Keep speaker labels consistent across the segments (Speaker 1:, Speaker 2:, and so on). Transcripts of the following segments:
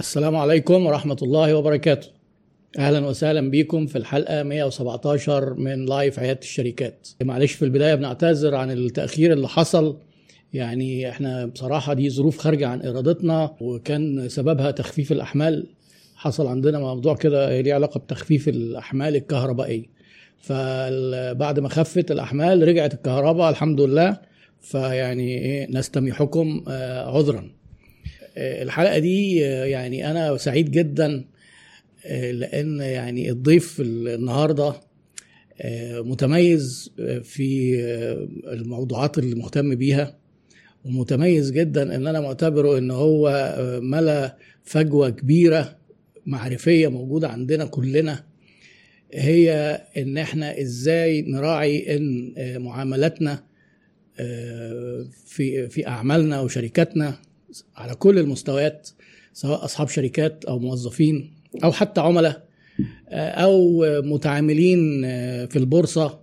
Speaker 1: السلام عليكم ورحمة الله وبركاته أهلا وسهلا بكم في الحلقة 117 من لايف عيادة الشركات معلش في البداية بنعتذر عن التأخير اللي حصل يعني احنا بصراحة دي ظروف خارجة عن إرادتنا وكان سببها تخفيف الأحمال حصل عندنا موضوع كده ليه علاقة بتخفيف الأحمال الكهربائية فبعد ما خفت الأحمال رجعت الكهرباء الحمد لله فيعني ايه نستميحكم آه، عذرا آه، الحلقه دي آه، يعني انا سعيد جدا آه، لان يعني الضيف النهارده آه، متميز آه، في آه، الموضوعات اللي مهتم بيها ومتميز جدا ان انا معتبره ان هو آه، ملا فجوه كبيره معرفيه موجوده عندنا كلنا هي ان احنا ازاي نراعي ان آه، معاملاتنا آه، في في اعمالنا وشركاتنا على كل المستويات سواء اصحاب شركات او موظفين او حتى عملاء او متعاملين آه، في البورصه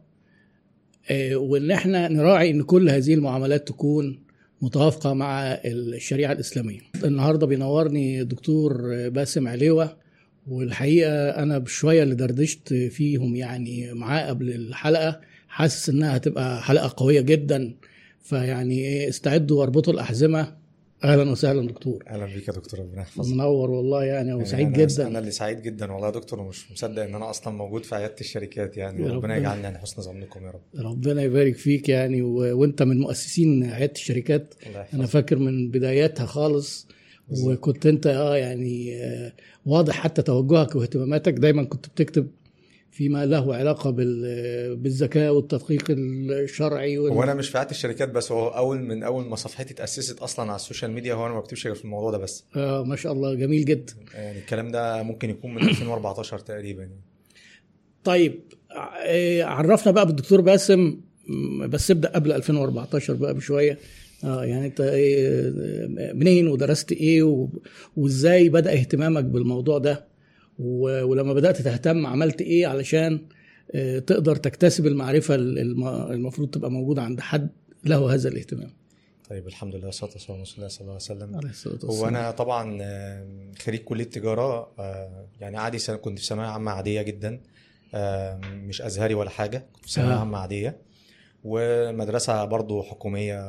Speaker 1: وان احنا نراعي ان كل هذه المعاملات تكون متوافقه مع الشريعه الاسلاميه. النهارده بينورني دكتور آه، باسم عليوه والحقيقه انا بشويه اللي دردشت فيهم يعني معاه قبل الحلقه حاسس انها هتبقى حلقه قويه جدا فيعني إيه، استعدوا واربطوا الاحزمه اهلا وسهلا دكتور
Speaker 2: اهلا بيك يا دكتور ربنا يحفظك
Speaker 1: منور والله يعني
Speaker 2: يعني
Speaker 1: وسعيد
Speaker 2: أنا- انا
Speaker 1: جدا
Speaker 2: اللي سعيد جدا والله يا دكتور ومش مصدق ان انا اصلا موجود في عياده الشركات يعني
Speaker 1: يا ربنا.
Speaker 2: ربنا يجعلنا يعني حسن ظنكم يا رب
Speaker 1: ربنا يبارك فيك يعني و... وانت من مؤسسين عياده الشركات انا
Speaker 2: الله يحفظك
Speaker 1: فاكر من بداياتها خالص
Speaker 2: بالظبط.
Speaker 1: وكنت انت اه يعني آه، واضح حتى توجهك واهتماماتك دايما كنت بتكتب فيما له علاقه بال... بالذكاء والتدقيق الشرعي وال...
Speaker 2: هو انا مش في عياده الشركات بس هو اول من اول ما صفحتي اتاسست اصلا على السوشيال ميديا هو انا ما بكتبش غير في الموضوع ده بس
Speaker 1: آه ما شاء الله جميل جدا
Speaker 2: يعني الكلام ده ممكن يكون من 2014 تقريبا يعني.
Speaker 1: طيب آه، عرفنا بقى بالدكتور باسم م، بس ابدا قبل 2014 بقى بشويه اه يعني انت إيه، منين ودرست ايه و- وازاي بدا اهتمامك بالموضوع ده و- ولما بدات تهتم عملت ايه علشان آه، تقدر تكتسب المعرفه ال- الم- المفروض تبقى موجوده عند حد له هذا الاهتمام
Speaker 2: طيب الحمد لله والصلاه والسلام على رسول الله صلى الله عليه وسلم
Speaker 1: عليه الصلاه
Speaker 2: هو
Speaker 1: والسلام
Speaker 2: انا طبعا آم، خريج كليه تجاره آه، يعني عادي سنة كنت في ثانويه عامه عاديه جدا آم، مش ازهري ولا حاجه كنت في ثانويه
Speaker 1: آه.
Speaker 2: عامه عاديه ومدرسه برضو حكوميه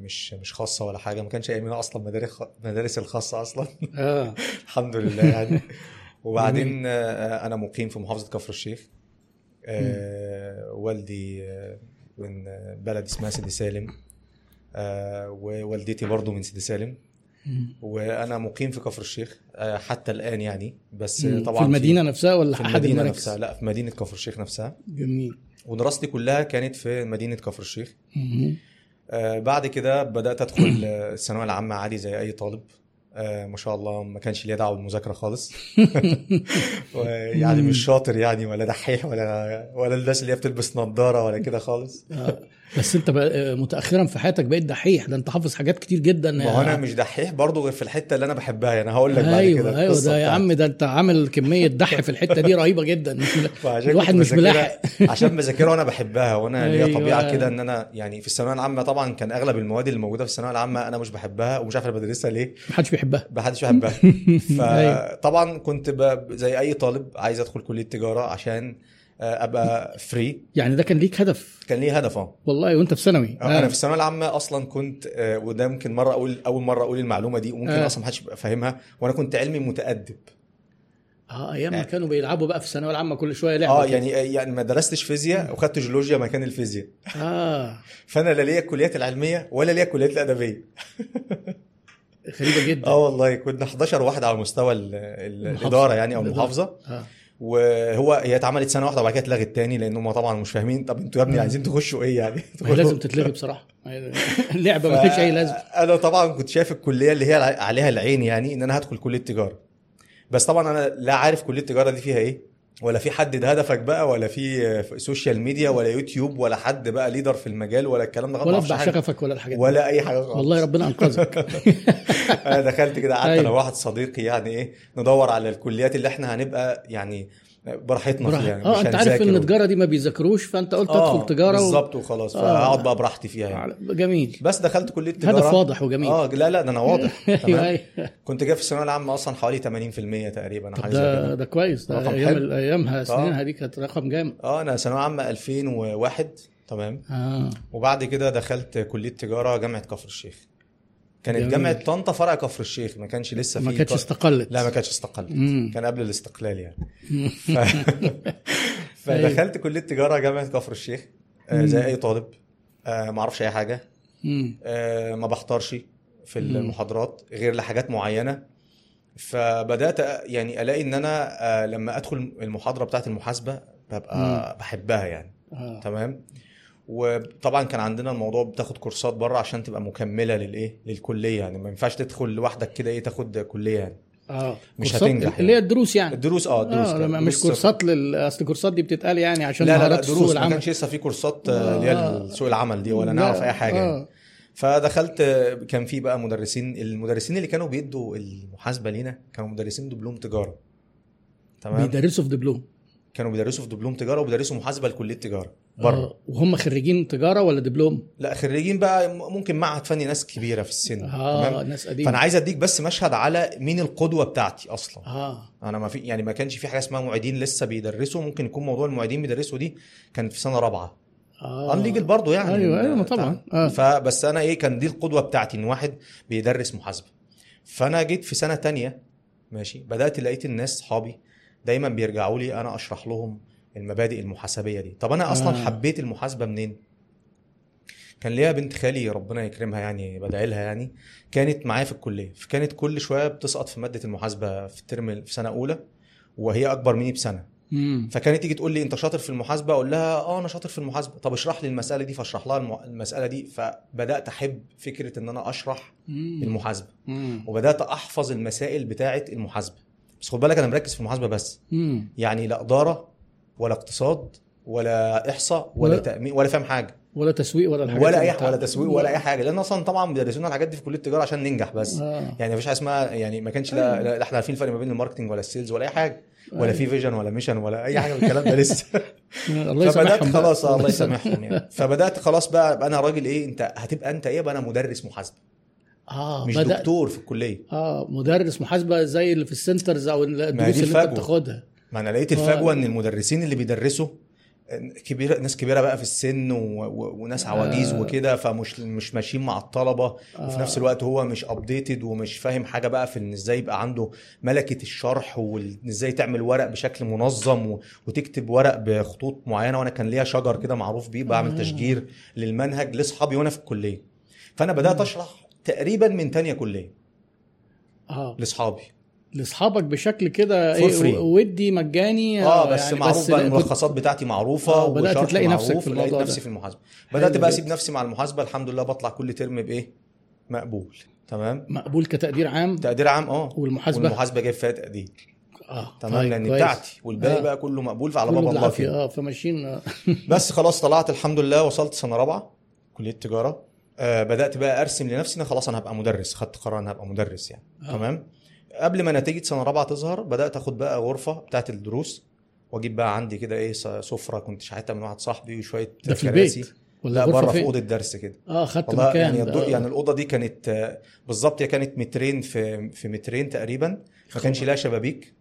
Speaker 2: مش مش خاصه ولا حاجه ما كانش ايامنا اصلا مدارس مدارس الخاصه اصلا
Speaker 1: اه
Speaker 2: الحمد لله يعني وبعدين آه، انا مقيم في محافظه كفر الشيخ آه، والدي آه، من بلد اسمها سيدي سالم آه، ووالدتي برضو من سيدي سالم
Speaker 1: مم.
Speaker 2: وانا مقيم في كفر الشيخ آه، حتى الان يعني بس
Speaker 1: مم.
Speaker 2: آه، طبعا
Speaker 1: في المدينه نفسها
Speaker 2: في,
Speaker 1: ولا
Speaker 2: في
Speaker 1: احد
Speaker 2: المدينه
Speaker 1: المراكز؟
Speaker 2: نفسها لا في مدينه كفر الشيخ نفسها
Speaker 1: جميل
Speaker 2: ودراستي كلها كانت في مدينه كفر الشيخ
Speaker 1: مم.
Speaker 2: آه، بعد كده بدات ادخل آه، الثانويه العامه عادي زي اي طالب آه، ما شاء الله ما كانش ليا دعوه بالمذاكره خالص يعني مش شاطر يعني ولا دحيح ولا ولا الناس اللي هي بتلبس نظاره ولا كده خالص
Speaker 1: آه، بس انت بقى- آه، متاخرا في حياتك بقيت دحيح ده انت حافظ حاجات كتير جدا
Speaker 2: ما هو انا مش دحيح برضه غير في الحته اللي انا بحبها يعني هقول لك بعد كده
Speaker 1: ايوه ايوه
Speaker 2: القصة
Speaker 1: ده يا
Speaker 2: بتاعتي.
Speaker 1: عم ده انت عامل كميه دح في الحته دي رهيبه جدا مش ملا-
Speaker 2: فعشان
Speaker 1: الواحد
Speaker 2: كنت
Speaker 1: مش
Speaker 2: بذاكرها-
Speaker 1: ملاحق.
Speaker 2: عشان بذاكرها وانا بحبها وانا ليا
Speaker 1: أيوة.
Speaker 2: طبيعه كده ان انا يعني في الثانويه العامه طبعا كان اغلب المواد اللي موجوده في الثانويه العامه انا مش بحبها ومش عارف انا بدرسها ليه
Speaker 1: محدش بيحبها
Speaker 2: محدش بيحبها
Speaker 1: أيوة.
Speaker 2: فطبعا كنت ب... زي اي طالب عايز ادخل كليه تجاره عشان آه، ابقى فري
Speaker 1: يعني ده كان ليك هدف
Speaker 2: كان ليه هدف اه
Speaker 1: والله وانت في ثانوي
Speaker 2: انا
Speaker 1: آه.
Speaker 2: في الثانويه العامه اصلا كنت آه، وده يمكن مره اقول اول مره اقول المعلومه دي وممكن
Speaker 1: آه.
Speaker 2: اصلا محدش يبقى فاهمها وانا كنت علمي متادب
Speaker 1: اه ايام ما كانوا بيلعبوا بقى في الثانويه العامه كل شويه لعبه
Speaker 2: يعني اه
Speaker 1: كده.
Speaker 2: يعني يعني ما درستش فيزياء وخدت جيولوجيا مكان الفيزياء
Speaker 1: اه
Speaker 2: فانا لا ليا الكليات العلميه ولا ليا الكليات الادبيه
Speaker 1: غريبه جدا
Speaker 2: اه والله كنا 11 واحد على مستوى ال- ال-
Speaker 1: المحافظة.
Speaker 2: الاداره يعني او
Speaker 1: الإدارة.
Speaker 2: المحافظه
Speaker 1: آه.
Speaker 2: وهو هي اتعملت سنه واحده وبعد كده اتلغت تاني لان هم طبعا مش فاهمين طب انتوا يا ابني عايزين تخشوا ايه يعني
Speaker 1: ما هي لازم تتلغي بصراحه اللعبه ما لهاش اي لازمه
Speaker 2: انا طبعا كنت شايف الكليه اللي هي علي- عليها العين يعني ان انا هدخل كليه تجاره بس طبعا انا لا عارف كليه التجاره دي فيها ايه ولا في حد ده هدفك بقى ولا في في سوشيال ميديا ولا يوتيوب ولا حد بقى ليدر في المجال ولا الكلام ده
Speaker 1: ولا
Speaker 2: ما أعرفش
Speaker 1: افضح
Speaker 2: حاجة.
Speaker 1: شغفك ولا الحاجات دي.
Speaker 2: ولا اي حاجه خالص.
Speaker 1: والله ربنا انقذك
Speaker 2: انا دخلت كده قعدت انا
Speaker 1: أيوة.
Speaker 2: إيه، واحد صديقي يعني ايه ندور على الكليات اللي احنا هنبقى يعني براحتنا
Speaker 1: براحة.
Speaker 2: فيها يعني
Speaker 1: اه
Speaker 2: مش
Speaker 1: انت عارف ان
Speaker 2: هنذاكر. آه،
Speaker 1: التجاره دي ما بيذاكروش فانت قلت ادخل تجاره و...
Speaker 2: بالظبط وخلاص
Speaker 1: آه.
Speaker 2: فهقعد بقى براحتي فيها يعني.
Speaker 1: جميل
Speaker 2: بس دخلت كليه تجاره
Speaker 1: هدف واضح وجميل
Speaker 2: اه لا لا ده انا واضح
Speaker 1: ايوه
Speaker 2: تمام
Speaker 1: أيوة.
Speaker 2: كنت جايب في الثانويه العامه اصلا حوالي 80% تقريبا
Speaker 1: طب
Speaker 2: حاجه زي كده
Speaker 1: ده ده كويس ده
Speaker 2: رقم
Speaker 1: ايام
Speaker 2: حلو. آه.
Speaker 1: ايامها سنينها دي كانت رقم جامد
Speaker 2: اه انا ثانويه عامه 2001 تمام
Speaker 1: اه
Speaker 2: وبعد كده دخلت كليه تجاره جامعه كفر الشيخ كانت
Speaker 1: جميل.
Speaker 2: جامعه طنطا فرع كفر الشيخ ما كانش لسه
Speaker 1: ما
Speaker 2: في
Speaker 1: كانتش
Speaker 2: كفر-
Speaker 1: استقلت
Speaker 2: لا ما كانتش استقلت
Speaker 1: مم.
Speaker 2: كان قبل الاستقلال يعني ف...
Speaker 1: أيوة.
Speaker 2: فدخلت كليه تجاره جامعه كفر الشيخ آه، زي
Speaker 1: أيوه. مم.
Speaker 2: اي طالب آه، ما اعرفش اي حاجه
Speaker 1: مم.
Speaker 2: آه، ما بحضرش في
Speaker 1: مم.
Speaker 2: المحاضرات غير لحاجات معينه فبدات أ- يعني الاقي ان انا آه، لما ادخل المحاضره بتاعه المحاسبه ببقى بحبها يعني
Speaker 1: آه.
Speaker 2: تمام وطبعا كان عندنا الموضوع بتاخد كورسات بره عشان تبقى مكمله للايه للكليه يعني ما ينفعش تدخل لوحدك كده ايه تاخد كليه يعني
Speaker 1: اه
Speaker 2: مش
Speaker 1: كورسات
Speaker 2: هتنجح يعني.
Speaker 1: اللي هي الدروس يعني
Speaker 2: الدروس اه الدروس
Speaker 1: اه
Speaker 2: كان
Speaker 1: لما
Speaker 2: دروس
Speaker 1: مش كورسات لل اصل الكورسات دي بتتقال يعني عشان
Speaker 2: لا لا, لا
Speaker 1: مهارات سوق
Speaker 2: دروس ما
Speaker 1: العمل
Speaker 2: كانش لسه في كورسات آه، اللي هي
Speaker 1: آه.
Speaker 2: سوق العمل دي ولا
Speaker 1: لا،
Speaker 2: نعرف اي حاجه يعني.
Speaker 1: آه.
Speaker 2: فدخلت كان في بقى مدرسين المدرسين اللي كانوا بيدوا المحاسبه لينا كانوا مدرسين دبلوم تجاره تمام
Speaker 1: بيدرسوا في دبلوم
Speaker 2: كانوا بيدرسوا في دبلوم تجاره وبيدرسوا محاسبه لكليه تجاره بره
Speaker 1: آه. وهم خريجين تجاره ولا دبلوم
Speaker 2: لا خريجين بقى م- ممكن معهد فني ناس كبيره في السن
Speaker 1: اه
Speaker 2: تمام
Speaker 1: ناس قديمه
Speaker 2: فانا عايز اديك بس مشهد على مين القدوه بتاعتي اصلا
Speaker 1: اه
Speaker 2: انا ما في يعني ما كانش في حاجه اسمها معيدين لسه بيدرسوا ممكن يكون موضوع المعيدين بيدرسوا دي كان في سنه رابعه
Speaker 1: اه
Speaker 2: انليجل برضه يعني
Speaker 1: ايوه
Speaker 2: من-
Speaker 1: ايوه ما طبعا
Speaker 2: آه.
Speaker 1: اه
Speaker 2: فبس انا ايه كان دي القدوه بتاعتي ان واحد بيدرس محاسبه فانا جيت في سنه تانية ماشي بدات لقيت الناس صحابي دايما بيرجعوا لي انا اشرح لهم المبادئ المحاسبيه دي طب انا اصلا
Speaker 1: آه.
Speaker 2: آه. حبيت المحاسبه منين كان ليا بنت خالي ربنا يكرمها يعني بدعي لها يعني كانت معايا في الكليه فكانت كل شويه بتسقط في ماده المحاسبه في الترم في سنه اولى وهي اكبر مني بسنه
Speaker 1: امم
Speaker 2: فكانت تيجي تقول لي انت شاطر في المحاسبه اقول لها اه انا شاطر في المحاسبه طب اشرح لي المساله دي فاشرح لها الم- المساله دي فبدات احب فكره ان انا اشرح المحاسبه وبدات احفظ المسائل بتاعه المحاسبه بس خد بالك انا مركز في المحاسبه بس
Speaker 1: امم
Speaker 2: يعني لا اداره ولا اقتصاد ولا احصاء ولا
Speaker 1: ولا-
Speaker 2: تامين ولا فاهم حاجه
Speaker 1: ولا تسويق ولا الحاجات
Speaker 2: ولا
Speaker 1: اللي
Speaker 2: اي
Speaker 1: بتاع-
Speaker 2: ولا تسويق ولا اي حاجه لان اصلا طبعا بيدرسونا الحاجات دي في كليه التجاره عشان ننجح بس
Speaker 1: آه.
Speaker 2: يعني مفيش حاجه اسمها يعني ما كانش لا, لا احنا عارفين الفرق ما بين الماركتينج ولا السيلز ولا اي حاجه ولا في فيجن ولا ميشن ولا اي حاجه من الكلام ده لسه
Speaker 1: يعني الله
Speaker 2: فبدات
Speaker 1: يسامحهم بقى.
Speaker 2: خلاص آه، الله يسامحهم يعني فبدات خلاص بقى أبقى انا راجل ايه انت هتبقى انت ايه بقى انا مدرس محاسبه
Speaker 1: اه
Speaker 2: مش
Speaker 1: بدأت
Speaker 2: دكتور في الكليه
Speaker 1: اه مدرس محاسبه زي اللي في السنترز او الدروس
Speaker 2: دي
Speaker 1: اللي انت
Speaker 2: الفجوة.
Speaker 1: بتاخدها
Speaker 2: ما انا لقيت
Speaker 1: آه.
Speaker 2: الفجوه ان المدرسين اللي بيدرسوا كبيرة ناس كبيره بقى في السن و... و... وناس عواجيز
Speaker 1: آه.
Speaker 2: وكده فمش مش ماشيين مع الطلبه وفي نفس الوقت هو مش ابديتد ومش فاهم حاجه بقى في ان ازاي يبقى عنده ملكه الشرح وازاي إزاي تعمل ورق بشكل منظم و... وتكتب ورق بخطوط معينه وانا كان ليا شجر كده معروف بيه بعمل
Speaker 1: آه.
Speaker 2: تشجير للمنهج لاصحابي وانا في الكليه فانا بدات اشرح تقريبا من تانية كليه
Speaker 1: اه
Speaker 2: لاصحابي
Speaker 1: لاصحابك بشكل كده
Speaker 2: For free.
Speaker 1: ايه ودي مجاني
Speaker 2: اه بس
Speaker 1: يعني
Speaker 2: معروف بقى
Speaker 1: كنت-
Speaker 2: الملخصات بتاعتي معروفه
Speaker 1: آه، بدأت
Speaker 2: وشرحي
Speaker 1: تلاقي نفسك
Speaker 2: معروف،
Speaker 1: في
Speaker 2: لقيت
Speaker 1: الموضوع
Speaker 2: نفسي
Speaker 1: ده.
Speaker 2: في المحاسبه بدات
Speaker 1: حلو
Speaker 2: بقى اسيب
Speaker 1: جدا.
Speaker 2: نفسي مع المحاسبه الحمد لله بطلع كل ترم بايه مقبول تمام
Speaker 1: مقبول كتقدير عام
Speaker 2: تقدير عام اه
Speaker 1: والمحاسبه
Speaker 2: والمحاسبه جايب فيها تقدير
Speaker 1: اه
Speaker 2: تمام لان
Speaker 1: كويس.
Speaker 2: بتاعتي والباقي
Speaker 1: آه.
Speaker 2: بقى كله مقبول فعلى
Speaker 1: كله
Speaker 2: باب الله
Speaker 1: بالعافيه
Speaker 2: كده
Speaker 1: اه فماشيين آه.
Speaker 2: بس خلاص طلعت الحمد لله وصلت سنه رابعه كليه تجاره آه بدات بقى ارسم لنفسي ان خلاص انا هبقى مدرس خدت قرار انا هبقى مدرس يعني
Speaker 1: آه.
Speaker 2: تمام قبل ما نتيجه سنه رابعه تظهر بدات اخد بقى غرفه بتاعت الدروس واجيب بقى عندي كده ايه س- سفره كنت شحاتها من واحد صاحبي وشويه
Speaker 1: ده في
Speaker 2: كراسي.
Speaker 1: البيت
Speaker 2: لا
Speaker 1: ولا
Speaker 2: بره
Speaker 1: غرفه
Speaker 2: في
Speaker 1: فين؟
Speaker 2: اوضه الدرس كده
Speaker 1: اه خدت
Speaker 2: والله
Speaker 1: مكان آه،
Speaker 2: يعني
Speaker 1: ده.
Speaker 2: الدو... يعني الاوضه دي كانت آه، بالظبط هي كانت مترين في في مترين تقريبا ما كانش لها شبابيك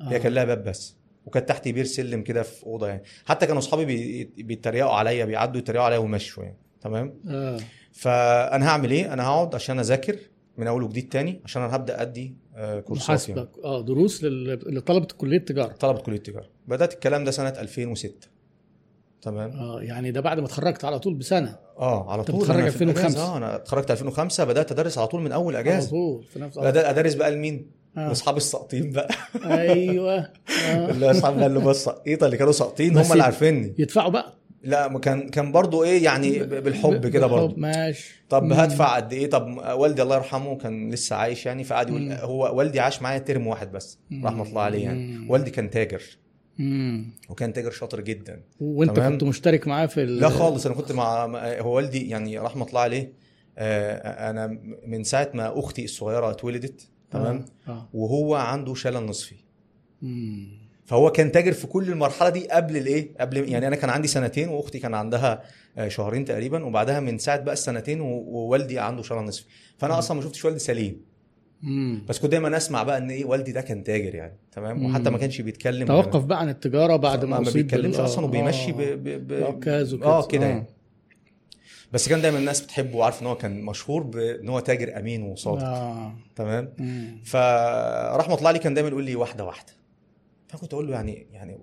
Speaker 1: آه.
Speaker 2: هي كان لها باب بس وكان تحت بير سلم كده في اوضه يعني حتى كانوا اصحابي بي... بيتريقوا عليا بيعدوا يتريقوا عليا ويمشوا يعني تمام
Speaker 1: اه
Speaker 2: فانا هعمل ايه انا هقعد عشان اذاكر من اول وجديد تاني عشان انا هبدا ادي آه، كورسات يعني.
Speaker 1: محاسبك اه دروس لل- لطلبه كليه التجاره
Speaker 2: طلبه كليه التجاره بدات الكلام ده سنه 2006 تمام
Speaker 1: اه يعني ده بعد ما اتخرجت على طول بسنه
Speaker 2: اه على
Speaker 1: آه. أنت
Speaker 2: طول
Speaker 1: متخرج
Speaker 2: أنا في الأجازة.
Speaker 1: 2005.
Speaker 2: اه انا اتخرجت 2005 بدات ادرس على طول من اول
Speaker 1: على
Speaker 2: اجازه
Speaker 1: طول في نفس
Speaker 2: بدات ادرس بقى لمين؟
Speaker 1: آه.
Speaker 2: لاصحاب الساقطين بقى
Speaker 1: ايوه آه.
Speaker 2: اللي اصحابنا اللي بقى السقيطه اللي كانوا ساقطين
Speaker 1: بس
Speaker 2: هم اللي عارفيني
Speaker 1: يدفعوا بقى
Speaker 2: لا ما كان كان برضه ايه يعني ب- بالحب كده
Speaker 1: بالحب،
Speaker 2: برضه
Speaker 1: ماشي
Speaker 2: طب
Speaker 1: مم.
Speaker 2: هدفع قد ايه طب والدي الله يرحمه كان لسه عايش يعني فقعد يقول
Speaker 1: مم.
Speaker 2: هو والدي عاش معايا ترم واحد بس رحمه الله عليه يعني
Speaker 1: مم.
Speaker 2: والدي كان تاجر
Speaker 1: مم.
Speaker 2: وكان تاجر شاطر جدا
Speaker 1: وانت
Speaker 2: تمام.
Speaker 1: كنت مشترك معاه في ال...
Speaker 2: لا خالص انا كنت مع مع- هو والدي يعني رحمه الله عليه آه، انا من ساعه ما اختي الصغيره اتولدت تمام
Speaker 1: اه, آه.
Speaker 2: وهو عنده شلل نصفي
Speaker 1: مم.
Speaker 2: فهو كان تاجر في كل المرحله دي قبل الايه قبل يعني انا كان عندي سنتين واختي كان عندها آه، شهرين تقريبا وبعدها من ساعه بقى السنتين و- ووالدي عنده شهر نصف فانا اصلا ما شفتش والدي سليم
Speaker 1: مم.
Speaker 2: بس كنت دايما اسمع بقى ان ايه والدي ده كان تاجر يعني تمام وحتى ما كانش بيتكلم يعني.
Speaker 1: توقف بقى عن التجاره بعد
Speaker 2: ما,
Speaker 1: ما
Speaker 2: ما
Speaker 1: اصيب
Speaker 2: بيتكلمش
Speaker 1: بال-
Speaker 2: اصلا
Speaker 1: آه.
Speaker 2: وبيمشي ب... ب... ب...
Speaker 1: عكاز وكده.
Speaker 2: اه كده
Speaker 1: آه.
Speaker 2: يعني بس كان دايما الناس بتحبه وعارف ان هو كان مشهور بان هو تاجر امين وصادق
Speaker 1: اه
Speaker 2: تمام
Speaker 1: مم.
Speaker 2: فرحمه الله عليه كان دايما يقول لي واحده واحده فكنت اقول له يعني يعني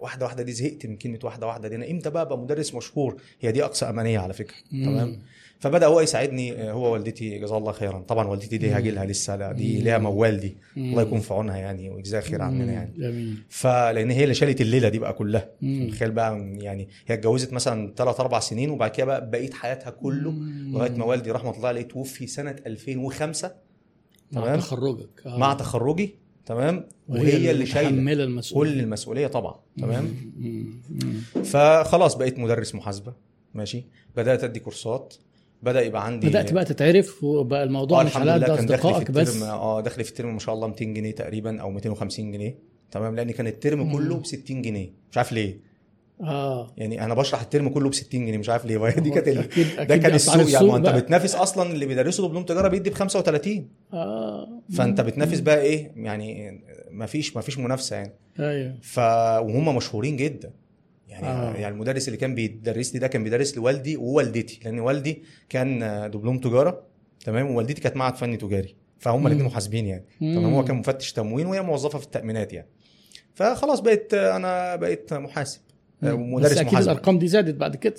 Speaker 2: واحده واحده دي زهقت من كلمه واحده واحده دي انا امتى بقى ابقى مدرس مشهور هي دي اقصى امانيه على فكره
Speaker 1: مم.
Speaker 2: تمام فبدا هو يساعدني آه، هو والدتي جزاه الله خيرا طبعا والدتي دي هاجلها لسه لا دي
Speaker 1: مم.
Speaker 2: ليها موال دي
Speaker 1: مم.
Speaker 2: الله يكون في عونها يعني ويجزاها خير عننا
Speaker 1: مم.
Speaker 2: يعني
Speaker 1: جميل
Speaker 2: فلان هي اللي شالت الليله دي بقى كلها
Speaker 1: مم.
Speaker 2: تخيل بقى يعني هي اتجوزت مثلا 3 4 سنين وبعد كده بقى بقيت حياتها كله
Speaker 1: مم.
Speaker 2: لغايه ما والدي رحمه الله عليه توفي سنه 2005
Speaker 1: مع
Speaker 2: تمام.
Speaker 1: تخرجك آه.
Speaker 2: مع تخرجي تمام وهي اللي شايله
Speaker 1: محمله المسؤوليه
Speaker 2: كل المسؤوليه طبعا تمام
Speaker 1: مم. مم.
Speaker 2: فخلاص بقيت مدرس محاسبه ماشي بدات ادي كورسات بدا يبقى عندي
Speaker 1: بدات بقى تتعرف وبقى
Speaker 2: اه
Speaker 1: الموضوع مش
Speaker 2: الحمد
Speaker 1: على قد
Speaker 2: لله كان دخلي في
Speaker 1: اصدقائك بس
Speaker 2: الترم اه دخلي في الترم ما شاء الله 200 جنيه تقريبا او 250 جنيه تمام لان كان الترم
Speaker 1: مم.
Speaker 2: كله ب 60 جنيه مش عارف ليه
Speaker 1: اه
Speaker 2: يعني انا بشرح الترم كله ب 60 جنيه مش عارف ليه وهي دي كانت ال-
Speaker 1: اكيد
Speaker 2: ده
Speaker 1: أكيد
Speaker 2: كان
Speaker 1: أسعار
Speaker 2: السوق يعني ما انت
Speaker 1: بقى.
Speaker 2: بتنافس اصلا اللي بيدرسوا دبلوم تجاره بيدي ب 35
Speaker 1: اه
Speaker 2: فانت بتنافس بقى ايه يعني ما فيش ما فيش منافسه يعني
Speaker 1: ايوه
Speaker 2: ف وهم مشهورين جدا يعني
Speaker 1: آه.
Speaker 2: آه. يعني المدرس اللي كان بيدرس لي ده كان بيدرس لوالدي ووالدتي لان والدي كان آه، دبلوم تجاره تمام ووالدتي كانت معهد فني تجاري فهم
Speaker 1: مم.
Speaker 2: الاثنين محاسبين يعني تمام هو كان مفتش تموين وهي موظفه في التامينات يعني فخلاص بقيت آه، انا بقيت محاسب آه،
Speaker 1: مدرس بس
Speaker 2: ومدرس
Speaker 1: اكيد
Speaker 2: محاسب
Speaker 1: الارقام دي زادت بعد كده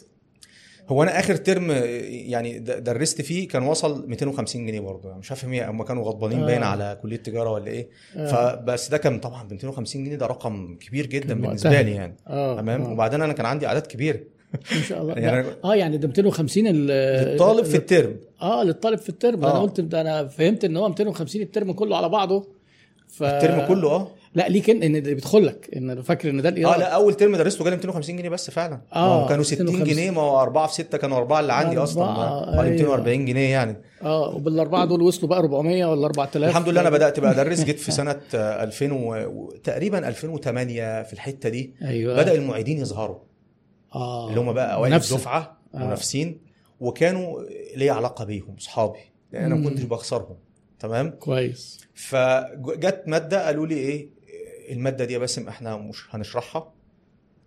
Speaker 2: هو انا اخر ترم آه، يعني د- درست فيه كان وصل 250 جنيه برضه يعني مش عارف هي- هم كانوا غضبانين
Speaker 1: آه.
Speaker 2: باين على كليه التجاره ولا ايه فبس ده كان طبعا ب 250 جنيه ده رقم كبير جدا
Speaker 1: كان
Speaker 2: بالنسبه
Speaker 1: وقتها.
Speaker 2: لي يعني
Speaker 1: اه
Speaker 2: تمام
Speaker 1: آه.
Speaker 2: وبعدين انا كان عندي اعداد كبيره
Speaker 1: ان شاء الله
Speaker 2: يعني
Speaker 1: ده- اه يعني ده 250 آه، ال-
Speaker 2: الطالب في الترم
Speaker 1: اه للطالب في الترم انا
Speaker 2: آه.
Speaker 1: قلت ده انا فهمت ان هو 250 الترم كله على بعضه ف...
Speaker 2: الترم كله اه
Speaker 1: لا ليك ان إن اللي بيدخل لك ان أنا فاكر ان ده
Speaker 2: اه
Speaker 1: الايراد
Speaker 2: لا اول ترم درسته جالي 250 جنيه بس فعلا
Speaker 1: آه،
Speaker 2: ما هم كانوا 60
Speaker 1: 250.
Speaker 2: جنيه ما هو 4 في 6 كانوا 4 اللي عندي آه، اصلا
Speaker 1: أربعة،
Speaker 2: ما- حوالي
Speaker 1: أيوة.
Speaker 2: 240 جنيه يعني
Speaker 1: اه وبالاربعه دول وصلوا بقى 400 ولا 4000
Speaker 2: الحمد لله انا بدات بقى ادرس جيت في سنه آه، 2000 و- و- تقريبا 2008 في الحته دي
Speaker 1: ايوه
Speaker 2: بدا المعيدين يظهروا
Speaker 1: اه
Speaker 2: اللي هم بقى اوائل
Speaker 1: منافسة.
Speaker 2: الدفعه
Speaker 1: آه.
Speaker 2: منافسين وكانوا ليا علاقه بيهم اصحابي لان انا
Speaker 1: مم.
Speaker 2: ما كنتش بخسرهم تمام
Speaker 1: كويس
Speaker 2: فجت ماده قالوا لي ايه الماده دي يا باسم احنا مش هنشرحها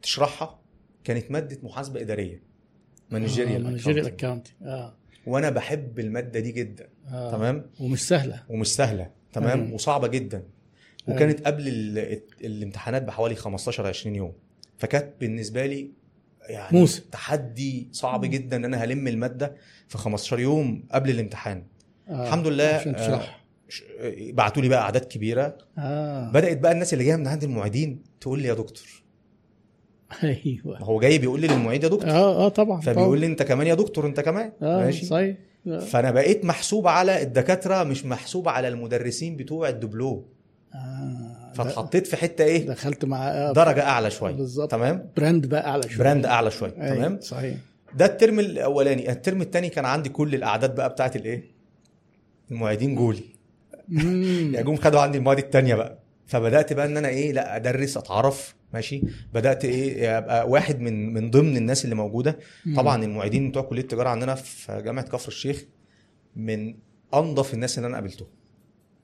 Speaker 2: تشرحها كانت ماده محاسبه اداريه
Speaker 1: آه،
Speaker 2: مانجيريال
Speaker 1: مانجيريال
Speaker 2: accounting.
Speaker 1: اكاونتنج اه
Speaker 2: وانا بحب الماده دي جدا
Speaker 1: آه.
Speaker 2: تمام
Speaker 1: ومش سهله
Speaker 2: ومش سهله تمام
Speaker 1: أيوة.
Speaker 2: وصعبه جدا
Speaker 1: أيوة.
Speaker 2: وكانت قبل ال... الامتحانات بحوالي 15 20 يوم فكانت بالنسبه لي يعني
Speaker 1: موسى.
Speaker 2: تحدي صعب جدا ان انا هلم الماده في 15 يوم قبل الامتحان
Speaker 1: آه.
Speaker 2: الحمد لله
Speaker 1: عشان تشرح
Speaker 2: آه، بعتوا لي بقى اعداد كبيره
Speaker 1: اه
Speaker 2: بدات بقى الناس اللي جايه من عند المعيدين تقول لي يا دكتور
Speaker 1: ايوه
Speaker 2: هو جاي بيقول لي للمعيد يا دكتور
Speaker 1: اه اه طبعا
Speaker 2: فبيقول لي انت كمان يا دكتور انت كمان
Speaker 1: اه ماشي
Speaker 2: ماشي
Speaker 1: صحيح
Speaker 2: فانا بقيت محسوب على الدكاتره مش محسوب على المدرسين بتوع الدبلوم
Speaker 1: آه.
Speaker 2: فاتحطيت في حته ايه
Speaker 1: دخلت مع آه،
Speaker 2: درجه اعلى شويه
Speaker 1: بالظبط
Speaker 2: تمام
Speaker 1: براند بقى اعلى شويه
Speaker 2: براند اعلى شويه
Speaker 1: أيوة،
Speaker 2: تمام
Speaker 1: صحيح
Speaker 2: ده الترم الاولاني الترم الثاني كان عندي كل الاعداد بقى بتاعت الايه المعيدين جولي
Speaker 1: مم.
Speaker 2: يعني جم خدوا عندي المواد التانية بقى فبدات بقى ان انا ايه لا ادرس اتعرف ماشي بدات ايه ابقى واحد من من ضمن الناس اللي موجوده
Speaker 1: مم.
Speaker 2: طبعا المعيدين بتوع كليه التجاره عندنا في جامعه كفر الشيخ من انظف الناس اللي انا قابلتهم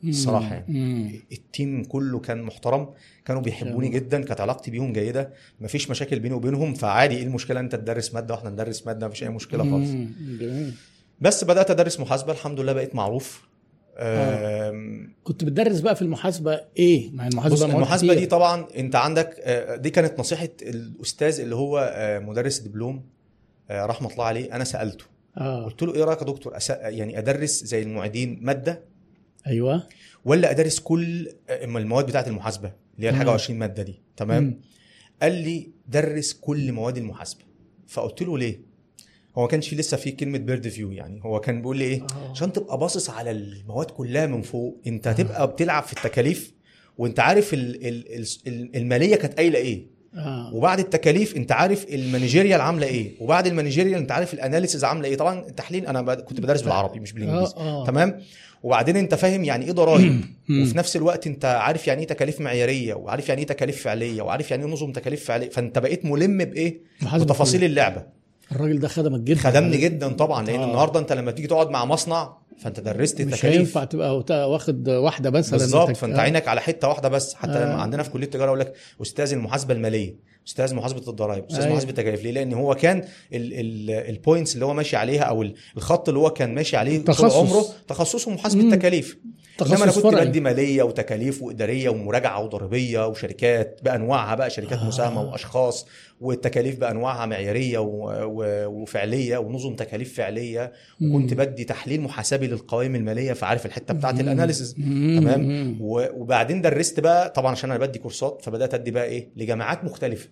Speaker 1: مم.
Speaker 2: الصراحة يعني.
Speaker 1: مم.
Speaker 2: التيم كله كان محترم كانوا بيحبوني
Speaker 1: شاء الله.
Speaker 2: جدا كانت علاقتي بيهم جيده مفيش مشاكل بيني وبينهم فعادي ايه المشكله انت تدرس ماده واحنا ندرس ماده مفيش اي مشكله خالص
Speaker 1: مم. جميل
Speaker 2: بس بدات ادرس محاسبه الحمد لله بقيت معروف آم،
Speaker 1: كنت بتدرس بقى في المحاسبه ايه؟ مع المحاسبه
Speaker 2: بص
Speaker 1: آه. مواد
Speaker 2: المحاسبه دي
Speaker 1: كتير.
Speaker 2: طبعا انت عندك آه، دي كانت نصيحه الاستاذ اللي هو آه، مدرس دبلوم آه، رحمه الله عليه انا سالته
Speaker 1: اه
Speaker 2: قلت له ايه رايك يا دكتور أس... يعني ادرس زي المعيدين ماده
Speaker 1: ايوه
Speaker 2: ولا ادرس كل آه، المواد بتاعه المحاسبه اللي هي
Speaker 1: تمام.
Speaker 2: الحاجه 20 ماده دي تمام
Speaker 1: مم.
Speaker 2: قال لي درس كل مواد المحاسبه فقلت له ليه هو ما كانش لسه في كلمه بيرد فيو يعني هو كان بيقول لي ايه
Speaker 1: آه.
Speaker 2: عشان تبقى باصص على المواد كلها من فوق انت هتبقى بتلعب في التكاليف وانت عارف ال ال ال ال- الماليه كانت قايله ايه
Speaker 1: اه
Speaker 2: وبعد التكاليف انت عارف المانجيريال عامله ايه وبعد إيه." المانجيريال انت عارف الاناليسز عامله ايه طبعا التحليل انا بد- كنت بدرس بالعربي مش بالانجليزي
Speaker 1: آه، آه.
Speaker 2: تمام وبعدين انت فاهم يعني ايه ضرائب
Speaker 1: مم.
Speaker 2: وفي نفس الوقت انت عارف يعني ايه تكاليف معياريه وعارف يعني ايه تكاليف فعليه وعارف يعني ايه نظم تكاليف فعليه فانت بقيت ملم بايه
Speaker 1: محاسبة
Speaker 2: بتفاصيل اللعبه
Speaker 1: الراجل ده خدمك جدا
Speaker 2: خدمني جدا طبعا لان
Speaker 1: آه.
Speaker 2: النهارده انت لما تيجي تقعد مع مصنع فانت درست
Speaker 1: مش
Speaker 2: التكاليف
Speaker 1: هينفع تبقى وت- واخد واحده بس لأن
Speaker 2: بالظبط
Speaker 1: تك-
Speaker 2: فانت عينك على حته واحده بس حتى
Speaker 1: آه.
Speaker 2: لما عندنا في كليه التجاره يقول لك استاذ المحاسبه الماليه استاذ محاسبه الضرائب استاذ
Speaker 1: أيوة.
Speaker 2: محاسبه التكاليف ليه لان هو كان البوينتس اللي هو ماشي عليها او ال- الخط اللي هو كان ماشي عليه طول
Speaker 1: تخصص.
Speaker 2: عمره تخصصه محاسبه
Speaker 1: مم.
Speaker 2: التكاليف انما انا
Speaker 1: آه. تخصص
Speaker 2: كنت
Speaker 1: فرعي
Speaker 2: بدي ماليه وتكاليف واداريه ومراجعه وضريبيه وشركات بانواعها بقى شركات
Speaker 1: آه.
Speaker 2: مساهمه واشخاص والتكاليف بانواعها معياريه و... و... وفعليه ونظم تكاليف فعليه
Speaker 1: مم.
Speaker 2: وكنت بدي تحليل محاسبي للقوائم الماليه فعارف الحته بتاعت
Speaker 1: مم.
Speaker 2: الاناليسز
Speaker 1: مم.
Speaker 2: تمام؟
Speaker 1: مم.
Speaker 2: و- وبعدين درست بقى طبعا عشان انا بدي كورسات فبدات ادي بقى ايه لجامعات مختلفه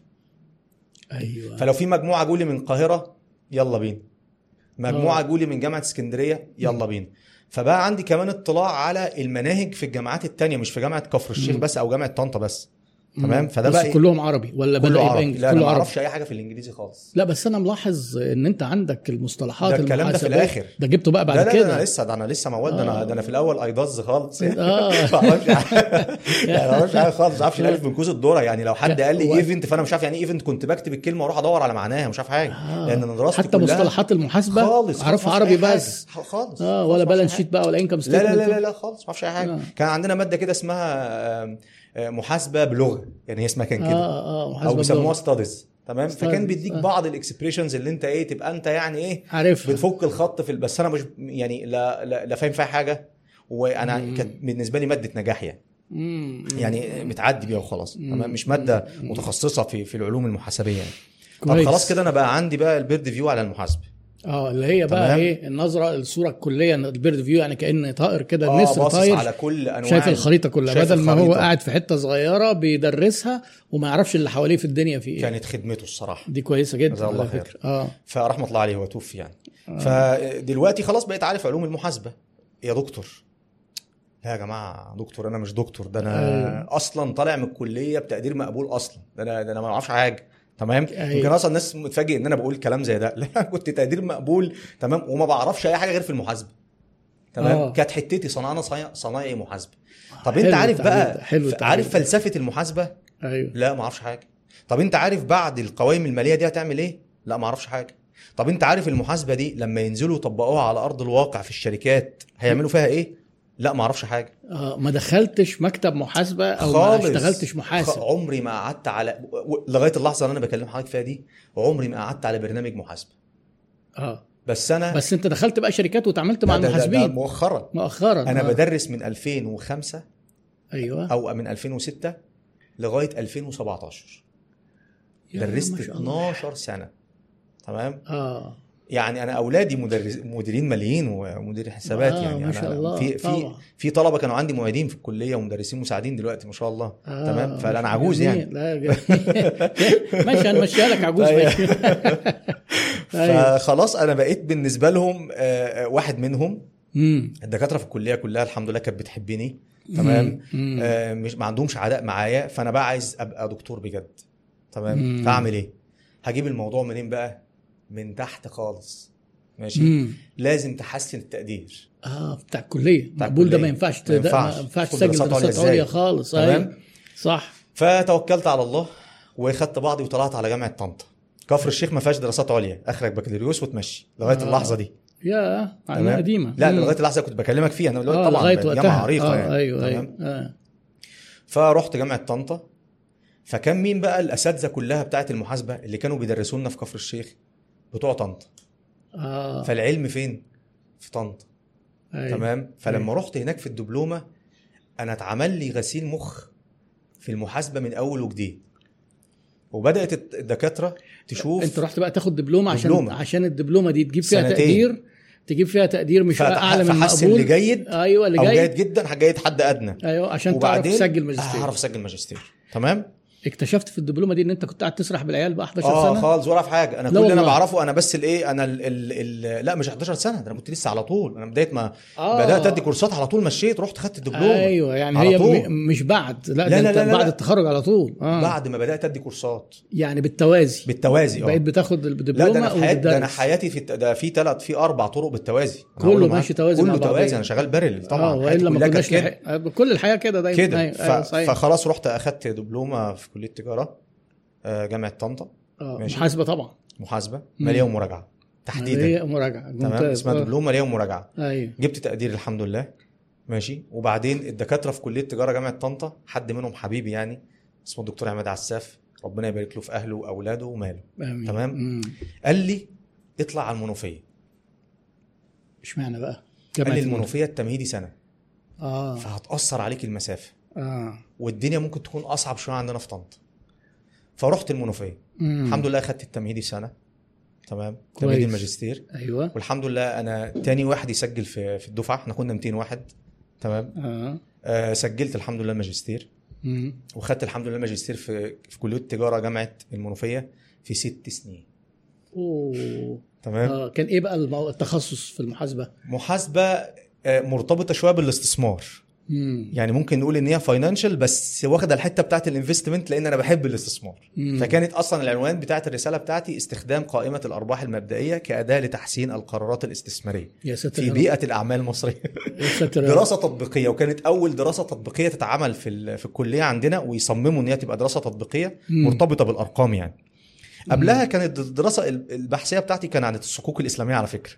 Speaker 1: ايوه
Speaker 2: فلو في مجموعه جولي من القاهره يلا بينا مجموعه
Speaker 1: آه.
Speaker 2: جولي من جامعه اسكندريه يلا بينا فبقى عندي كمان اطلاع على المناهج في الجامعات التانية مش في جامعه كفر الشيخ
Speaker 1: مم.
Speaker 2: بس او جامعه طنطا بس
Speaker 1: مم.
Speaker 2: تمام، فده
Speaker 1: بس
Speaker 2: بقى إيه؟
Speaker 1: كلهم عربي ولا
Speaker 2: كله
Speaker 1: بدا يبقى
Speaker 2: عربي
Speaker 1: إنجليزي؟
Speaker 2: لا انا
Speaker 1: كله
Speaker 2: ما
Speaker 1: عربي
Speaker 2: اعرفش اي حاجه في الانجليزي خالص
Speaker 1: لا بس انا ملاحظ ان انت عندك المصطلحات
Speaker 2: ده الكلام ده في
Speaker 1: المحاسبات.
Speaker 2: الآخر.
Speaker 1: ده جبته بقى
Speaker 2: لا
Speaker 1: بعد
Speaker 2: لا
Speaker 1: كده
Speaker 2: ده انا لسه ده انا لسه مواد ده انا
Speaker 1: آه.
Speaker 2: ده انا في الاول ايضاز خالص يعني
Speaker 1: آه.
Speaker 2: ما اعرفش حاجة. يعني ما اعرفش حاجه خالص ما اعرفش الالف من كوز الذره يعني لو حد قال لي
Speaker 1: هو-
Speaker 2: ايفنت فانا مش عارف يعني ايه ايفنت كنت بكتب الكلمه واروح ادور على معناها مش عارف حاجه
Speaker 1: آه.
Speaker 2: لان انا دراستي
Speaker 1: حتى
Speaker 2: كلها
Speaker 1: مصطلحات المحاسبه
Speaker 2: خالص
Speaker 1: اعرفها
Speaker 2: ما أعرفش
Speaker 1: عربي
Speaker 2: أي حاجة.
Speaker 1: بس
Speaker 2: خ- خالص
Speaker 1: اه
Speaker 2: خالص ما
Speaker 1: ولا
Speaker 2: أعرفش
Speaker 1: بالانس
Speaker 2: حاجة.
Speaker 1: شيت بقى ولا انكم
Speaker 2: لا لا لا لا
Speaker 1: ستيتمنت
Speaker 2: لا خالص ما اعرفش اي حاجه
Speaker 1: آه.
Speaker 2: كان عندنا ماده كده اسمها آم، آه، محاسبه بلغه يعني هي اسمها كان كده
Speaker 1: اه اه
Speaker 2: او
Speaker 1: محاسبه
Speaker 2: بيسموها
Speaker 1: بلغة.
Speaker 2: ستاديز تمام فكان
Speaker 1: studies،
Speaker 2: بيديك
Speaker 1: آه.
Speaker 2: بعض الاكسبريشنز اللي انت ايه تبقى انت يعني ايه
Speaker 1: عارفها
Speaker 2: بتفك الخط في ال- بس انا مش يعني لا لا, لا فاهم فيها حاجه وانا
Speaker 1: مم.
Speaker 2: كانت بالنسبه لي ماده نجاح يعني
Speaker 1: مم.
Speaker 2: يعني بتعدي بيها وخلاص
Speaker 1: مم.
Speaker 2: تمام مش ماده
Speaker 1: مم.
Speaker 2: متخصصه في في العلوم المحاسبيه يعني طب
Speaker 1: كويس.
Speaker 2: خلاص كده انا بقى عندي بقى البيرد فيو على المحاسبه
Speaker 1: اه اللي هي بقى
Speaker 2: تمام.
Speaker 1: ايه النظره الصوره الكليه البيرد فيو يعني كان طائر كده
Speaker 2: اه
Speaker 1: النسر
Speaker 2: باصص
Speaker 1: طاير
Speaker 2: على كل انواع
Speaker 1: شايف الخريطه كلها
Speaker 2: شايف
Speaker 1: بدل ما هو
Speaker 2: الخريطة.
Speaker 1: قاعد في حته صغيره بيدرسها وما يعرفش اللي حواليه في الدنيا في ايه
Speaker 2: كانت خدمته الصراحه
Speaker 1: دي كويسه جدا
Speaker 2: يعني جزاه الله
Speaker 1: على
Speaker 2: خير.
Speaker 1: فكره اه
Speaker 2: فرحمه الله عليه هو توفي يعني
Speaker 1: آه.
Speaker 2: فدلوقتي خلاص بقيت عارف علوم المحاسبه يا دكتور لا يا جماعه دكتور انا مش دكتور ده انا
Speaker 1: أيوة.
Speaker 2: اصلا طالع من الكليه بتقدير مقبول اصلا ده انا ده انا ما اعرفش حاجه تمام
Speaker 1: أيوة.
Speaker 2: يمكن اصلا الناس متفاجئ ان انا بقول كلام زي ده لا كنت تقدير مقبول تمام وما بعرفش اي حاجه غير في المحاسبه تمام
Speaker 1: آه.
Speaker 2: كانت حتتي صنعنا صنايع- صنايعي محاسبه طب
Speaker 1: حلو
Speaker 2: انت عارف
Speaker 1: التعبير ده،
Speaker 2: بقى
Speaker 1: حلو التعبير
Speaker 2: عارف
Speaker 1: ده.
Speaker 2: فلسفه المحاسبه
Speaker 1: ايوه
Speaker 2: لا ما اعرفش حاجه طب انت عارف بعد القوائم الماليه دي هتعمل ايه لا ما اعرفش حاجه طب انت عارف المحاسبه دي لما ينزلوا يطبقوها على ارض الواقع في الشركات هيعملوا فيها ايه لا ما اعرفش حاجه
Speaker 1: آه ما دخلتش مكتب محاسبه او
Speaker 2: خالص
Speaker 1: ما اشتغلتش
Speaker 2: خ-
Speaker 1: محاسب
Speaker 2: عمري ما قعدت على و- و- لغايه اللحظه اللي انا بكلم حضرتك فيها دي عمري ما قعدت على برنامج محاسبه
Speaker 1: اه
Speaker 2: بس انا
Speaker 1: بس انت دخلت بقى شركات وتعاملت مع
Speaker 2: ده- ده- ده- ده
Speaker 1: المحاسبين
Speaker 2: مؤخرا
Speaker 1: مؤخرا
Speaker 2: انا
Speaker 1: آه.
Speaker 2: بدرس من 2005
Speaker 1: ايوه
Speaker 2: او من 2006 لغايه 2017
Speaker 1: يا ما
Speaker 2: درست
Speaker 1: شاء الله.
Speaker 2: 12 سنه تمام
Speaker 1: اه
Speaker 2: يعني انا اولادي مدرس مديرين ماليين ومدير حسابات
Speaker 1: آه،
Speaker 2: يعني
Speaker 1: ما شاء
Speaker 2: أنا- أنا
Speaker 1: الله،
Speaker 2: في في
Speaker 1: طبعا.
Speaker 2: في طلبه كانوا عندي معيدين في الكليه ومدرسين مساعدين دلوقتي ما شاء الله
Speaker 1: آه
Speaker 2: تمام فانا
Speaker 1: مش-
Speaker 2: عجوز
Speaker 1: جميل.
Speaker 2: يعني
Speaker 1: لا جميل. ماشي هنمشيها لك عجوز
Speaker 2: أيوة.
Speaker 1: ماشي ايوه
Speaker 2: فخلاص انا بقيت بالنسبه لهم آه، آه، واحد منهم
Speaker 1: مم.
Speaker 2: الدكاتره في الكليه كلها الحمد لله كانت بتحبني تمام
Speaker 1: مم.
Speaker 2: آه، مش ما عندهمش عداء معايا فانا بقى عايز ابقى دكتور بجد تمام
Speaker 1: مم.
Speaker 2: فاعمل ايه هجيب الموضوع منين بقى من تحت خالص ماشي
Speaker 1: مم.
Speaker 2: لازم تحسن التقدير
Speaker 1: اه بتاع الكليه
Speaker 2: بتاع
Speaker 1: مقبول ده
Speaker 2: الكلية.
Speaker 1: ما ينفعش
Speaker 2: ما
Speaker 1: تد-
Speaker 2: ينفعش.
Speaker 1: ما ينفعش
Speaker 2: تدخل
Speaker 1: تسجل
Speaker 2: دراسات عليا
Speaker 1: دراسات
Speaker 2: إزاي؟
Speaker 1: عليا خالص
Speaker 2: تمام؟
Speaker 1: ايوه صح
Speaker 2: فتوكلت على الله وخدت بعضي وطلعت على جامعه طنطا كفر الشيخ ما فيهاش دراسات عليا اخرك بكالوريوس وتمشي لغايه
Speaker 1: آه.
Speaker 2: اللحظه دي
Speaker 1: يا
Speaker 2: تمام؟
Speaker 1: عينها قديمه
Speaker 2: لا
Speaker 1: مم.
Speaker 2: لغايه اللحظه كنت بكلمك فيها انا
Speaker 1: آه،
Speaker 2: دلوقتي طبعا
Speaker 1: لغايه وقتها
Speaker 2: جامعه عريقه
Speaker 1: آه
Speaker 2: يعني
Speaker 1: ايوه
Speaker 2: تمام؟
Speaker 1: ايوه آه.
Speaker 2: فرحت جامعه طنطا فكان مين بقى الاساتذه كلها بتاعه المحاسبه اللي كانوا بيدرسوا لنا في كفر الشيخ بتوع طنطا
Speaker 1: اه
Speaker 2: فالعلم فين في طنطا
Speaker 1: أيوة.
Speaker 2: تمام فلما رحت هناك في الدبلومه انا اتعمل لي غسيل مخ في المحاسبه من اول وجديد وبدات الدكاتره تشوف
Speaker 1: انت رحت بقى تاخد دبلومه عشان
Speaker 2: دبلومة.
Speaker 1: دبلومة. عشان الدبلومه دي تجيب فيها
Speaker 2: سنتين.
Speaker 1: تقدير تجيب فيها تقدير مش
Speaker 2: فت-
Speaker 1: اعلى من
Speaker 2: فحسن
Speaker 1: مقبول
Speaker 2: اللي جيد
Speaker 1: ايوه اللي
Speaker 2: او
Speaker 1: جاي
Speaker 2: جيد جدا جيد حد ادنى
Speaker 1: ايوه عشان تعرف
Speaker 2: وبعدين
Speaker 1: تسجل ماجستير
Speaker 2: هعرف اسجل ماجستير تمام
Speaker 1: اكتشفت في الدبلومه دي ان انت كنت قاعد تسرح بالعيال بقى 11
Speaker 2: اه
Speaker 1: سنه
Speaker 2: خالص ولا في حاجه
Speaker 1: لا
Speaker 2: انا كل اللي انا
Speaker 1: والله.
Speaker 2: بعرفه انا بس الايه انا ال ال ال لا مش 11 سنه ده انا كنت لسه على طول انا بدايه ما
Speaker 1: آه.
Speaker 2: بدات ادي كورسات على طول مشيت رحت خدت الدبلومه
Speaker 1: ايوه يعني
Speaker 2: على
Speaker 1: هي
Speaker 2: طول.
Speaker 1: م- مش بعد لا,
Speaker 2: لا،
Speaker 1: لا,
Speaker 2: لا،
Speaker 1: لا,
Speaker 2: لا، لا،
Speaker 1: بعد
Speaker 2: لا.
Speaker 1: التخرج على طول اه بعد.
Speaker 2: بعد ما بدات ادي كورسات
Speaker 1: يعني بالتوازي
Speaker 2: بالتوازي
Speaker 1: بقيت
Speaker 2: اه
Speaker 1: بتاخد
Speaker 2: لا ده
Speaker 1: الدبلومه
Speaker 2: انا في حياتي ده انا
Speaker 1: وبتدرس.
Speaker 2: حياتي في الت- ده في ثلاث في اربع طرق بالتوازي أنا
Speaker 1: كله
Speaker 2: هقوله معاك.
Speaker 1: ماشي توازي مع
Speaker 2: كله
Speaker 1: بعضين.
Speaker 2: توازي انا شغال بارل طبعا
Speaker 1: اه
Speaker 2: حياتي
Speaker 1: والا ما
Speaker 2: كلها
Speaker 1: كناش
Speaker 2: كانت كده
Speaker 1: لحق- كل الحياه كده دايما
Speaker 2: كده
Speaker 1: أيوة،
Speaker 2: ف...
Speaker 1: أيوة، صحيح.
Speaker 2: فخلاص رحت اخدت دبلومه في كليه تجاره آه، جامعه طنطا
Speaker 1: آه،
Speaker 2: ماشي.
Speaker 1: محاسبه طبعا
Speaker 2: محاسبه ماليه ومراجعه تحديدا
Speaker 1: هي مراجعه
Speaker 2: تمام
Speaker 1: ممتاز
Speaker 2: اسمها دبلومه ماليه ومراجعه
Speaker 1: آه، ايوه
Speaker 2: جبت تقدير الحمد لله ماشي وبعدين الدكاتره في كليه تجاره جامعه طنطا حد منهم حبيبي يعني اسمه الدكتور عماد عساف ربنا يبارك له في اهله واولاده وماله
Speaker 1: آمين.
Speaker 2: تمام.
Speaker 1: مم.
Speaker 2: قال لي اطلع على المنوفيه
Speaker 1: اشمعنى بقى؟
Speaker 2: قال لي
Speaker 1: جامعة
Speaker 2: المنوفيه التمهيدي سنه
Speaker 1: اه
Speaker 2: فهتاثر عليك المسافه
Speaker 1: اه
Speaker 2: والدنيا ممكن تكون اصعب شويه عندنا في طنطا فرحت المنوفيه
Speaker 1: مم.
Speaker 2: الحمد لله خدت التمهيدي سنه تمام
Speaker 1: كويس.
Speaker 2: تمهيدي الماجستير
Speaker 1: ايوه
Speaker 2: والحمد لله انا تاني واحد يسجل في في الدفعه احنا كنا 200 واحد تمام
Speaker 1: اه
Speaker 2: آه سجلت الحمد لله الماجستير
Speaker 1: مم.
Speaker 2: وخدت الحمد لله ماجستير في في كليه تجاره جامعه المنوفيه في ست سنين
Speaker 1: اوه
Speaker 2: تمام
Speaker 1: آه. كان ايه بقى المو... التخصص في المحاسبه؟
Speaker 2: محاسبه آه، مرتبطه شويه بالاستثمار
Speaker 1: مم.
Speaker 2: يعني ممكن نقول ان هي فاينانشال بس واخده الحته بتاعه الانفستمنت لان انا بحب الاستثمار
Speaker 1: مم.
Speaker 2: فكانت اصلا العنوان بتاعه الرساله بتاعتي استخدام قائمه الارباح المبدئيه كاداه لتحسين القرارات الاستثماريه
Speaker 1: يا ساتر يا
Speaker 2: في
Speaker 1: رب.
Speaker 2: بيئه الاعمال المصريه
Speaker 1: يا ساتر يا رب.
Speaker 2: دراسه تطبيقيه وكانت اول دراسه تطبيقيه تتعمل في ال- في الكليه عندنا ويصمموا ان هي تبقى دراسه تطبيقيه
Speaker 1: مم.
Speaker 2: مرتبطه بالارقام يعني قبلها كانت الدراسه ال- البحثيه بتاعتي كان عن الصكوك الاسلاميه على فكره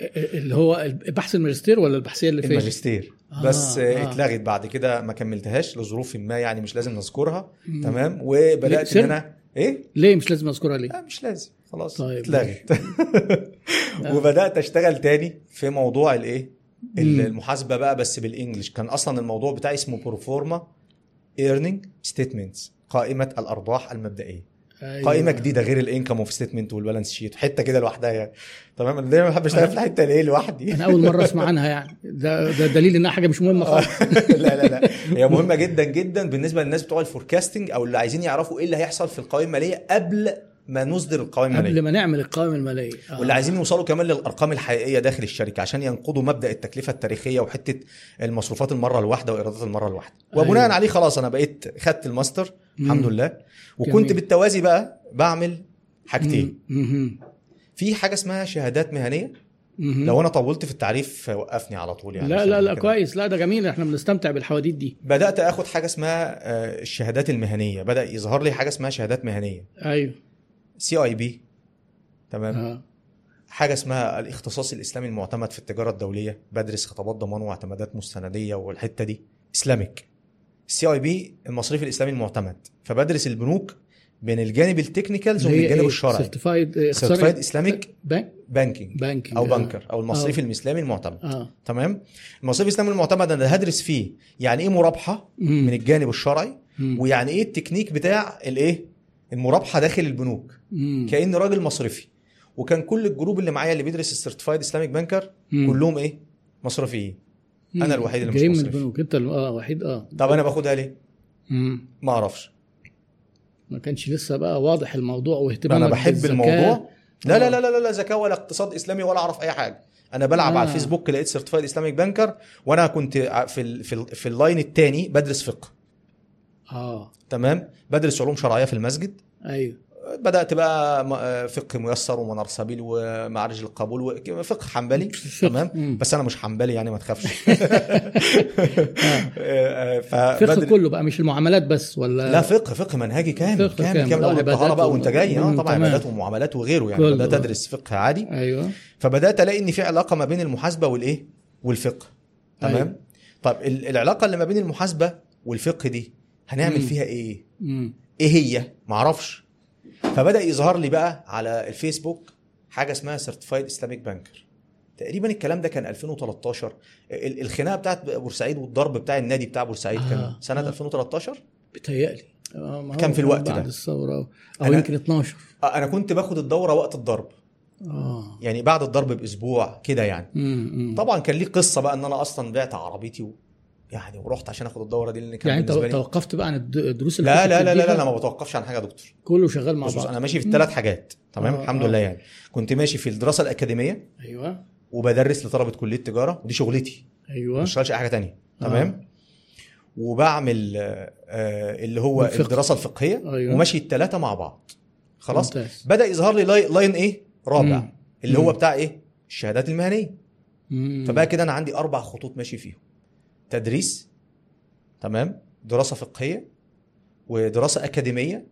Speaker 1: إيه، اللي هو بحث الماجستير ولا البحثيه اللي فين؟
Speaker 2: الماجستير
Speaker 1: آه،
Speaker 2: بس آه.
Speaker 1: آه.
Speaker 2: اتلغت بعد كده ما كملتهاش لظروف ما يعني مش لازم نذكرها
Speaker 1: مم.
Speaker 2: تمام
Speaker 1: ليه؟
Speaker 2: وبدات
Speaker 1: سر؟
Speaker 2: ان انا ايه
Speaker 1: ليه مش لازم اذكرها ليه؟
Speaker 2: لا مش لازم خلاص
Speaker 1: طيب،
Speaker 2: اتلغت وبدات اشتغل تاني في موضوع الايه ال-
Speaker 1: مم.
Speaker 2: المحاسبه بقى بس بالانجلش كان اصلا الموضوع بتاعي اسمه بروفورما ايرنينج ستيتمنتس قائمه الارباح المبدئيه
Speaker 1: أيوة.
Speaker 2: قائمه جديده غير الانكم وفي ستيتمنت والبالانس شيت حته كده لوحدها يعني تمام انا دايما بحب اشتغل في الحته ليه لوحدي
Speaker 1: انا اول مره اسمع عنها يعني ده ده دليل انها حاجه مش مهمه خالص
Speaker 2: لا لا لا هي مهمه جدا جدا بالنسبه للناس بتوع الفوركاستنج او اللي عايزين يعرفوا ايه اللي هيحصل في القوائم الماليه قبل ما نصدر القوائم الماليه
Speaker 1: قبل ما نعمل القائمه الماليه آه.
Speaker 2: آه. واللي عايزين يوصلوا كمان للارقام الحقيقيه داخل الشركه عشان ينقضوا مبدا التكلفه التاريخيه وحته المصروفات المره الواحده وايرادات المره الواحده
Speaker 1: أيوة.
Speaker 2: وبناء عليه خلاص انا بقيت خدت الماستر الحمد
Speaker 1: مم.
Speaker 2: لله وكنت
Speaker 1: جميل.
Speaker 2: بالتوازي بقى بعمل حاجتين
Speaker 1: مم. مم.
Speaker 2: في حاجه اسمها شهادات مهنيه
Speaker 1: مم.
Speaker 2: لو انا طولت في التعريف وقفني على طول يعني
Speaker 1: لا لا
Speaker 2: خلينا
Speaker 1: لا
Speaker 2: كده.
Speaker 1: كويس لا ده جميل احنا بنستمتع بالحواديت دي
Speaker 2: بدات اخد حاجه اسمها آه، الشهادات المهنيه بدا يظهر لي حاجه اسمها شهادات مهنيه
Speaker 1: ايوه
Speaker 2: سي اي بي تمام
Speaker 1: آه.
Speaker 2: حاجه اسمها الاختصاص الاسلامي المعتمد في التجاره الدوليه بدرس خطابات ضمان واعتمادات مستنديه والحته دي اسلامك السي اي بي المصرف الاسلامي المعتمد فبدرس البنوك بين الجانب التكنيكالز ومن
Speaker 1: إيه؟
Speaker 2: الجانب الشرعي
Speaker 1: سيرتيفايد
Speaker 2: سيرتيفايد اسلامك
Speaker 1: بانك
Speaker 2: بانكينج
Speaker 1: بانكينج
Speaker 2: او
Speaker 1: آه.
Speaker 2: بانكر او المصرف الاسلامي المعتمد
Speaker 1: اه
Speaker 2: تمام المصرف الاسلامي المعتمد انا هدرس فيه يعني ايه مرابحه
Speaker 1: مم.
Speaker 2: من الجانب الشرعي
Speaker 1: مم.
Speaker 2: ويعني ايه التكنيك بتاع الايه المرابحه داخل البنوك
Speaker 1: مم.
Speaker 2: كان راجل مصرفي وكان كل الجروب اللي معايا اللي بيدرس السيرتيفايد اسلامك بانكر
Speaker 1: مم.
Speaker 2: كلهم ايه مصرفيين
Speaker 1: مم.
Speaker 2: أنا الوحيد اللي مش
Speaker 1: جاي من
Speaker 2: مصرفي.
Speaker 1: البنوك انت الم- اه وحيد اه
Speaker 2: طب انا باخدها ليه
Speaker 1: مم.
Speaker 2: ما اعرفش
Speaker 1: ما كانش لسه بقى واضح الموضوع واهتمامك
Speaker 2: انا بحب
Speaker 1: بالذكاء.
Speaker 2: الموضوع لا
Speaker 1: آه.
Speaker 2: لا لا لا لا ذكاء ولا اقتصاد اسلامي ولا اعرف اي حاجه انا بلعب
Speaker 1: آه.
Speaker 2: على الفيسبوك لقيت سيرتيفايد اسلامك بانكر وانا كنت ع- في ال في, ال في اللاين الثاني بدرس فقه
Speaker 1: اه
Speaker 2: تمام بدرس علوم شرعيه في المسجد
Speaker 1: ايوه
Speaker 2: بدات بقى م- آه، فقه ميسر ومنار سبيل ومعرج القبول وفقه حنبلي
Speaker 1: فقه.
Speaker 2: تمام
Speaker 1: مم.
Speaker 2: بس انا مش حنبلي يعني ما تخافش آه، آه،
Speaker 1: فقه
Speaker 2: فبدر-
Speaker 1: كله بقى مش المعاملات بس ولا
Speaker 2: لا فقه فقه منهجي كامل
Speaker 1: فقه
Speaker 2: كامل
Speaker 1: كامل.
Speaker 2: كامل اول
Speaker 1: وعبادات
Speaker 2: الطهاره بقى
Speaker 1: و-
Speaker 2: وانت جاي اه
Speaker 1: مم،
Speaker 2: طبعا
Speaker 1: تمام.
Speaker 2: عبادات ومعاملات وغيره يعني
Speaker 1: كله.
Speaker 2: بدات ادرس فقه عادي
Speaker 1: ايوه
Speaker 2: فبدات الاقي ان في علاقه ما بين المحاسبه والايه والفقه تمام
Speaker 1: أيوة.
Speaker 2: طب ال- العلاقه اللي ما بين المحاسبه والفقه دي هنعمل
Speaker 1: مم.
Speaker 2: فيها ايه
Speaker 1: مم.
Speaker 2: ايه هي معرفش فبدا يظهر لي بقى على الفيسبوك حاجه اسمها سيرتيفايد اسلاميك بانكر تقريبا الكلام ده كان 2013 ال- الخناقه بتاعت بورسعيد والضرب بتاع النادي بتاع بورسعيد كان
Speaker 1: آه،
Speaker 2: سنه
Speaker 1: آه.
Speaker 2: 2013
Speaker 1: بتهيألي آه ما هو
Speaker 2: كان في الوقت
Speaker 1: بعد
Speaker 2: ده.
Speaker 1: الثوره او
Speaker 2: أنا-
Speaker 1: يمكن 12
Speaker 2: آه، انا كنت باخد الدوره وقت الضرب
Speaker 1: اه
Speaker 2: يعني بعد الضرب باسبوع كده يعني
Speaker 1: مم. مم.
Speaker 2: طبعا كان ليه قصه بقى ان انا اصلا بعت عربيتي و... يعني ورحت عشان اخد الدوره دي لان كان
Speaker 1: يعني انت
Speaker 2: بالنسبه لي
Speaker 1: توقفت بقى عن الد- الدروس اللي
Speaker 2: لا
Speaker 1: كنت
Speaker 2: لا لا لا
Speaker 1: بتديها؟
Speaker 2: لا انا ما بتوقفش عن حاجه يا دكتور
Speaker 1: كله شغال مع
Speaker 2: خصوصا
Speaker 1: بعض
Speaker 2: انا ماشي في ثلاث حاجات تمام
Speaker 1: آه،
Speaker 2: الحمد
Speaker 1: آه.
Speaker 2: لله يعني كنت ماشي في الدراسه الاكاديميه
Speaker 1: ايوه
Speaker 2: وبدرس لطلبه كليه تجاره ودي شغلتي ما
Speaker 1: ايوه
Speaker 2: بشتغلش اي حاجه تانية
Speaker 1: آه.
Speaker 2: تمام وبعمل آه، آه، اللي هو
Speaker 1: والفقه.
Speaker 2: الدراسه الفقهيه
Speaker 1: أيوة.
Speaker 2: وماشي الثلاثه مع بعض خلاص
Speaker 1: ممتاز.
Speaker 2: بدا يظهر لي لاي- لاين ايه رابع
Speaker 1: مم.
Speaker 2: اللي هو
Speaker 1: مم.
Speaker 2: بتاع ايه الشهادات المهنيه
Speaker 1: مم.
Speaker 2: فبقى كده انا عندي اربع خطوط ماشي فيهم تدريس تمام دراسه فقهيه ودراسه اكاديميه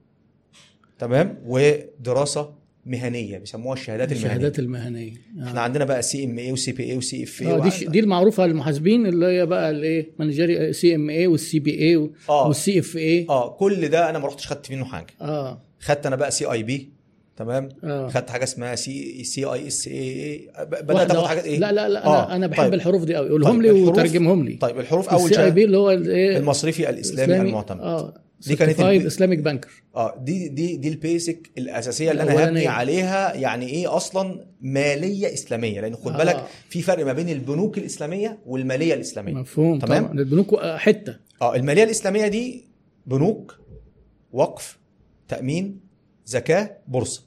Speaker 2: تمام ودراسه مهنيه بيسموها الشهادات المهنيه
Speaker 1: الشهادات المهنيه آه.
Speaker 2: احنا عندنا بقى سي ام اي وسي بي اي وسي اف
Speaker 1: اه دي دي
Speaker 2: اي
Speaker 1: المعروفه للمحاسبين اللي هي بقى الايه مانجري آه، سي ام اي والسي بي اي
Speaker 2: اه
Speaker 1: والسي إيه. اف اي
Speaker 2: اه كل ده انا ما رحتش خدت منه حاجه
Speaker 1: اه
Speaker 2: خدت انا بقى سي اي بي تمام
Speaker 1: اه
Speaker 2: خدت حاجه اسمها سي سي اي اس اي بدات
Speaker 1: واحدة
Speaker 2: اخد
Speaker 1: واحدة.
Speaker 2: حاجات ايه
Speaker 1: لا لا لا انا
Speaker 2: آه،
Speaker 1: انا بحب
Speaker 2: طيب.
Speaker 1: الحروف دي قوي قولهم
Speaker 2: طيب،
Speaker 1: لي
Speaker 2: الحروف-
Speaker 1: وترجمهم لي
Speaker 2: طيب الحروف اول
Speaker 1: السي اي
Speaker 2: شيء
Speaker 1: بي اللي هو إيه، الايه
Speaker 2: المصرفي الاسلامي المعتمد
Speaker 1: اه
Speaker 2: دي كانت
Speaker 1: سيرتيفايد
Speaker 2: البي-
Speaker 1: اسلامك بانكر
Speaker 2: اه دي دي دي البيسك الاساسيه اللي انا
Speaker 1: الأولانية.
Speaker 2: هبني عليها يعني ايه اصلا ماليه اسلاميه لان خد
Speaker 1: آه.
Speaker 2: بالك في فرق ما بين البنوك الاسلاميه والماليه الاسلاميه
Speaker 1: مفهوم
Speaker 2: تمام.
Speaker 1: طبعا البنوك آه، حته
Speaker 2: اه الماليه الاسلاميه دي بنوك وقف تامين زكاه بورصه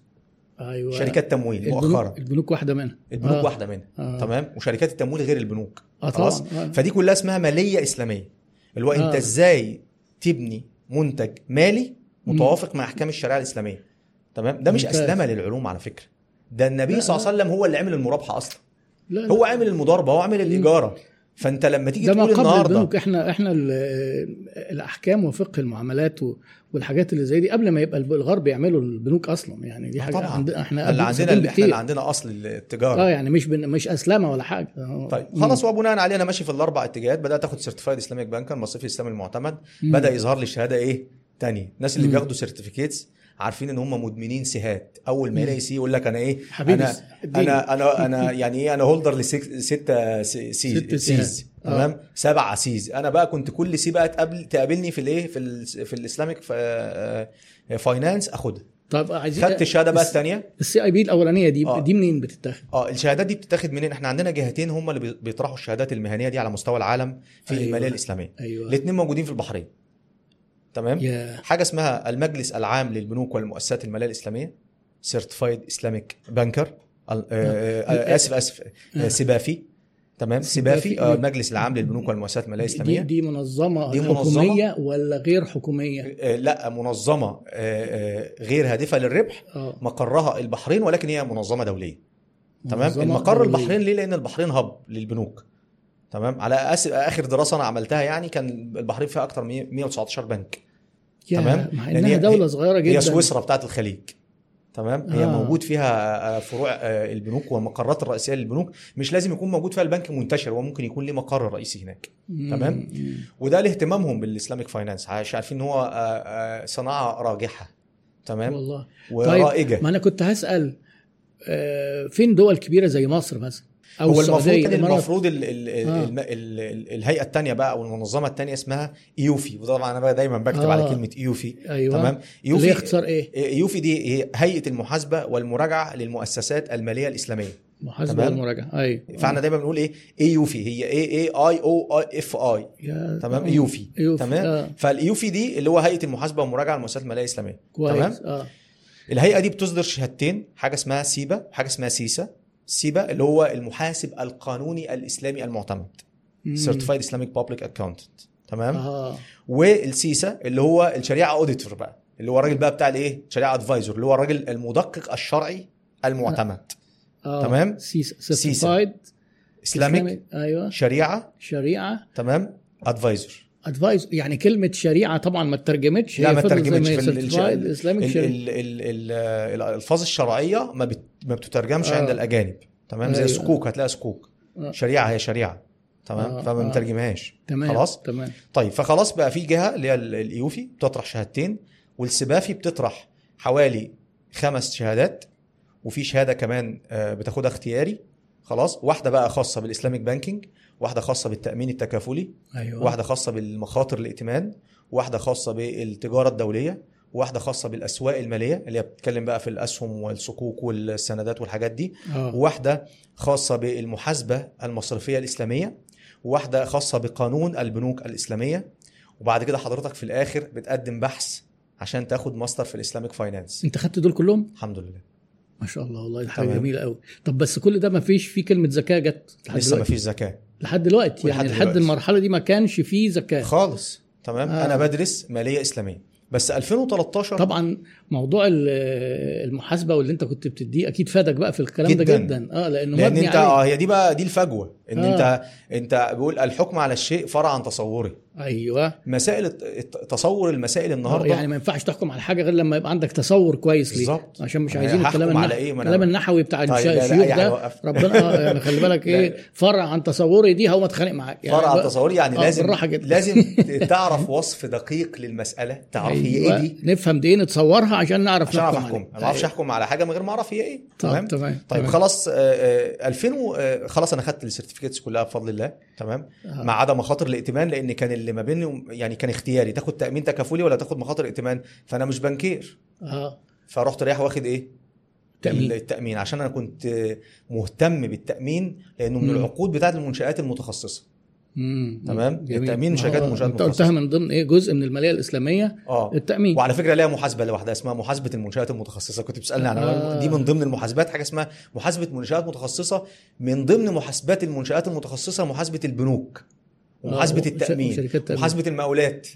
Speaker 1: ايوه
Speaker 2: شركات تمويل
Speaker 1: البنوك-
Speaker 2: مؤخرا
Speaker 1: البنوك واحده منها
Speaker 2: البنوك
Speaker 1: آه.
Speaker 2: واحده منها
Speaker 1: آه.
Speaker 2: تمام وشركات التمويل غير البنوك
Speaker 1: اه طبعا
Speaker 2: خلاص
Speaker 1: آه.
Speaker 2: فدي كلها اسمها ماليه اسلاميه اللي هو انت
Speaker 1: آه.
Speaker 2: ازاي تبني منتج مالي متوافق مع احكام الشريعه الاسلاميه تمام ده مش
Speaker 1: ممتاز.
Speaker 2: اسلمه للعلوم على فكره ده النبي صلى الله عليه وسلم هو اللي عمل المرابحه اصلا
Speaker 1: لا لا.
Speaker 2: هو عامل المضاربه هو عامل الاجاره فانت لما تيجي
Speaker 1: ده ما
Speaker 2: تقول
Speaker 1: قبل
Speaker 2: النهارده
Speaker 1: البنوك احنا احنا ال- الاحكام وفقه المعاملات و- والحاجات اللي زي دي قبل ما يبقى الب- الغرب يعملوا البنوك اصلا يعني دي
Speaker 2: آه
Speaker 1: حاجه
Speaker 2: طبعاً.
Speaker 1: عند احنا قبل
Speaker 2: اللي عندنا
Speaker 1: سنين
Speaker 2: اللي احنا
Speaker 1: بكتير.
Speaker 2: اللي عندنا اصل التجاره
Speaker 1: اه يعني مش بن مش اسلامه ولا حاجه آه.
Speaker 2: طيب
Speaker 1: مم.
Speaker 2: خلاص وبناء عليه انا ماشي في الاربع اتجاهات بدات اخد سيرتيفايد اسلاميك بانكر مصرفي الاسلامي المعتمد
Speaker 1: مم.
Speaker 2: بدا يظهر لي شهاده ايه تانية الناس اللي
Speaker 1: مم.
Speaker 2: بياخدوا سيرتيفيكيتس عارفين ان هم مدمنين سهات اول ما
Speaker 1: مم.
Speaker 2: يلاقي سي يقول لك انا ايه
Speaker 1: حبيبي
Speaker 2: انا
Speaker 1: اديني.
Speaker 2: انا انا انا يعني ايه انا هولدر لستة سي
Speaker 1: ستة آه.
Speaker 2: سي
Speaker 1: سيهات.
Speaker 2: سيز تمام سبع سيز انا بقى كنت كل سي بقى تقابل تقابلني في الايه في ال في الاسلاميك فاينانس اخدها
Speaker 1: طب عايزين
Speaker 2: خدت الشهاده بقى الثانيه
Speaker 1: السي اي بي الاولانيه دي
Speaker 2: آه.
Speaker 1: دي منين بتتاخد؟
Speaker 2: اه الشهادات دي بتتاخد منين؟ احنا عندنا جهتين هم اللي بي- بيطرحوا الشهادات المهنيه دي على مستوى العالم في
Speaker 1: أيوة.
Speaker 2: أيوة. الماليه الاسلاميه.
Speaker 1: ايوه
Speaker 2: الاثنين موجودين في البحرين. تمام؟
Speaker 1: يا
Speaker 2: حاجه اسمها المجلس العام للبنوك والمؤسسات الماليه الاسلاميه سيرتيفايد اسلاميك بانكر اسف اسف آه، سبافي تمام
Speaker 1: سبافي.
Speaker 2: سبافي آه، المجلس العام للبنوك والمؤسسات الماليه
Speaker 1: دي,
Speaker 2: الاسلاميه
Speaker 1: دي منظمه
Speaker 2: دي
Speaker 1: دي
Speaker 2: منظمة؟
Speaker 1: حكوميه ولا غير حكوميه؟
Speaker 2: آه، لا منظمه آه، آه، غير هادفه للربح
Speaker 1: اه
Speaker 2: مقرها البحرين ولكن هي منظمه دوليه تمام
Speaker 1: منظمة
Speaker 2: المقر
Speaker 1: دولية.
Speaker 2: البحرين ليه لان البحرين هب للبنوك تمام على أس... اخر دراسه انا عملتها يعني كان البحرين فيها اكتر من 119 بنك
Speaker 1: يا،
Speaker 2: تمام.
Speaker 1: مع
Speaker 2: لأن
Speaker 1: انها
Speaker 2: هي-
Speaker 1: دوله صغيره جدا
Speaker 2: هي سويسرا بتاعه الخليج تمام هي
Speaker 1: آه.
Speaker 2: موجود فيها آه، فروع آه، البنوك والمقرات الرئيسيه للبنوك مش لازم يكون موجود فيها البنك منتشر هو ممكن يكون ليه مقر رئيسي هناك
Speaker 1: مم.
Speaker 2: تمام. وده لاهتمامهم بالاسلاميك فاينانس عشان عارفين ان هو آه، آه، صناعه راجحه تمام
Speaker 1: والله طيب،
Speaker 2: ورائجه
Speaker 1: ما انا كنت هسال آه، فين دول كبيره زي مصر مثلا او
Speaker 2: هو المفروض
Speaker 1: السعوديه
Speaker 2: كان
Speaker 1: الامارات؟
Speaker 2: المفروض ال ال ال
Speaker 1: آه.
Speaker 2: ال ال ال الهيئه الثانيه بقى او المنظمه الثانيه اسمها يوفي وطبعا انا بقى دايما بكتب
Speaker 1: آه.
Speaker 2: آه. على كلمه يوفي
Speaker 1: ايوه
Speaker 2: تمام
Speaker 1: اللي هي
Speaker 2: يوفي
Speaker 1: اختصار ايه
Speaker 2: يوفي دي هي هيئه المحاسبه والمراجعه للمؤسسات الماليه الاسلاميه
Speaker 1: محاسبه
Speaker 2: تمام.
Speaker 1: والمراجعه ايوه
Speaker 2: فاحنا دايما بنقول ايه اي يوفي هي إيه اي اي اي او اي اف اي
Speaker 1: يا-
Speaker 2: تمام
Speaker 1: آه.
Speaker 2: يوفي
Speaker 1: يوفي، آه.
Speaker 2: تمام فاليوفي دي اللي هو هيئه المحاسبه والمراجعه للمؤسسات الماليه الاسلاميه
Speaker 1: كويس
Speaker 2: تمام
Speaker 1: اه
Speaker 2: الهيئه دي بتصدر شهادتين حاجه اسمها سيبا وحاجه اسمها سيسا سيبا اللي هو المحاسب القانوني الاسلامي المعتمد
Speaker 1: مم.
Speaker 2: سيرتيفايد اسلاميك بابليك اكونتنت تمام آه.
Speaker 1: اه
Speaker 2: والسيسا اللي هو الشريعه اوديتور بقى اللي هو الراجل بقى بتاع الايه شريعه ادفايزور اللي هو الراجل المدقق الشرعي المعتمد
Speaker 1: اه
Speaker 2: تمام.
Speaker 1: سيرتيفايد آه.
Speaker 2: اسلاميك
Speaker 1: ايوه
Speaker 2: شريعه
Speaker 1: شريعه
Speaker 2: تمام ادفايزور
Speaker 1: ادفايز يعني كلمه شريعه طبعا ما ترجمتش
Speaker 2: لا ما ترجمتش في ال-
Speaker 1: سيرتيفايد
Speaker 2: ال-
Speaker 1: اسلامك
Speaker 2: ال-
Speaker 1: شريعه
Speaker 2: ال- ال- ال- الالفاظ الشرعيه ما بت- ما بتترجمش
Speaker 1: آه.
Speaker 2: عند الاجانب تمام زي
Speaker 1: أيوة.
Speaker 2: سكوك هتلاقي سكوك
Speaker 1: آه.
Speaker 2: شريعه هي شريعه تمام
Speaker 1: آه.
Speaker 2: فما
Speaker 1: آه.
Speaker 2: بنترجمهاش
Speaker 1: تمام
Speaker 2: خلاص
Speaker 1: تمام
Speaker 2: طيب فخلاص بقى في جهه اللي هي ال- الايوفي بتطرح شهادتين والسبافي بتطرح حوالي خمس شهادات وفي شهاده كمان آه، بتاخدها اختياري خلاص واحده بقى خاصه بالاسلاميك بانكينج واحده خاصه بالتامين التكافلي
Speaker 1: ايوه
Speaker 2: واحده خاصه آه. بالمخاطر الائتمان واحده خاصه بالتجاره الدوليه واحده خاصه بالاسواق الماليه اللي هي بتتكلم بقى في الاسهم والصكوك والسندات والحاجات دي
Speaker 1: آه.
Speaker 2: واحده خاصه بالمحاسبه المصرفيه الاسلاميه وواحده خاصه بقانون البنوك الاسلاميه وبعد كده حضرتك في الاخر بتقدم بحث عشان تاخد ماستر في الاسلاميك فاينانس
Speaker 1: انت خدت دول كلهم
Speaker 2: الحمد لله
Speaker 1: ما شاء الله والله دي حاجه
Speaker 2: تمام.
Speaker 1: جميله قوي طب بس كل ده ما فيش فيه كلمه زكاه جت لحد
Speaker 2: لسه
Speaker 1: دلوقتي
Speaker 2: مفيش زكاه
Speaker 1: لحد دلوقتي
Speaker 2: ولحد
Speaker 1: يعني لحد
Speaker 2: دلوقتي.
Speaker 1: المرحله دي ما كانش فيه زكاه
Speaker 2: خالص تمام
Speaker 1: آه.
Speaker 2: آه. انا بدرس ماليه اسلاميه بس 2013
Speaker 1: طبعا موضوع ال- المحاسبه واللي انت كنت بتديه اكيد فادك بقى في الكلام ده
Speaker 2: جداً.
Speaker 1: جدا اه لانه
Speaker 2: لان
Speaker 1: مبني
Speaker 2: انت
Speaker 1: عليه
Speaker 2: اه هي دي بقى دي الفجوه ان
Speaker 1: آه.
Speaker 2: آه. انت انت بيقول الحكم على الشيء فرع عن تصوري
Speaker 1: ايوه
Speaker 2: مسائل الت- الت- تصور المسائل
Speaker 1: النهارده
Speaker 2: النهارده
Speaker 1: يعني ما ينفعش تحكم على حاجه غير لما يبقى عندك تصور كويس ليه
Speaker 2: بالظبط
Speaker 1: عشان مش
Speaker 2: أنا
Speaker 1: عايزين
Speaker 2: هحكم
Speaker 1: الكلام
Speaker 2: على
Speaker 1: النحوي
Speaker 2: إيه؟ ما أنا-
Speaker 1: الكلام النحوي بتاع
Speaker 2: طيب، لا، لا،
Speaker 1: الشيوخ
Speaker 2: أي حاجة
Speaker 1: ده
Speaker 2: وقفت.
Speaker 1: ربنا اه يعني خلي بالك
Speaker 2: لا.
Speaker 1: ايه فرع عن تصوري دي هو اتخانق معاك يعني
Speaker 2: فرع عن
Speaker 1: بقى-
Speaker 2: تصوري يعني
Speaker 1: آه،
Speaker 2: لازم
Speaker 1: بالراحه جدا
Speaker 2: لازم تعرف وصف دقيق للمساله تعرف هي
Speaker 1: أيوة.
Speaker 2: ايه دي
Speaker 1: نفهم دي إيه، نتصورها عشان نعرف
Speaker 2: عشان اعرف
Speaker 1: نحكم
Speaker 2: احكم
Speaker 1: عليها.
Speaker 2: أنا ما اعرفش احكم على حاجه من غير ما اعرف هي ايه
Speaker 1: طب
Speaker 2: تمام
Speaker 1: تمام
Speaker 2: طيب
Speaker 1: تمام.
Speaker 2: خلاص آه، آه، 2000 و- آه، خلاص انا خدت السيرتيفيكتس كلها بفضل الله تمام
Speaker 1: آه.
Speaker 2: ما عدا مخاطر الائتمان لان كان اللي ما بيني يعني كان اختياري تاخد تامين تكافلي ولا تاخد مخاطر ائتمان فانا مش بنكير
Speaker 1: اه
Speaker 2: فرحت رايح واخد ايه
Speaker 1: تأمين
Speaker 2: التامين عشان انا كنت آه، مهتم بالتامين لانه من
Speaker 1: مم.
Speaker 2: العقود بتاعه المنشات المتخصصه
Speaker 1: مم.
Speaker 2: تمام؟
Speaker 1: جميل.
Speaker 2: التأمين شركات
Speaker 1: آه،
Speaker 2: منشآت
Speaker 1: انت قلتها
Speaker 2: متخصصة.
Speaker 1: من ضمن ايه جزء من الماليه الاسلاميه
Speaker 2: اه
Speaker 1: التامين
Speaker 2: وعلى فكره ليها محاسبه لوحدها اسمها محاسبه المنشات المتخصصه كنت بتسالني عن
Speaker 1: آه.
Speaker 2: آه. دي من ضمن المحاسبات حاجه اسمها محاسبه منشات متخصصه من ضمن محاسبات المنشات المتخصصه محاسبه البنوك ومحاسبه
Speaker 1: آه، ش-
Speaker 2: التامين
Speaker 1: شركات التأمين.
Speaker 2: محاسبه المقاولات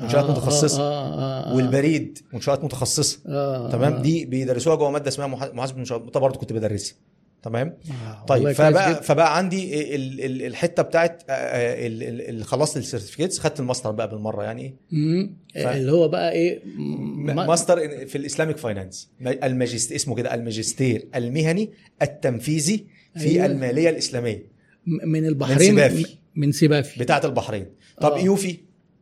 Speaker 2: منشآت متخصصة.
Speaker 1: آه آه آه
Speaker 2: والبريد منشات متخصصه
Speaker 1: آه
Speaker 2: تمام دي بيدرسوها جوه ماده اسمها محا- محاسبه منشات ده برضه كنت بدرسها تمام
Speaker 1: آه والله
Speaker 2: طيب
Speaker 1: كويس
Speaker 2: فبقى
Speaker 1: جدا.
Speaker 2: فبقى عندي ال- ال- الحته بتاعت آه، آه، ال- ال- ال- خلصت السيرتيفيكتس خدت الماستر بقى بالمره يعني ايه
Speaker 1: مم.
Speaker 2: ف-
Speaker 1: اللي هو بقى ايه م- ما-
Speaker 2: ماستر في الاسلاميك فاينانس الماجست اسمه كده الماجستير المهني التنفيذي في
Speaker 1: أيوة.
Speaker 2: أيوة. الماليه الاسلاميه
Speaker 1: م- من البحرين
Speaker 2: من سبافي.
Speaker 1: م- من سبافي
Speaker 2: بتاعه البحرين طب
Speaker 1: آه.
Speaker 2: آه. يوفي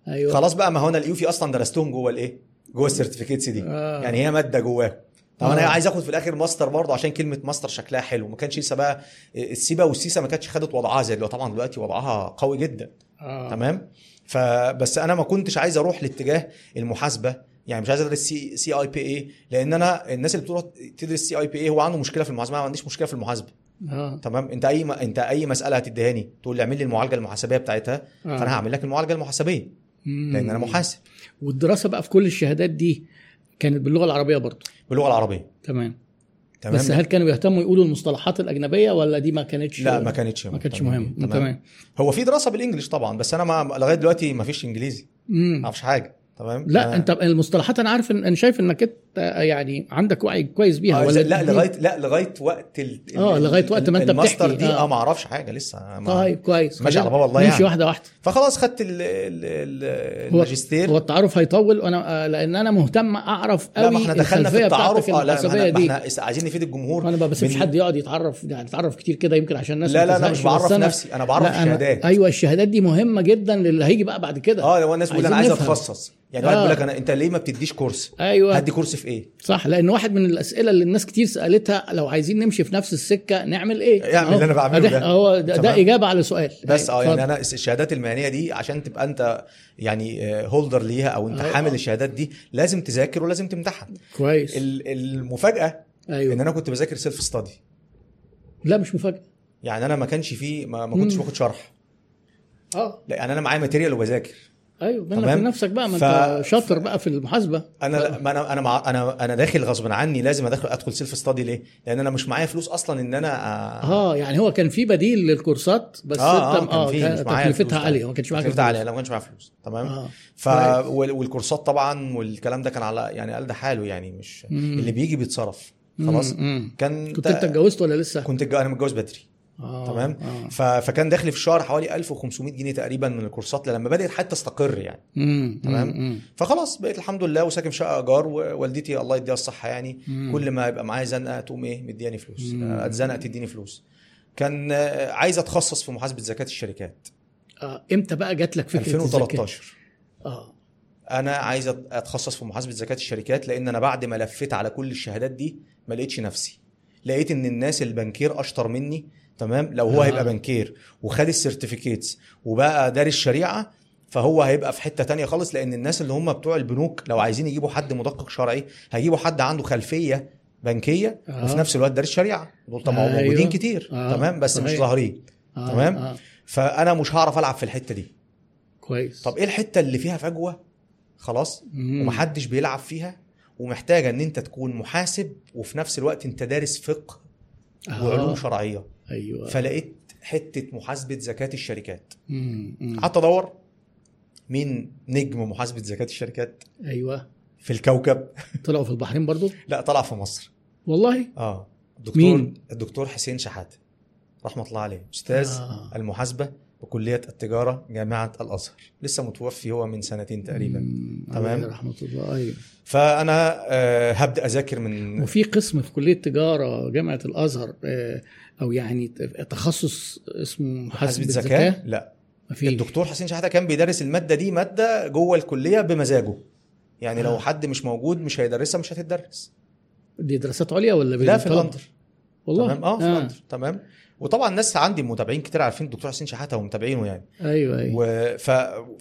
Speaker 1: ايوه
Speaker 2: خلاص بقى ما هو انا اليوفي اصلا درستهم جوه الايه جوه السيرتيفيكيتس دي
Speaker 1: آه.
Speaker 2: آه. يعني هي ماده جواه طب
Speaker 1: آه.
Speaker 2: انا عايز اخد في الاخر ماستر برضه عشان كلمه ماستر شكلها حلو ما كانش لسه بقى السيبا والسيسا ما كانتش خدت وضعها زي دلوقتي طبعا دلوقتي وضعها قوي جدا
Speaker 1: آه.
Speaker 2: تمام فبس انا ما كنتش عايز اروح لاتجاه المحاسبه يعني مش عايز ادرس سي سي اي بي اي لان انا الناس اللي بتروح تدرس سي اي بي اي هو عنده مشكله في المحاسبه أنا ما عنديش مشكله في المحاسبه
Speaker 1: آه.
Speaker 2: تمام انت اي ما انت اي مساله هتديها لي تقول لي اعمل لي المعالجه المحاسبيه بتاعتها
Speaker 1: آه.
Speaker 2: فانا هعمل لك المعالجه المحاسبيه
Speaker 1: مم.
Speaker 2: لان انا محاسب
Speaker 1: والدراسه بقى في كل الشهادات دي كانت باللغه العربيه برضه
Speaker 2: باللغه العربيه
Speaker 1: تمام
Speaker 2: تمام
Speaker 1: بس هل كانوا بيهتموا يقولوا المصطلحات الاجنبيه ولا دي ما كانتش
Speaker 2: لا ما كانتش
Speaker 1: ما كانتش
Speaker 2: تمام.
Speaker 1: مهم تمام
Speaker 2: هو في دراسه بالانجلش طبعا بس انا ما لغايه دلوقتي ما فيش انجليزي
Speaker 1: مم.
Speaker 2: ما اعرفش حاجه تمام
Speaker 1: لا
Speaker 2: آه.
Speaker 1: انت المصطلحات انا عارف ان انا شايف انك انت يعني عندك وعي كويس بيها
Speaker 2: آه،
Speaker 1: ولا
Speaker 2: لا
Speaker 1: دي-
Speaker 2: لغايه لا لغايه وقت ال...
Speaker 1: آه، لغايه وقت ما انت
Speaker 2: الماستر
Speaker 1: بتحكي.
Speaker 2: دي
Speaker 1: آه.
Speaker 2: اه ما اعرفش حاجه لسه ما...
Speaker 1: طيب كويس
Speaker 2: ماشي على
Speaker 1: خلينا
Speaker 2: بابا الله
Speaker 1: نمشي
Speaker 2: يعني.
Speaker 1: واحده واحده
Speaker 2: فخلاص خدت ال... ال... ال...
Speaker 1: هو-
Speaker 2: الماجستير
Speaker 1: هو التعارف هيطول وانا آه، لان انا مهتم اعرف قوي
Speaker 2: لا ما احنا دخلنا في التعارف اه
Speaker 1: اه
Speaker 2: لا ما احنا, ما
Speaker 1: دي
Speaker 2: احنا إس- عايزين نفيد الجمهور
Speaker 1: انا ما بسيبش
Speaker 2: من-
Speaker 1: حد يقعد يتعرف يعني يتعرف كتير كده يمكن عشان الناس
Speaker 2: لا
Speaker 1: ما
Speaker 2: لا لا
Speaker 1: تزهقش،
Speaker 2: مش
Speaker 1: بس
Speaker 2: بعرف
Speaker 1: أنا-
Speaker 2: نفسي انا بعرف
Speaker 1: لا، أنا-
Speaker 2: الشهادات
Speaker 1: ايوه الشهادات دي مهمه جدا للي هيجي بقى بعد كده
Speaker 2: اه لو الناس بتقول انا
Speaker 1: عايزين
Speaker 2: عايز
Speaker 1: نفهم.
Speaker 2: اتخصص يعني واحد
Speaker 1: آه.
Speaker 2: يقول لك انا انت ليه ما بتديش كورس؟
Speaker 1: ايوه
Speaker 2: هدي كورس في ايه؟
Speaker 1: صح لان واحد من الاسئله اللي الناس كتير سالتها لو عايزين نمشي في نفس السكه نعمل ايه؟
Speaker 2: اعمل اللي
Speaker 1: أهو.
Speaker 2: أنا بعمله
Speaker 1: أدي-
Speaker 2: ده.
Speaker 1: هو ده, ده
Speaker 2: تمام.
Speaker 1: اجابه على سؤال
Speaker 2: بس اه يعني
Speaker 1: اتفضل.
Speaker 2: انا الشهادات المهنيه دي عشان تبقى انت يعني هولدر ليها او انت
Speaker 1: آه، آه.
Speaker 2: حامل الشهادات دي لازم تذاكر ولازم تمتحن
Speaker 1: كويس
Speaker 2: ال- المفاجاه
Speaker 1: ايوه
Speaker 2: ان انا كنت بذاكر سيلف ستادي
Speaker 1: لا مش مفاجاه
Speaker 2: يعني انا ما كانش فيه ما, ما كنتش
Speaker 1: مم.
Speaker 2: باخد شرح
Speaker 1: اه
Speaker 2: لا يعني انا معايا ماتيريال وبذاكر
Speaker 1: ايوه ما انك
Speaker 2: تمام.
Speaker 1: لنفسك بقى ما
Speaker 2: ف-
Speaker 1: انت شاطر بقى في المحاسبه
Speaker 2: انا ما انا انا مع انا انا داخل غصب عني لازم ادخل ادخل سيلف ستادي ليه؟ لان انا مش معايا فلوس اصلا ان انا آه،
Speaker 1: اه يعني هو كان في بديل للكورسات بس
Speaker 2: اه اه
Speaker 1: انت
Speaker 2: كان
Speaker 1: اه
Speaker 2: في
Speaker 1: كان
Speaker 2: مش معايا فلوس
Speaker 1: تكلفتها
Speaker 2: طبعاً.
Speaker 1: عاليه ما كانش معاك
Speaker 2: تكلفتها عاليه لا ما كانش معايا فلوس تمام
Speaker 1: اه
Speaker 2: ف
Speaker 1: كويس.
Speaker 2: وال- والكورسات طبعا والكلام ده كان على يعني قال ده حاله يعني مش
Speaker 1: مم.
Speaker 2: اللي بيجي بيتصرف خلاص
Speaker 1: مم، مم.
Speaker 2: كان
Speaker 1: كنت
Speaker 2: تا-
Speaker 1: انت اتجوزت ولا لسه؟
Speaker 2: كنت اتج- انا متجوز بدري
Speaker 1: آه
Speaker 2: تمام
Speaker 1: آه.
Speaker 2: ف... فكان داخلي في الشهر حوالي 1500 جنيه تقريبا من الكورسات لما بدات حتى استقر يعني
Speaker 1: مم،
Speaker 2: تمام؟
Speaker 1: مم، مم.
Speaker 2: فخلاص بقيت الحمد لله وساكن في شقه ايجار ووالدتي الله يديها الصحه يعني
Speaker 1: مم.
Speaker 2: كل ما يبقى معايا زنقه تقوم ايه مدياني فلوس
Speaker 1: مم.
Speaker 2: آه، اتزنق تديني فلوس كان آه، عايز اتخصص في محاسبه زكاه الشركات
Speaker 1: آه، امتى بقى جات لك فكره الزكاة؟
Speaker 2: 2013
Speaker 1: اه
Speaker 2: انا عايز أت- اتخصص في محاسبه زكاه الشركات لان انا بعد ما لفيت على كل الشهادات دي ما لقيتش نفسي لقيت ان الناس البنكير اشطر مني تمام لو هو
Speaker 1: آه.
Speaker 2: هيبقى بنكير وخد السيرتيفيكيتس وبقى دارس شريعه فهو هيبقى في حته تانية خالص لان الناس اللي هم بتوع البنوك لو عايزين يجيبوا حد مدقق شرعي هيجيبوا حد عنده خلفيه بنكيه
Speaker 1: آه.
Speaker 2: وفي نفس الوقت دارس شريعه دول طبعا
Speaker 1: أيوه.
Speaker 2: موجودين كتير
Speaker 1: آه.
Speaker 2: تمام بس مش
Speaker 1: صحيح.
Speaker 2: ظاهرين
Speaker 1: آه،
Speaker 2: تمام؟
Speaker 1: آه.
Speaker 2: فانا مش هعرف العب في الحته دي
Speaker 1: كويس
Speaker 2: طب ايه الحته اللي فيها فجوه خلاص
Speaker 1: مم.
Speaker 2: ومحدش بيلعب فيها ومحتاجه ان انت تكون محاسب وفي نفس الوقت انت دارس فقه
Speaker 1: آه،
Speaker 2: وعلوم شرعيه
Speaker 1: ايوه
Speaker 2: فلقيت حته محاسبه زكاه الشركات
Speaker 1: مم، مم.
Speaker 2: قعدت ادور مين نجم محاسبه زكاه الشركات
Speaker 1: ايوه
Speaker 2: في الكوكب
Speaker 1: طلعوا في البحرين برضو
Speaker 2: لا طلع في مصر
Speaker 1: والله
Speaker 2: اه الدكتور
Speaker 1: مين؟
Speaker 2: الدكتور حسين شحاته رحمه الله عليه استاذ
Speaker 1: آه.
Speaker 2: المحاسبه بكليه التجاره جامعه الازهر لسه متوفي هو من سنتين تقريبا
Speaker 1: مم،
Speaker 2: تمام.
Speaker 1: عليه رحمه الله ايوه
Speaker 2: فانا آه، هبدا اذاكر من
Speaker 1: وفي قسم في كليه تجاره جامعه الازهر آه، او يعني ت- تخصص اسمه محاسبه زكاه
Speaker 2: لا
Speaker 1: مفيش.
Speaker 2: الدكتور حسين شحاته كان بيدرس الماده دي ماده جوه الكليه بمزاجه يعني
Speaker 1: آه.
Speaker 2: لو حد مش موجود مش هيدرسها مش هتتدرس
Speaker 1: دي دراسات عليا ولا
Speaker 2: لا في
Speaker 1: بالطلب؟
Speaker 2: الأندر
Speaker 1: والله آه.
Speaker 2: تمام اه في الأندر تمام وطبعا ناس عندي متابعين كتير عارفين الدكتور حسين شحاته ومتابعينه يعني
Speaker 1: ايوه ايوه
Speaker 2: و... ف...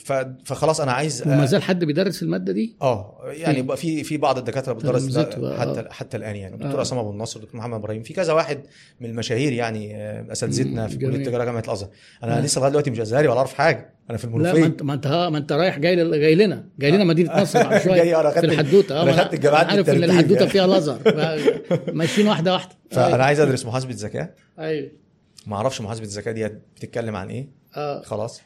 Speaker 2: ف... فخلاص انا عايز
Speaker 1: وما زال حد بيدرس الماده دي
Speaker 2: اه يعني بقى في في بعض الدكاتره بتدرس
Speaker 1: تلمذته إيه. بقى،
Speaker 2: ده حتى
Speaker 1: آه.
Speaker 2: حتى الان يعني
Speaker 1: آه.
Speaker 2: الدكتور عصام ابو النصر الدكتور محمد ابراهيم في كذا واحد من المشاهير يعني آه، اساتذتنا
Speaker 1: مم،
Speaker 2: في كليه
Speaker 1: جميل.
Speaker 2: التجاره جامعه الازهر انا
Speaker 1: آه.
Speaker 2: لسه لغايه دلوقتي مش ازهري ولا اعرف حاجه انا في
Speaker 1: لا ما
Speaker 2: المنوفيه
Speaker 1: انت ما انت ما انت رايح جاي لل- جاي لنا جاي لنا مدينه نصر بعد شويه
Speaker 2: آه. جاي انا
Speaker 1: في
Speaker 2: خدت
Speaker 1: الحدوته
Speaker 2: أنا
Speaker 1: ما
Speaker 2: خدت الجامعات
Speaker 1: أنا عارف ان
Speaker 2: بالترتيب
Speaker 1: الحدوته
Speaker 2: يعني.
Speaker 1: فيها الازهر ف- ماشيين أيوة، واحده واحده آه.
Speaker 2: فانا عايز ادرس محاسبه زكاه
Speaker 1: ايوه
Speaker 2: ما اعرفش محاسبه الزكاه دي بتتكلم عن ايه
Speaker 1: اه
Speaker 2: خلاص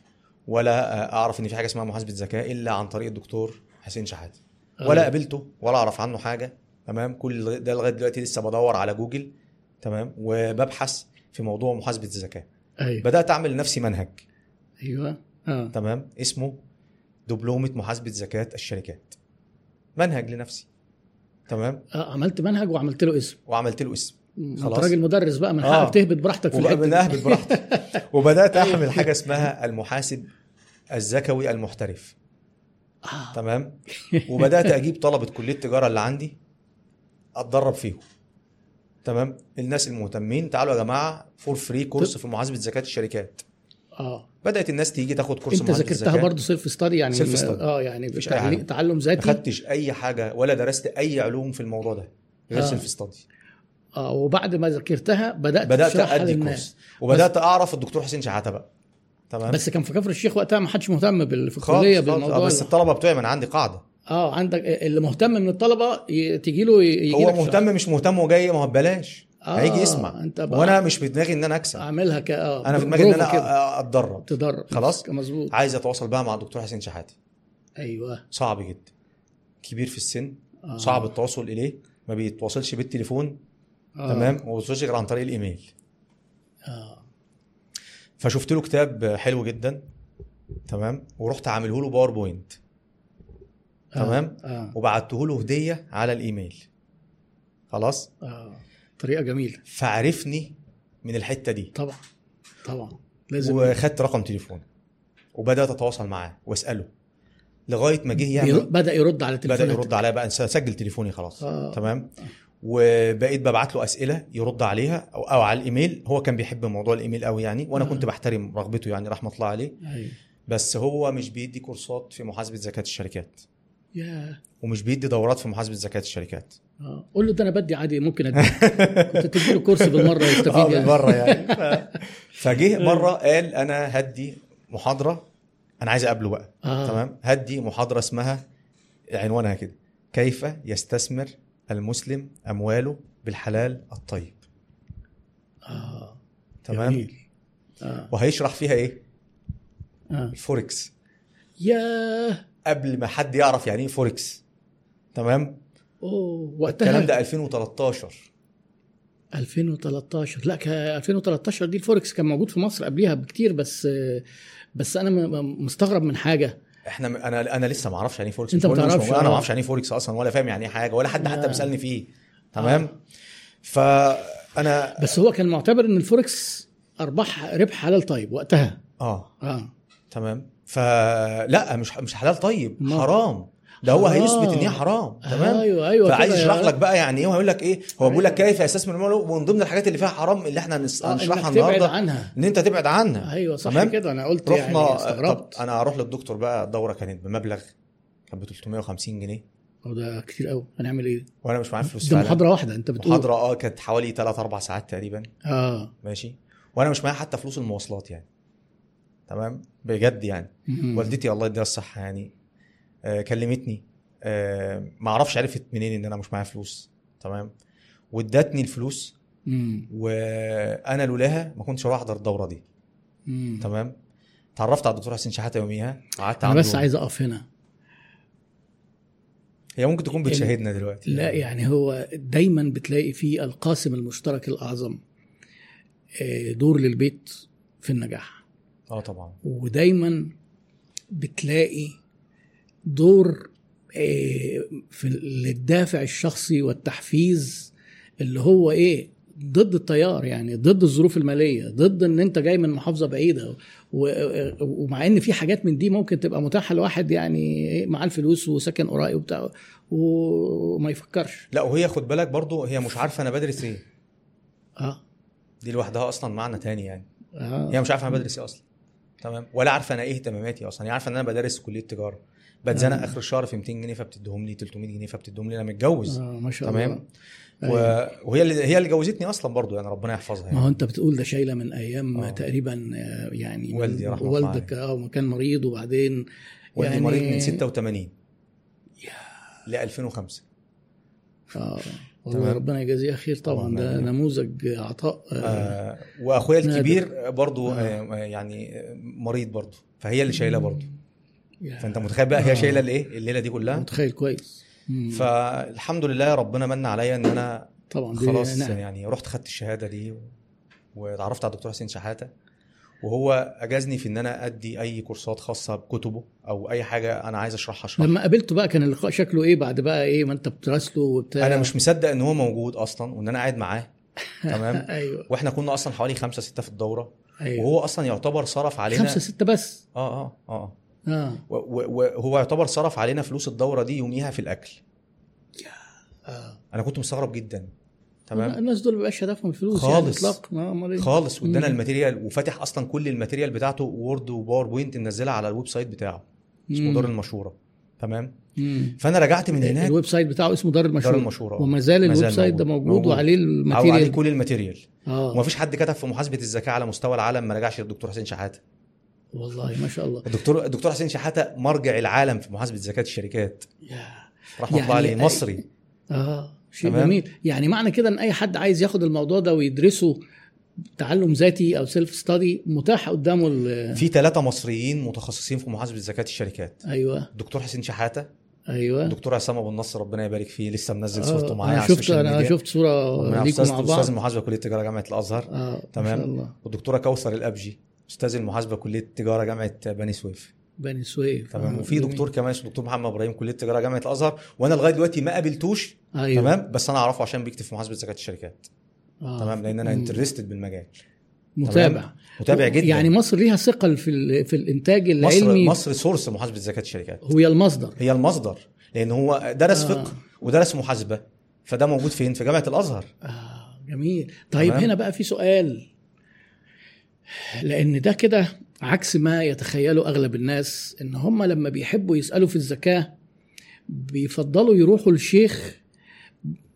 Speaker 2: ولا آه، اعرف ان في حاجه اسمها محاسبه زكاه الا عن طريق الدكتور حسين شحاته
Speaker 1: آه.
Speaker 2: ولا قابلته ولا اعرف عنه حاجه تمام كل ده لغايه دلوقتي لسه بدور على جوجل تمام وببحث في موضوع محاسبه الزكاه
Speaker 1: ايوه
Speaker 2: بدات اعمل لنفسي منهج
Speaker 1: ايوه اه
Speaker 2: تمام اسمه دبلومه محاسبه زكاه الشركات منهج لنفسي تمام
Speaker 1: آه، عملت منهج وعملت له اسم
Speaker 2: وعملت له اسم
Speaker 1: انت
Speaker 2: خلاص.
Speaker 1: راجل مدرس بقى من
Speaker 2: آه.
Speaker 1: حقك تهبط براحتك في الحته دي.
Speaker 2: وبقى اهبط براحتي وبدات اعمل حاجه اسمها المحاسب الزكوي المحترف
Speaker 1: آه.
Speaker 2: تمام وبدات اجيب طلبه كليه التجاره اللي عندي اتدرب فيهم تمام الناس المهتمين تعالوا يا جماعه فور فري كورس في محاسبه زكاه الشركات
Speaker 1: اه
Speaker 2: بدات الناس تيجي تاخد كورس
Speaker 1: انت
Speaker 2: محاسبه
Speaker 1: ذاكرتها
Speaker 2: الزكاة.
Speaker 1: برضه سيلف ستادي يعني
Speaker 2: سيلف
Speaker 1: ما-
Speaker 2: ستادي.
Speaker 1: اه يعني
Speaker 2: مفيش أي
Speaker 1: تعلي-
Speaker 2: حاجة.
Speaker 1: تعلم
Speaker 2: ما
Speaker 1: ذاتي
Speaker 2: خدتش اي حاجه ولا درست اي علوم في الموضوع ده غير
Speaker 1: آه.
Speaker 2: سيلف ستادي
Speaker 1: اه وبعد ما ذاكرتها بدات
Speaker 2: بدات
Speaker 1: تشرحها
Speaker 2: ادي
Speaker 1: للناس.
Speaker 2: كورس وبدات اعرف الدكتور حسين شحاته بقى تمام
Speaker 1: بس كان في كفر الشيخ وقتها ما حدش مهتم بال- في
Speaker 2: خالص
Speaker 1: الكليه
Speaker 2: خالص. آه،
Speaker 1: بالموضوع
Speaker 2: بس
Speaker 1: ده.
Speaker 2: الطلبه بتوعي ما انا عندي قاعده
Speaker 1: اه عندك اللي مهتم من الطلبه ي- تيجي له ي- يجي
Speaker 2: هو
Speaker 1: لك شرح.
Speaker 2: مهتم مش مهتم وجاي ما هو ببلاش
Speaker 1: آه،
Speaker 2: هيجي يسمع
Speaker 1: أنت بقى-
Speaker 2: وانا مش في دماغي ان انا اكسب
Speaker 1: اعملها ك آه،
Speaker 2: انا في دماغي ان
Speaker 1: بروفة
Speaker 2: انا
Speaker 1: كده.
Speaker 2: أ- أ- اتدرب
Speaker 1: تدرب
Speaker 2: خلاص.
Speaker 1: مظبوط
Speaker 2: عايز اتواصل بقى مع الدكتور حسين شحاته
Speaker 1: ايوه
Speaker 2: صعب جدا كبير في السن
Speaker 1: آه.
Speaker 2: صعب التواصل اليه ما بيتواصلش بالتليفون
Speaker 1: آه.
Speaker 2: تمام وما بيتواصلش غير عن طريق الايميل
Speaker 1: آه.
Speaker 2: فشفت له كتاب حلو جدا تمام ورحت عامله له باوربوينت تمام
Speaker 1: آه.
Speaker 2: وبعته له هديه على الايميل خلاص
Speaker 1: آه. طريقه جميله
Speaker 2: فعرفني من الحته دي
Speaker 1: طبعا طبعا لازم
Speaker 2: وخدت رقم تليفونه وبدات اتواصل معاه واساله لغايه ما جه
Speaker 1: بير-
Speaker 2: يعمل
Speaker 1: بدا يرد على
Speaker 2: بدا
Speaker 1: تليفوناتك
Speaker 2: يرد عليا بقى سجل تليفوني خلاص
Speaker 1: آه.
Speaker 2: تمام وبقيت ببعت له اسئله يرد عليها او او على الايميل هو كان بيحب موضوع الايميل قوي يعني وانا
Speaker 1: آه.
Speaker 2: كنت بحترم رغبته يعني رحمه الله عليه
Speaker 1: ايوه
Speaker 2: بس هو مش بيدي كورسات في محاسبه زكاه الشركات
Speaker 1: يا
Speaker 2: ومش بيدي دورات في محاسبه زكاه الشركات
Speaker 1: آه. قول له ده انا بدي عادي ممكن أدي. كنت تدي له كورس بالمره يستفيد
Speaker 2: اه
Speaker 1: يعني
Speaker 2: بالمره يعني ف- فجه مره قال انا هدي محاضره انا عايز اقابله بقى
Speaker 1: آه.
Speaker 2: تمام هدي محاضره اسمها عنوانها كده كيف يستثمر المسلم امواله بالحلال الطيب
Speaker 1: آه.
Speaker 2: تمام
Speaker 1: جميل. آه.
Speaker 2: وهيشرح فيها ايه
Speaker 1: آه.
Speaker 2: الفوركس
Speaker 1: ياه
Speaker 2: قبل ما حد يعرف يعني ايه فوركس تمام
Speaker 1: اوه وقتها
Speaker 2: الكلام ده 2013
Speaker 1: 2013 لا ك- 2013 دي الفوركس كان موجود في مصر قبليها بكتير بس بس انا م- م- مستغرب من حاجه
Speaker 2: احنا م... انا انا لسه ما اعرفش يعني ايه فوركس
Speaker 1: أنت
Speaker 2: مش بقول
Speaker 1: ما
Speaker 2: إن أنا مش
Speaker 1: تعرفش،
Speaker 2: موجود، انا
Speaker 1: آه.
Speaker 2: ما اعرفش يعني ايه فوركس اصلا ولا فاهم يعني ايه حاجه ولا حد حتى
Speaker 1: آه.
Speaker 2: بيسالني فيه تمام فانا
Speaker 1: بس هو كان معتبر ان الفوركس ارباح ربح حلال طيب وقتها
Speaker 2: اه
Speaker 1: اه
Speaker 2: تمام فلا مش مش حلال طيب
Speaker 1: ما-
Speaker 2: حرام ده هو
Speaker 1: حرام.
Speaker 2: هيثبت ان هي حرام تمام
Speaker 1: ايوه ايوه
Speaker 2: فعايز
Speaker 1: كده يا-
Speaker 2: يشرح لك بقى يعني ايه وهيقول لك ايه هو بيقول لك
Speaker 1: أيوة.
Speaker 2: كيف يستثمر ماله ومن ضمن الحاجات اللي فيها حرام اللي احنا هنس-
Speaker 1: آه،
Speaker 2: هنشرحها
Speaker 1: إنك تبعد
Speaker 2: النهارده
Speaker 1: عنها
Speaker 2: ان انت تبعد عنها
Speaker 1: ايوه صح
Speaker 2: تمام؟
Speaker 1: كده انا قلت يعني
Speaker 2: رحنا
Speaker 1: استغربت
Speaker 2: طب انا هروح للدكتور بقى الدوره كانت بمبلغ كان ب 350 جنيه
Speaker 1: هو ده كتير قوي هنعمل ايه
Speaker 2: وانا مش معايا فلوس
Speaker 1: ده
Speaker 2: فعلا
Speaker 1: محاضره واحده انت بتقول
Speaker 2: محاضره اه كانت حوالي 3 4 ساعات تقريبا
Speaker 1: اه
Speaker 2: ماشي وانا مش معايا حتى فلوس المواصلات يعني تمام بجد يعني
Speaker 1: مم.
Speaker 2: والدتي الله يديها الصحه يعني آه كلمتني آه ما اعرفش عرفت منين ان انا مش معايا فلوس تمام وادتني الفلوس
Speaker 1: مم.
Speaker 2: وانا لولاها ما كنتش هروح احضر الدوره دي
Speaker 1: مم.
Speaker 2: تمام اتعرفت على الدكتور حسين شحاته يوميها قعدت
Speaker 1: انا
Speaker 2: عنده
Speaker 1: بس عايز اقف هنا
Speaker 2: هي ممكن تكون بتشاهدنا دلوقتي
Speaker 1: لا يعني هو دايما بتلاقي فيه القاسم المشترك الاعظم آه، دور للبيت في النجاح
Speaker 2: اه طبعا
Speaker 1: ودايما بتلاقي دور آه، في للدافع الشخصي والتحفيز اللي هو ايه ضد التيار يعني ضد الظروف الماليه ضد ان انت جاي من محافظه بعيده و- ومع ان في حاجات من دي ممكن تبقى متاحه لواحد يعني إيه، معاه الفلوس وساكن قرائي وبتاع وما يفكرش
Speaker 2: لا وهي خد بالك برضو هي مش عارفه انا بدرس ايه
Speaker 1: اه
Speaker 2: دي لوحدها اصلا معنى تاني يعني
Speaker 1: اه
Speaker 2: هي مش عارفه انا بدرس ايه اصلا تمام ولا عارفه انا ايه اهتماماتي اصلا هي عارفه ان انا بدرس كليه تجاره بتزنق اخر الشهر في 200 جنيه فبتديهم لي 300 جنيه فبتديهم لي انا متجوز
Speaker 1: آه، ما شاء الله أيوه.
Speaker 2: تمام و... وهي اللي هي اللي جوزتني اصلا برضو يعني ربنا يحفظها
Speaker 1: ما هو
Speaker 2: يعني.
Speaker 1: انت بتقول ده شايله من ايام
Speaker 2: آه.
Speaker 1: أوه. تقريبا آه، يعني
Speaker 2: والدي رحمه الله
Speaker 1: والدك اه وما كان مريض وبعدين
Speaker 2: والدي
Speaker 1: يعني-
Speaker 2: مريض من 86 ل 2005
Speaker 1: اه والله
Speaker 2: تمام.
Speaker 1: ربنا يجازيه خير طبعا
Speaker 2: طبعاً،
Speaker 1: ده
Speaker 2: يعني.
Speaker 1: نموذج عطاء آه.
Speaker 2: آه واخويا
Speaker 1: نادر.
Speaker 2: الكبير برضو
Speaker 1: آه.
Speaker 2: آه. يعني آه، مريض برضو فهي اللي شايله برضو
Speaker 1: يا-
Speaker 2: فانت متخيل بقى هي
Speaker 1: آه.
Speaker 2: شايله الايه الليله دي كلها
Speaker 1: متخيل كويس مم.
Speaker 2: فالحمد لله ربنا من عليا ان انا
Speaker 1: طبعا دي
Speaker 2: خلاص
Speaker 1: نعم.
Speaker 2: يعني رحت خدت الشهاده دي و- واتعرفت على الدكتور حسين شحاته وهو اجازني في ان انا ادي اي كورسات خاصه بكتبه او اي حاجه انا عايز اشرحها اشرحها
Speaker 1: لما قابلته بقى كان اللقاء شكله ايه بعد بقى ايه ما انت بتراسله وبتاع
Speaker 2: انا مش مصدق ان هو موجود اصلا وان انا قاعد معاه تمام
Speaker 1: ايوه
Speaker 2: واحنا كنا اصلا حوالي خمسة ستة في الدوره
Speaker 1: ايوه
Speaker 2: وهو اصلا يعتبر صرف علينا
Speaker 1: خمسه سته بس
Speaker 2: اه اه اه
Speaker 1: اه
Speaker 2: و- و- وهو يعتبر صرف علينا فلوس الدوره دي يوميها في الاكل
Speaker 1: اه
Speaker 2: انا كنت مستغرب جدا
Speaker 1: تمام
Speaker 2: تمام
Speaker 1: الناس دول مبقاش هدفهم الفلوس
Speaker 2: خالص.
Speaker 1: يعني اطلاقا آه، أمال إيه؟
Speaker 2: خالص وادانا
Speaker 1: مم.
Speaker 2: الماتيريال وفاتح اصلا كل الماتيريال بتاعته وورد وباوربوينت منزلها على الويب سايت بتاعه اسمه
Speaker 1: مم.
Speaker 2: دار المشوره تمام
Speaker 1: مم.
Speaker 2: فانا رجعت من هناك
Speaker 1: الويب سايت بتاعه اسمه دار المشروع
Speaker 2: دار المشوره آه.
Speaker 1: وما زال
Speaker 2: ما زال
Speaker 1: الويب سايت ده موجود, موجود وعليه
Speaker 2: أو عليه
Speaker 1: الماتيريال
Speaker 2: كل الماتيريال
Speaker 1: اه
Speaker 2: ومفيش حد كتب في محاسبه الذكاء على مستوى العالم ما رجعش للدكتور حسين شحاته
Speaker 1: والله ما شاء الله
Speaker 2: الدكتور الدكتور حسين شحاته مرجع العالم في محاسبه زكاه الشركات
Speaker 1: يا.
Speaker 2: رحمه
Speaker 1: يعني
Speaker 2: الله عليه
Speaker 1: أي-
Speaker 2: مصري
Speaker 1: اه شيء
Speaker 2: تمام.
Speaker 1: جميل يعني معنى كده ان اي حد عايز ياخد الموضوع ده ويدرسه تعلم ذاتي او سيلف ستادي متاح قدامه ال-
Speaker 2: في ثلاثه مصريين متخصصين في محاسبه زكاه الشركات
Speaker 1: ايوه
Speaker 2: الدكتور حسين شحاته
Speaker 1: ايوه
Speaker 2: الدكتور عصام ابو النصر ربنا يبارك فيه لسه منزل
Speaker 1: آه،
Speaker 2: صورته معايا
Speaker 1: انا
Speaker 2: على
Speaker 1: شفت
Speaker 2: السوشيال
Speaker 1: انا
Speaker 2: ميديا
Speaker 1: شفت صوره
Speaker 2: من
Speaker 1: ليكم
Speaker 2: استاذ
Speaker 1: مع بعض
Speaker 2: استاذ المحاسبه كليه التجاره جامعه الازهر
Speaker 1: اه
Speaker 2: تمام.
Speaker 1: ما شاء الله
Speaker 2: والدكتوره كوثر الابجي استاذ المحاسبه كليه التجاره جامعه بني سويف
Speaker 1: بني سويف
Speaker 2: تمام
Speaker 1: آه،
Speaker 2: وفي
Speaker 1: جميل.
Speaker 2: دكتور كمان اسمه دكتور محمد ابراهيم كليه التجاره جامعه الازهر وانا لغايه دلوقتي ما قابلتوش
Speaker 1: ايوه
Speaker 2: تمام بس انا اعرفه عشان بيكتب في محاسبه زكاه الشركات
Speaker 1: آه.
Speaker 2: تمام لان انا
Speaker 1: مم.
Speaker 2: انترستد بالمجال
Speaker 1: متابع
Speaker 2: متابع جدا
Speaker 1: يعني مصر ليها ثقل في ال- في الانتاج العلمي
Speaker 2: مصر مصر سورس محاسبه زكاه الشركات
Speaker 1: هي المصدر
Speaker 2: هي المصدر لان هو درس
Speaker 1: آه.
Speaker 2: فقه ودرس محاسبه فده موجود فين في جامعه الازهر
Speaker 1: آه جميل طيب
Speaker 2: تمام.
Speaker 1: هنا بقى في سؤال لان ده كده عكس ما يتخيله اغلب الناس ان هم لما بيحبوا يسالوا في الزكاه بيفضلوا يروحوا لشيخ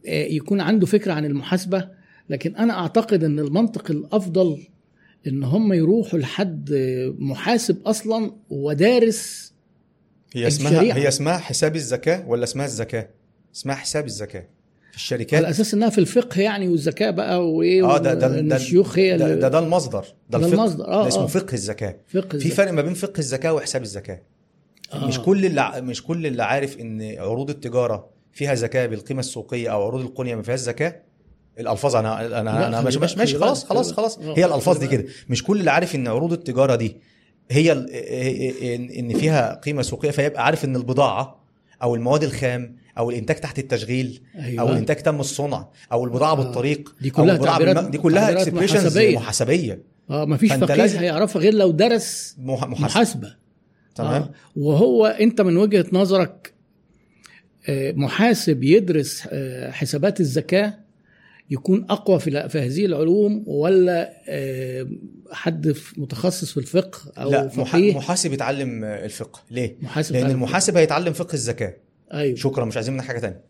Speaker 1: آه، يكون عنده فكره عن المحاسبه لكن انا اعتقد ان المنطق الافضل ان هم يروحوا لحد آه، محاسب اصلا ودارس
Speaker 2: هي اسمها
Speaker 1: الشريعة.
Speaker 2: هي اسمها حساب الزكاه ولا اسمها الزكاه اسمها حساب الزكاه في الشركات
Speaker 1: على اساس انها في الفقه يعني والزكاه بقى وايه
Speaker 2: اه ده ده
Speaker 1: وإن
Speaker 2: ده
Speaker 1: الشيوخ هي
Speaker 2: ده,
Speaker 1: اللي-
Speaker 2: ده, ده المصدر ده,
Speaker 1: ده
Speaker 2: الفقه
Speaker 1: المصدر، آه،
Speaker 2: ده اسمه
Speaker 1: آه.
Speaker 2: فقه الزكاه
Speaker 1: فقه
Speaker 2: في
Speaker 1: الزكاة.
Speaker 2: فرق ما بين فقه الزكاه وحساب الزكاه
Speaker 1: آه.
Speaker 2: مش كل اللي ع- مش كل اللي عارف ان عروض التجاره فيها زكاه بالقيمه السوقيه او عروض القنيه ما فيهاش زكاه الالفاظ انا انا
Speaker 1: لا،
Speaker 2: انا, أنا
Speaker 1: خلي
Speaker 2: ماشي
Speaker 1: بالك،
Speaker 2: ماشي- ماشي
Speaker 1: خلي
Speaker 2: خلاص
Speaker 1: بالك،
Speaker 2: خلاص
Speaker 1: خلي
Speaker 2: خلاص
Speaker 1: بالك.
Speaker 2: هي
Speaker 1: آه،
Speaker 2: الالفاظ
Speaker 1: خلي
Speaker 2: دي كده مش كل اللي عارف ان عروض التجاره دي هي ال- إن- ان فيها قيمه سوقيه فيبقى عارف ان البضاعه او المواد الخام او الانتاج تحت التشغيل
Speaker 1: أيوة.
Speaker 2: او الانتاج تم الصنع او البضاعه
Speaker 1: آه.
Speaker 2: بالطريق
Speaker 1: دي
Speaker 2: أو
Speaker 1: كلها
Speaker 2: البضاعة
Speaker 1: تعبيرات-
Speaker 2: بالم- دي كلها
Speaker 1: تعبيرات
Speaker 2: اكسبريشنز
Speaker 1: محاسبية.
Speaker 2: محاسبيه
Speaker 1: اه مفيش
Speaker 2: فأنت
Speaker 1: فقيه
Speaker 2: لازم-
Speaker 1: هيعرفها غير لو درس
Speaker 2: مح- محاسبه
Speaker 1: محاسبه
Speaker 2: تمام
Speaker 1: آه. وهو انت من وجهه نظرك آه، محاسب يدرس آه، حسابات الزكاه يكون اقوى في في هذه العلوم ولا آه، حد ف- متخصص في الفقه او
Speaker 2: لا مح-
Speaker 1: فقيه
Speaker 2: محاسب يتعلم الفقه ليه؟
Speaker 1: محاسب
Speaker 2: لان
Speaker 1: تعرف-
Speaker 2: المحاسب هيتعلم فقه الزكاه
Speaker 1: ايوه
Speaker 2: شكرا مش عايزين منك حاجه تانية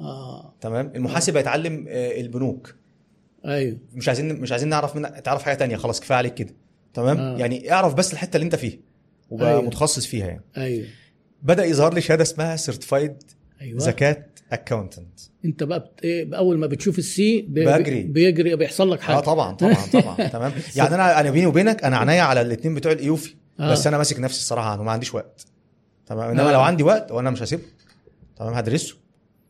Speaker 1: اه
Speaker 2: تمام المحاسب هيتعلم آه، البنوك
Speaker 1: ايوه
Speaker 2: مش عايزين مش عايزين نعرف منك تعرف حاجه تانية خلاص كفايه عليك كده تمام
Speaker 1: آه.
Speaker 2: يعني اعرف بس الحته اللي انت فيها وبقى
Speaker 1: أيوة.
Speaker 2: متخصص فيها يعني
Speaker 1: ايوه
Speaker 2: بدا يظهر لي شهاده اسمها سيرتيفايد
Speaker 1: ايوه
Speaker 2: زكاه اكاونتنت
Speaker 1: انت بقى بت... إيه اول ما بتشوف السي ب...
Speaker 2: بجري.
Speaker 1: بيجري بيحصل لك
Speaker 2: اه
Speaker 1: حاجه
Speaker 2: طبعا طبعا طبعا تمام يعني انا انا بيني وبينك انا عينيا على الاثنين بتوع الايوفي
Speaker 1: آه.
Speaker 2: بس انا ماسك نفسي الصراحه عنه ما عنديش وقت تمام انما
Speaker 1: آه.
Speaker 2: لو عندي وقت وانا مش هسيبه تمام هدرسه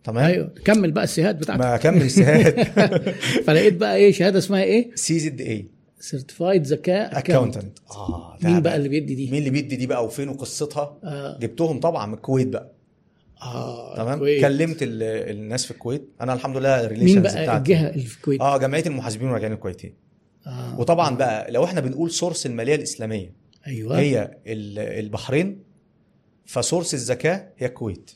Speaker 2: تمام
Speaker 1: ايوه كمل بقى السيهات بتاعتك
Speaker 2: ما اكمل السهاد
Speaker 1: فلقيت بقى ايه شهاده اسمها ايه
Speaker 2: سي زد اي
Speaker 1: سيرتيفايد زكاه اكاونت
Speaker 2: اكاونتنت اه ده
Speaker 1: مين بقى اللي بيدي دي
Speaker 2: مين اللي بيدي دي بقى وفين وقصتها
Speaker 1: اه,
Speaker 2: جبتهم طبعا من الكويت بقى
Speaker 1: آه.
Speaker 2: تمام
Speaker 1: الكويت.
Speaker 2: كلمت ال- الناس في الكويت انا الحمد لله
Speaker 1: مين
Speaker 2: الريليشنز
Speaker 1: بقى
Speaker 2: بتاعتي
Speaker 1: الجهه اللي في الكويت
Speaker 2: اه جمعيه المحاسبين والراجعين الكويتيين
Speaker 1: آه.
Speaker 2: وطبعا بقى لو احنا بنقول سورس الماليه الاسلاميه
Speaker 1: ايوه
Speaker 2: هي ال- البحرين فسورس الزكاه هي الكويت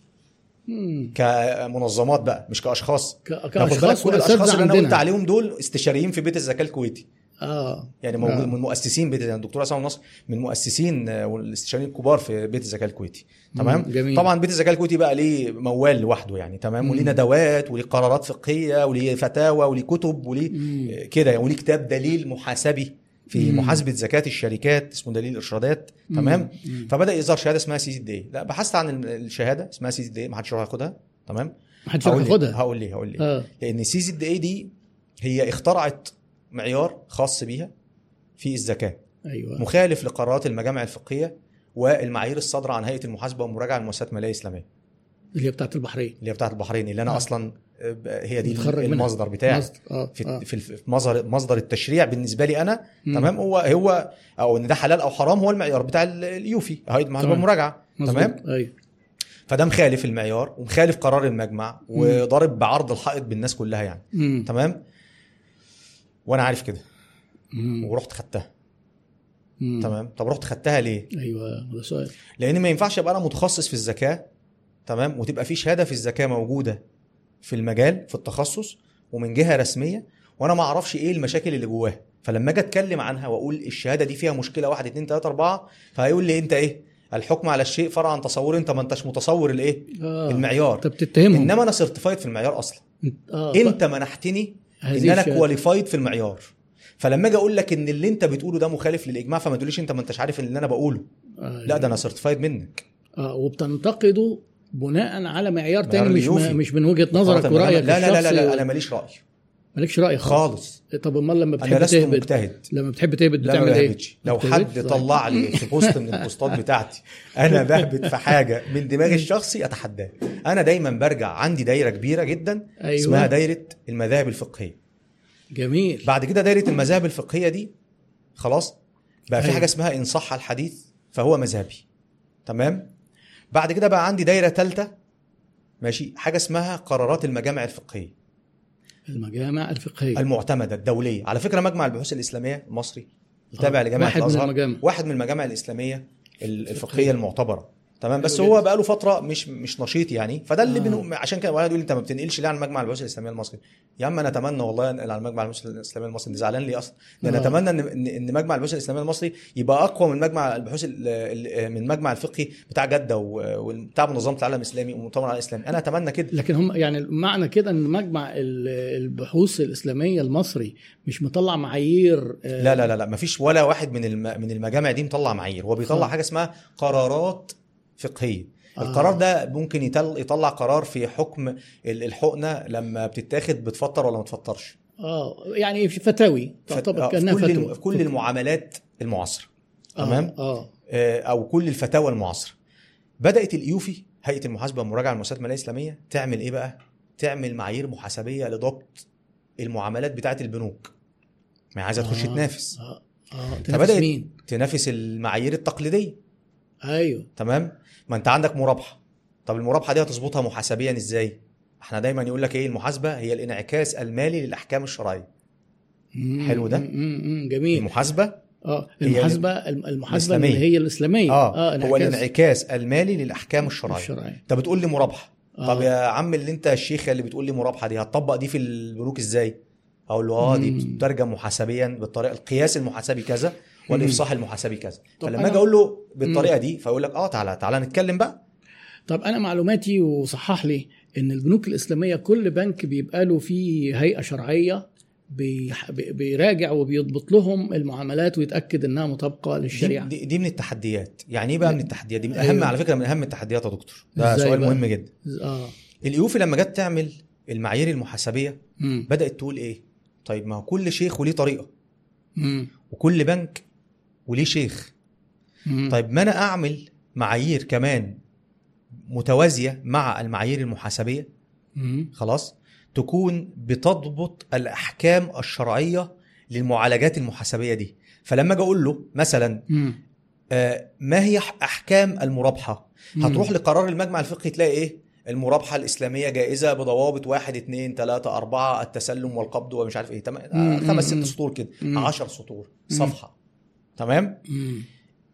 Speaker 1: مم.
Speaker 2: كمنظمات بقى مش كاشخاص
Speaker 1: ك...
Speaker 2: لو خد بالك
Speaker 1: كاشخاص
Speaker 2: كل الاشخاص
Speaker 1: واساتذه
Speaker 2: اللي انا قلت
Speaker 1: عندنا
Speaker 2: عليهم دول استشاريين في بيت الزكاه الكويتي
Speaker 1: اه
Speaker 2: يعني موجود
Speaker 1: آه.
Speaker 2: من مؤسسين بيت يعني الدكتور عصام نصر من مؤسسين آه، والاستشاريين الكبار في بيت الزكاه الكويتي تمام
Speaker 1: مم، جميل.
Speaker 2: طبعا بيت الزكاه الكويتي بقى ليه موال لوحده يعني تمام
Speaker 1: مم.
Speaker 2: وليه ندوات وليه قرارات فقهيه وليه فتاوى وليه كتب وليه
Speaker 1: مم.
Speaker 2: آه، كده يعني وليه كتاب دليل محاسبي في
Speaker 1: مم.
Speaker 2: محاسبه زكاه الشركات اسمه دليل ارشادات
Speaker 1: مم.
Speaker 2: تمام
Speaker 1: مم.
Speaker 2: فبدا يظهر شهاده اسمها سي دي لا بحثت عن ال- الشهاده اسمها سي دي ما حدش يروح ياخدها تمام
Speaker 1: محدش
Speaker 2: هقول ليه-
Speaker 1: هياخدها
Speaker 2: هقول ليه هقول ليه
Speaker 1: اه
Speaker 2: لان سي زد اي دي هي اخترعت معيار خاص بيها في الزكاه
Speaker 1: ايوه
Speaker 2: مخالف لقرارات المجامع الفقهيه والمعايير الصادره عن هيئه المحاسبه والمراجعه للمؤسسات الماليه الاسلاميه
Speaker 1: اللي هي بتاعت البحرين
Speaker 2: اللي هي بتاعه البحرين اللي انا
Speaker 1: آه.
Speaker 2: اصلا آه، هي دي
Speaker 1: متخرج منها.
Speaker 2: المصدر بتاعي
Speaker 1: مصدر. اه
Speaker 2: في
Speaker 1: آه.
Speaker 2: في الف- في مصدر مصدر التشريع بالنسبه لي انا
Speaker 1: مم.
Speaker 2: تمام هو هو او ان ده حلال او حرام هو المعيار بتاع ال- اليوفي هيئه
Speaker 1: تمام.
Speaker 2: المحاسبه والمراجعه
Speaker 1: مظبوط.
Speaker 2: تمام
Speaker 1: ايوه
Speaker 2: فده مخالف المعيار ومخالف قرار المجمع وضارب بعرض الحائط بالناس كلها يعني
Speaker 1: مم.
Speaker 2: تمام وانا عارف كده
Speaker 1: مم.
Speaker 2: ورحت خدتها
Speaker 1: مم.
Speaker 2: تمام طب رحت خدتها ليه
Speaker 1: ايوه ده سؤال
Speaker 2: لان ما ينفعش ابقى انا متخصص في الزكاه تمام وتبقى في شهاده في الزكاه موجوده في المجال في التخصص ومن جهه رسميه وانا ما اعرفش ايه المشاكل اللي جواها فلما اجي اتكلم عنها واقول الشهاده دي فيها مشكله 1 2 3 4 فهيقول لي انت ايه الحكم على الشيء فرع عن تصور انت ما انتش متصور الايه
Speaker 1: اه
Speaker 2: المعيار
Speaker 1: انت بتتهمهم
Speaker 2: انما انا سيرتيفايد في المعيار اصلا
Speaker 1: انت اه
Speaker 2: انت منحتني ان
Speaker 1: هذه
Speaker 2: انا
Speaker 1: الشهادة.
Speaker 2: كواليفايد في المعيار فلما اجي اقول لك ان اللي انت بتقوله ده مخالف للاجماع فما تقوليش انت ما انتش عارف اللي انا بقوله
Speaker 1: آه.
Speaker 2: لا ده انا سيرتيفايد منك
Speaker 1: اه وبتنتقده بناء على معيار تاني
Speaker 2: معيار
Speaker 1: مش
Speaker 2: اليوفي.
Speaker 1: مش من وجهه نظرك
Speaker 2: مقارنة بالأنا-
Speaker 1: ورايك
Speaker 2: لا لا, لا لا لا انا
Speaker 1: الشخصي.
Speaker 2: ماليش راي
Speaker 1: مالكش راي خالص
Speaker 2: خالص
Speaker 1: طب امال لما
Speaker 2: انا
Speaker 1: بتحب
Speaker 2: لست
Speaker 1: تهبد
Speaker 2: مجتهد
Speaker 1: لما بتحب تهبد
Speaker 2: لا ما
Speaker 1: بتعمل ايه؟
Speaker 2: بهبدش لو
Speaker 1: بتهبد؟
Speaker 2: حد
Speaker 1: طيب.
Speaker 2: طلع لي في بوست من البوستات بتاعتي انا بهبد في حاجه من دماغي الشخصي اتحداه انا دايما برجع عندي دايره كبيره جدا
Speaker 1: أيوة.
Speaker 2: اسمها دايره المذاهب الفقهيه
Speaker 1: جميل
Speaker 2: بعد كده دايره المذاهب الفقهيه دي خلاص بقى في
Speaker 1: أيوة.
Speaker 2: حاجه اسمها ان صح الحديث فهو مذهبي تمام بعد كده بقى عندي دايره ثالثه ماشي حاجه اسمها قرارات المجامع الفقهيه
Speaker 1: المجامع الفقهيه
Speaker 2: المعتمده الدوليه على فكره مجمع البحوث الاسلاميه المصري التابع
Speaker 1: آه،
Speaker 2: لجامعه
Speaker 1: واحد من
Speaker 2: الازهر
Speaker 1: المجامع.
Speaker 2: واحد من المجامع الاسلاميه ال- الفقهيه المعتبره تمام بس
Speaker 1: حلو
Speaker 2: هو
Speaker 1: جدا.
Speaker 2: بقى له فتره مش مش نشيط يعني فده اللي
Speaker 1: آه.
Speaker 2: بنو... عشان كده واحد يقول لي انت ما بتنقلش ليه عن مجمع البحوث الاسلاميه المصري يا عم انا اتمنى والله انقل على مجمع البحوث الاسلاميه المصري ده زعلان ليه اصلا ده انا
Speaker 1: آه.
Speaker 2: اتمنى ان ان إن مجمع البحوث الاسلاميه المصري يبقى اقوى من مجمع البحوث ال- ال- من مجمع الفقهي بتاع جده و- وبتاع منظمه العالم الاسلامي ومؤتمر العالم الاسلامي انا اتمنى كده
Speaker 1: لكن هم يعني معنى كده ان مجمع ال- البحوث الاسلاميه المصري مش مطلع معايير آه،
Speaker 2: لا لا لا لا مفيش ولا واحد من الم... من المجامع دي مطلع معايير هو بيطلع
Speaker 1: آه.
Speaker 2: حاجه اسمها قرارات فقهيه
Speaker 1: آه.
Speaker 2: القرار ده ممكن يتل... يطلع قرار في حكم ال- الحقنه لما بتتاخد بتفطر ولا ما تفطرش
Speaker 1: اه يعني في فتاوي تعتبر
Speaker 2: آه، في
Speaker 1: كانها
Speaker 2: كل
Speaker 1: فتوى
Speaker 2: الم... في كل المعاملات المعاصره
Speaker 1: آه،
Speaker 2: تمام
Speaker 1: اه
Speaker 2: آه، او كل الفتاوى المعاصره بدات اليوفي هيئه المحاسبه والمراجعه للمؤسسات الماليه الاسلاميه تعمل ايه بقى تعمل معايير محاسبيه لضبط المعاملات بتاعه البنوك ما هي عايزه تخش
Speaker 1: آه.
Speaker 2: تنافس
Speaker 1: اه اه تنافس
Speaker 2: فبدات
Speaker 1: مين؟
Speaker 2: تنافس المعايير التقليديه
Speaker 1: ايوه
Speaker 2: تمام ما انت عندك مرابحه طب المرابحه دي هتظبطها محاسبيا ازاي احنا دايما يقول لك ايه المحاسبه هي الانعكاس المالي للاحكام الشرعيه
Speaker 1: مم،
Speaker 2: حلو ده؟
Speaker 1: مم، مم، مم، جميل
Speaker 2: المحاسبه
Speaker 1: اه
Speaker 2: هي
Speaker 1: المحاسبه المحاسبه
Speaker 2: الإسلامية.
Speaker 1: اللي هي الاسلاميه
Speaker 2: اه, آه هو
Speaker 1: إيه؟ انعكاس
Speaker 2: الانعكاس المالي للاحكام الشرعيه
Speaker 1: الشرعيه
Speaker 2: انت بتقول لي مرابحه
Speaker 1: آه.
Speaker 2: طب يا عم اللي انت الشيخه اللي بتقول لي مرابحه دي هتطبق دي في البنوك ازاي اقول له اه دي
Speaker 1: مم.
Speaker 2: بتترجم محاسبيا بالطريقه القياس المحاسبي كذا والافصاح المحاسبي كذا
Speaker 1: طب
Speaker 2: فلما
Speaker 1: أنا-
Speaker 2: اجي اقول له بالطريقه دي فيقول لك اه تعالى تعالى نتكلم بقى
Speaker 1: طب انا معلوماتي وصحح لي ان البنوك الاسلاميه كل بنك بيبقى له فيه هيئه شرعيه بيح- بي- بيراجع وبيضبط لهم المعاملات ويتاكد انها مطابقه
Speaker 2: دي,
Speaker 1: للشريعه
Speaker 2: دي, دي من التحديات يعني ايه بقى من التحديات دي من اهم
Speaker 1: أيوة.
Speaker 2: على فكره من اهم التحديات يا دكتور ده
Speaker 1: إزاي
Speaker 2: سؤال
Speaker 1: بقى؟
Speaker 2: مهم جدا
Speaker 1: اه
Speaker 2: اليوفي لما جت تعمل المعايير المحاسبيه
Speaker 1: مم.
Speaker 2: بدات تقول ايه طيب ما هو كل شيخ وليه طريقه
Speaker 1: مم.
Speaker 2: وكل بنك وليه شيخ
Speaker 1: مم.
Speaker 2: طيب ما انا اعمل معايير كمان متوازيه مع المعايير المحاسبيه
Speaker 1: مم.
Speaker 2: خلاص تكون بتضبط الاحكام الشرعيه للمعالجات المحاسبيه دي فلما اجي اقول له مثلا
Speaker 1: مم.
Speaker 2: آه، ما هي ح- احكام المرابحه هتروح لقرار المجمع الفقهي تلاقي ايه المرابحه الاسلاميه جائزه بضوابط واحد اتنين تلاته اربعه التسلم والقبض ومش عارف ايه تمام آه،
Speaker 1: مم،
Speaker 2: خمس
Speaker 1: مم.
Speaker 2: ست سطور كده
Speaker 1: مم.
Speaker 2: عشر سطور
Speaker 1: مم.
Speaker 2: صفحه تمام
Speaker 1: مم.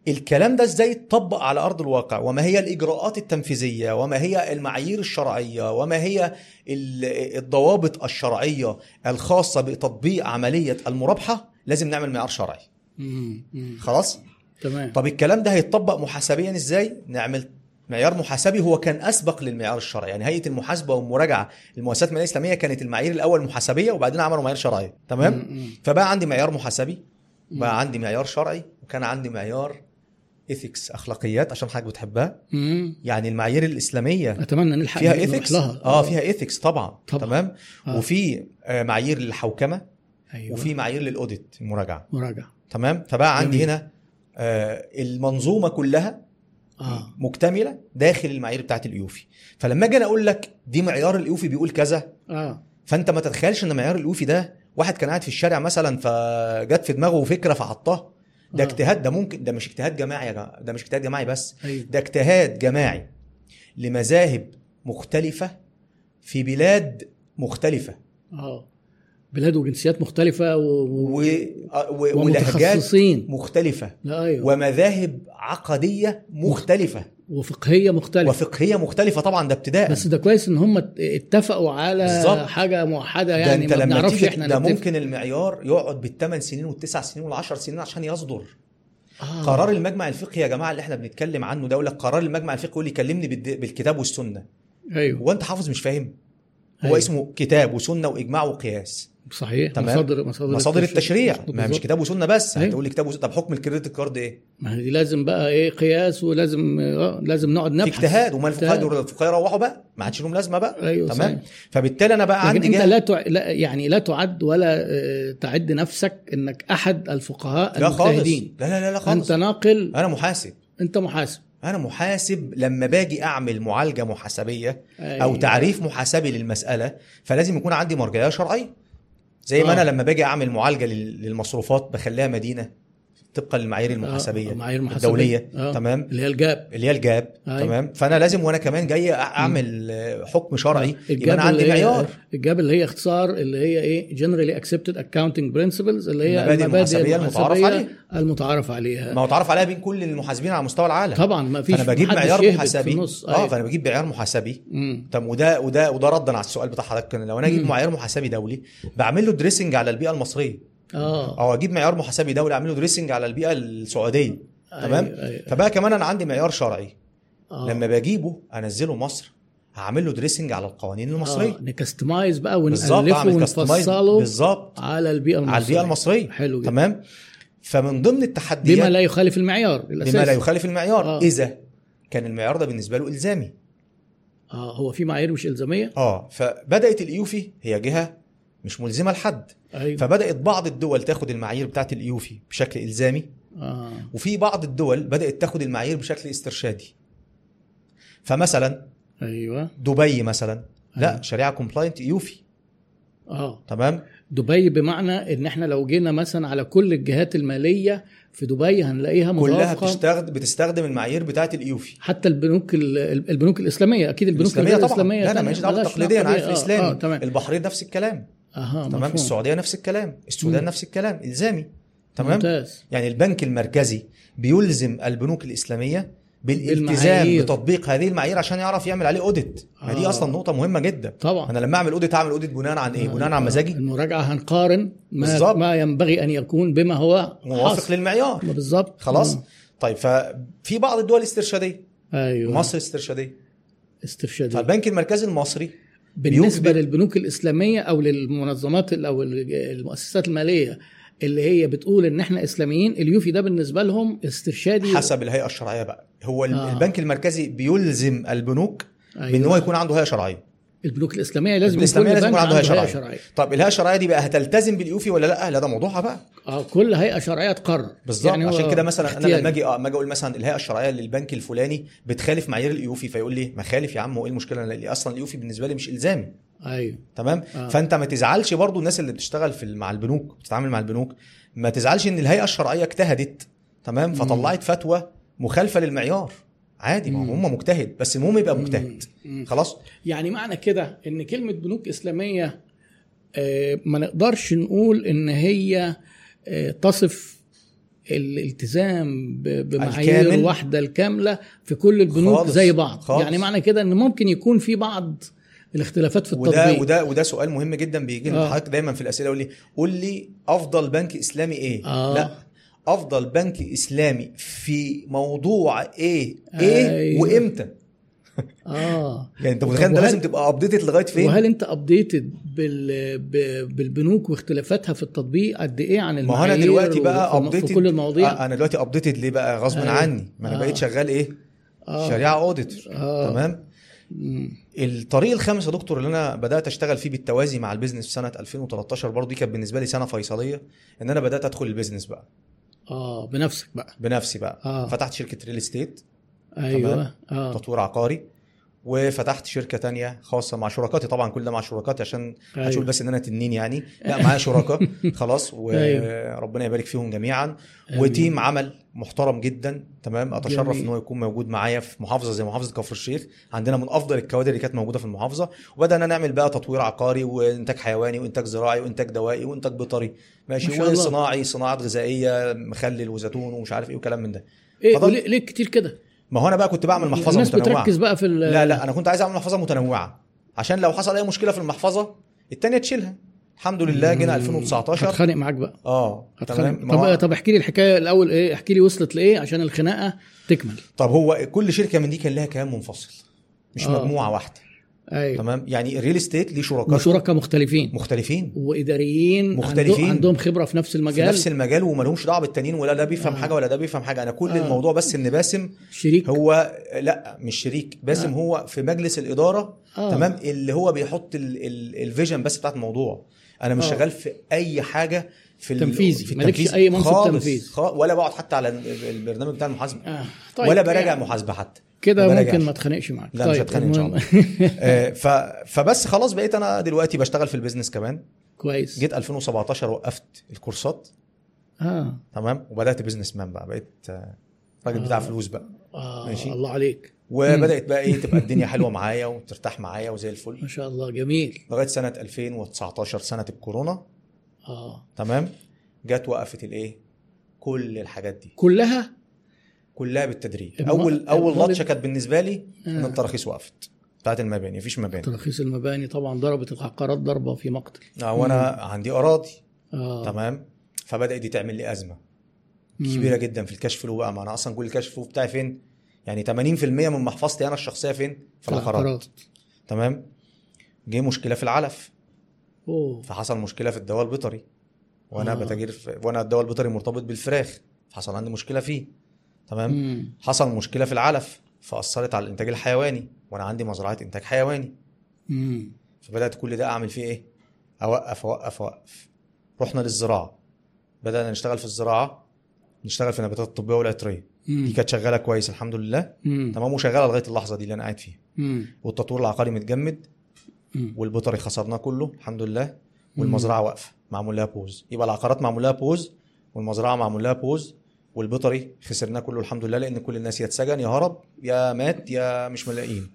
Speaker 2: الكلام ده ازاي يتطبق على ارض الواقع وما هي الاجراءات التنفيذيه وما هي المعايير الشرعيه وما هي ال- الضوابط الشرعيه الخاصه بتطبيق عمليه المرابحه لازم نعمل معيار شرعي
Speaker 1: مم. مم.
Speaker 2: خلاص
Speaker 1: تمام
Speaker 2: طب الكلام ده هيتطبق محاسبيا ازاي نعمل معيار محاسبي هو كان اسبق للمعيار الشرعي يعني هيئه المحاسبه والمراجعه للمؤسسات الماليه الاسلاميه كانت المعايير الاول محاسبيه وبعدين عملوا معايير شرعيه تمام
Speaker 1: مم. مم.
Speaker 2: فبقى عندي معيار محاسبي
Speaker 1: مم.
Speaker 2: بقى عندي معيار شرعي وكان عندي معيار ايثكس اخلاقيات عشان حاجه بتحبها
Speaker 1: مم.
Speaker 2: يعني المعايير الاسلاميه
Speaker 1: اتمنى نلحق
Speaker 2: فيها
Speaker 1: نروح
Speaker 2: ايثكس
Speaker 1: لها آه.
Speaker 2: اه فيها ايثكس طبعا,
Speaker 1: طبعاً.
Speaker 2: تمام
Speaker 1: آه.
Speaker 2: وفي آه، معايير للحوكمه
Speaker 1: أيوة.
Speaker 2: وفي معايير للاوديت المراجعه
Speaker 1: مراجعه
Speaker 2: تمام فبقى عندي
Speaker 1: جميل.
Speaker 2: هنا آه، المنظومه كلها
Speaker 1: اه
Speaker 2: مكتمله داخل المعايير بتاعت اليوفي فلما اجي انا اقول لك دي معيار اليوفي بيقول كذا
Speaker 1: اه
Speaker 2: فانت ما تتخيلش ان معيار الوفي ده واحد كان قاعد في الشارع مثلا فجت في دماغه فكره فحطها ده
Speaker 1: آه.
Speaker 2: اجتهاد ده ممكن ده مش اجتهاد جماعي يا جماعه ده مش اجتهاد جماعي بس
Speaker 1: ايوه
Speaker 2: ده اجتهاد جماعي لمذاهب مختلفه في بلاد مختلفه
Speaker 1: اه بلاد وجنسيات مختلفه و... و...
Speaker 2: آه. و... و... ولهجات
Speaker 1: ومتخصصين
Speaker 2: مختلفه
Speaker 1: لا ايوه
Speaker 2: ومذاهب عقديه مختلفه
Speaker 1: وفقهيه مختلفه
Speaker 2: وفقهيه مختلفه طبعا ده ابتداء
Speaker 1: بس ده كويس ان هم ات- اتفقوا على
Speaker 2: بالظبط.
Speaker 1: حاجه موحده
Speaker 2: ده
Speaker 1: يعني
Speaker 2: انت
Speaker 1: ما
Speaker 2: لما
Speaker 1: بنعرفش
Speaker 2: تيجي
Speaker 1: احنا
Speaker 2: ده
Speaker 1: نتفق.
Speaker 2: ممكن المعيار يقعد بالثمان سنين والتسع سنين والعشر سنين عشان يصدر
Speaker 1: آه.
Speaker 2: قرار المجمع الفقهي يا جماعه اللي احنا بنتكلم عنه ده يقول لك قرار المجمع الفقهي يقول لي كلمني بالد- بالكتاب والسنه
Speaker 1: ايوه
Speaker 2: هو انت حافظ مش فاهم هو
Speaker 1: أيوة.
Speaker 2: اسمه كتاب وسنه واجماع وقياس
Speaker 1: صحيح
Speaker 2: تمام.
Speaker 1: مصادر مصادر,
Speaker 2: مصادر التشريع ما
Speaker 1: بالظبط.
Speaker 2: مش كتاب وسنه بس
Speaker 1: أيوة.
Speaker 2: هتقول لي كتاب وسنه طب حكم الكريدت كارد ايه
Speaker 1: ما هي دي لازم بقى ايه قياس ولازم آه لازم نقعد
Speaker 2: في
Speaker 1: نبحث
Speaker 2: اجتهاد وما الفقهاء
Speaker 1: اجتهاد.
Speaker 2: دول الفقهاء يروحوا بقى ما عادش لهم لازمه بقى
Speaker 1: ايوه
Speaker 2: تمام
Speaker 1: صحيح.
Speaker 2: فبالتالي انا بقى
Speaker 1: لكن
Speaker 2: عندي
Speaker 1: انت
Speaker 2: جهه
Speaker 1: لا, تع... لا يعني لا تعد ولا آه، تعد نفسك انك احد الفقهاء
Speaker 2: لا خالص
Speaker 1: المجتهدين
Speaker 2: لا لا لا, لا خالص
Speaker 1: انت ناقل
Speaker 2: انا محاسب
Speaker 1: انت محاسب
Speaker 2: انا محاسب لما باجي اعمل معالجه محاسبيه او
Speaker 1: أيوة.
Speaker 2: تعريف محاسبي للمساله فلازم يكون عندي مرجعيه شرعيه زي ما
Speaker 1: آه.
Speaker 2: انا لما باجي اعمل معالجه لل- للمصروفات بخليها مدينه طبقا للمعايير المحاسبيه
Speaker 1: آه، معايير محاسبية.
Speaker 2: الدوليه
Speaker 1: آه.
Speaker 2: تمام
Speaker 1: اللي هي الجاب
Speaker 2: اللي هي الجاب
Speaker 1: أيوة.
Speaker 2: تمام فانا لازم وانا كمان جاي أع- اعمل آه، حكم شرعي يبقى انا عندي
Speaker 1: اللي هي-
Speaker 2: معيار
Speaker 1: الجاب اللي هي اختصار اللي هي ايه جنرالي اكسبتد اكاونتنج برنسبلز اللي هي
Speaker 2: المبادئ المحاسبية المتعارف
Speaker 1: المتعارف عليها
Speaker 2: ما هو اتعرف عليها بين كل المحاسبين على مستوى العالم
Speaker 1: طبعا ما فيش
Speaker 2: فانا بجيب
Speaker 1: محدش
Speaker 2: معيار
Speaker 1: يهبط
Speaker 2: محاسبي
Speaker 1: في النص
Speaker 2: اه
Speaker 1: أيوة.
Speaker 2: فانا بجيب معيار محاسبي
Speaker 1: مم.
Speaker 2: طب وده وده وده ردا على السؤال بتاع حضرتك كان لو انا اجيب
Speaker 1: مم.
Speaker 2: معيار محاسبي دولي بعمل له دريسنج على البيئه المصريه
Speaker 1: اه
Speaker 2: او اجيب معيار محاسبي دولي اعمله دريسنج على البيئه السعوديه تمام
Speaker 1: أيوة، أيوة.
Speaker 2: فبقى كمان انا عندي معيار شرعي
Speaker 1: آه.
Speaker 2: لما بجيبه انزله مصر هعمل له دريسنج على القوانين المصريه
Speaker 1: آه. نكستمايز بقى
Speaker 2: بالظبط
Speaker 1: ونألفه
Speaker 2: اعمل كاستمايز
Speaker 1: ونفصله
Speaker 2: بالظبط
Speaker 1: على البيئه المصريه
Speaker 2: على البيئه المصريه
Speaker 1: حلو جدا
Speaker 2: تمام فمن ضمن
Speaker 1: بما
Speaker 2: التحديات
Speaker 1: لا يخالف المعيار
Speaker 2: بما لا
Speaker 1: الاساسي
Speaker 2: يخالف المعيار
Speaker 1: آه.
Speaker 2: اذا كان المعيار ده بالنسبه له الزامي
Speaker 1: اه هو في معايير مش الزاميه
Speaker 2: اه فبدات اليوفي هي جهه مش ملزمه لحد
Speaker 1: ايوه
Speaker 2: فبدات بعض الدول تاخد المعايير بتاعت E اليوفي بشكل الزامي
Speaker 1: اه
Speaker 2: وفي بعض الدول بدأت تاخد المعايير بشكل استرشادي فمثلا
Speaker 1: ايوه
Speaker 2: دبي مثلا لا
Speaker 1: أيوة.
Speaker 2: شريعة كومبلاينت يوفي
Speaker 1: اه
Speaker 2: تمام
Speaker 1: دبي بمعنى ان احنا لو جينا مثلا على كل الجهات الماليه في دبي هنلاقيها
Speaker 2: كلها
Speaker 1: متوافقه
Speaker 2: بتستخدم بتستخدم المعايير بتاعة اليوفي
Speaker 1: حتى البنوك ال- البنوك الاسلاميه اكيد البنوك
Speaker 2: الاسلاميه طبعا
Speaker 1: الاسلاميه
Speaker 2: لا انا ماليش دعوه بالتقليديه انا عارف الاسلامي
Speaker 1: الاسلاميه اه تمام
Speaker 2: البحرين نفس الكلام
Speaker 1: اها
Speaker 2: تمام
Speaker 1: مفهوم.
Speaker 2: السعوديه نفس الكلام السودان
Speaker 1: مم.
Speaker 2: نفس الكلام الزامي تمام
Speaker 1: ممتاز
Speaker 2: يعني البنك المركزي بيلزم البنوك الاسلاميه بالالتزام
Speaker 1: بالمعايير.
Speaker 2: بتطبيق هذه المعايير عشان يعرف يعمل عليه اوديت ما دي
Speaker 1: آه.
Speaker 2: اصلا نقطه مهمه جدا
Speaker 1: طبعا
Speaker 2: انا لما اعمل اوديت هعمل اوديت بناء عن
Speaker 1: آه.
Speaker 2: ايه بناء عن مزاجي
Speaker 1: المراجعه هنقارن ما,
Speaker 2: بالظبط.
Speaker 1: ما ينبغي ان يكون بما هو
Speaker 2: موافق
Speaker 1: حاصل.
Speaker 2: للمعيار
Speaker 1: بالظبط
Speaker 2: خلاص
Speaker 1: آه.
Speaker 2: طيب ففي بعض الدول استرشاديه
Speaker 1: ايوه
Speaker 2: مصر استرشاديه
Speaker 1: استرشاد
Speaker 2: فالبنك المركزي المصري
Speaker 1: بالنسبه
Speaker 2: بيجبر-
Speaker 1: للبنوك الاسلاميه او للمنظمات ال- او ال- المؤسسات الماليه اللي هي بتقول ان احنا اسلاميين اليوفي ده بالنسبه لهم استرشادي
Speaker 2: حسب الهيئه الشرعيه بقى هو ال-
Speaker 1: آه.
Speaker 2: البنك المركزي بيلزم البنوك
Speaker 1: أيوة.
Speaker 2: بان هو يكون عنده هيئه شرعيه
Speaker 1: البنوك الاسلاميه لازم
Speaker 2: الإسلامية
Speaker 1: كل
Speaker 2: لازم
Speaker 1: بنك
Speaker 2: يكون عندها
Speaker 1: عنده
Speaker 2: شرعية.
Speaker 1: هيئه شرعيه
Speaker 2: طب الهيئه الشرعيه دي بقى هتلتزم بالايوفي ولا لا لا ده موضوعها بقى
Speaker 1: اه كل هيئه شرعيه تقرر
Speaker 2: بالظبط يعني
Speaker 1: هو
Speaker 2: عشان كده مثلا انا
Speaker 1: اختياري.
Speaker 2: لما اجي اه لما اجي اقول مثلا الهيئه الشرعيه للبنك الفلاني بتخالف معايير الايوفي فيقول لي ما خالف يا عم هو ايه المشكله انا ليه اصلا الايوفي بالنسبه لي مش الزامي
Speaker 1: ايوه
Speaker 2: تمام
Speaker 1: آه.
Speaker 2: آه. فانت ما تزعلش برضو الناس اللي بتشتغل في ال- مع البنوك بتتعامل مع البنوك ما تزعلش ان الهيئه الشرعيه اجتهدت تمام فطلعت فتوى مخالفه للمعيار عادي ما
Speaker 1: مم.
Speaker 2: هم هم مجتهد بس المهم يبقى مجتهد
Speaker 1: مم.
Speaker 2: خلاص
Speaker 1: يعني معنى كده ان كلمه بنوك اسلاميه آه، ما نقدرش نقول ان هي آه، تصف الالتزام ب- بمعايير
Speaker 2: الكامل.
Speaker 1: واحده الكامله في كل البنوك
Speaker 2: خالص،
Speaker 1: زي بعض
Speaker 2: خالص.
Speaker 1: يعني معنى كده ان ممكن يكون في بعض الاختلافات في
Speaker 2: وده
Speaker 1: التطبيق
Speaker 2: وده وده سؤال مهم جدا بيجي
Speaker 1: آه.
Speaker 2: آه. لحضرتك دايما في الاسئله يقول لي قول لي افضل بنك اسلامي ايه؟
Speaker 1: آه.
Speaker 2: لا افضل بنك اسلامي في موضوع ايه ايه
Speaker 1: أيوة.
Speaker 2: وامتى؟
Speaker 1: اه
Speaker 2: يعني انت متخيل انت
Speaker 1: وهل-
Speaker 2: لازم تبقى ابديتد لغايه فين؟
Speaker 1: وهل انت ابديتد بال... ب- بالبنوك واختلافاتها في التطبيق قد ايه عن
Speaker 2: ما هو
Speaker 1: المعايير
Speaker 2: انا دلوقتي بقى
Speaker 1: وفي-
Speaker 2: ابديتد
Speaker 1: في كل المواضيع
Speaker 2: آه انا دلوقتي ابديتد ليه بقى غصب
Speaker 1: أيوة.
Speaker 2: عني ما انا
Speaker 1: آه.
Speaker 2: بقيت شغال ايه؟
Speaker 1: آه.
Speaker 2: شريعه اوديتور
Speaker 1: آه.
Speaker 2: تمام؟
Speaker 1: مم.
Speaker 2: الطريق الخامس يا دكتور اللي انا بدات اشتغل فيه بالتوازي مع البيزنس في سنه 2013 برضه دي كانت بالنسبه لي سنه فيصليه ان انا بدات ادخل البيزنس بقى
Speaker 1: اه بنفسك بقى
Speaker 2: بنفسي بقى
Speaker 1: آه.
Speaker 2: آه. فتحت شركه ريل استيت
Speaker 1: ايوه اه
Speaker 2: تطوير عقاري وفتحت شركه تانية خاصه مع شركاتي طبعا كل ده مع شركاتي عشان
Speaker 1: أيوة.
Speaker 2: هتقول بس ان انا تنين يعني لا معايا شركاء خلاص
Speaker 1: أيوة.
Speaker 2: وربنا يبارك فيهم جميعا
Speaker 1: آمين.
Speaker 2: وتيم عمل محترم جدا تمام اتشرف
Speaker 1: جميل.
Speaker 2: ان هو يكون موجود معايا في محافظه زي محافظه كفر الشيخ عندنا من افضل الكوادر اللي كانت موجوده في المحافظه وبدانا نعمل بقى تطوير عقاري وانتاج حيواني وانتاج زراعي وانتاج دوائي وانتاج بيطري
Speaker 1: ما
Speaker 2: ماشي
Speaker 1: شاء الله.
Speaker 2: وصناعي صناعات غذائيه مخلل وزيتون ومش عارف ايه وكلام من ده
Speaker 1: ايه
Speaker 2: فضل-
Speaker 1: وليه- ليه كتير كده؟
Speaker 2: ما هو انا بقى كنت بعمل محفظه
Speaker 1: الناس
Speaker 2: متنوعه
Speaker 1: بتركز بقى في ال-
Speaker 2: لا لا انا كنت عايز اعمل محفظه متنوعه عشان لو حصل اي مشكله في المحفظه التانيه تشيلها الحمد لله جينا 2019
Speaker 1: هتخانق معاك بقى
Speaker 2: اه
Speaker 1: هتخانق
Speaker 2: تمام ما هو-
Speaker 1: طب طب احكي لي الحكايه الاول ايه احكي لي وصلت لايه عشان الخناقه تكمل
Speaker 2: طب هو كل شركه من دي كان لها كيان منفصل مش
Speaker 1: آه.
Speaker 2: مجموعه واحده
Speaker 1: ايوه
Speaker 2: تمام يعني الريل استيت ليه شركاء
Speaker 1: وشركاء مختلفين
Speaker 2: مختلفين
Speaker 1: واداريين
Speaker 2: مختلفين.
Speaker 1: عندهم, عندهم خبره في نفس
Speaker 2: في
Speaker 1: المجال
Speaker 2: نفس المجال وما لهمش دعوه بالتانيين ولا ده بيفهم
Speaker 1: آه.
Speaker 2: حاجه ولا ده بيفهم حاجه انا كل
Speaker 1: آه.
Speaker 2: الموضوع بس ان باسم
Speaker 1: شريك
Speaker 2: هو لا مش شريك باسم
Speaker 1: آه.
Speaker 2: هو في مجلس الاداره
Speaker 1: آه.
Speaker 2: تمام اللي هو بيحط ال- ال- الفيجن بس بتاعت الموضوع انا مش
Speaker 1: آه.
Speaker 2: شغال في اي حاجه في ال-
Speaker 1: تنفيذي.
Speaker 2: في
Speaker 1: مالكش
Speaker 2: التنفيذ
Speaker 1: أي منصب
Speaker 2: خالص.
Speaker 1: تنفيذ.
Speaker 2: خا- ولا بقعد حتى على ال- البرنامج بتاع المحاسبه
Speaker 1: آه.
Speaker 2: طيب ولا براجع
Speaker 1: يعني
Speaker 2: محاسبه حتى
Speaker 1: كده
Speaker 2: ما براجعش.
Speaker 1: ممكن ما اتخانقش معاك
Speaker 2: لا
Speaker 1: طيب
Speaker 2: مش هتخانق ان شاء الله
Speaker 1: المهم-
Speaker 2: آه، ف- فبس خلاص بقيت انا دلوقتي بشتغل في البيزنس كمان
Speaker 1: كويس
Speaker 2: جيت 2017 وقفت الكورسات
Speaker 1: اه
Speaker 2: تمام وبدات بيزنس مان بقى بقيت آه، راجل بتاع
Speaker 1: آه.
Speaker 2: فلوس بقى
Speaker 1: اه
Speaker 2: ماشي.
Speaker 1: الله عليك
Speaker 2: وبدات بقى ايه تبقى الدنيا حلوه معايا وترتاح معايا وزي
Speaker 1: ما
Speaker 2: الفل
Speaker 1: شاء الله جميل
Speaker 2: لغايه سنه 2019 سنه الكورونا
Speaker 1: اه
Speaker 2: تمام جت وقفت الايه كل الحاجات دي
Speaker 1: كلها
Speaker 2: كلها بالتدريج
Speaker 1: الم-
Speaker 2: اول اول
Speaker 1: المواد-
Speaker 2: لطشه كانت بالنسبه لي ان
Speaker 1: آه.
Speaker 2: التراخيص وقفت بتاعت المباني مفيش مباني
Speaker 1: تراخيص المباني طبعا ضربت العقارات ضربه في مقتل
Speaker 2: آه، وانا عندي اراضي
Speaker 1: اه
Speaker 2: تمام فبدات دي تعمل لي ازمه
Speaker 1: مم.
Speaker 2: كبيره جدا في الكاش فلو بقى ما انا اصلا كل الكاش فلو بتاعي فين يعني 80% من محفظتي انا الشخصيه فين في العقارات تمام جه مشكله في العلف
Speaker 1: اوه
Speaker 2: فحصل مشكله في الدواء البيطري وانا
Speaker 1: آه.
Speaker 2: آه. بتاجر في... وانا الدواء البيطري مرتبط بالفراخ فحصل عندي مشكله فيه تمام
Speaker 1: مم.
Speaker 2: حصل مشكله في العلف فاثرت على الانتاج الحيواني وانا عندي مزرعه انتاج حيواني
Speaker 1: مم.
Speaker 2: فبدات كل ده اعمل فيه ايه اوقف اوقف اوقف رحنا للزراعه بدانا نشتغل في الزراعه نشتغل في النباتات الطبيه والعطريه
Speaker 1: مم.
Speaker 2: دي كانت شغاله كويس الحمد لله
Speaker 1: مم.
Speaker 2: تمام وشغاله لغايه اللحظه دي اللي انا قاعد فيها
Speaker 1: مم.
Speaker 2: والتطوير العقاري متجمد
Speaker 1: مم.
Speaker 2: والبيطري خسرناه كله الحمد لله
Speaker 1: مم.
Speaker 2: والمزرعه واقفه معمول لها بوز يبقى العقارات معمول لها بوز والمزرعه معمول لها بوز والبيطري خسرناه كله الحمد لله لان كل الناس يا اتسجن يا هرب يا مات يا مش ملاقيين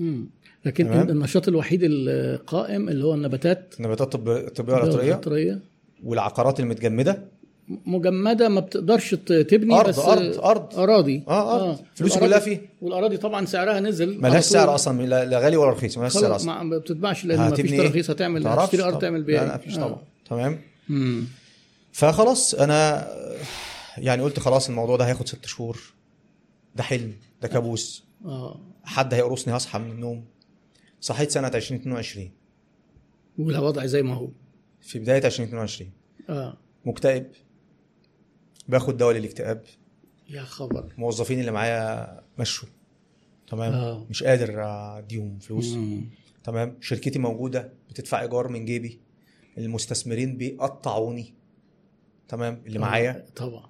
Speaker 1: مم. لكن
Speaker 2: تمام.
Speaker 1: النشاط الوحيد القائم اللي هو النباتات
Speaker 2: النباتات الطب- الطبيه والعطريه
Speaker 1: القطرية
Speaker 2: والعقارات المتجمده
Speaker 1: مجمده ما بتقدرش ت- تبني
Speaker 2: أرض،
Speaker 1: بس آه،
Speaker 2: أرض، أرض.
Speaker 1: اراضي
Speaker 2: اه اه فلوس
Speaker 1: والأراضي-
Speaker 2: كلها فيه
Speaker 1: والاراضي طبعا سعرها نزل على
Speaker 2: ملهاش
Speaker 1: طول.
Speaker 2: سعر اصلا لا لا غالي ولا رخيص ملهاش سعر
Speaker 1: خلاص
Speaker 2: اصلا
Speaker 1: ما ما بتتباعش لان ما فيش
Speaker 2: هتبني إيه؟
Speaker 1: تراخيص هتعمل
Speaker 2: متعرفش
Speaker 1: هتشتري ارض
Speaker 2: طبعاً.
Speaker 1: تعمل بيها
Speaker 2: لا
Speaker 1: إيه؟
Speaker 2: لا
Speaker 1: آه.
Speaker 2: مفيش طبعا تمام
Speaker 1: مم.
Speaker 2: فخلاص انا يعني قلت خلاص الموضوع ده هياخد ست شهور ده حلم ده كابوس
Speaker 1: اه
Speaker 2: حد هيقرصني هصحى من النوم صحيت سنه 2022
Speaker 1: والوضع زي ما هو
Speaker 2: في بدايه 2022
Speaker 1: اه
Speaker 2: مكتئب باخد دواء للاكتئاب
Speaker 1: يا خبر
Speaker 2: الموظفين اللي معايا مشوا تمام
Speaker 1: آه.
Speaker 2: مش قادر اديهم فلوس
Speaker 1: مم.
Speaker 2: تمام شركتي موجوده بتدفع ايجار من جيبي المستثمرين بيقطعوني تمام اللي معايا
Speaker 1: آه، طبعا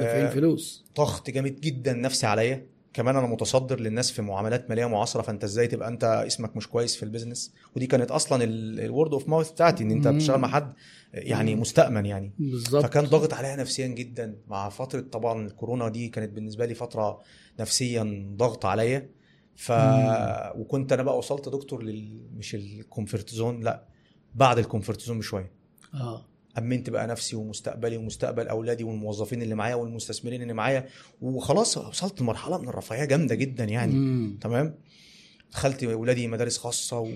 Speaker 1: دافعين
Speaker 2: آه
Speaker 1: فلوس
Speaker 2: ضغط جامد جدا نفسي عليا كمان انا متصدر للناس في معاملات ماليه معاصره فانت ازاي تبقى انت اسمك مش كويس في البيزنس ودي كانت اصلا الورد اوف ماوث بتاعتي ان انت
Speaker 1: مم.
Speaker 2: بتشتغل مع حد يعني مستأمن يعني
Speaker 1: بالظبط
Speaker 2: فكان ضاغط عليا نفسيا جدا مع فتره طبعا الكورونا دي كانت بالنسبه لي فتره نفسيا ضغط عليا ف
Speaker 1: مم.
Speaker 2: وكنت انا بقى وصلت دكتور لل... مش الكومفورت زون لا بعد الكومفورت زون بشويه
Speaker 1: اه
Speaker 2: امنت بقى نفسي ومستقبلي ومستقبل اولادي والموظفين اللي معايا والمستثمرين اللي معايا وخلاص وصلت لمرحله من الرفاهيه جامده جدا يعني
Speaker 1: مم.
Speaker 2: تمام دخلت ولادي مدارس خاصه
Speaker 1: مم.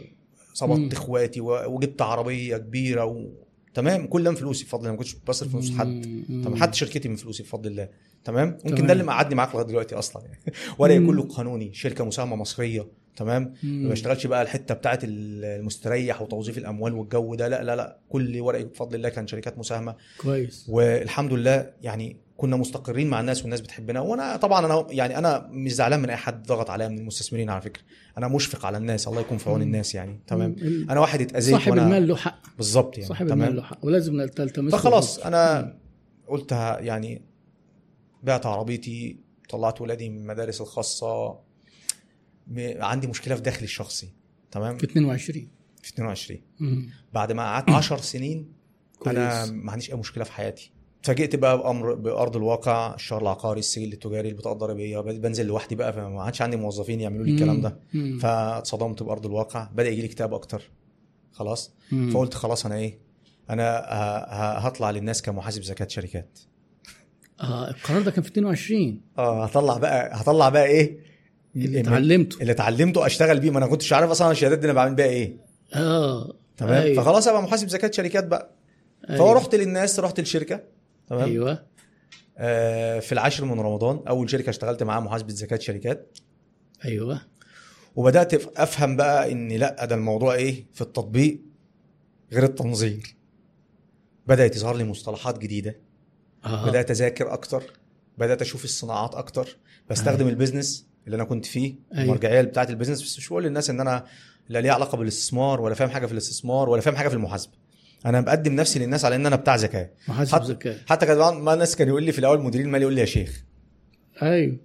Speaker 2: وظبطت اخواتي و- وجبت عربيه كبيره و... تمام كلها فلوسي بفضل الله ما كنتش بصرف فلوس حد
Speaker 1: مم.
Speaker 2: طب حتى شركتي من فلوسي بفضل الله تمام
Speaker 1: تمام.
Speaker 2: ممكن ده اللي مقعدني معاك لغايه دلوقتي اصلا يعني ورقي
Speaker 1: مم.
Speaker 2: كله قانوني شركه مساهمه مصريه تمام
Speaker 1: مم.
Speaker 2: ما بشتغلش بقى الحته بتاعه المستريح وتوظيف الاموال والجو ده لا لا لا كل ورقي بفضل الله كان شركات مساهمه
Speaker 1: كويس
Speaker 2: والحمد لله يعني كنا مستقرين مع الناس والناس بتحبنا وانا طبعا انا يعني انا مش زعلان من اي حد ضغط عليا من المستثمرين على فكره انا مشفق على الناس الله يكون في عون
Speaker 1: مم.
Speaker 2: الناس يعني تمام
Speaker 1: مم.
Speaker 2: انا واحد اتاذيت
Speaker 1: صاحب
Speaker 2: وأنا-
Speaker 1: المال له حق
Speaker 2: بالظبط يعني
Speaker 1: صاحب
Speaker 2: تمام
Speaker 1: المال له حق ولازم تلتمسه
Speaker 2: فخلاص
Speaker 1: بالظبط.
Speaker 2: انا قلت ه- يعني بعت عربيتي طلعت ولادي من المدارس الخاصه م- عندي مشكله في دخلي الشخصي تمام
Speaker 1: في 22
Speaker 2: في 22
Speaker 1: مم.
Speaker 2: بعد ما قعدت 10 سنين
Speaker 1: كويس.
Speaker 2: انا ما عنديش اي مشكله في حياتي اتفاجئت بقى بامر بارض الواقع الشهر العقاري السجل التجاري البطاقه الضريبيه بد- بنزل لوحدي بقى فما عادش عندي موظفين يعملوا لي الكلام ده
Speaker 1: مم.
Speaker 2: فاتصدمت بارض الواقع بدا يجي لي اكتئاب اكتر خلاص
Speaker 1: مم.
Speaker 2: فقلت خلاص انا ايه انا ه- ه- هطلع للناس كمحاسب زكاه شركات
Speaker 1: اه القرار ده كان في 22
Speaker 2: اه هطلع بقى هطلع بقى ايه
Speaker 1: اللي
Speaker 2: من-
Speaker 1: اتعلمته
Speaker 2: اللي اتعلمته اشتغل بيه ما انا كنتش عارف اصلا الشهادات دي انا بعمل بيها ايه
Speaker 1: اه
Speaker 2: تمام
Speaker 1: أيوة.
Speaker 2: فخلاص ابقى محاسب زكاه شركات بقى
Speaker 1: أيوة.
Speaker 2: فرحت للناس رحت الشركه تمام أيوة.
Speaker 1: ايوه
Speaker 2: آه في العاشر من رمضان اول شركه اشتغلت معاها محاسبه زكاه شركات
Speaker 1: ايوه
Speaker 2: وبدات ف- افهم بقى ان لا ده الموضوع ايه في التطبيق غير التنظير بدات يظهر لي مصطلحات جديده
Speaker 1: اه
Speaker 2: بدات اذاكر اكتر بدات اشوف الصناعات اكتر بستخدم
Speaker 1: أيوة.
Speaker 2: أيوة. البيزنس اللي انا كنت فيه
Speaker 1: أيوة.
Speaker 2: المرجعيه بتاعه البيزنس بس مش بقول للناس ان انا لا ليها علاقه بالاستثمار ولا فاهم حاجه في الاستثمار ولا فاهم حاجه في المحاسبه انا بقدم نفسي للناس على ان انا بتاع زكاه
Speaker 1: محاسب
Speaker 2: حط-
Speaker 1: ذكاء
Speaker 2: حتى كان ما الناس كان يقول لي في الاول مدير المالي يقول لي يا شيخ
Speaker 1: ايوه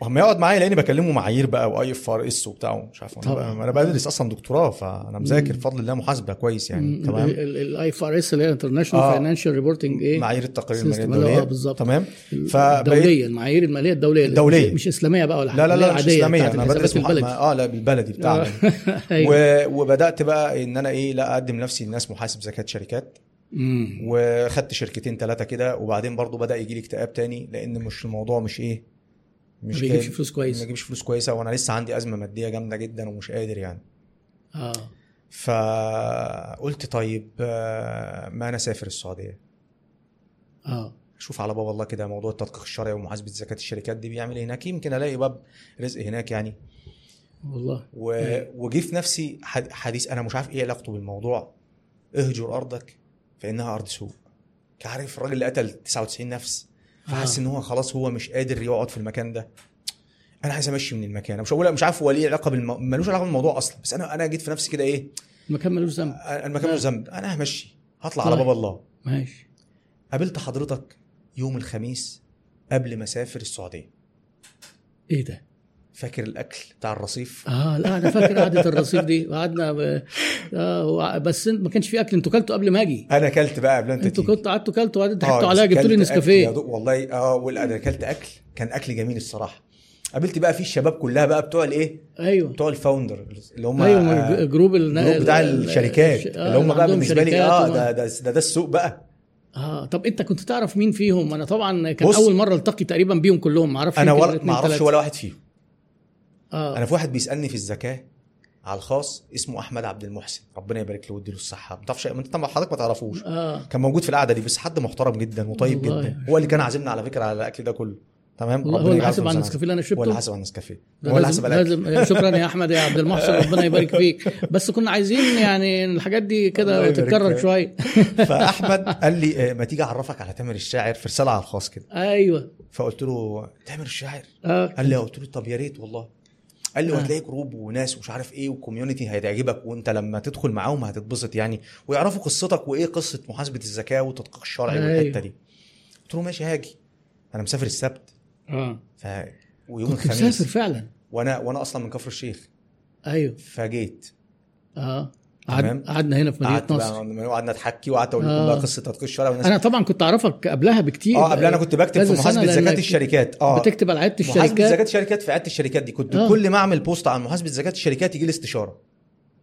Speaker 2: وهم يقعد معايا لاني بكلمه معايير بقى واي اف ار اس وبتاع ومش عارف انا
Speaker 1: طبعا.
Speaker 2: بقى انا بدرس اصلا دكتوراه فانا مذاكر
Speaker 1: مم. إيه،
Speaker 2: بفضل الله محاسبه كويس يعني تمام
Speaker 1: الاي اف ار اس اللي هي انترناشونال
Speaker 2: آه.
Speaker 1: فاينانشال ريبورتنج ايه
Speaker 2: معايير التقارير
Speaker 1: سيستم.
Speaker 2: الماليه
Speaker 1: لا،
Speaker 2: الدوليه
Speaker 1: آه، بالظبط.
Speaker 2: تمام فبقيت-
Speaker 1: الدوليه المعايير الماليه الدوليه
Speaker 2: الدولية.
Speaker 1: مش اسلاميه بقى ولا حاجه
Speaker 2: لا لا
Speaker 1: اللي هي
Speaker 2: لا مش
Speaker 1: العادية
Speaker 2: اسلاميه
Speaker 1: بتاعت
Speaker 2: انا
Speaker 1: الحسابات
Speaker 2: بدرس
Speaker 1: البلدي.
Speaker 2: محاسبه اه لا بالبلدي بتاعنا
Speaker 1: ايوه
Speaker 2: و... وبدات بقى ان انا ايه لا اقدم نفسي لناس محاسب زكاه شركات
Speaker 1: مم.
Speaker 2: وخدت شركتين ثلاثه كده وبعدين برضو بدا يجي لي اكتئاب تاني لان مش الموضوع مش ايه
Speaker 1: ما بيجيبش
Speaker 2: جايب-
Speaker 1: فلوس
Speaker 2: ما
Speaker 1: كويسه
Speaker 2: اجيبش فلوس كويسه وانا لسه عندي ازمه ماديه جامده جدا ومش قادر يعني
Speaker 1: اه
Speaker 2: فقلت طيب آه، ما انا اسافر السعوديه
Speaker 1: اه
Speaker 2: اشوف على باب الله كده موضوع التدقيق الشرعي ومحاسبه زكاه الشركات دي بيعمل ايه هناك يمكن الاقي باب رزق هناك يعني
Speaker 1: والله
Speaker 2: و...
Speaker 1: أيوة.
Speaker 2: وجي في نفسي حد- حديث انا مش عارف ايه علاقته بالموضوع اهجر ارضك فانها ارض سوء عارف الراجل اللي قتل 99 نفس فحس
Speaker 1: آه.
Speaker 2: ان هو خلاص هو مش قادر يقعد في المكان ده انا عايز امشي من المكان أنا مش هقول مش عارف هو ليه علاقه بالمو... ملوش علاقه بالموضوع اصلا بس انا انا جيت في نفسي كده ايه
Speaker 1: ما كملوش ذنب
Speaker 2: انا ما كانش ذنب انا همشي هطلع
Speaker 1: طيب.
Speaker 2: على باب الله
Speaker 1: ماشي
Speaker 2: قابلت حضرتك يوم الخميس قبل ما اسافر السعوديه
Speaker 1: ايه ده
Speaker 2: فاكر الاكل بتاع الرصيف
Speaker 1: اه لا انا فاكر قعده الرصيف دي وقعدنا ب... آه هو- بس انت- ما كانش في اكل انتوا كلتوا قبل ما اجي
Speaker 2: انا اكلت بقى قبل انت
Speaker 1: انتوا
Speaker 2: تيجي.
Speaker 1: كنتوا قعدتوا كلتوا وبعدين
Speaker 2: آه،
Speaker 1: ضحكتوا عليا
Speaker 2: بس
Speaker 1: جبتوا لي
Speaker 2: كلت أكل يا
Speaker 1: نسكافيه
Speaker 2: دوب والله اه ولا انا اكلت اكل كان اكل جميل الصراحه قابلت بقى فيه الشباب كلها بقى بتوع الايه
Speaker 1: ايوه
Speaker 2: بتوع الفاوندر اللي هم
Speaker 1: ايوه الج- الجروب النا-
Speaker 2: الجروب آه، بتاع
Speaker 1: ال- ال-
Speaker 2: الشركات
Speaker 1: الش- آه،
Speaker 2: اللي هم بقى
Speaker 1: عندهم
Speaker 2: بالنسبه لي
Speaker 1: شركات
Speaker 2: اه
Speaker 1: وما-
Speaker 2: ده ده ده, ده السوق بقى
Speaker 1: اه طب انت كنت تعرف مين فيهم انا طبعا كان
Speaker 2: بص.
Speaker 1: اول مره التقي تقريبا بيهم كلهم ما اعرفش
Speaker 2: انا
Speaker 1: يمكن
Speaker 2: ولا
Speaker 1: اتنين
Speaker 2: ما اعرفش
Speaker 1: تلاتة.
Speaker 2: ولا واحد فيهم
Speaker 1: اه
Speaker 2: انا في واحد بيسالني في الزكاه على الخاص اسمه احمد عبد المحسن ربنا يبارك له ويديله الصحه ما تعرفش انت طبعا حضرتك ما تعرفوش
Speaker 1: اه
Speaker 2: كان موجود في القعده دي بس حد محترم جدا وطيب
Speaker 1: والله.
Speaker 2: جدا هو اللي كان عازمنا على فكره على الاكل ده كله تمام
Speaker 1: والله هو
Speaker 2: ربنا
Speaker 1: اللي
Speaker 2: يجعله في
Speaker 1: حاسب على
Speaker 2: ميزان
Speaker 1: النسكافيه اللي انا شربته
Speaker 2: ولا حاسب على النسكافيه
Speaker 1: ده
Speaker 2: ولا
Speaker 1: لازم
Speaker 2: حاسب على الأكل.
Speaker 1: لازم شكرا يا احمد يا عبد المحسن ربنا يبارك فيك بس كنا عايزين يعني الحاجات دي
Speaker 2: الله
Speaker 1: كده
Speaker 2: يبارك
Speaker 1: تتكرر
Speaker 2: فيك.
Speaker 1: شويه
Speaker 2: فاحمد قال لي آه، ما تيجي اعرفك على تامر الشاعر في رساله على الخاص كده
Speaker 1: ايوه
Speaker 2: فقلت له تامر الشاعر
Speaker 1: اه
Speaker 2: قال لي "آه، قلت له طب يا ريت والله قال لي
Speaker 1: آه.
Speaker 2: وهتلاقي جروب وناس ومش عارف ايه وكوميونتي هتعجبك وانت لما تدخل معاهم هتتبسط يعني ويعرفوا قصتك وايه قصه محاسبه الزكاه والتدقيق الشرعي
Speaker 1: أيوة.
Speaker 2: والحته دي قلت له ماشي هاجي انا مسافر السبت
Speaker 1: اه
Speaker 2: ف ويوم
Speaker 1: كنت
Speaker 2: الخميس
Speaker 1: مسافر فعلا
Speaker 2: وانا وانا اصلا من كفر الشيخ
Speaker 1: ايوه
Speaker 2: فجيت
Speaker 1: اه
Speaker 2: تمام.
Speaker 1: قعد- قعدنا هنا في مدينه
Speaker 2: قعدت
Speaker 1: نصر
Speaker 2: بقى قعدنا نحكي وقعدت اقول لكم
Speaker 1: آه.
Speaker 2: بقى قصه تدقيق الشرعي والناس
Speaker 1: انا طبعا كنت اعرفك قبلها بكتير
Speaker 2: اه قبل انا كنت بكتب في
Speaker 1: كذا سنة
Speaker 2: محاسبه
Speaker 1: لأنك
Speaker 2: زكاه الشركات اه
Speaker 1: بتكتب على عياده
Speaker 2: محاسبه
Speaker 1: الشركات
Speaker 2: زكاه الشركات في عياده الشركات دي كنت
Speaker 1: آه.
Speaker 2: كل ما اعمل بوست عن محاسبه زكاه الشركات يجي لي استشاره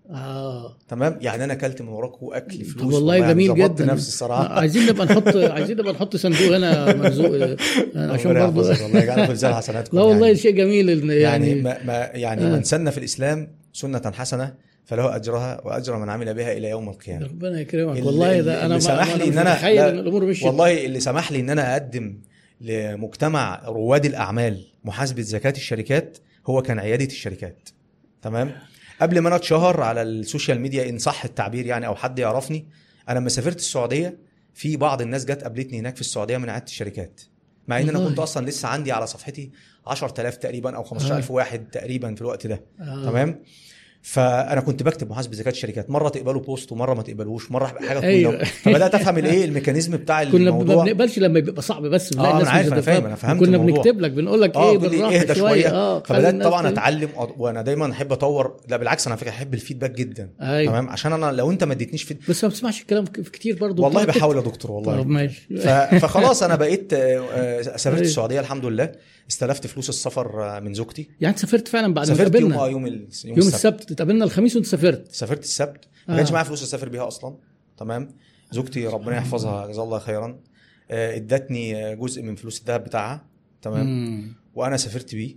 Speaker 1: اه
Speaker 2: تمام يعني انا اكلت من وراكوا اكل فلوس
Speaker 1: طب والله جميل
Speaker 2: يعني ظبطت
Speaker 1: جدا
Speaker 2: نفسي
Speaker 1: آه،
Speaker 2: الصراحه
Speaker 1: عايزين نبقى نحط عايزين نبقى نحط صندوق هنا مرزوق آه، عشان
Speaker 2: ربنا
Speaker 1: برضه
Speaker 2: يحفظك والله يجعلنا في ميزان حسناتكم
Speaker 1: لا والله
Speaker 2: يعني,
Speaker 1: شيء جميل إن-
Speaker 2: يعني,
Speaker 1: يعني
Speaker 2: ما ما يعني
Speaker 1: آه.
Speaker 2: من سن في الاسلام سنه حسنه فله اجرها واجر من عمل بها الى يوم القيامه
Speaker 1: ربنا يكرمك
Speaker 2: يعني اللي-
Speaker 1: والله
Speaker 2: اللي-
Speaker 1: ده انا
Speaker 2: اللي
Speaker 1: ما-
Speaker 2: سمح
Speaker 1: ما أنا
Speaker 2: لي
Speaker 1: مش
Speaker 2: إن أنا-
Speaker 1: متخيل
Speaker 2: لا،
Speaker 1: ان الامور مشيت
Speaker 2: والله اللي سمح لي ان انا اقدم لمجتمع رواد الاعمال محاسبه زكاه الشركات هو كان عياده الشركات تمام قبل ما انا اتشهر على السوشيال ميديا ان صح التعبير يعني او حد يعرفني انا لما سافرت السعوديه في بعض الناس جت قابلتني هناك في السعوديه من عياده الشركات مع ان انا
Speaker 1: والله.
Speaker 2: كنت اصلا لسه عندي على صفحتي 10000 تقريبا او 15000 واحد تقريبا في الوقت ده
Speaker 1: آه.
Speaker 2: تمام فانا كنت بكتب محاسبه زكاه الشركات مره تقبلوا بوست ومره ما تقبلوش مره حاجه طويله
Speaker 1: أيوة.
Speaker 2: أيوة. فبدات افهم الايه الميكانيزم بتاع
Speaker 1: كنا ب- ما
Speaker 2: الموضوع
Speaker 1: بنقبلش لما بيبقى صعب بس بنلاقي
Speaker 2: آه،
Speaker 1: الناس
Speaker 2: أنا عارف،
Speaker 1: مش
Speaker 2: أنا
Speaker 1: هتفهم.
Speaker 2: فاهم، أنا فهمت
Speaker 1: كنا
Speaker 2: الموضوع.
Speaker 1: بنكتب لك بنقول لك
Speaker 2: اه
Speaker 1: ايه
Speaker 2: كل
Speaker 1: بالراحه
Speaker 2: اهدى شويه,
Speaker 1: اه خلي
Speaker 2: فبدات
Speaker 1: الناس
Speaker 2: طبعا
Speaker 1: ت-
Speaker 2: اتعلم أط- وانا دايما احب اطور لا بالعكس انا فاكر احب الفيدباك جدا
Speaker 1: ايوه
Speaker 2: تمام عشان انا لو انت ما اديتنيش فيد...
Speaker 1: بس ما بتسمعش الكلام ك- كتير برضو
Speaker 2: والله
Speaker 1: بتقعد
Speaker 2: بحاول يا دكتور
Speaker 1: تكتب.
Speaker 2: والله
Speaker 1: طب ماشي
Speaker 2: ف... فخلاص انا بقيت آه، آه، سافرت
Speaker 1: أيوة.
Speaker 2: السعوديه الحمد لله استلفت فلوس السفر آه، من زوجتي
Speaker 1: يعني سافرت فعلا بعد ما
Speaker 2: سافرت يوم اه
Speaker 1: اتقابلنا
Speaker 2: يوم ال-
Speaker 1: يوم
Speaker 2: يوم, السبت.
Speaker 1: السبت اتقابلنا الخميس وانت سافرت
Speaker 2: سافرت السبت
Speaker 1: آه.
Speaker 2: ما كانش معايا فلوس اسافر بيها اصلا تمام زوجتي ربنا يحفظها جزاها الله خيرا آه، ادتني آه، جزء من فلوس الذهب بتاعها تمام
Speaker 1: مم.
Speaker 2: وانا سافرت بيه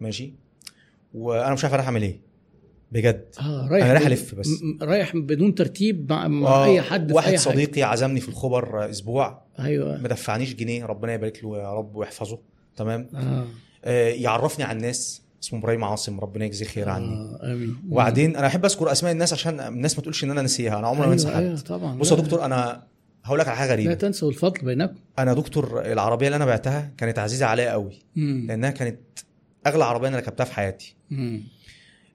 Speaker 2: ماشي وانا مش عارف انا هعمل ايه بجد
Speaker 1: اه رايح
Speaker 2: أنا رايح
Speaker 1: ب-
Speaker 2: ألف بس.
Speaker 1: م- م- رايح بدون ترتيب مع, مع
Speaker 2: آه،
Speaker 1: اي حد في
Speaker 2: واحد
Speaker 1: أي حاجة.
Speaker 2: صديقي عزمني في الخبر آه، اسبوع
Speaker 1: ايوه
Speaker 2: ما دفعنيش جنيه ربنا يبارك له يا رب ويحفظه تمام
Speaker 1: اه
Speaker 2: آه، يعرفني على الناس اسمه ابراهيم عاصم ربنا يجزيه خير عني
Speaker 1: آه، امين
Speaker 2: وبعدين انا احب اذكر اسماء الناس عشان الناس ما تقولش ان انا نسيها انا عمري ما
Speaker 1: أيوة،
Speaker 2: انسى حد
Speaker 1: أيوة، طبعا
Speaker 2: بص يا
Speaker 1: لا،
Speaker 2: دكتور انا هقول لك على حاجه غريبه
Speaker 1: لا تنسوا الفضل بينكم
Speaker 2: انا دكتور العربيه اللي انا بعتها كانت عزيزه عليا قوي
Speaker 1: مم.
Speaker 2: لانها كانت اغلى عربيه انا ركبتها في حياتي
Speaker 1: مم.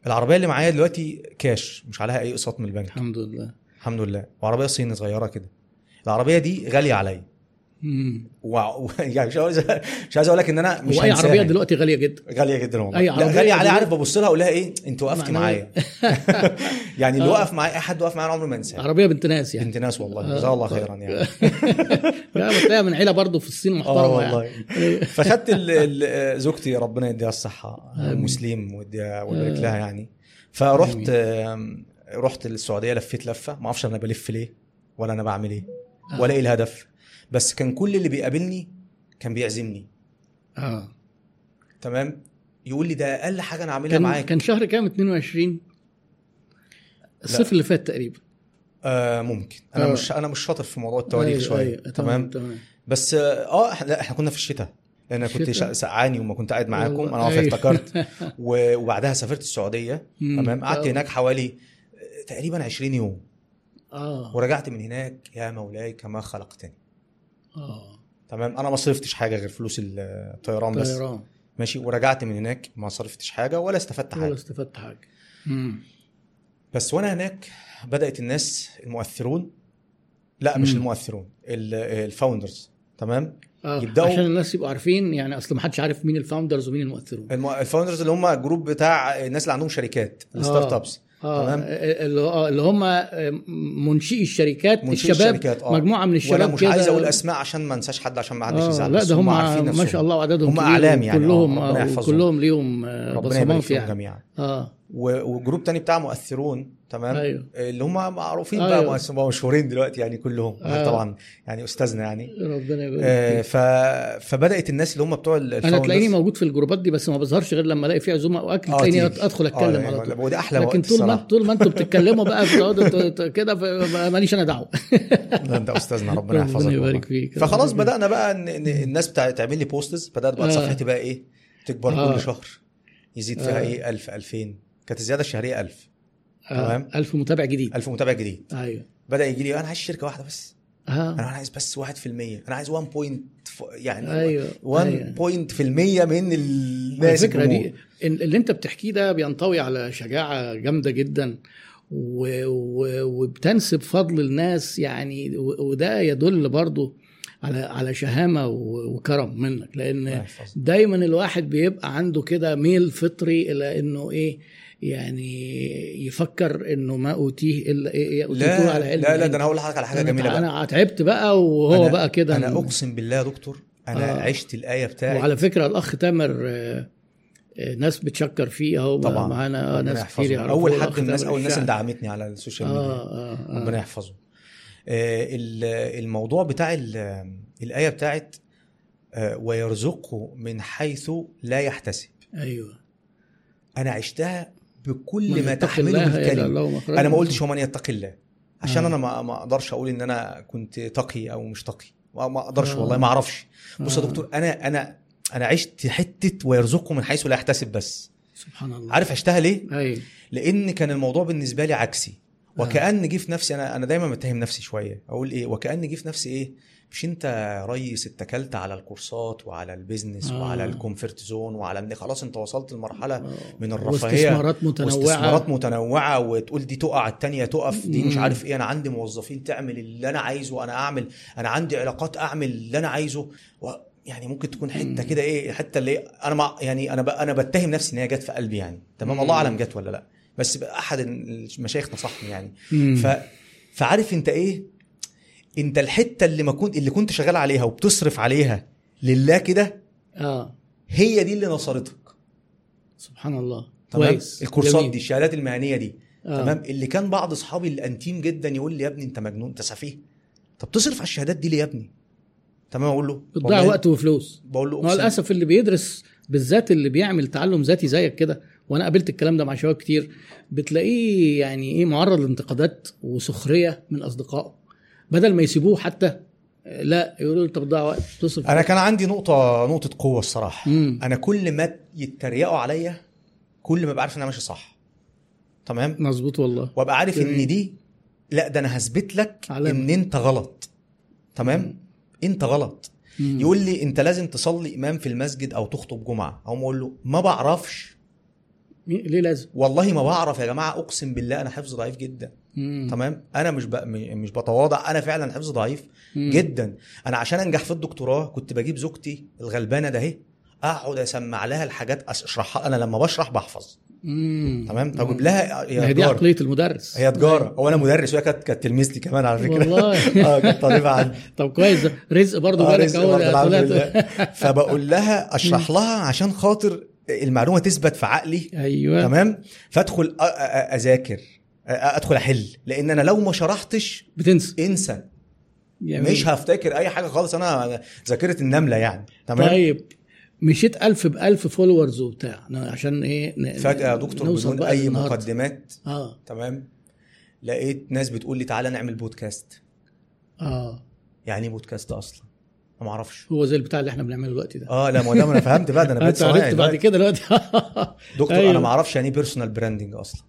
Speaker 2: العربيه اللي معايا دلوقتي كاش مش عليها اي اقساط من البنك
Speaker 1: الحمد لله
Speaker 2: الحمد لله وعربيه صيني صغيره كده العربيه دي غاليه عليا
Speaker 1: مم.
Speaker 2: و... و... يعني مش عاوز مش عايز اقول لك ان انا مش
Speaker 1: واي
Speaker 2: هنساها. يعني.
Speaker 1: عربيه دلوقتي غاليه جدا
Speaker 2: غاليه جدا والله
Speaker 1: أي
Speaker 2: لا
Speaker 1: عربية
Speaker 2: غاليه عليا
Speaker 1: دلوقتي-
Speaker 2: عارف ببص لها اقول لها ايه انت وقفتي
Speaker 1: معناها-
Speaker 2: معايا يعني اللي
Speaker 1: آه.
Speaker 2: وقف معايا اي حد وقف معايا أنا عمري ما انساه
Speaker 1: عربيه بنت ناس يعني
Speaker 2: بنت ناس والله
Speaker 1: آه.
Speaker 2: جزاها الله خيرا يعني
Speaker 1: لا بتلاقيها من عيله برضو في الصين محترمه
Speaker 2: اه
Speaker 1: يعني.
Speaker 2: والله فخدت ال- ال- زوجتي ربنا يديها الصحه
Speaker 1: آمين.
Speaker 2: ام مسلم ويديها ويبارك
Speaker 1: آه.
Speaker 2: لها يعني فرحت
Speaker 1: آمين.
Speaker 2: آم، رحت السعوديه لفيت لفه ما اعرفش انا بلف ليه ولا انا بعمل ايه
Speaker 1: آه.
Speaker 2: ولا ايه الهدف بس كان كل اللي بيقابلني كان بيعزمني
Speaker 1: اه
Speaker 2: تمام يقول لي ده اقل حاجه انا اعملها
Speaker 1: كان
Speaker 2: معاك
Speaker 1: كان شهر كام 22 الصيف اللي فات تقريبا
Speaker 2: آه ممكن انا
Speaker 1: آه.
Speaker 2: مش انا مش شاطر في موضوع التواريخ
Speaker 1: أيوة،
Speaker 2: شويه
Speaker 1: أيوة،
Speaker 2: تمام
Speaker 1: تمام
Speaker 2: بس اه إحنا- لا احنا كنا في الشتاء لان أنا كنت
Speaker 1: الشتاء.
Speaker 2: شا- سقعاني وما كنت قاعد معاكم انا
Speaker 1: والله، أيوة.
Speaker 2: افتكرت و- وبعدها سافرت السعوديه
Speaker 1: مم.
Speaker 2: تمام قعدت
Speaker 1: آه.
Speaker 2: هناك حوالي تقريبا 20 يوم
Speaker 1: اه
Speaker 2: ورجعت من هناك يا مولاي كما خلقتني
Speaker 1: اه
Speaker 2: تمام انا ما صرفتش حاجه غير فلوس ال- الطيران بس
Speaker 1: طيران
Speaker 2: ماشي ورجعت من هناك ما صرفتش حاجه ولا استفدت
Speaker 1: ولا
Speaker 2: حاجه
Speaker 1: استفدت حاجه مم.
Speaker 2: بس وانا هناك بدات الناس المؤثرون لا مش
Speaker 1: مم.
Speaker 2: المؤثرون ال- الفاوندرز تمام
Speaker 1: آه.
Speaker 2: يبدأوا-
Speaker 1: عشان الناس يبقوا عارفين يعني اصل ما حدش عارف مين الفاوندرز ومين المؤثرون
Speaker 2: الم- الفاوندرز اللي هم الجروب بتاع الناس اللي عندهم شركات الستارت ابس
Speaker 1: آه.
Speaker 2: تمام.
Speaker 1: اللي آه، اللي هم منشئي الشركات
Speaker 2: منشئي
Speaker 1: الشباب
Speaker 2: الشركات، آه.
Speaker 1: مجموعه من الشباب
Speaker 2: وانا مش
Speaker 1: كده.
Speaker 2: عايز اقول اسماء عشان ما انساش حد عشان ما حدش
Speaker 1: آه
Speaker 2: يزعل
Speaker 1: لا
Speaker 2: بس
Speaker 1: ده
Speaker 2: هم عارفين
Speaker 1: هم ما
Speaker 2: نفسهم
Speaker 1: شاء الله عددهم
Speaker 2: هم
Speaker 1: كبير
Speaker 2: أعلام يعني، آه،
Speaker 1: كلهم
Speaker 2: ربنا
Speaker 1: آه
Speaker 2: يحفظهم.
Speaker 1: كلهم ليهم آه،
Speaker 2: ربنا يبارك
Speaker 1: بصمات
Speaker 2: فيهم
Speaker 1: يعني
Speaker 2: جميعا
Speaker 1: اه
Speaker 2: و- وجروب تاني بتاع مؤثرون تمام
Speaker 1: ايوه
Speaker 2: اللي هم معروفين
Speaker 1: أيوه.
Speaker 2: بقى مؤثرون بقى مشهورين دلوقتي يعني كلهم
Speaker 1: آه. أيوة.
Speaker 2: طبعا يعني استاذنا يعني
Speaker 1: ربنا
Speaker 2: آه،
Speaker 1: يبارك فيك.
Speaker 2: ف... فبدات الناس اللي هم بتوع ال-
Speaker 1: انا تلاقيني
Speaker 2: الfounders-
Speaker 1: موجود في الجروبات دي بس ما بظهرش غير لما الاقي فيها عزومه او اكل
Speaker 2: آه،
Speaker 1: تلاقيني
Speaker 2: تيجي.
Speaker 1: ادخل اتكلم
Speaker 2: آه،
Speaker 1: على
Speaker 2: يعني
Speaker 1: طول
Speaker 2: وده احلى
Speaker 1: لكن
Speaker 2: وقت
Speaker 1: طول ما
Speaker 2: الصراحه
Speaker 1: طول ما انتوا بتتكلموا بقى بتقعدوا ت- ت- كده ف- ماليش انا دعوه
Speaker 2: لا، انت استاذنا ربنا يحفظك
Speaker 1: ربنا
Speaker 2: والله.
Speaker 1: يبارك فيك
Speaker 2: فخلاص بدانا بقى ان إن الناس بتاع تعمل لي بوستز بدات بقى
Speaker 1: آه.
Speaker 2: صفحتي بقى ايه تكبر
Speaker 1: آه.
Speaker 2: كل شهر يزيد فيها
Speaker 1: آه.
Speaker 2: ايه 1000 2000 كانت الزياده الشهريه 1000 تمام.
Speaker 1: تمام 1000 متابع جديد
Speaker 2: 1000 متابع جديد
Speaker 1: ايوه
Speaker 2: بدا يجي لي انا عايز شركه واحده بس انا
Speaker 1: اه
Speaker 2: عايز بس 1% انا عايز 1 بوينت يعني
Speaker 1: ايوه
Speaker 2: 1
Speaker 1: أيوة.
Speaker 2: بوينت في المية من الناس
Speaker 1: الفكره دي
Speaker 2: الجمهور.
Speaker 1: إن- اللي انت بتحكيه ده بينطوي على شجاعه جامده جدا و... و... وبتنسب فضل الناس يعني و... وده يدل برضو على على شهامه و... وكرم منك
Speaker 2: الله
Speaker 1: لان
Speaker 2: يحفظك.
Speaker 1: دايما الواحد بيبقى عنده كده ميل فطري الى انه ايه يعني يفكر انه ما اوتيه الا ايه أوتيتوه على
Speaker 2: لا
Speaker 1: علم
Speaker 2: لا لا
Speaker 1: عند
Speaker 2: ده انا هقول لحضرتك على حاجه
Speaker 1: أنا-
Speaker 2: جميله بقى
Speaker 1: انا تعبت بقى وهو
Speaker 2: أنا-
Speaker 1: بقى كده
Speaker 2: انا اقسم بالله يا دكتور انا
Speaker 1: آه.
Speaker 2: عشت الايه بتاعت
Speaker 1: وعلى فكره الاخ تامر آه، آه، ناس بتشكر فيه اهو
Speaker 2: طبعاً.
Speaker 1: طبعا معانا آه،
Speaker 2: ربنا
Speaker 1: ناس
Speaker 2: يحفظه.
Speaker 1: كتير يعرفوه
Speaker 2: اول
Speaker 1: الأخ
Speaker 2: حد من الناس
Speaker 1: تامر
Speaker 2: اول الناس اللي
Speaker 1: الشاعر.
Speaker 2: دعمتني على السوشيال ميديا
Speaker 1: اه اه, آه.
Speaker 2: ربنا يحفظه آه، ال- الموضوع بتاع ال- الايه بتاعت آه، ويرزقه من حيث لا يحتسب
Speaker 1: ايوه
Speaker 2: انا عشتها بكل
Speaker 1: من
Speaker 2: ما
Speaker 1: يتق
Speaker 2: تحمله
Speaker 1: الله يجعل
Speaker 2: الكلمه
Speaker 1: له مخرجا.
Speaker 2: انا ما قلتش هو من يتقي الله عشان
Speaker 1: آه.
Speaker 2: انا ما ما اقدرش اقول ان انا كنت تقي او مش تقي ما ما اقدرش
Speaker 1: آه.
Speaker 2: والله ما اعرفش بص يا
Speaker 1: آه.
Speaker 2: دكتور انا انا انا عشت حته ويرزقه من حيث لا يحتسب بس
Speaker 1: سبحان الله
Speaker 2: عارف عشتها ليه
Speaker 1: ايوه
Speaker 2: لان كان الموضوع بالنسبه لي عكسي وكان جه في نفسي انا انا دايما متهم نفسي شويه اقول ايه وكان جه في نفسي ايه مش انت ريس اتكلت على الكورسات وعلى البيزنس
Speaker 1: آه.
Speaker 2: وعلى الكومفورت زون وعلى من خلاص انت وصلت لمرحله من الرفاهيه
Speaker 1: آه. واستثمارات متنوعه
Speaker 2: واستثمارات متنوعه وتقول دي تقع التانيه تقف دي مش
Speaker 1: مم.
Speaker 2: عارف ايه انا عندي موظفين تعمل اللي انا عايزه انا اعمل انا عندي علاقات اعمل اللي انا عايزه و يعني ممكن تكون حته
Speaker 1: مم.
Speaker 2: كده ايه حته اللي انا مع يعني انا ب... انا بتهم نفسي ان هي جت في قلبي يعني تمام
Speaker 1: مم.
Speaker 2: الله اعلم جت ولا لا بس بقى احد المشايخ نصحني يعني
Speaker 1: مم.
Speaker 2: ف... فعارف انت ايه انت الحته اللي ما كنت اللي كنت شغال عليها وبتصرف عليها لله كده
Speaker 1: اه
Speaker 2: هي دي اللي نصرتك
Speaker 1: سبحان الله
Speaker 2: تمام
Speaker 1: كويس
Speaker 2: الكورسات
Speaker 1: جميل.
Speaker 2: دي الشهادات المهنيه دي
Speaker 1: آه.
Speaker 2: تمام اللي كان بعض اصحابي الانتيم جدا يقول لي يا ابني انت مجنون انت سفيه طب تصرف على الشهادات دي ليه يا ابني تمام اقول له
Speaker 1: بتضيع
Speaker 2: والله-
Speaker 1: وقت وفلوس
Speaker 2: بقول له
Speaker 1: ما هو
Speaker 2: أقسم-
Speaker 1: للاسف اللي بيدرس بالذات اللي بيعمل تعلم ذاتي زيك كده وانا قابلت الكلام ده مع شباب كتير بتلاقيه يعني ايه معرض لانتقادات وسخريه من اصدقائه بدل ما يسيبوه حتى آه، لا يقولوا له انت بتضيع وقت تصرف
Speaker 2: انا كان عندي نقطه نقطه قوه الصراحه
Speaker 1: امم
Speaker 2: انا كل ما يتريقوا عليا كل ما بعرف ان انا ماشي صح تمام
Speaker 1: مظبوط والله
Speaker 2: وابقى عارف ان
Speaker 1: جميل.
Speaker 2: دي لا ده انا هثبت لك
Speaker 1: علامة.
Speaker 2: ان انت غلط تمام
Speaker 1: مم.
Speaker 2: انت غلط
Speaker 1: مم.
Speaker 2: يقول لي انت لازم تصلي امام في المسجد او تخطب جمعه او اقول له ما بعرفش
Speaker 1: مي- ليه لازم
Speaker 2: والله ما بعرف يا جماعه اقسم بالله انا حفظ ضعيف جدا
Speaker 1: مم.
Speaker 2: تمام انا مش بق... م- مش بتواضع انا فعلا حفظ ضعيف
Speaker 1: مم.
Speaker 2: جدا انا عشان انجح في الدكتوراه كنت بجيب زوجتي الغلبانه ده اهي اقعد اسمع لها الحاجات أس- اشرحها انا لما بشرح بحفظ
Speaker 1: مم.
Speaker 2: تمام
Speaker 1: مم.
Speaker 2: طب لها
Speaker 1: ما
Speaker 2: يا
Speaker 1: هي دي
Speaker 2: تجاره
Speaker 1: عقليه المدرس طيب.
Speaker 2: هي تجاره هو انا مدرس وهي كانت كانت تلميذتي كمان على فكره
Speaker 1: والله
Speaker 2: اه كانت طالبه عندي
Speaker 1: طب كويس ده رزق برضه
Speaker 2: آه،
Speaker 1: بالك
Speaker 2: رزق
Speaker 1: اهو
Speaker 2: برضه، الحمد
Speaker 1: طلعت
Speaker 2: لله. فبقول لها اشرح لها عشان خاطر المعلومه تثبت في عقلي
Speaker 1: ايوه
Speaker 2: تمام فادخل أ- أ- أ- اذاكر أ- ادخل احل لان انا لو ما شرحتش
Speaker 1: بتنسى
Speaker 2: انسى
Speaker 1: جميل.
Speaker 2: مش هفتكر اي حاجه خالص انا ذاكره النمله يعني تمام
Speaker 1: طيب مشيت ألف بألف فولورز وبتاع أنا عشان ايه ن-
Speaker 2: فجاه يا دكتور
Speaker 1: نوصل
Speaker 2: بدون
Speaker 1: بقى
Speaker 2: اي
Speaker 1: للنهاردة.
Speaker 2: مقدمات
Speaker 1: اه
Speaker 2: تمام لقيت ناس بتقول لي تعالى نعمل بودكاست
Speaker 1: اه
Speaker 2: يعني ايه بودكاست اصلا أنا ما اعرفش
Speaker 1: هو زي البتاع اللي احنا بنعمله دلوقتي ده
Speaker 2: اه لا ما دام انا فهمت بقى ده انا بقيت
Speaker 1: انت
Speaker 2: صنايعي
Speaker 1: عرفت بعد
Speaker 2: دلوقتي.
Speaker 1: كده دلوقتي
Speaker 2: دكتور
Speaker 1: أيوه.
Speaker 2: انا ما اعرفش يعني ايه بيرسونال براندنج اصلا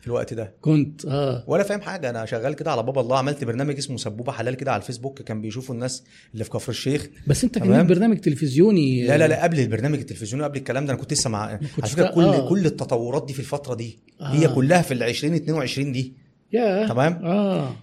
Speaker 2: في الوقت ده
Speaker 1: كنت اه
Speaker 2: ولا فاهم حاجه انا شغال كده على باب الله عملت برنامج اسمه سبوبه حلال كده على الفيسبوك كان بيشوفوا الناس اللي في كفر الشيخ
Speaker 1: بس انت كان
Speaker 2: تمام.
Speaker 1: ليك برنامج تلفزيوني
Speaker 2: لا لا لا قبل البرنامج التلفزيوني قبل الكلام ده انا كنت لسه مع على
Speaker 1: كنتش
Speaker 2: فكره
Speaker 1: تا-
Speaker 2: كل
Speaker 1: آه.
Speaker 2: كل التطورات دي في الفتره دي هي
Speaker 1: آه.
Speaker 2: كلها في ال 20 22 دي
Speaker 1: يا
Speaker 2: تمام
Speaker 1: اه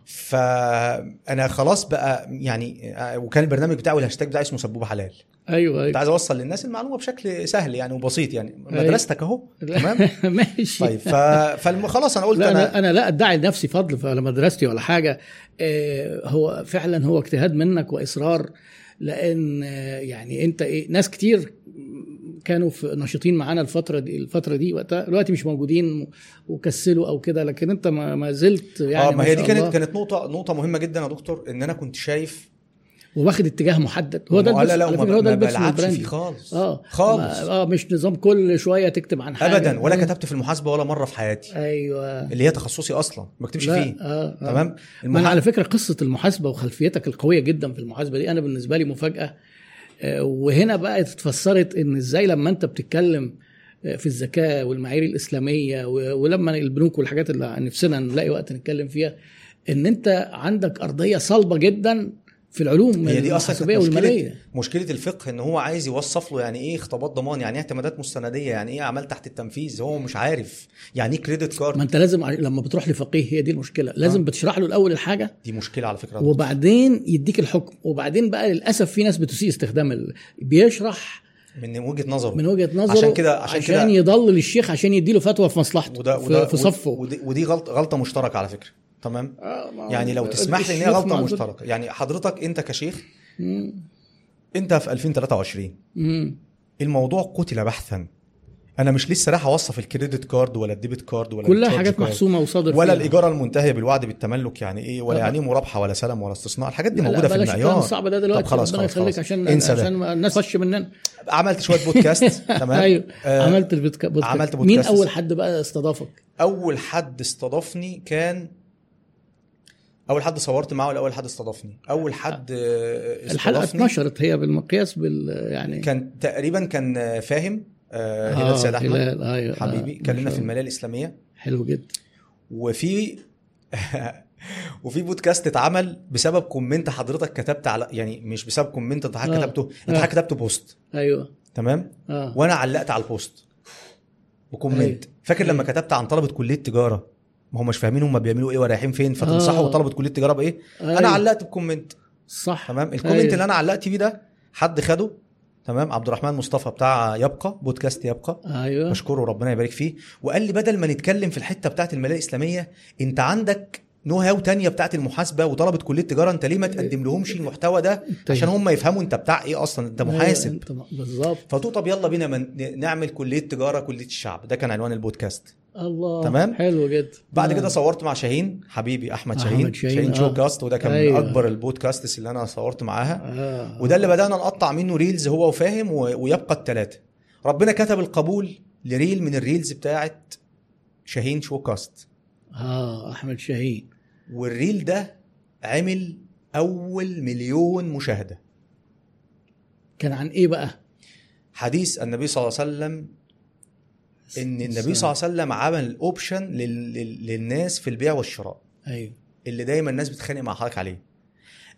Speaker 2: فانا خلاص بقى يعني آه، وكان البرنامج بتاعي والهاشتاج بتاعي اسمه سبوبه حلال
Speaker 1: ايوه
Speaker 2: كنت
Speaker 1: ايوه
Speaker 2: عايز اوصل للناس المعلومه بشكل سهل يعني وبسيط يعني
Speaker 1: أيوة.
Speaker 2: مدرستك اهو تمام
Speaker 1: لا، ماشي
Speaker 2: طيب ف... فالم... خلاص انا قلت
Speaker 1: لا
Speaker 2: انا
Speaker 1: انا انا لا ادعي لنفسي فضل ولا مدرستي ولا حاجه آه، هو فعلا هو اجتهاد منك واصرار لان آه، يعني انت ايه ناس إيه، كتير كانوا في نشيطين معانا الفتره دي الفتره دي وقتها دلوقتي مش موجودين وكسلوا او كده لكن انت ما, ما زلت يعني
Speaker 2: اه ما هي دي
Speaker 1: شاء
Speaker 2: كانت
Speaker 1: الله
Speaker 2: كانت نقطه نقطه مهمه جدا يا دكتور ان انا كنت شايف
Speaker 1: وواخد اتجاه محدد هو ده
Speaker 2: لا
Speaker 1: البيرس- على
Speaker 2: لا وما-
Speaker 1: فكرة هو ده
Speaker 2: ما
Speaker 1: البيرسونال
Speaker 2: بلعبش
Speaker 1: براند.
Speaker 2: فيه خالص
Speaker 1: اه
Speaker 2: خالص.
Speaker 1: ما- اه مش نظام كل شويه تكتب عن حاجه
Speaker 2: ابدا ولا كتبت في المحاسبه ولا مره في حياتي
Speaker 1: ايوه
Speaker 2: اللي هي تخصصي اصلا ما بكتبش
Speaker 1: لا،
Speaker 2: فيه
Speaker 1: آه آه.
Speaker 2: تمام
Speaker 1: ما
Speaker 2: المحا-
Speaker 1: انا على فكره قصه المحاسبه وخلفيتك القويه جدا في المحاسبه دي انا بالنسبه لي مفاجاه آه، وهنا بقى اتفسرت ان ازاي لما انت بتتكلم آه، في الزكاه والمعايير الاسلاميه و- ولما البنوك والحاجات اللي نفسنا نلاقي وقت نتكلم فيها ان انت عندك ارضيه صلبه جدا في العلوم
Speaker 2: هي دي اصلا
Speaker 1: المحاسبيه
Speaker 2: كانت مشكله
Speaker 1: والماليه
Speaker 2: مشكله الفقه ان هو عايز يوصف له يعني ايه خطابات ضمان يعني ايه اعتمادات مستنديه يعني ايه اعمال تحت التنفيذ هو مش عارف يعني ايه كريدت
Speaker 1: ما
Speaker 2: كارد
Speaker 1: انت لازم ع- لما بتروح لفقيه هي دي المشكله لازم
Speaker 2: آه.
Speaker 1: بتشرح له الاول الحاجه
Speaker 2: دي مشكله على فكره
Speaker 1: وبعدين يديك الحكم وبعدين بقى للاسف في ناس بتسيء استخدام ال... بيشرح
Speaker 2: من وجهه نظره
Speaker 1: من وجهه نظره
Speaker 2: عشان كده- عشان كده-
Speaker 1: عشان يضلل الشيخ عشان يديله فتوى في مصلحته
Speaker 2: وده
Speaker 1: في-
Speaker 2: وده
Speaker 1: في صفه آه،
Speaker 2: ودي, ودي غلطه غلطه مشتركه على فكره تمام يعني لو تسمح لي ان هي
Speaker 1: الشيوخ
Speaker 2: غلطه
Speaker 1: معذور.
Speaker 2: مشتركه يعني حضرتك انت كشيخ
Speaker 1: مم.
Speaker 2: انت في 2023
Speaker 1: مم.
Speaker 2: الموضوع قتل بحثا انا مش لسه رايح اوصف الكريدت كارد ولا الديبت كارد ولا
Speaker 1: كلها
Speaker 2: التشارج
Speaker 1: حاجات
Speaker 2: كارد.
Speaker 1: محسومه وصادر
Speaker 2: ولا
Speaker 1: فيها.
Speaker 2: الاجاره المنتهيه بالوعد بالتملك يعني ايه ولا
Speaker 1: طبعا.
Speaker 2: يعني ايه مرابحه ولا سلم ولا استثناء الحاجات دي
Speaker 1: لا،
Speaker 2: موجوده في
Speaker 1: بلاش الكلام
Speaker 2: المعيار
Speaker 1: الصعب ده دلوقتي
Speaker 2: طب خلاص
Speaker 1: ربنا
Speaker 2: خلاص
Speaker 1: يخليك
Speaker 2: خلاص
Speaker 1: عشان
Speaker 2: انسى ده
Speaker 1: عشان ما الناس تخش مننا
Speaker 2: عملت شويه بودكاست تمام
Speaker 1: ايوه
Speaker 2: آه
Speaker 1: عملت البودكا- بودكاست
Speaker 2: عملت
Speaker 1: مين
Speaker 2: بودكاست.
Speaker 1: اول حد بقى استضافك؟
Speaker 2: اول حد استضافني كان اول حد صورت معاه ولا اول حد استضافني اول حد آه،
Speaker 1: الحلقه
Speaker 2: استضافني
Speaker 1: اتنشرت هي بالمقياس بال يعني
Speaker 2: كان تقريبا كان آه، فاهم آه
Speaker 1: آه،
Speaker 2: هلال سيد احمد
Speaker 1: هلال، أيوة، آه، ما
Speaker 2: حبيبي اتكلمنا
Speaker 1: شاء
Speaker 2: في
Speaker 1: الله.
Speaker 2: الماليه الاسلاميه
Speaker 1: حلو جدا
Speaker 2: وفي وفي بودكاست اتعمل بسبب كومنت حضرتك كتبت على يعني مش بسبب كومنت انت حضرتك
Speaker 1: آه.
Speaker 2: كتبته انت
Speaker 1: آه.
Speaker 2: حضرتك كتبت بوست
Speaker 1: ايوه
Speaker 2: تمام
Speaker 1: اه
Speaker 2: وانا علقت على البوست وكومنت
Speaker 1: أيوة.
Speaker 2: فاكر لما
Speaker 1: أيوة.
Speaker 2: كتبت عن طلبه كليه تجاره ما هم مش فاهمين هم بيعملوا ايه ورايحين فين فتنصحوا
Speaker 1: آه.
Speaker 2: طلبه كليه تجاره بايه انا
Speaker 1: أيوة.
Speaker 2: علقت بكومنت
Speaker 1: صح
Speaker 2: تمام
Speaker 1: أيوة.
Speaker 2: الكومنت اللي انا علقت بيه ده حد خده تمام عبد الرحمن مصطفى بتاع يبقى بودكاست يبقى
Speaker 1: ايوه
Speaker 2: بشكره ربنا يبارك فيه وقال لي بدل ما نتكلم في الحته بتاعت الماليه الاسلاميه انت عندك نو هاو تانية بتاعت المحاسبه وطلبه كليه تجاره انت ليه ما تقدم لهمش المحتوى ده
Speaker 1: طيب.
Speaker 2: عشان هم يفهموا انت بتاع ايه اصلا انت
Speaker 1: أيوة،
Speaker 2: محاسب
Speaker 1: أنت م- بالظبط
Speaker 2: فقلت له طب يلا بينا من نعمل كليه تجاره كليه الشعب ده كان عنوان البودكاست
Speaker 1: الله
Speaker 2: تمام؟
Speaker 1: حلو جدا
Speaker 2: بعد كده صورت مع شاهين حبيبي احمد
Speaker 1: نعم. أحمد
Speaker 2: شاهين
Speaker 1: شاهين،
Speaker 2: شاهين
Speaker 1: آه.
Speaker 2: شو كاست وده كان من
Speaker 1: أيوة.
Speaker 2: اكبر البودكاستس اللي انا صورت معاها
Speaker 1: آه.
Speaker 2: وده اللي بدانا نقطع منه ريلز هو وفاهم و- ويبقى الثلاثه ربنا كتب القبول لريل من الريلز بتاعت شاهين شو كاست
Speaker 1: اه احمد شاهين
Speaker 2: والريل ده عمل اول مليون مشاهده
Speaker 1: كان عن ايه بقى؟
Speaker 2: حديث النبي صلى الله عليه وسلم ان النبي صلى الله عليه وسلم عمل اوبشن للناس في البيع والشراء
Speaker 1: ايوه
Speaker 2: اللي دايما الناس بتتخانق مع حضرتك عليه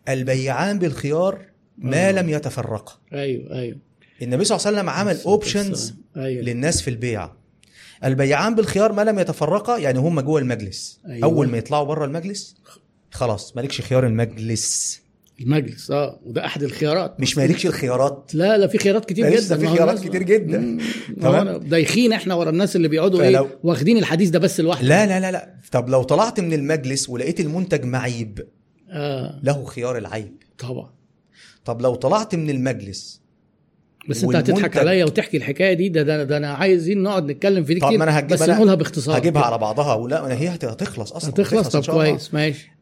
Speaker 2: البيعان بالخيار ما
Speaker 1: آه.
Speaker 2: لم يتفرقا
Speaker 1: ايوه ايوه
Speaker 2: النبي صلى الله عليه وسلم عمل
Speaker 1: الصلاة
Speaker 2: اوبشنز
Speaker 1: والسلام. ايوه
Speaker 2: للناس في البيع البيعان بالخيار ما لم يتفرقا يعني هم جوه المجلس
Speaker 1: أيوة.
Speaker 2: أيوة. اول ما يطلعوا بره المجلس خلاص مالكش خيار المجلس
Speaker 1: المجلس اه وده احد الخيارات
Speaker 2: مش مالكش الخيارات
Speaker 1: لا لا في خيارات كتير
Speaker 2: ده
Speaker 1: جدا
Speaker 2: لسه في
Speaker 1: ما هو
Speaker 2: خيارات
Speaker 1: الناس-
Speaker 2: كتير جدا.
Speaker 1: مم. ما
Speaker 2: تمام؟
Speaker 1: هو أنا- دايخين احنا ورا الناس اللي بيقعدوا ايه
Speaker 2: فلو-
Speaker 1: واخدين الحديث ده بس لوحده
Speaker 2: لا لا لا لا طب لو طلعت من المجلس ولقيت المنتج معيب
Speaker 1: اه
Speaker 2: له خيار العيب
Speaker 1: طبعا
Speaker 2: طب لو طلعت من المجلس
Speaker 1: بس انت
Speaker 2: والمنتج-
Speaker 1: هتضحك عليا وتحكي الحكايه دي ده ده, ده انا عايزين نقعد نتكلم في دي
Speaker 2: طب
Speaker 1: كتير
Speaker 2: ما انا هجيبها
Speaker 1: بس
Speaker 2: لا،
Speaker 1: نقولها باختصار
Speaker 2: هجيبها على بعضها ولا أنا هي هت- هتخلص اصلا
Speaker 1: هتخلص
Speaker 2: إن
Speaker 1: طب
Speaker 2: شاء الله.
Speaker 1: كويس ماشي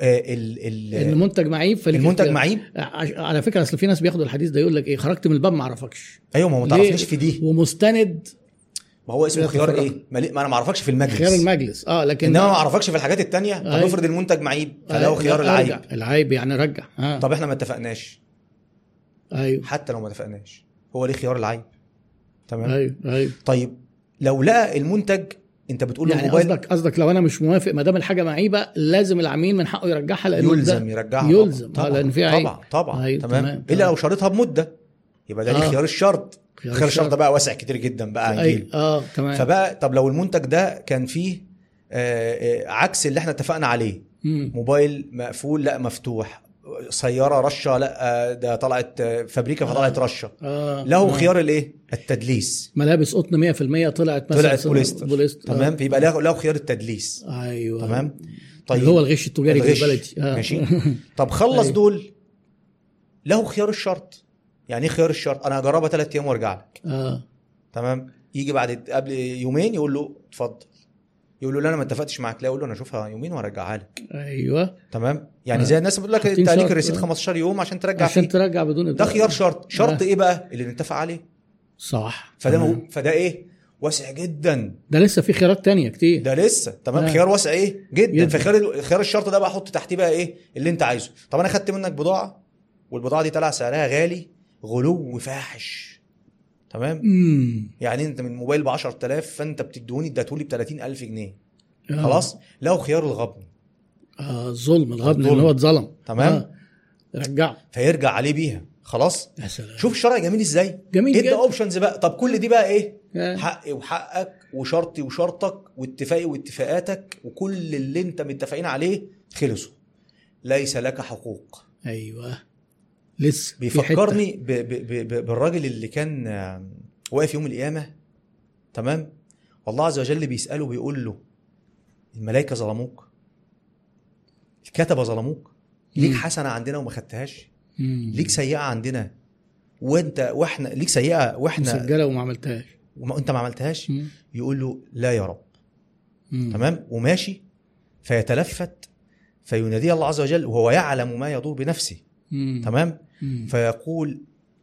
Speaker 2: آه، ال ال
Speaker 1: المنتج معيب فليك
Speaker 2: المنتج
Speaker 1: اختيار.
Speaker 2: معيب
Speaker 1: عش- على فكره اصل في ناس بياخدوا الحديث ده يقول لك ايه خرجت من الباب ما اعرفكش
Speaker 2: ايوه ما هو ما
Speaker 1: ليه؟
Speaker 2: تعرفنيش في دي
Speaker 1: ومستند
Speaker 2: ما هو اسمه
Speaker 1: لا
Speaker 2: خيار
Speaker 1: تفرق.
Speaker 2: ايه ما ليه- ما انا ما اعرفكش في المجلس
Speaker 1: خيار المجلس اه لكن
Speaker 2: انما ما اعرفكش في الحاجات التانية طب
Speaker 1: أيوة.
Speaker 2: افرض المنتج معيب
Speaker 1: آه،
Speaker 2: فلو خيار
Speaker 1: لا،
Speaker 2: العيب
Speaker 1: أرجع. العيب يعني رجع اه
Speaker 2: طب احنا ما اتفقناش
Speaker 1: ايوه
Speaker 2: حتى لو ما اتفقناش هو ليه خيار العيب تمام
Speaker 1: ايوه ايوه
Speaker 2: طيب لو لقى المنتج انت بتقول
Speaker 1: يعني
Speaker 2: الموبايل
Speaker 1: قصدك قصدك لو انا مش موافق ما دام الحاجه معيبه لازم العميل من حقه يرجعها لانه
Speaker 2: يلزم
Speaker 1: ده-
Speaker 2: يرجعها
Speaker 1: يلزم، آه،
Speaker 2: طبعا
Speaker 1: لأن فيها عيب.
Speaker 2: طبعا طبعا
Speaker 1: أيوة،
Speaker 2: أيوة تمام.
Speaker 1: تمام،
Speaker 2: الا
Speaker 1: تمام.
Speaker 2: لو شريطها بمده يبقى ده
Speaker 1: آه.
Speaker 2: ليه خيار الشرط خيار الشرط ده بقى واسع كتير جدا بقى
Speaker 1: أي...
Speaker 2: انجيل
Speaker 1: اه تمام فب...
Speaker 2: فبقى طب لو المنتج ده كان فيه آه، آه، عكس اللي احنا اتفقنا عليه موبايل مقفول لا مفتوح سياره رشه لا آه، ده طلعت آه، فابريكا فطلعت رشه
Speaker 1: آه.
Speaker 2: له
Speaker 1: آه.
Speaker 2: خيار الايه؟ التدليس
Speaker 1: ملابس قطن 100% طلعت مثلا
Speaker 2: طلعت
Speaker 1: سن-
Speaker 2: بوليستر
Speaker 1: بوليستر
Speaker 2: تمام فيبقى له له خيار التدليس
Speaker 1: آه. ايوه
Speaker 2: تمام
Speaker 1: طيب اللي هو آه. الغش التجاري في البلد طيب.
Speaker 2: ماشي طب خلص
Speaker 1: أيوة.
Speaker 2: دول له خيار الشرط يعني ايه خيار الشرط انا هجربها ثلاث ايام وارجع لك
Speaker 1: اه
Speaker 2: تمام يجي بعد قبل يومين يقول له اتفضل يقول له لا انا ما اتفقتش معاك لا يقول له انا اشوفها يومين وارجعها لك
Speaker 1: ايوه
Speaker 2: تمام يعني
Speaker 1: آه.
Speaker 2: زي الناس بتقول لك
Speaker 1: حاطين
Speaker 2: انت عليك
Speaker 1: شرط،
Speaker 2: الريسيت
Speaker 1: آه.
Speaker 2: 15 يوم عشان ترجع
Speaker 1: عشان
Speaker 2: فيه
Speaker 1: ترجع بدون
Speaker 2: ده
Speaker 1: إبداع.
Speaker 2: خيار شرط شرط
Speaker 1: آه.
Speaker 2: ايه بقى اللي نتفق عليه
Speaker 1: صح
Speaker 2: فده
Speaker 1: تمام.
Speaker 2: مو... فده ايه واسع جدا
Speaker 1: ده لسه في خيارات تانية كتير
Speaker 2: ده لسه تمام
Speaker 1: آه.
Speaker 2: خيار واسع ايه جدا
Speaker 1: جداً.
Speaker 2: في خيار ال- خيار الشرط ده بقى حط تحتيه بقى ايه اللي انت عايزه طب انا خدت منك بضاعه والبضاعه دي طلع سعرها غالي غلو فاحش تمام
Speaker 1: امم
Speaker 2: يعني انت من موبايل ب 10000 فانت بتدوني اديتهولي ب 30000 جنيه
Speaker 1: آه.
Speaker 2: خلاص لو خيار الغبن
Speaker 1: آه الظلم الغبن
Speaker 2: الظلم.
Speaker 1: اللي هو اتظلم
Speaker 2: تمام.
Speaker 1: آه. رجعه
Speaker 2: فيرجع عليه بيها خلاص
Speaker 1: يا سلام
Speaker 2: شوف الشرع جميل ازاي
Speaker 1: جميل
Speaker 2: ادى
Speaker 1: جدا
Speaker 2: اوبشنز بقى طب كل دي بقى ايه
Speaker 1: آه.
Speaker 2: حقي وحقك وشرطي وشرطك واتفاقي واتفاقاتك وكل اللي انت متفقين عليه خلصوا ليس لك حقوق
Speaker 1: ايوه لسه في حتة.
Speaker 2: بيفكرني ب ب ب ب بالراجل اللي كان آه، واقف يوم القيامه تمام والله عز وجل بيساله بيقول له الملائكه ظلموك الكتبه ظلموك ليك
Speaker 1: مم.
Speaker 2: حسنه عندنا وما خدتهاش
Speaker 1: مم.
Speaker 2: ليك سيئه عندنا وانت واحنا ليك سيئه واحنا
Speaker 1: مسجله وما عملتهاش
Speaker 2: وما انت ما عملتهاش
Speaker 1: مم.
Speaker 2: يقول له لا يا رب
Speaker 1: مم.
Speaker 2: تمام وماشي فيتلفت فيناديه الله عز وجل وهو يعلم ما يدور بنفسه
Speaker 1: مم.
Speaker 2: تمام
Speaker 1: مم.
Speaker 2: فيقول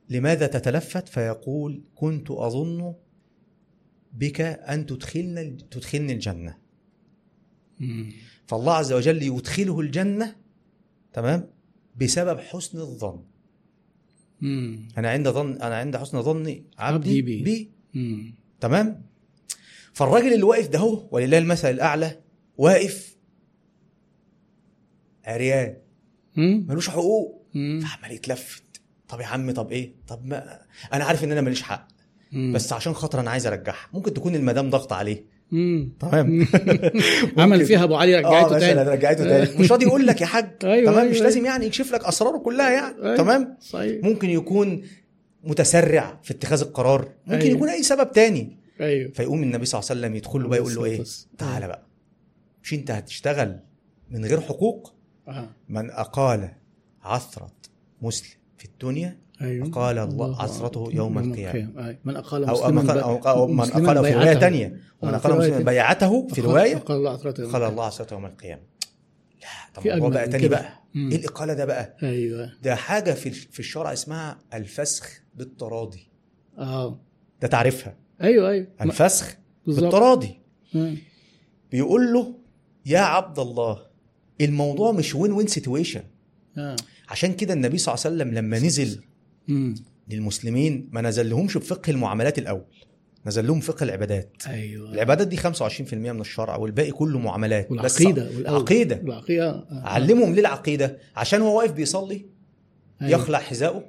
Speaker 2: لماذا تتلفت فيقول كنت أظن بك أن تدخلنا تدخلني الجنة
Speaker 1: مم.
Speaker 2: فالله عز وجل يدخله الجنة تمام بسبب حسن الظن
Speaker 1: مم.
Speaker 2: أنا عند ظن أنا عند حسن ظن
Speaker 1: عبدي
Speaker 2: عبدي
Speaker 1: بي.
Speaker 2: بي,
Speaker 1: مم.
Speaker 2: تمام فالراجل اللي واقف ده هو ولله المثل الأعلى واقف عريان
Speaker 1: مم.
Speaker 2: ملوش حقوق
Speaker 1: مم.
Speaker 2: فعمال يتلفت طب يا عم طب ايه طب ما انا عارف ان انا ماليش حق
Speaker 1: مم.
Speaker 2: بس عشان خاطر انا عايز ارجعها ممكن تكون المدام ضغط عليه
Speaker 1: مم.
Speaker 2: تمام
Speaker 1: عمل فيها ابو علي
Speaker 2: اه
Speaker 1: رجعته
Speaker 2: مثلا
Speaker 1: تاني
Speaker 2: رجعته تاني مش راضي يقول لك يا حاج
Speaker 1: أيوة،
Speaker 2: تمام مش
Speaker 1: أيوة،
Speaker 2: لازم يعني يكشف لك اسراره كلها
Speaker 1: أيوة.
Speaker 2: يعني تمام
Speaker 1: صحيح
Speaker 2: ممكن يكون متسرع في اتخاذ القرار ممكن
Speaker 1: أيوة.
Speaker 2: يكون اي سبب تاني
Speaker 1: ايوه
Speaker 2: فيقوم النبي صلى الله عليه وسلم يدخل له بقى يقول له ايه
Speaker 1: طيب.
Speaker 2: تعالى بقى مش انت هتشتغل من غير حقوق
Speaker 1: آه.
Speaker 2: من اقال عثره مسلم في الدنيا
Speaker 1: ايوه
Speaker 2: أقال الله عثرته يوم القيامة.
Speaker 1: أيوة. من اقال
Speaker 2: او أما
Speaker 1: مسلما
Speaker 2: قال-
Speaker 1: بي-
Speaker 2: او أو من
Speaker 1: مسلما
Speaker 2: اقال في روايه
Speaker 1: بيعته.
Speaker 2: تانية
Speaker 1: آه،
Speaker 2: ومن
Speaker 1: في
Speaker 2: اقال
Speaker 1: رواية
Speaker 2: مسلما
Speaker 1: تانية.
Speaker 2: بيعته في
Speaker 1: أقال-
Speaker 2: روايه
Speaker 1: اقال الله عثرته يوم
Speaker 2: قال
Speaker 1: القيامة.
Speaker 2: الله عثرته يوم القيامه لا طب
Speaker 1: في
Speaker 2: الموضوع
Speaker 1: أجمل من
Speaker 2: بقى تاني
Speaker 1: كده.
Speaker 2: بقى
Speaker 1: مم.
Speaker 2: ايه الاقاله ده بقى
Speaker 1: ايوه
Speaker 2: ده حاجه في في الشرع اسمها الفسخ بالتراضي
Speaker 1: اه
Speaker 2: ده تعريفها
Speaker 1: ايوه ايوه
Speaker 2: أيوة.
Speaker 1: ما-
Speaker 2: الفسخ
Speaker 1: بالظبط
Speaker 2: بالتراضي
Speaker 1: مم.
Speaker 2: بيقول له يا عبد الله الموضوع مش وين وين سيتويشن
Speaker 1: آه.
Speaker 2: عشان كده النبي صلى الله عليه وسلم لما نزل
Speaker 1: مم.
Speaker 2: للمسلمين ما نزلهمش بفقه المعاملات الاول نزل لهم فقه العبادات
Speaker 1: ايوه
Speaker 2: العبادات دي 25% من الشرع والباقي كله معاملات بس
Speaker 1: والعقيده والأول.
Speaker 2: عقيده
Speaker 1: العقيده آه.
Speaker 2: علمهم ليه العقيده عشان هو واقف بيصلي
Speaker 1: أيوة.
Speaker 2: يخلع حذائه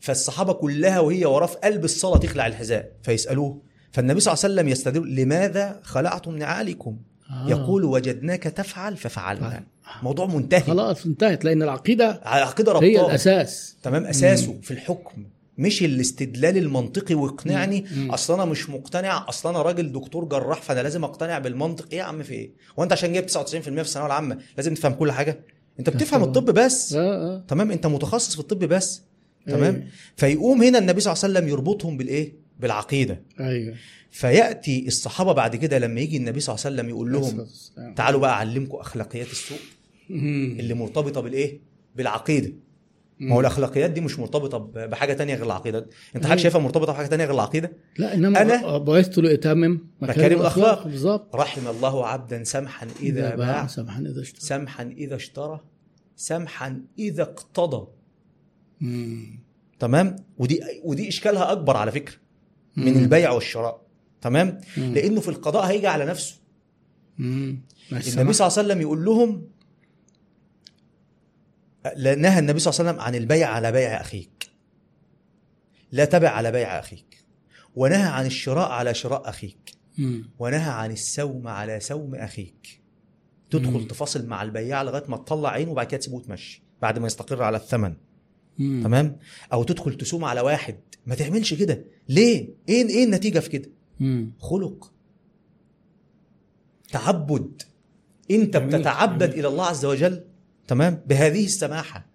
Speaker 2: فالصحابه كلها وهي وراه في قلب الصلاه تخلع الحذاء فيسالوه فالنبي صلى الله عليه وسلم يستدل لماذا خلعتم نعالكم
Speaker 1: آه.
Speaker 2: يقول وجدناك تفعل ففعلنا
Speaker 1: آه.
Speaker 2: موضوع منتهي
Speaker 1: خلاص انتهت لان العقيده
Speaker 2: على عقيده
Speaker 1: هي
Speaker 2: ربطان
Speaker 1: الاساس
Speaker 2: تمام اساسه في الحكم مش الاستدلال المنطقي واقنعني
Speaker 1: مم.
Speaker 2: اصل انا مش مقتنع اصل انا راجل دكتور جراح فانا لازم اقتنع بالمنطق ايه يا عم في ايه وانت عشان جايب 99% في الثانويه العامه لازم تفهم كل حاجه انت بتفهم
Speaker 1: طبعا.
Speaker 2: الطب بس
Speaker 1: اه اه
Speaker 2: تمام انت متخصص في الطب بس تمام
Speaker 1: أيوة.
Speaker 2: فيقوم هنا النبي صلى الله عليه وسلم يربطهم بالايه بالعقيده
Speaker 1: ايوه
Speaker 2: فياتي الصحابه بعد كده لما يجي النبي صلى الله عليه وسلم يقول لهم
Speaker 1: أساس. آه.
Speaker 2: تعالوا بقى اعلمكم اخلاقيات السوء
Speaker 1: مم.
Speaker 2: اللي مرتبطه بالايه بالعقيده ما هو الاخلاقيات دي مش مرتبطه ب- بحاجه تانية غير العقيده انت حضرتك
Speaker 1: أيوة.
Speaker 2: شايفها مرتبطه بحاجه تانية غير العقيده
Speaker 1: لا انما
Speaker 2: أنا-
Speaker 1: أنا بعثت لاتمم
Speaker 2: مكارم الأخلاق.
Speaker 1: بالظبط
Speaker 2: رحم الله عبدا سمحا اذا باع
Speaker 1: سمحان اذا اشترى
Speaker 2: سمحا اذا اشترى سمحا اذا اقتضى
Speaker 1: مم.
Speaker 2: تمام ودي ودي اشكالها اكبر على فكره من
Speaker 1: مم.
Speaker 2: البيع والشراء تمام
Speaker 1: مم.
Speaker 2: لانه في القضاء هيجي على نفسه
Speaker 1: مم. بس
Speaker 2: النبي
Speaker 1: سمح-
Speaker 2: صلى الله عليه وسلم يقول لهم لا نهى النبي صلى الله عليه وسلم عن البيع على بيع اخيك لا تبع على بيع اخيك ونهى عن الشراء على شراء اخيك
Speaker 1: مم.
Speaker 2: ونهى عن السوم على سوم اخيك تدخل
Speaker 1: مم.
Speaker 2: تفاصل مع البياع لغايه ما تطلع عينه وبعد كده تسيبه وتمشي بعد ما يستقر على الثمن
Speaker 1: مم.
Speaker 2: تمام او تدخل تسوم على واحد ما تعملش كده ليه ايه ايه النتيجه في كده
Speaker 1: مم.
Speaker 2: خلق تعبد انت
Speaker 1: جميل،
Speaker 2: بتتعبد
Speaker 1: جميل.
Speaker 2: الى الله عز وجل تمام بهذه السماحه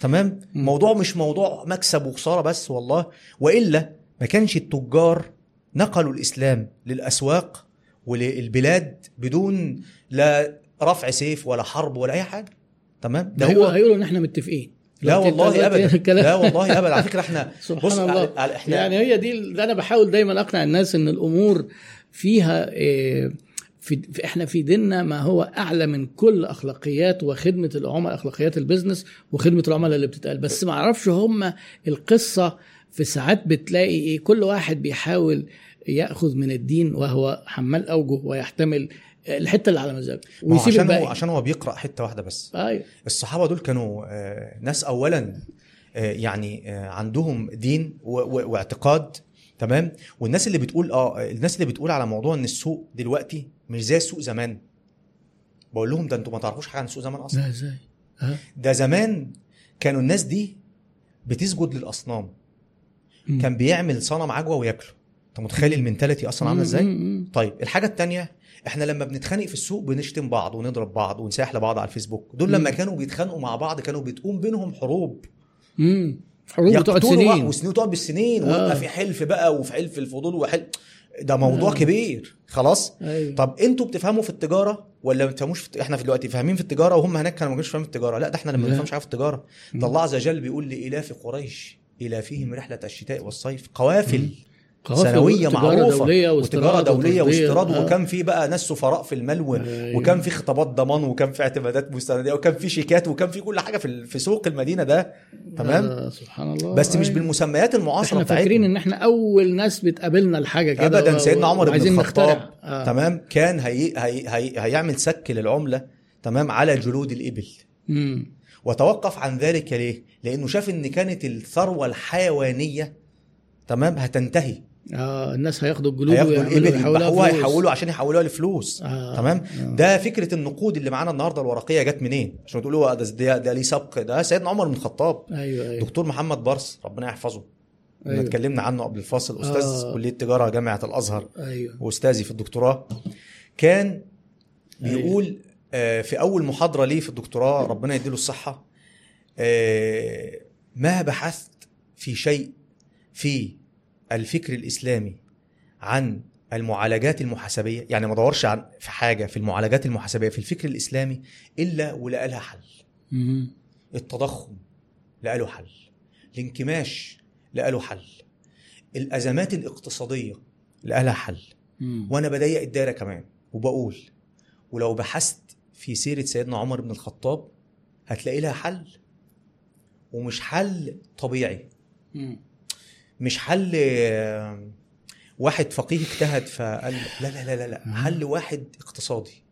Speaker 2: تمام
Speaker 1: مم.
Speaker 2: موضوع مش موضوع مكسب وخساره بس والله والا ما كانش التجار نقلوا الاسلام للاسواق وللبلاد بدون لا رفع سيف ولا حرب ولا اي حاجه تمام ده هو
Speaker 1: هيقولوا ان احنا متفقين
Speaker 2: لا
Speaker 1: دلوقتي أيوة. أنت
Speaker 2: والله
Speaker 1: دلوقتي
Speaker 2: ابدا
Speaker 1: الكلام-
Speaker 2: لا والله ابدا على فكره احنا
Speaker 1: سبحان
Speaker 2: بص
Speaker 1: الله
Speaker 2: على على- احنا
Speaker 1: يعني هي دي ال- ده انا بحاول دايما اقنع الناس ان الامور فيها آه، في في- احنا في ديننا ما هو اعلى من كل اخلاقيات وخدمه العملاء اخلاقيات البيزنس وخدمه العملاء اللي بتتقال بس ما اعرفش هم القصه في ساعات بتلاقي ايه كل واحد بيحاول ياخذ من الدين وهو حمال اوجه ويحتمل الحته اللي على مزاجه
Speaker 2: ما هو
Speaker 1: ويسيب
Speaker 2: عشان هو
Speaker 1: الباقي
Speaker 2: عشان هو بيقرا حته واحده بس
Speaker 1: ايوه
Speaker 2: الصحابه دول كانوا آه، ناس اولا آه، يعني آه، عندهم دين و- و- واعتقاد تمام والناس اللي بتقول اه الناس اللي بتقول على موضوع ان السوق دلوقتي مش زي السوق زمان بقول لهم ده انتوا ما تعرفوش حاجه عن السوق زمان اصلا
Speaker 1: لا ازاي
Speaker 2: ده زمان كانوا الناس دي بتسجد للاصنام كان بيعمل صنم عجوه وياكله انت متخيل المنتاليتي اصلا عامله ازاي طيب الحاجة التانية احنا لما بنتخانق في السوق بنشتم بعض ونضرب بعض ونساح لبعض على الفيسبوك دول لما
Speaker 1: مم.
Speaker 2: كانوا بيتخانقوا مع بعض كانوا بتقوم بينهم حروب
Speaker 1: امم حروب بتقعد
Speaker 2: يقتلوا بعض
Speaker 1: سنين
Speaker 2: وسنين وتقعد بالسنين
Speaker 1: آه.
Speaker 2: ويبقى في حلف بقى وفي حلف الفضول وحلف ده موضوع
Speaker 1: آه.
Speaker 2: كبير خلاص
Speaker 1: أيوة.
Speaker 2: طب انتوا بتفهموا في التجاره ولا ما بتفهموش في الت- احنا في دلوقتي فاهمين في التجاره وهم هناك كانوا ما كانوش فاهمين التجاره لا ده احنا
Speaker 1: لا.
Speaker 2: لما ما بنفهمش حاجه في التجاره
Speaker 1: مم.
Speaker 2: ده الله عز وجل بيقول لالاف قريش الافهم رحله الشتاء والصيف قوافل
Speaker 1: مم. قوافل
Speaker 2: ثانويه
Speaker 1: وتجارة
Speaker 2: معروفه
Speaker 1: دولية
Speaker 2: وتجاره
Speaker 1: واستيراد
Speaker 2: دوليه
Speaker 1: وتصدير.
Speaker 2: واستيراد
Speaker 1: آه.
Speaker 2: وكان في بقى ناس سفراء في الملو
Speaker 1: أيوة.
Speaker 2: وكان في خطابات ضمان وكان في اعتمادات مستنديه وكان في شيكات وكان في كل حاجه في ال- في سوق المدينه ده تمام
Speaker 1: آه سبحان الله
Speaker 2: بس مش
Speaker 1: أيوة.
Speaker 2: بالمسميات المعاصره
Speaker 1: احنا فاكرين
Speaker 2: بتاعتنا
Speaker 1: ان احنا اول ناس بتقابلنا الحاجه كده
Speaker 2: ابدا
Speaker 1: و-
Speaker 2: سيدنا عمر بن
Speaker 1: وعايزين
Speaker 2: الخطاب
Speaker 1: نخترع. آه.
Speaker 2: تمام كان هي هي هي هيعمل سك للعمله تمام على جلود الابل
Speaker 1: مم.
Speaker 2: وتوقف عن ذلك ليه؟ لانه شاف ان كانت الثروه الحيوانيه تمام هتنتهي
Speaker 1: اه الناس هياخدوا الجلود
Speaker 2: هياخدوا
Speaker 1: ويعملوا-
Speaker 2: الابل يذبحوها
Speaker 1: فلوس.
Speaker 2: يحولوا عشان يحولوها لفلوس
Speaker 1: آه.
Speaker 2: تمام
Speaker 1: آه.
Speaker 2: ده فكره النقود اللي معانا النهارده الورقيه جت منين عشان تقولوا ده ده, ده ليه سبق ده سيدنا عمر بن الخطاب
Speaker 1: ايوه ايوه
Speaker 2: دكتور محمد برس ربنا يحفظه احنا
Speaker 1: أيوة.
Speaker 2: اتكلمنا عنه قبل الفاصل استاذ
Speaker 1: آه.
Speaker 2: كليه تجاره جامعه الازهر
Speaker 1: ايوه
Speaker 2: واستاذي في الدكتوراه كان
Speaker 1: أيوة.
Speaker 2: بيقول آه، في اول محاضره ليه في الدكتوراه ربنا يديله الصحه آه، ما بحثت في شيء في الفكر الاسلامي عن المعالجات المحاسبيه يعني ما دورش عن في حاجه في المعالجات المحاسبيه في الفكر الاسلامي الا ولقى لها حل
Speaker 1: مم.
Speaker 2: التضخم لقى له حل الانكماش لقى له حل الازمات الاقتصاديه لقى لها حل
Speaker 1: مم.
Speaker 2: وانا بضيق الدايره كمان وبقول ولو بحثت في سيره سيدنا عمر بن الخطاب هتلاقي لها حل ومش حل طبيعي
Speaker 1: مم.
Speaker 2: مش حل آه، واحد فقيه اجتهد فقال لا لا لا لا, لا. حل واحد اقتصادي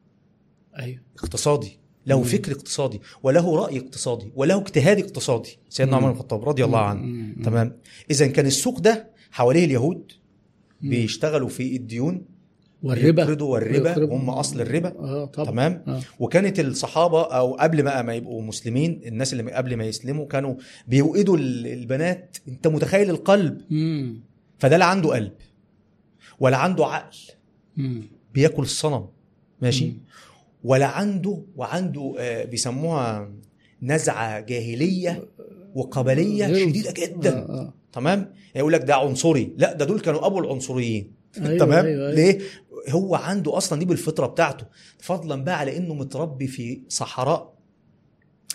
Speaker 1: ايوه
Speaker 2: اقتصادي له
Speaker 1: مم.
Speaker 2: فكر اقتصادي وله راي اقتصادي وله اجتهاد اقتصادي سيدنا عمر
Speaker 1: مم.
Speaker 2: بن الخطاب رضي الله عنه
Speaker 1: مم. مم.
Speaker 2: تمام اذا كان السوق ده حواليه اليهود
Speaker 1: مم.
Speaker 2: بيشتغلوا في الديون
Speaker 1: والربا
Speaker 2: يقرضوا والربا
Speaker 1: ويخربوا.
Speaker 2: هم اصل الربا
Speaker 1: اه طبعا
Speaker 2: تمام
Speaker 1: آه.
Speaker 2: وكانت الصحابه او قبل ما ما يبقوا مسلمين الناس اللي قبل ما يسلموا كانوا بيوقدوا ال- البنات انت متخيل القلب
Speaker 1: مم.
Speaker 2: فده لا عنده قلب ولا عنده عقل
Speaker 1: مم.
Speaker 2: بياكل الصنم ماشي
Speaker 1: مم.
Speaker 2: ولا عنده وعنده آه، بيسموها نزعه جاهليه وقبليه
Speaker 1: غير-
Speaker 2: شديده جدا
Speaker 1: آه، آه.
Speaker 2: تمام يقول لك ده عنصري لا ده دول كانوا ابو العنصريين
Speaker 1: أيوة،
Speaker 2: تمام
Speaker 1: أيوة، أيوة.
Speaker 2: ليه هو عنده اصلا دي بالفطره بتاعته فضلا بقى على انه متربي في صحراء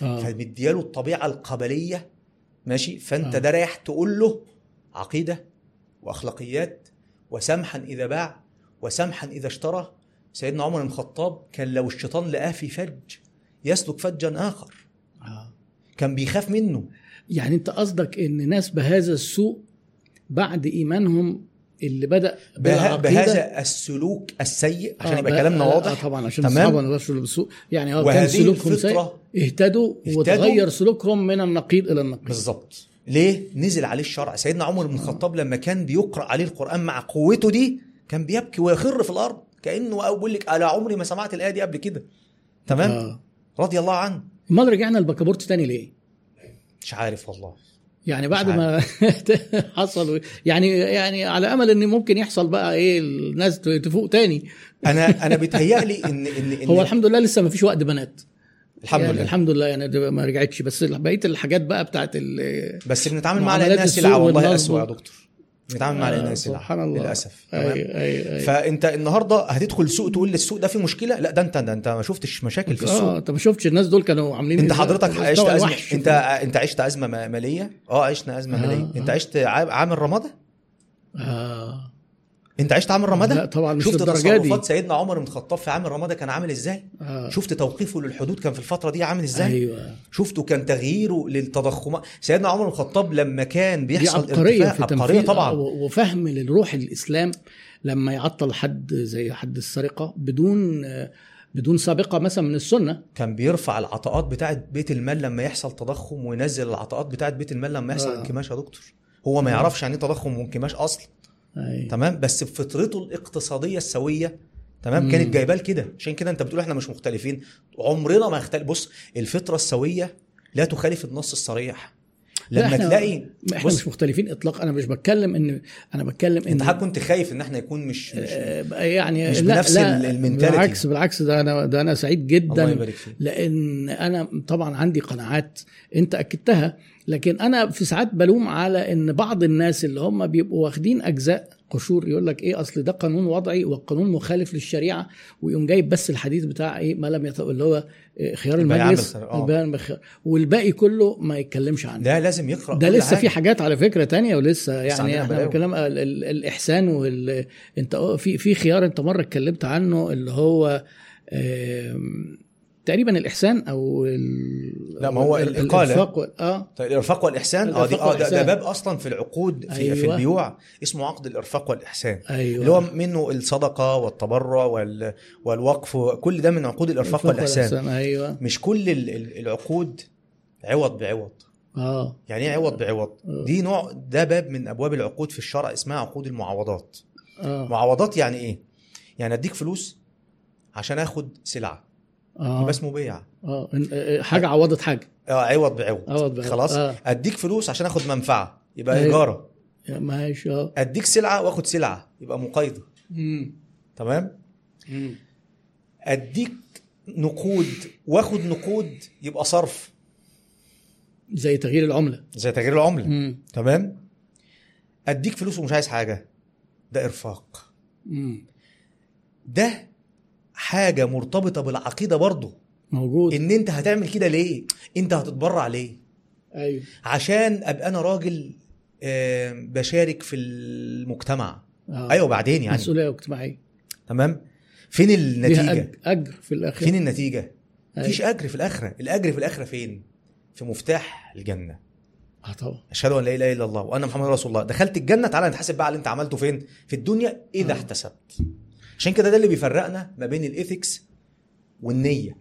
Speaker 1: آه.
Speaker 2: فمدياله الطبيعه القبليه ماشي فانت
Speaker 1: آه.
Speaker 2: ده رايح تقول له عقيده واخلاقيات وسمحا اذا باع وسمحا اذا اشترى سيدنا عمر بن الخطاب كان لو الشيطان لقاه في فج يسلك فجا اخر
Speaker 1: آه.
Speaker 2: كان بيخاف منه
Speaker 1: يعني انت قصدك ان ناس بهذا السوء بعد ايمانهم اللي بدا
Speaker 2: بها
Speaker 1: بالعقيدة-
Speaker 2: بهذا السلوك السيء عشان
Speaker 1: آه،
Speaker 2: يبقى
Speaker 1: بقى-
Speaker 2: كلامنا
Speaker 1: آه،
Speaker 2: واضح
Speaker 1: آه طبعا عشان
Speaker 2: تمام.
Speaker 1: الصحابه ما بقاش بالسوء يعني هو كان
Speaker 2: وهذه
Speaker 1: سلوكهم سيء
Speaker 2: الفطره
Speaker 1: اهتدوا
Speaker 2: اهتدوا.
Speaker 1: وتغير سلوكهم من النقيض الى النقيض
Speaker 2: بالظبط ليه نزل عليه الشرع سيدنا عمر بن الخطاب لما كان بيقرا عليه القران مع قوته دي كان بيبكي ويخر في الارض كانه أو بيقول لك انا عمري ما سمعت الايه دي قبل كده تمام آه.
Speaker 1: آه.
Speaker 2: رضي الله عنه
Speaker 1: امال رجعنا البكابورت تاني ليه؟
Speaker 2: مش عارف والله
Speaker 1: يعني بعد ما حصل يعني يعني على امل ان ممكن يحصل بقى ايه الناس تفوق تاني
Speaker 2: انا انا بيتهيألي ان ان, إن
Speaker 1: هو الحمد لله لسه ما فيش وقت بنات
Speaker 2: الحمد
Speaker 1: يعني
Speaker 2: لله
Speaker 1: الحمد لله يعني ده ما رجعتش بس بقيه الحاجات بقى بتاعت ال-
Speaker 2: بس بنتعامل مع
Speaker 1: معاملات
Speaker 2: العيال
Speaker 1: السوق
Speaker 2: السلعه والله
Speaker 1: والنصب.
Speaker 2: اسوء يا دكتور بنتعامل مع
Speaker 1: آه،
Speaker 2: العيال السلعه
Speaker 1: سبحان الله
Speaker 2: للاسف
Speaker 1: أيوة،
Speaker 2: تمام
Speaker 1: أيوة، أيوة.
Speaker 2: فانت النهارده هتدخل سوق تقول السوق ده فيه مشكله لا ده انت ده انت ما شفتش مشاكل في السوق
Speaker 1: اه انت ما شفتش الناس دول كانوا عاملين
Speaker 2: انت
Speaker 1: إيه؟
Speaker 2: حضرتك
Speaker 1: مستوى
Speaker 2: عشت ازمه
Speaker 1: وحش.
Speaker 2: انت انت عشت ازمه ما- ماليه اه عشنا ازمه
Speaker 1: آه،
Speaker 2: ماليه انت
Speaker 1: آه.
Speaker 2: عشت عام- عامل رمضان
Speaker 1: اه
Speaker 2: انت عشت عامل رمضان
Speaker 1: لا طبعا مش
Speaker 2: شفت
Speaker 1: الدرجه دي
Speaker 2: تصرفات سيدنا عمر بن الخطاب في عامل رمضان كان عامل ازاي
Speaker 1: آه.
Speaker 2: شفت توقيفه للحدود كان في الفتره دي عامل ازاي
Speaker 1: ايوه
Speaker 2: شفته كان تغييره للتضخمات سيدنا عمر بن الخطاب لما كان
Speaker 1: دي
Speaker 2: بيحصل
Speaker 1: عبقريه في آه،
Speaker 2: ارتفاع عبقريه
Speaker 1: تنفيذ طبعا
Speaker 2: طبعا
Speaker 1: وفهم للروح الاسلام لما يعطل حد زي حد السرقه بدون آه، بدون سابقه مثلا من السنه
Speaker 2: كان بيرفع العطاءات بتاعه بيت المال لما يحصل تضخم وينزل العطاءات بتاعه بيت المال لما يحصل
Speaker 1: آه.
Speaker 2: انكماش يا دكتور هو ما يعرفش يعني ايه تضخم وانكماش اصلا
Speaker 1: أيوة.
Speaker 2: تمام بس بفطرته الاقتصاديه السويه تمام
Speaker 1: مم.
Speaker 2: كانت جايباه كده عشان كده انت بتقول احنا مش مختلفين عمرنا ما هختلف بص الفطره السويه لا تخالف النص الصريح
Speaker 1: لا،
Speaker 2: لما
Speaker 1: إحنا-
Speaker 2: تلاقي
Speaker 1: احنا
Speaker 2: بص
Speaker 1: مش مختلفين اطلاقا انا مش بتكلم ان انا بتكلم ان
Speaker 2: انت حضرتك كنت خايف ان احنا يكون مش, مش
Speaker 1: آه، بقى يعني
Speaker 2: مش
Speaker 1: لا
Speaker 2: بنفس ال-
Speaker 1: لا
Speaker 2: ال- mentality.
Speaker 1: بالعكس بالعكس ده انا ده انا سعيد
Speaker 2: الله
Speaker 1: جدا
Speaker 2: يبارك فيك
Speaker 1: لان انا طبعا عندي قناعات انت اكدتها لكن انا في ساعات بلوم على ان بعض الناس اللي هم بيبقوا واخدين اجزاء قشور يقول لك ايه اصل ده قانون وضعي والقانون مخالف للشريعه ويقوم جايب بس الحديث بتاع ايه ما لم يت... اللي هو إيه، خيار
Speaker 2: البيع
Speaker 1: المجلس
Speaker 2: بالخير، آه.
Speaker 1: البيع بالخير. والباقي كله ما يتكلمش عنه
Speaker 2: ده لازم يقرا
Speaker 1: ده
Speaker 2: كل
Speaker 1: لسه
Speaker 2: حاجة.
Speaker 1: في حاجات على فكره تانية ولسه يعني
Speaker 2: عندنا
Speaker 1: احنا
Speaker 2: بلاوي.
Speaker 1: بنتكلم ال- ال- الاحسان وال انت أه في في خيار انت مره اتكلمت عنه اللي هو آم، تقريبا الاحسان او ال-
Speaker 2: لا، ما هو
Speaker 1: ال- ال-
Speaker 2: الإقالة.
Speaker 1: الإنفاق وال- اه
Speaker 2: طيب الارفاق والاحسان اه دي
Speaker 1: الإرفاق
Speaker 2: اه ده, ده
Speaker 1: والإحسان.
Speaker 2: باب اصلا في العقود في, أيوة. في
Speaker 1: أيوة.
Speaker 2: البيوع اسمه عقد الارفاق والاحسان
Speaker 1: ايوه
Speaker 2: اللي هو منه الصدقه والتبرع وال... والوقف كل ده من عقود الارفاق والاحسان
Speaker 1: ايوه
Speaker 2: مش كل ال- ال- العقود عوض بعوض
Speaker 1: اه
Speaker 2: يعني ايه عوض بعوض
Speaker 1: آه.
Speaker 2: دي نوع ده باب من ابواب العقود في الشرع اسمها عقود المعاوضات
Speaker 1: اه
Speaker 2: معاوضات يعني ايه يعني اديك فلوس عشان اخد سلعه
Speaker 1: اه
Speaker 2: يبقى اسمه بيع
Speaker 1: اه إن- آه، حاجه عوضت حاجه
Speaker 2: اه عوض بعوض
Speaker 1: عوض بعوض.
Speaker 2: خلاص
Speaker 1: آه.
Speaker 2: اديك فلوس عشان اخد منفعه يبقى
Speaker 1: أيوة.
Speaker 2: ايجاره
Speaker 1: يا ماشي اه
Speaker 2: اديك سلعه واخد سلعه يبقى مقايضه
Speaker 1: مم.
Speaker 2: تمام
Speaker 1: مم.
Speaker 2: اديك نقود واخد نقود يبقى صرف
Speaker 1: زي تغيير العمله
Speaker 2: زي تغيير العمله
Speaker 1: مم.
Speaker 2: تمام اديك فلوس ومش عايز حاجه ده ارفاق
Speaker 1: مم.
Speaker 2: ده حاجه مرتبطه بالعقيده برضه
Speaker 1: موجود
Speaker 2: ان انت هتعمل كده ليه انت هتتبرع ليه
Speaker 1: ايوه
Speaker 2: عشان ابقى انا راجل آه، بشارك في المجتمع
Speaker 1: آه.
Speaker 2: ايوه بعدين يعني
Speaker 1: مسؤوليه اجتماعيه
Speaker 2: تمام فين
Speaker 1: ليها
Speaker 2: النتيجه
Speaker 1: أج- اجر في الاخر
Speaker 2: فين النتيجه
Speaker 1: أيوة.
Speaker 2: مفيش اجر في الاخره الاجر في الاخره فين في مفتاح الجنه
Speaker 1: اه طبعا
Speaker 2: اشهد ان لا اله الا الله وانا محمد رسول الله دخلت الجنه تعالى نتحاسب بقى على اللي انت عملته فين في الدنيا اذا
Speaker 1: آه.
Speaker 2: احتسبت عشان كده ده اللي بيفرقنا ما بين الايثكس والنيه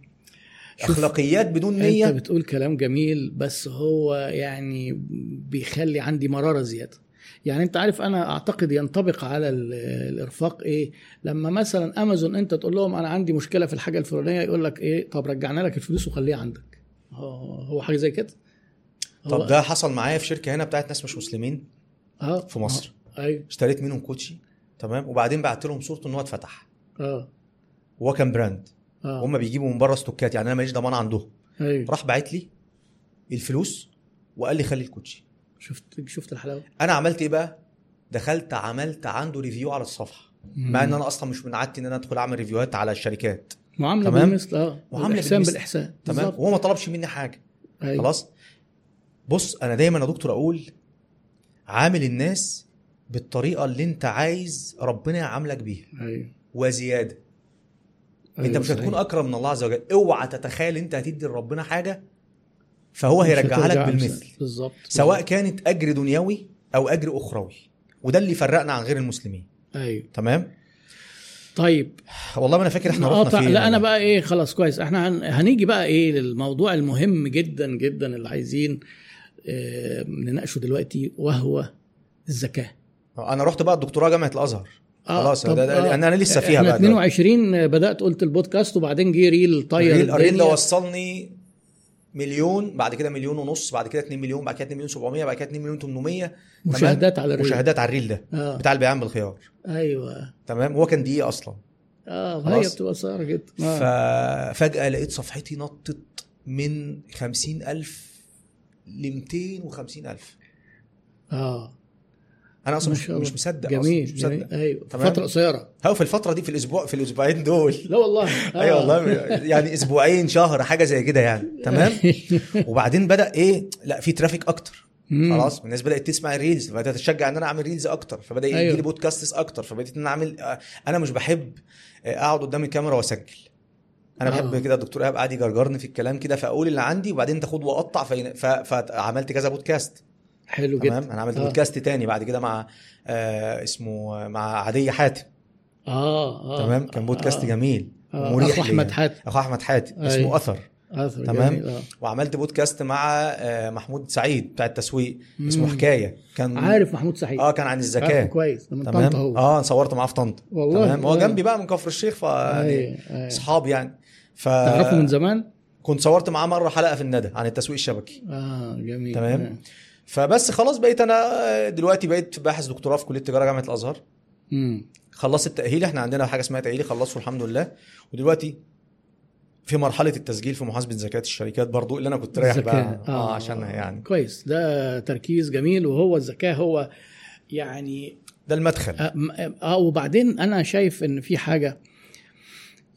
Speaker 1: شوف،
Speaker 2: اخلاقيات بدون
Speaker 1: انت
Speaker 2: نيه
Speaker 1: بتقول كلام جميل بس هو يعني بيخلي عندي مراره زياده يعني انت عارف انا اعتقد ينطبق على ال- الارفاق ايه لما مثلا امازون انت تقول لهم انا عندي مشكله في الحاجه الفلانيه يقول لك ايه طب رجعنا لك الفلوس وخليها عندك اه، هو حاجه زي كده هو-
Speaker 2: طب ده حصل معايا في شركه هنا بتاعت ناس مش مسلمين
Speaker 1: اه
Speaker 2: في مصر
Speaker 1: اه، ايوه
Speaker 2: اشتريت منهم كوتشي تمام وبعدين بعت لهم صورته ان هو اتفتح
Speaker 1: اه
Speaker 2: هو كان براند
Speaker 1: اه
Speaker 2: هم بيجيبوا من بره ستوكات يعني انا ماليش ضمان عندهم
Speaker 1: ايوه
Speaker 2: راح باعت لي الفلوس وقال لي خلي الكوتشي
Speaker 1: شفت شفت الحلاوه
Speaker 2: انا عملت ايه بقى دخلت عملت عنده ريفيو على الصفحه مع ان انا اصلا مش من عادتي ان انا ادخل اعمل ريفيوهات على الشركات
Speaker 1: معامله
Speaker 2: تمام؟
Speaker 1: بالمثل اه
Speaker 2: معاملة
Speaker 1: بالاحسان
Speaker 2: بالمثل.
Speaker 1: بالاحسان
Speaker 2: تمام
Speaker 1: بالظبط.
Speaker 2: وهو ما طلبش مني حاجه
Speaker 1: ايوه.
Speaker 2: خلاص بص انا دايما يا دكتور اقول عامل الناس بالطريقه اللي انت عايز ربنا يعاملك بيها
Speaker 1: ايوه
Speaker 2: وزياده
Speaker 1: أيوة،
Speaker 2: انت مش
Speaker 1: صحيح.
Speaker 2: هتكون اكرم من الله عز وجل اوعى تتخيل انت هتدي لربنا حاجه فهو
Speaker 1: مش
Speaker 2: هيرجعها لك
Speaker 1: هترجع
Speaker 2: بالمثل
Speaker 1: أمثال. بالظبط
Speaker 2: سواء كانت اجر دنيوي او اجر اخروي وده اللي فرقنا عن غير المسلمين
Speaker 1: ايوه
Speaker 2: تمام
Speaker 1: طيب
Speaker 2: والله ما انا فاكر احنا رحنا
Speaker 1: نقاطع
Speaker 2: فين
Speaker 1: لا انا بقى ايه خلاص كويس احنا هن... هنيجي بقى ايه للموضوع المهم جدا جدا اللي عايزين آه نناقشه دلوقتي وهو الزكاه
Speaker 2: انا رحت بقى الدكتوراه جامعه الازهر
Speaker 1: آه،
Speaker 2: خلاص
Speaker 1: طب،
Speaker 2: ده, ده
Speaker 1: آه،
Speaker 2: انا لسه فيها
Speaker 1: احنا
Speaker 2: بقى دلوقتي.
Speaker 1: 22 بدات آه، قلت البودكاست وبعدين جه ريل طير
Speaker 2: الريل الريل ده
Speaker 1: الدنيا.
Speaker 2: وصلني مليون بعد كده مليون ونص بعد كده 2 مليون بعد كده 2 مليون 700 بعد كده 2 مليون 800 تمام؟
Speaker 1: مشاهدات على الريل
Speaker 2: مشاهدات على الريل ده
Speaker 1: آه.
Speaker 2: بتاع البيعان بالخيار
Speaker 1: ايوه
Speaker 2: تمام هو كان دقيقه اصلا
Speaker 1: اه هي
Speaker 2: خلاص.
Speaker 1: بتبقى صغيره جدا آه.
Speaker 2: ففجاه لقيت صفحتي نطت من 50000 ل 250000
Speaker 1: اه
Speaker 2: انا اصلا
Speaker 1: ما
Speaker 2: مش,
Speaker 1: شاء الله.
Speaker 2: مش مصدق
Speaker 1: جميل
Speaker 2: أصلاً مش مصدق
Speaker 1: جميل ايوه
Speaker 2: تمام.
Speaker 1: فتره قصيره
Speaker 2: هو في الفتره دي في الاسبوع في الاسبوعين دول
Speaker 1: لا والله آه.
Speaker 2: ايوه والله يعني اسبوعين شهر حاجه زي كده يعني تمام وبعدين بدا ايه لا في ترافيك اكتر
Speaker 1: مم.
Speaker 2: خلاص الناس بدات تسمع الريلز فبدات تشجع ان انا اعمل ريلز اكتر فبدا
Speaker 1: أيوة.
Speaker 2: يجي لي بودكاستس اكتر فبدات ان انا اعمل آه، انا مش بحب آه، اقعد قدام الكاميرا واسجل انا بحب
Speaker 1: آه.
Speaker 2: كده الدكتور ايهاب قاعد يجرجرني في الكلام كده فاقول اللي عندي وبعدين تاخد واقطع فين- ف- فعملت كذا بودكاست
Speaker 1: حلو جدا
Speaker 2: تمام انا عملت
Speaker 1: آه.
Speaker 2: بودكاست تاني بعد كده مع آه اسمه آه، مع عاديه حاتم
Speaker 1: اه اه
Speaker 2: تمام كان بودكاست
Speaker 1: آه.
Speaker 2: جميل
Speaker 1: آه.
Speaker 2: ومريح
Speaker 1: اخو
Speaker 2: ليا.
Speaker 1: احمد حاتم
Speaker 2: اخو احمد حاتم
Speaker 1: أيوة.
Speaker 2: اسمه اثر
Speaker 1: اثر
Speaker 2: تمام.
Speaker 1: جميل، آه.
Speaker 2: وعملت بودكاست مع آه، محمود سعيد بتاع التسويق اسمه
Speaker 1: مم.
Speaker 2: حكايه كان
Speaker 1: عارف محمود سعيد
Speaker 2: اه كان عن
Speaker 1: عارفه
Speaker 2: الذكاء
Speaker 1: كويس من
Speaker 2: تمام
Speaker 1: طنطا هو
Speaker 2: اه صورت معاه في طنطا
Speaker 1: والله
Speaker 2: تمام هو
Speaker 1: والله.
Speaker 2: جنبي بقى من كفر الشيخ ف يعني
Speaker 1: أيوة، أيوة.
Speaker 2: اصحاب يعني ف
Speaker 1: تعرفه من زمان
Speaker 2: كنت صورت معاه مره حلقه في الندى عن التسويق الشبكي
Speaker 1: اه جميل
Speaker 2: تمام.
Speaker 1: آه.
Speaker 2: فبس خلاص بقيت انا آه، دلوقتي بقيت باحث دكتوراه في كليه تجاره جامعه الازهر
Speaker 1: مم.
Speaker 2: خلصت التاهيل احنا عندنا حاجه اسمها تاهيلي خلصوا الحمد لله ودلوقتي في مرحله التسجيل في محاسبه زكاه الشركات برضو اللي انا كنت رايح بقى
Speaker 1: الذكاء.
Speaker 2: اه, آه عشانها يعني
Speaker 1: كويس ده تركيز جميل وهو الذكاء هو يعني
Speaker 2: ده المدخل
Speaker 1: آه، م- آه آه، وبعدين انا شايف ان في حاجه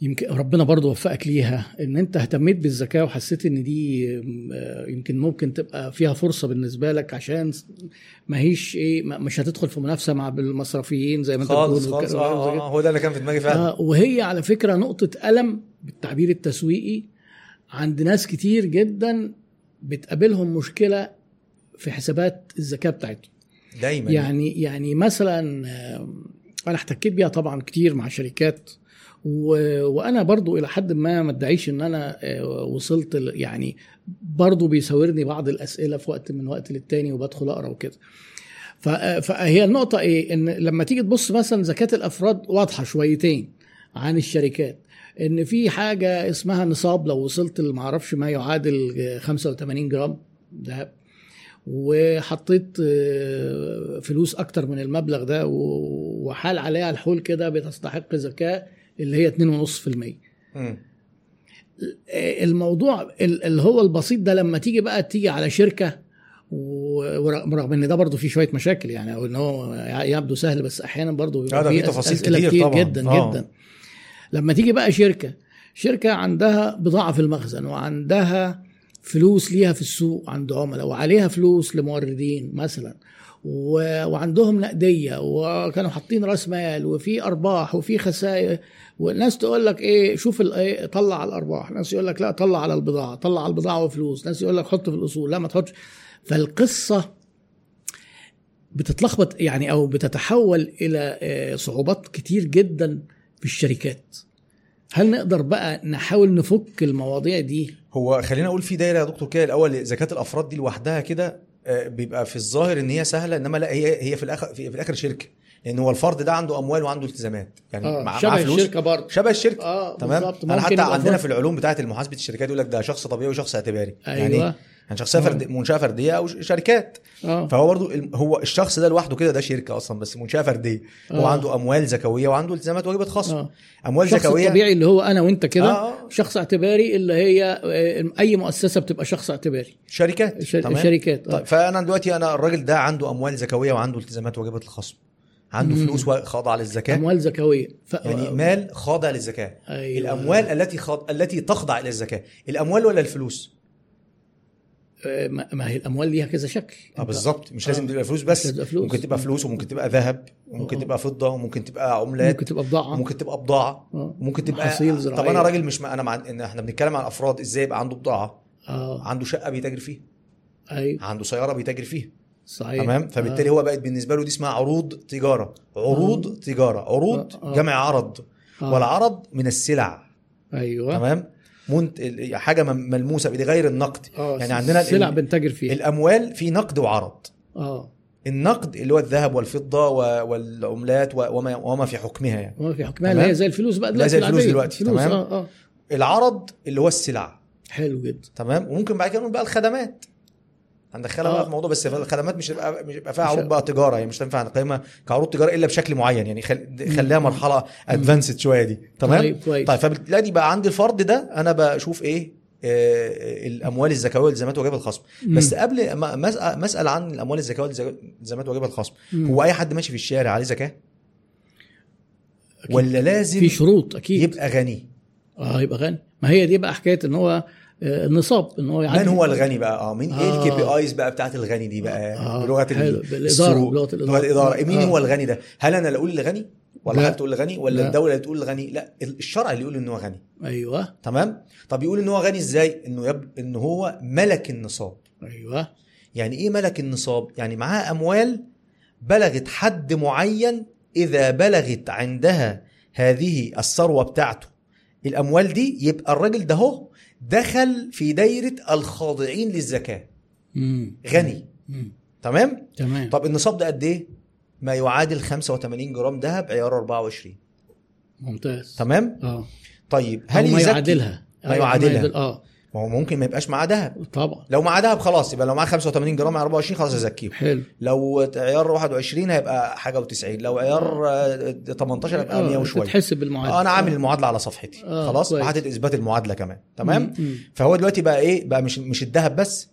Speaker 1: يمكن ربنا برضو وفقك ليها ان انت اهتميت بالذكاء وحسيت ان دي آه، يمكن ممكن تبقى فيها فرصه بالنسبه لك عشان ما هيش ايه ما- مش هتدخل في منافسه مع المصرفيين زي ما انت
Speaker 2: خالص
Speaker 1: بتقول
Speaker 2: خالص
Speaker 1: والك-
Speaker 2: آه,
Speaker 1: والكلام زي
Speaker 2: آه,
Speaker 1: كده.
Speaker 2: آه هو ده اللي كان في دماغي فعلا
Speaker 1: آه وهي على فكره نقطه الم بالتعبير التسويقي عند ناس كتير جدا بتقابلهم مشكله في حسابات الذكاء بتاعتهم
Speaker 2: دايما
Speaker 1: يعني يعني مثلا آه، انا احتكيت بيها طبعا كتير مع شركات و... وانا برضو الى حد ما ما ادعيش ان انا آه، وصلت ل- يعني برضو بيساورني بعض الاسئله في وقت من وقت للتاني وبدخل اقرا وكده ف- آه، فهي النقطه ايه ان لما تيجي تبص مثلا زكاه الافراد واضحه شويتين عن الشركات ان في حاجه اسمها نصاب لو وصلت لمعرفش ما يعادل آه، 85 جرام دهب وحطيت آه، فلوس اكتر من المبلغ ده و- وحال عليها الحول كده بتستحق زكاه اللي هي 2.5%
Speaker 2: مم.
Speaker 1: آه، الموضوع ال- اللي هو البسيط ده لما تيجي بقى تيجي على شركه و- ورغم رغم ان ده برضه فيه شويه مشاكل يعني او ان هو يبدو سهل بس احيانا برضه
Speaker 2: آه،
Speaker 1: بيبقى
Speaker 2: ده فيه
Speaker 1: فيه أس-
Speaker 2: تفاصيل
Speaker 1: أسئلة
Speaker 2: كتير طبعاً.
Speaker 1: جدا
Speaker 2: آه.
Speaker 1: جدا لما تيجي بقى شركه شركه عندها بضاعه في المخزن وعندها فلوس ليها في السوق عند عملاء وعليها فلوس لموردين مثلا و- وعندهم نقديه وكانوا حاطين راس مال وفي ارباح وفي خسائر والناس تقول لك ايه شوف ال- إيه طلع على الارباح ناس يقول لك لا طلع على البضاعه طلع على البضاعه وفلوس ناس يقول لك حط في الاصول لا ما تحطش فالقصه بتتلخبط يعني او بتتحول الى آه، صعوبات كتير جدا في الشركات هل نقدر بقى نحاول نفك المواضيع دي
Speaker 2: هو خلينا اقول في دايره يا دكتور كده الاول زكاه الافراد دي لوحدها كده آه، بيبقى في الظاهر ان هي سهله انما لا هي هي في الاخر في, في الاخر شركه لان هو الفرد ده عنده اموال وعنده التزامات يعني
Speaker 1: آه،
Speaker 2: آه مع
Speaker 1: شبه
Speaker 2: معاه فلوس
Speaker 1: الشركه برضه
Speaker 2: شبه الشركه
Speaker 1: اه
Speaker 2: تمام
Speaker 1: بالظبط
Speaker 2: انا
Speaker 1: ممكن
Speaker 2: حتى
Speaker 1: يبقى
Speaker 2: عندنا
Speaker 1: فرد.
Speaker 2: في العلوم بتاعه المحاسبه الشركات يقول لك ده شخص طبيعي وشخص اعتباري يعني
Speaker 1: ايوه
Speaker 2: إيه؟ يعني شخصيه فرد منشاه فرديه او ش- شركات
Speaker 1: اه
Speaker 2: فهو برضو الم- هو الشخص ده لوحده كده ده شركه اصلا بس منشاه فرديه هو
Speaker 1: آه.
Speaker 2: عنده اموال زكويه وعنده التزامات واجبات خاصه
Speaker 1: آه.
Speaker 2: اموال
Speaker 1: الشخص
Speaker 2: زكويه
Speaker 1: الطبيعي اللي هو انا وانت كده
Speaker 2: إيه؟ آه، آه.
Speaker 1: شخص اعتباري اللي هي آه، اي مؤسسه بتبقى شخص اعتباري
Speaker 2: شركات
Speaker 1: الشر- الشركات آه.
Speaker 2: طيب فانا دلوقتي انا الراجل ده عنده اموال زكويه وعنده التزامات واجبات الخصم عنده
Speaker 1: مم. آه.
Speaker 2: فلوس خاضعه للزكاه
Speaker 1: اموال زكويه ف...
Speaker 2: يعني مال خاضع للزكاه
Speaker 1: أيوة.
Speaker 2: الاموال التي خاض... التي تخضع الى الزكاه الاموال ولا الفلوس
Speaker 1: آه، ما ما هي الاموال ليها كذا شكل
Speaker 2: اه
Speaker 1: أنت-
Speaker 2: بالظبط مش
Speaker 1: آه.
Speaker 2: لازم تبقى فلوس
Speaker 1: مش
Speaker 2: بس
Speaker 1: لازم تبقى فلوس.
Speaker 2: ممكن تبقى فلوس وممكن تبقى ذهب وممكن
Speaker 1: آه.
Speaker 2: تبقى فضه وممكن تبقى عملات
Speaker 1: ممكن تبقى بضاعه
Speaker 2: ممكن تبقى بضاعه
Speaker 1: آه.
Speaker 2: ممكن تبقى
Speaker 1: محاصيل
Speaker 2: طب
Speaker 1: زراعية.
Speaker 2: انا راجل مش ما انا مع إن احنا بنتكلم عن افراد ازاي يبقى عنده بضاعه
Speaker 1: اه
Speaker 2: عنده شقه بيتاجر فيها
Speaker 1: ايوه
Speaker 2: عنده سياره بيتاجر فيها
Speaker 1: صحيح آه.
Speaker 2: تمام فبالتالي هو بقت بالنسبه له دي اسمها عروض تجاره عروض تجاره
Speaker 1: آه، آه.
Speaker 2: عروض جمع عرض
Speaker 1: آه.
Speaker 2: والعرض من السلع
Speaker 1: ايوه
Speaker 2: تمام منت... ال- حاجه مم- ملموسه بدي غير النقد
Speaker 1: آه.
Speaker 2: يعني عندنا ال-
Speaker 1: السلع بنتاجر فيها
Speaker 2: الاموال في نقد وعرض
Speaker 1: اه
Speaker 2: النقد اللي هو الذهب والفضه و- والعملات و- وما وما في حكمها يعني
Speaker 1: ما في حكمها اللي
Speaker 2: تمام.
Speaker 1: هي زي الفلوس بقى
Speaker 2: لا
Speaker 1: دلوقتي
Speaker 2: زي الفلوس
Speaker 1: العادية.
Speaker 2: دلوقتي،
Speaker 1: الفلوس،
Speaker 2: تمام.
Speaker 1: اه اه
Speaker 2: العرض اللي هو السلع
Speaker 1: حلو جدا
Speaker 2: تمام وممكن بعد كده نقول بقى الخدمات عندك خدمه
Speaker 1: آه.
Speaker 2: بقى في الموضوع بس الخدمات مش هيبقى مش هيبقى فيها
Speaker 1: مش
Speaker 2: عروض
Speaker 1: هيبقى.
Speaker 2: بقى تجاره يعني مش تنفع نقيمها كعروض تجاره الا بشكل معين يعني خل... خليها
Speaker 1: مم.
Speaker 2: مرحله ادفانسد شويه دي تمام
Speaker 1: طيب كويس
Speaker 2: طيب فبالتالي بقى عندي الفرد ده انا بشوف ايه آه، الاموال الزكويه والالتزامات واجبات الخصم
Speaker 1: مم.
Speaker 2: بس قبل ما ما أسأل- ما اسال عن الاموال الزكويه والالتزامات واجبات الخصم
Speaker 1: مم.
Speaker 2: هو اي حد ماشي في الشارع عليه زكاه ولا لازم
Speaker 1: في شروط اكيد
Speaker 2: يبقى غني
Speaker 1: اه يبقى غني ما هي دي بقى حكايه ان هو آه، النصاب ان يعني هو
Speaker 2: من
Speaker 1: يعدي
Speaker 2: هو الغني بقى اه مين ايه
Speaker 1: آه.
Speaker 2: الكي بي ايز بقى بتاعت الغني دي بقى
Speaker 1: آه،
Speaker 2: بلغه ال-
Speaker 1: حلو، بالإدارة،
Speaker 2: السوق،
Speaker 1: بلغة الإدارة.
Speaker 2: بلغه الاداره مين
Speaker 1: آه.
Speaker 2: هو الغني ده هل انا اللي اقول الغني ولا
Speaker 1: لا.
Speaker 2: حضرتك تقول الغني ولا
Speaker 1: لا.
Speaker 2: الدوله اللي تقول الغني لا الشرع اللي يقول ان هو غني
Speaker 1: ايوه
Speaker 2: تمام طب يقول ان هو غني ازاي انه يب... ان هو ملك النصاب
Speaker 1: ايوه
Speaker 2: يعني ايه ملك النصاب يعني معاه اموال بلغت حد معين اذا بلغت عندها هذه الثروه بتاعته الاموال دي يبقى الراجل ده هو دخل في دايره الخاضعين للزكاه
Speaker 1: مم.
Speaker 2: غني
Speaker 1: مم.
Speaker 2: تمام
Speaker 1: تمام
Speaker 2: طب النصاب ده قد ايه ما يعادل 85 جرام ذهب عيار 24
Speaker 1: ممتاز
Speaker 2: تمام
Speaker 1: اه
Speaker 2: طيب
Speaker 1: هل
Speaker 2: هل
Speaker 1: ما
Speaker 2: يزكي
Speaker 1: يعادلها
Speaker 2: ما يعادلها.
Speaker 1: يعادل- اه
Speaker 2: ما هو ممكن ما يبقاش معاه ذهب
Speaker 1: طبعا
Speaker 2: لو معاه دهب خلاص يبقى لو معاه 85 جرام عيار 24 خلاص ازكيه
Speaker 1: حلو
Speaker 2: لو عيار 21 هيبقى حاجه و90 لو عيار آه، 18 هيبقى 100
Speaker 1: آه،
Speaker 2: وشويه
Speaker 1: تتحسب بالمعادله
Speaker 2: انا عامل المعادله على صفحتي
Speaker 1: آه،
Speaker 2: خلاص
Speaker 1: كويس.
Speaker 2: حاطط اثبات المعادله كمان تمام
Speaker 1: مم. مم.
Speaker 2: فهو دلوقتي بقى ايه بقى مش مش الذهب بس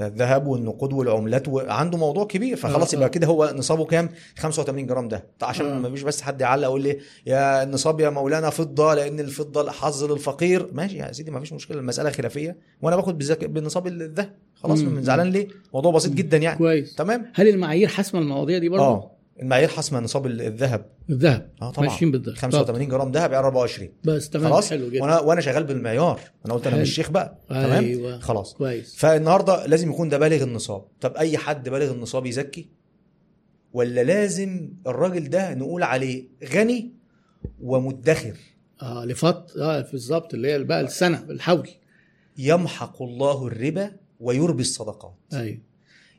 Speaker 2: ده الذهب والنقود والعملات وعنده موضوع كبير فخلاص
Speaker 1: آه، آه.
Speaker 2: يبقى كده هو نصابه كام 85 جرام ده طيب عشان
Speaker 1: آه.
Speaker 2: ما فيش بس حد يعلق يقول لي يا النصاب يا مولانا فضه لان الفضه حظ للفقير ماشي يا سيدي ما فيش مشكله المساله خلافيه وانا باخد بالزك... بالنصاب الذهب خلاص
Speaker 1: مم.
Speaker 2: من زعلان ليه موضوع بسيط
Speaker 1: مم.
Speaker 2: جدا يعني
Speaker 1: كويس
Speaker 2: تمام
Speaker 1: هل المعايير حاسمه المواضيع دي برضه؟
Speaker 2: اه المعايير حاسمه نصاب ال- الذهب
Speaker 1: الذهب
Speaker 2: اه طبعا
Speaker 1: ماشيين بالذهب
Speaker 2: 85 جرام ذهب يعني 24
Speaker 1: طب، بس تمام
Speaker 2: خلاص
Speaker 1: حلو جدا
Speaker 2: وانا وانا شغال بالمعيار انا قلت انا
Speaker 1: حلو.
Speaker 2: مش شيخ بقى تمام
Speaker 1: ايوه
Speaker 2: خلاص
Speaker 1: كويس
Speaker 2: فالنهارده لازم يكون ده بالغ النصاب طب اي حد بالغ النصاب يزكي ولا لازم الراجل ده نقول عليه غني ومدخر
Speaker 1: اه لفت اه بالظبط اللي هي بقى السنه الحول
Speaker 2: يمحق الله الربا ويربي الصدقات
Speaker 1: ايوه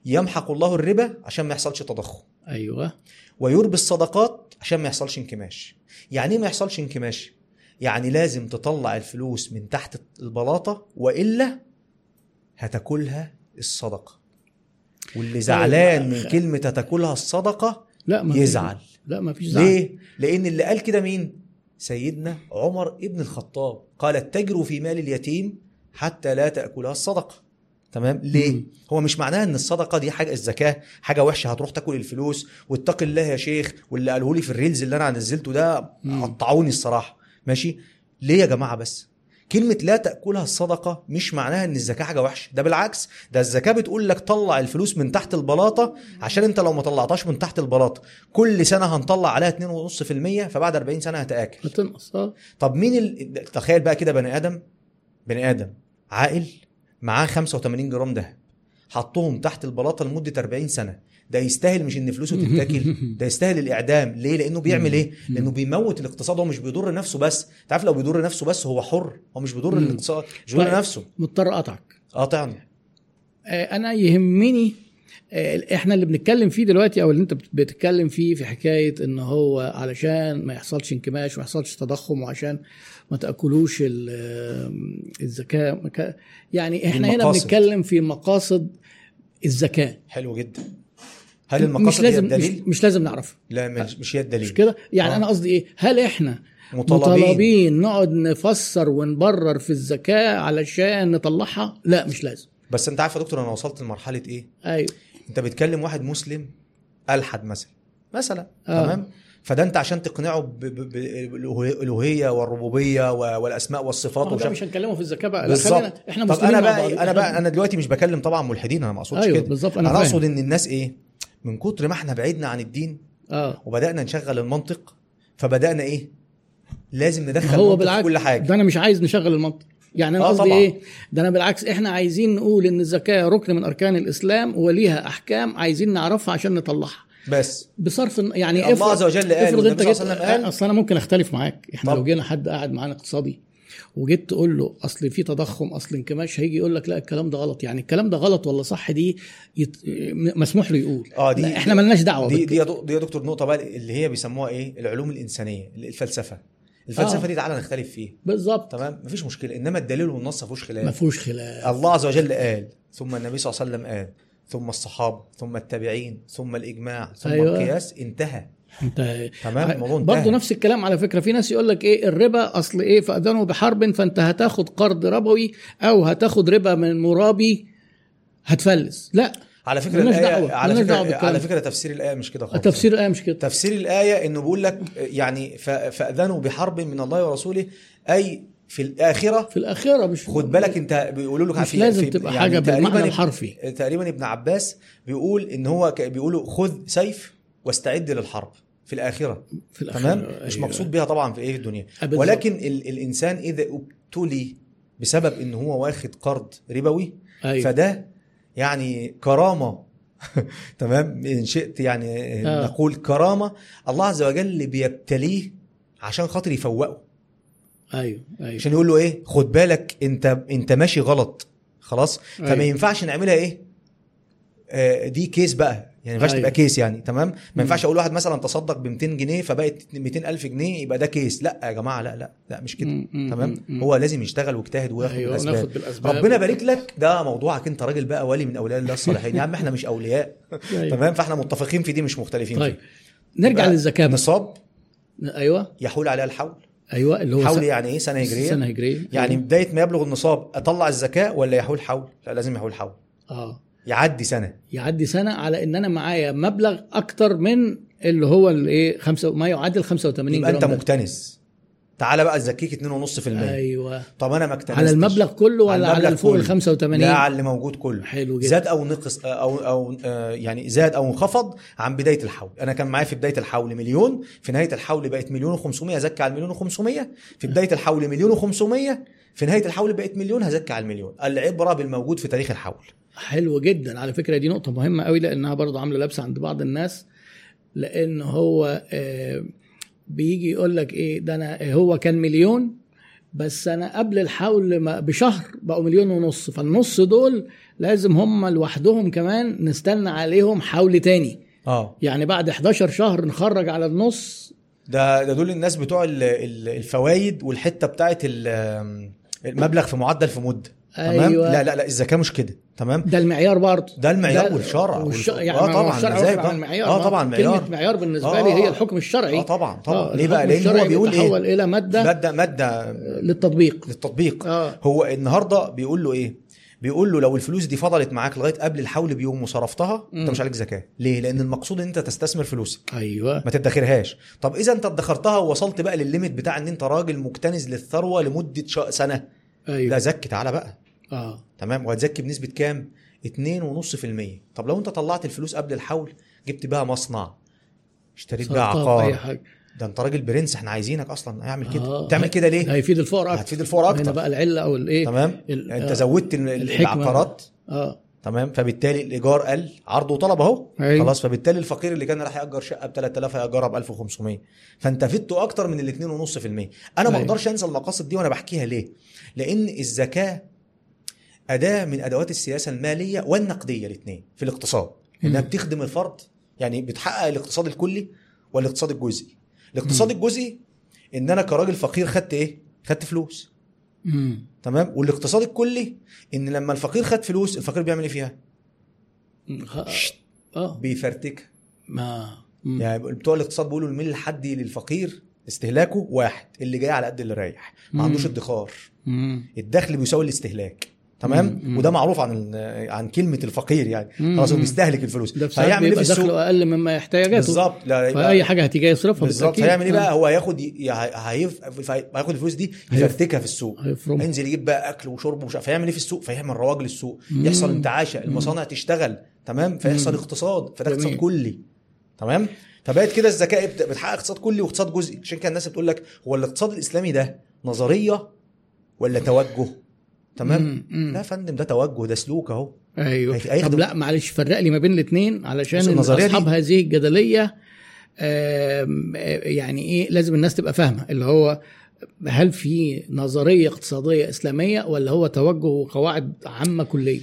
Speaker 2: يمحق الله الربا عشان ما يحصلش تضخم
Speaker 1: ايوه
Speaker 2: ويربي الصدقات عشان ما يحصلش انكماش يعني ايه ما يحصلش انكماش يعني لازم تطلع الفلوس من تحت البلاطه والا هتاكلها الصدقه واللي زعلان من كلمه هتاكلها الصدقه
Speaker 1: لا ما فيش-
Speaker 2: يزعل
Speaker 1: لا ما فيش زعل
Speaker 2: ليه؟ لأن اللي قال كده مين؟ سيدنا عمر ابن الخطاب قال اتجروا في مال اليتيم حتى لا تأكلها الصدقة تمام ليه
Speaker 1: مم.
Speaker 2: هو مش معناها ان الصدقه دي حاجه الزكاه حاجه وحشه هتروح تاكل الفلوس واتق الله يا شيخ واللي قاله لي في الريلز اللي انا نزلته ده
Speaker 1: مم.
Speaker 2: قطعوني الصراحه ماشي ليه يا جماعه بس كلمة لا تأكلها الصدقة مش معناها إن الزكاة حاجة وحشة، ده بالعكس، ده الزكاة بتقول لك طلع الفلوس من تحت البلاطة عشان أنت لو ما طلعتهاش من تحت البلاطة كل سنة هنطلع عليها 2.5% فبعد 40 سنة هتآكل.
Speaker 1: هتنقص اه
Speaker 2: طب مين ال... تخيل بقى كده بني ادم بني ادم عاقل معاه 85 جرام دهب حطهم تحت البلاطه لمده 40 سنه ده يستاهل مش ان فلوسه تتاكل ده يستاهل الاعدام ليه لانه بيعمل ايه لانه بيموت الاقتصاد هو مش بيضر نفسه بس انت عارف لو بيضر نفسه بس هو حر هو مش بيضر
Speaker 1: مم.
Speaker 2: الاقتصاد مش بيضر
Speaker 1: طيب.
Speaker 2: نفسه
Speaker 1: مضطر اقطعك
Speaker 2: اه طبعا
Speaker 1: آه، انا يهمني آه، احنا اللي بنتكلم فيه دلوقتي او اللي انت بت- بتتكلم فيه في حكايه ان هو علشان ما يحصلش انكماش وما يحصلش تضخم وعشان ما تاكلوش ال- آه، الزكاه ما ك- يعني احنا هنا
Speaker 2: المقاصد.
Speaker 1: بنتكلم في مقاصد الزكاه
Speaker 2: حلو جدا هل
Speaker 1: مش
Speaker 2: المقاصد هي
Speaker 1: لازم مش,
Speaker 2: الدليل؟
Speaker 1: مش لازم نعرفها
Speaker 2: لا مش, مش هي
Speaker 1: مش
Speaker 2: الدليل
Speaker 1: كده يعني
Speaker 2: آه.
Speaker 1: انا قصدي ايه هل احنا مطالبين نقعد نفسر ونبرر في الزكاه علشان نطلعها لا مش لازم
Speaker 2: بس انت عارف يا دكتور انا وصلت لمرحله ايه؟
Speaker 1: ايوه
Speaker 2: انت بتكلم واحد مسلم الحد مثلا مثلا
Speaker 1: آه.
Speaker 2: آه. تمام فده انت عشان تقنعه ب- ب- بالالوهيه والربوبيه و- والاسماء والصفات
Speaker 1: ما آه، ده
Speaker 2: ومش
Speaker 1: مش هنكلمه في الزكاه بقى لا
Speaker 2: بالظبط
Speaker 1: خلينا احنا
Speaker 2: طب
Speaker 1: مسلمين
Speaker 2: انا
Speaker 1: مع
Speaker 2: بقى
Speaker 1: بعض.
Speaker 2: انا بقى انا دلوقتي مش بكلم طبعا ملحدين انا ما اقصدش
Speaker 1: ايوه
Speaker 2: كده
Speaker 1: بالظبط
Speaker 2: انا
Speaker 1: انا
Speaker 2: اقصد
Speaker 1: فاهم
Speaker 2: ان الناس ايه من كتر ما احنا بعدنا عن الدين
Speaker 1: اه
Speaker 2: وبدانا نشغل المنطق فبدانا ايه لازم ندخل
Speaker 1: هو
Speaker 2: المنطق في
Speaker 1: بالعكس
Speaker 2: كل حاجه
Speaker 1: ده انا مش عايز نشغل المنطق يعني انا
Speaker 2: آه،
Speaker 1: قصدي
Speaker 2: طبعاً.
Speaker 1: ايه ده انا بالعكس احنا عايزين نقول ان الزكاه ركن من اركان الاسلام وليها احكام عايزين نعرفها عشان نطلعها
Speaker 2: بس
Speaker 1: بصرف يعني
Speaker 2: الله عز
Speaker 1: افرض
Speaker 2: وجل قال
Speaker 1: افرض انت
Speaker 2: والنبي صلى
Speaker 1: جيت
Speaker 2: الله عليه وسلم قال
Speaker 1: اصل انا ممكن اختلف معاك احنا
Speaker 2: طب.
Speaker 1: لو جينا حد قاعد معانا اقتصادي وجيت تقول له اصل في تضخم اصل انكماش هيجي يقول لك لا الكلام ده غلط يعني الكلام ده غلط ولا صح دي يت... مسموح له يقول
Speaker 2: اه دي
Speaker 1: لا، احنا ملناش دعوه
Speaker 2: دي
Speaker 1: بك.
Speaker 2: دي يا دو- دي يا دكتور نقطه بقى اللي هي بيسموها ايه العلوم الانسانيه الفلسفه الفلسفه
Speaker 1: آه.
Speaker 2: آه. دي تعالى نختلف فيها
Speaker 1: بالظبط
Speaker 2: تمام مفيش مشكله انما الدليل والنص ما فيهوش
Speaker 1: ما
Speaker 2: خلاف
Speaker 1: فيهوش خلاف
Speaker 2: الله عز وجل قال ثم النبي صلى الله عليه وسلم قال ثم الصحابه ثم التابعين ثم الاجماع ثم
Speaker 1: أيوة.
Speaker 2: القياس انتهى
Speaker 1: انت
Speaker 2: تمام الموضوع
Speaker 1: برضه
Speaker 2: انتهى.
Speaker 1: نفس الكلام على فكره في ناس يقول لك ايه الربا اصل ايه فاذنه بحرب فانت هتاخد قرض ربوي او هتاخد ربا من مرابي هتفلس لا
Speaker 2: على فكره
Speaker 1: ملناش
Speaker 2: الايه
Speaker 1: دعوة،
Speaker 2: على
Speaker 1: ملناش دعوة
Speaker 2: فكره
Speaker 1: بالكلام
Speaker 2: على
Speaker 1: ده.
Speaker 2: فكره تفسير الايه مش كده خالص
Speaker 1: تفسير الايه مش كده
Speaker 2: تفسير الآية إنه بيقول لك يعني ف- فأذنوا بحرب من الله ورسوله أي في الآخرة
Speaker 1: في الاخره مش
Speaker 2: خد بالك أنت بيقولوا لك
Speaker 1: مش
Speaker 2: في-
Speaker 1: لازم
Speaker 2: في- يعني
Speaker 1: تبقى حاجة
Speaker 2: تقريباً
Speaker 1: بالمعنى
Speaker 2: اب-
Speaker 1: الحرفي.
Speaker 2: تقريبا ابن عباس بيقول إن هو ك- بيقولوا خذ سيف واستعد للحرب في الآخرة
Speaker 1: في الآخرة،
Speaker 2: تمام مش
Speaker 1: أيوة.
Speaker 2: مقصود بيها طبعا في إيه في الدنيا
Speaker 1: بالظبط.
Speaker 2: ولكن ال الإنسان إذا ابتلي بسبب إن هو واخد قرض ربوي
Speaker 1: أيوة.
Speaker 2: فده يعني كرامه تمام ان شئت يعني
Speaker 1: آه.
Speaker 2: آه. نقول كرامه الله عز وجل بيبتليه عشان خاطر يفوقه
Speaker 1: ايوه ايوه
Speaker 2: عشان يقول له ايه خد بالك انت انت ماشي غلط خلاص فما
Speaker 1: أيوة.
Speaker 2: ينفعش نعملها ايه آه، دي كيس بقى يعني ما ينفعش
Speaker 1: أيوة.
Speaker 2: تبقى كيس يعني تمام ما ينفعش اقول واحد مثلا تصدق ب 200 جنيه فبقت 200000 جنيه يبقى ده كيس لا يا جماعه لا لا لا مش كده
Speaker 1: مم، مم،
Speaker 2: تمام
Speaker 1: مم، مم.
Speaker 2: هو لازم يشتغل ويجتهد وياخد
Speaker 1: أيوة،
Speaker 2: بالأسباب.
Speaker 1: وناخد بالأسباب.
Speaker 2: ربنا يبارك لك ده موضوعك انت راجل بقى ولي من اولياء الله الصالحين يا عم احنا مش اولياء
Speaker 1: أيوة.
Speaker 2: تمام فاحنا متفقين في دي مش مختلفين
Speaker 1: طيب
Speaker 2: فيه
Speaker 1: نرجع
Speaker 2: يبقى
Speaker 1: للزكاه بس
Speaker 2: نصاب
Speaker 1: ايوه
Speaker 2: يحول عليها الحول
Speaker 1: ايوه اللي هو
Speaker 2: حول
Speaker 1: سنة- أيوه.
Speaker 2: يعني ايه سنه هجريه
Speaker 1: سنه هجريه
Speaker 2: يعني بدايه ما يبلغ النصاب اطلع الزكاه ولا يحول حول؟ لا لازم يحول حول
Speaker 1: اه
Speaker 2: يعدي سنه
Speaker 1: يعدي سنه على ان انا معايا مبلغ اكتر من اللي هو الايه خمسة ما يعادل 85
Speaker 2: يبقى
Speaker 1: جرام
Speaker 2: انت
Speaker 1: ده.
Speaker 2: مكتنز تعالى بقى ازكيك 2.5%
Speaker 1: ايوه
Speaker 2: طب انا ما اكتنزتش
Speaker 1: على المبلغ كله ولا على,
Speaker 2: المبلغ
Speaker 1: فوق ال
Speaker 2: كله. لا
Speaker 1: 85
Speaker 2: على اللي موجود كله
Speaker 1: حلو جدا
Speaker 2: زاد او نقص او او آه، يعني زاد او انخفض عن بدايه الحول انا كان معايا في بدايه الحول مليون في نهايه الحول بقت مليون و500 هزكي على المليون و500
Speaker 1: آه.
Speaker 2: في بدايه الحول مليون و500 في نهايه الحول بقت مليون هزكي على المليون العبره بالموجود في تاريخ الحول
Speaker 1: حلو جدا على فكره دي نقطه مهمه قوي لانها برضه عامله لبسه عند بعض الناس لان هو آه، بيجي يقول لك ايه ده انا هو كان مليون بس انا قبل الحول ما- بشهر بقوا مليون ونص فالنص دول لازم هم لوحدهم كمان نستنى عليهم حول تاني
Speaker 2: اه
Speaker 1: يعني بعد 11 شهر نخرج على النص
Speaker 2: ده ده دول الناس بتوع ال- ال- الفوائد والحته بتاعت ال- المبلغ في معدل في مده تمام
Speaker 1: أيوة.
Speaker 2: لا لا لا الزكاه مش كده تمام
Speaker 1: ده المعيار برضه
Speaker 2: ده المعيار
Speaker 1: ده-
Speaker 2: والشرع
Speaker 1: والش...
Speaker 2: والف-
Speaker 1: يعني
Speaker 2: آه طبعاً،
Speaker 1: طبعا الشرع
Speaker 2: ده زي
Speaker 1: وافق
Speaker 2: ده.
Speaker 1: على المعيار
Speaker 2: آه
Speaker 1: ما-
Speaker 2: طبعاً،
Speaker 1: كلمه
Speaker 2: معيار.
Speaker 1: معيار بالنسبه
Speaker 2: آه،
Speaker 1: لي هي
Speaker 2: آه.
Speaker 1: الحكم الشرعي آه،
Speaker 2: اه طبعا طبعا ليه
Speaker 1: الحكم
Speaker 2: بقى لان هو
Speaker 1: الشرعي
Speaker 2: بيقول ايه
Speaker 1: بيتحول الى ماده
Speaker 2: ماده ماده
Speaker 1: للتطبيق
Speaker 2: للتطبيق
Speaker 1: آه.
Speaker 2: هو النهارده بيقول له ايه بيقول له لو الفلوس دي فضلت معاك لغايه قبل الحول بيوم وصرفتها انت مش عليك زكاه ليه لان المقصود ان انت تستثمر فلوسك
Speaker 1: ايوه
Speaker 2: ما تدخرهاش طب اذا انت ادخرتها ووصلت بقى للليميت بتاع ان انت راجل مكتنز للثروه لمده شا- سنه لا
Speaker 1: ايوه
Speaker 2: زكي تعالى بقى
Speaker 1: اه
Speaker 2: تمام وهتزكي بنسبه كام 2.5% طب لو انت طلعت الفلوس قبل الحول جبت بيها مصنع اشتريت بيها
Speaker 1: سلطات،
Speaker 2: عقار
Speaker 1: اي حاجه
Speaker 2: ده انت راجل برنس احنا عايزينك اصلا اعمل كده
Speaker 1: آه.
Speaker 2: آه. تعمل كده ليه
Speaker 1: هيفيد الفقراء اكتر
Speaker 2: هتفيد الفقراء
Speaker 1: هنا
Speaker 2: اكتر
Speaker 1: بقى العله او الايه
Speaker 2: تمام يعني
Speaker 1: ال-
Speaker 2: انت
Speaker 1: آه.
Speaker 2: زودت ال-
Speaker 1: الحكمة.
Speaker 2: العقارات
Speaker 1: اه
Speaker 2: تمام فبالتالي الايجار قل عرض وطلب اهو
Speaker 1: أيوة.
Speaker 2: خلاص فبالتالي الفقير اللي كان راح ياجر شقه ب 3000 هياجرها ب 1500 فانت فدته اكتر من ال 2.5% انا ما
Speaker 1: أيوة.
Speaker 2: اقدرش انسى المقاصد دي وانا بحكيها ليه لان الزكاه اداه من ادوات السياسه الماليه والنقديه الاثنين في الاقتصاد انها
Speaker 1: مم.
Speaker 2: بتخدم الفرد يعني بتحقق الاقتصاد الكلي والاقتصاد الجزئي الاقتصاد الجزئي ان انا كراجل فقير خدت ايه خدت فلوس
Speaker 1: امم
Speaker 2: تمام والاقتصاد الكلي ان لما الفقير خد فلوس الفقير بيعمل ايه فيها
Speaker 1: خ- اه
Speaker 2: بيفرتكها
Speaker 1: ما مم.
Speaker 2: يعني بتوع الاقتصاد بيقولوا الميل الحدي للفقير استهلاكه واحد اللي جاي على قد اللي رايح ما
Speaker 1: مم.
Speaker 2: عندوش ادخار
Speaker 1: مم.
Speaker 2: الدخل بيساوي الاستهلاك تمام
Speaker 1: مم.
Speaker 2: وده معروف عن ال- عن كلمه الفقير يعني
Speaker 1: مم.
Speaker 2: خلاص هو بيستهلك الفلوس
Speaker 1: ده في ساعات
Speaker 2: ايه
Speaker 1: بيبقى دخله اقل مما يحتاجاته
Speaker 2: بالظبط لا يبقى-
Speaker 1: فاي حاجه هتيجي يصرفها
Speaker 2: بالظبط
Speaker 1: بالتأكيد.
Speaker 2: هيعمل ايه
Speaker 1: آه.
Speaker 2: بقى هو هياخد ي- هيف- هياخد الفلوس دي يفرتكها في السوق
Speaker 1: هيفرمها.
Speaker 2: ينزل يجيب بقى اكل وشرب ومش عارف هيعمل ايه في السوق فيعمل رواج للسوق
Speaker 1: مم.
Speaker 2: يحصل انتعاشه المصانع تشتغل تمام فيحصل
Speaker 1: مم.
Speaker 2: اقتصاد فده اقتصاد
Speaker 1: جميل.
Speaker 2: كلي تمام فبقت كده الذكاء بت- بتحقق اقتصاد كلي واقتصاد جزئي عشان كده الناس بتقول لك هو الاقتصاد الاسلامي ده نظريه ولا توجه تمام
Speaker 1: مم. مم.
Speaker 2: لا يا فندم ده توجه ده سلوك اهو
Speaker 1: ايوه
Speaker 2: هي- هيخدم-
Speaker 1: طب لا معلش فرق لي ما بين الاثنين
Speaker 2: بس
Speaker 1: علشان
Speaker 2: النظرية
Speaker 1: اصحاب
Speaker 2: دي-
Speaker 1: هذه الجدليه آم، آه، يعني ايه لازم الناس تبقى فاهمه اللي هو هل في نظريه اقتصاديه اسلاميه ولا هو توجه وقواعد عامه كليه؟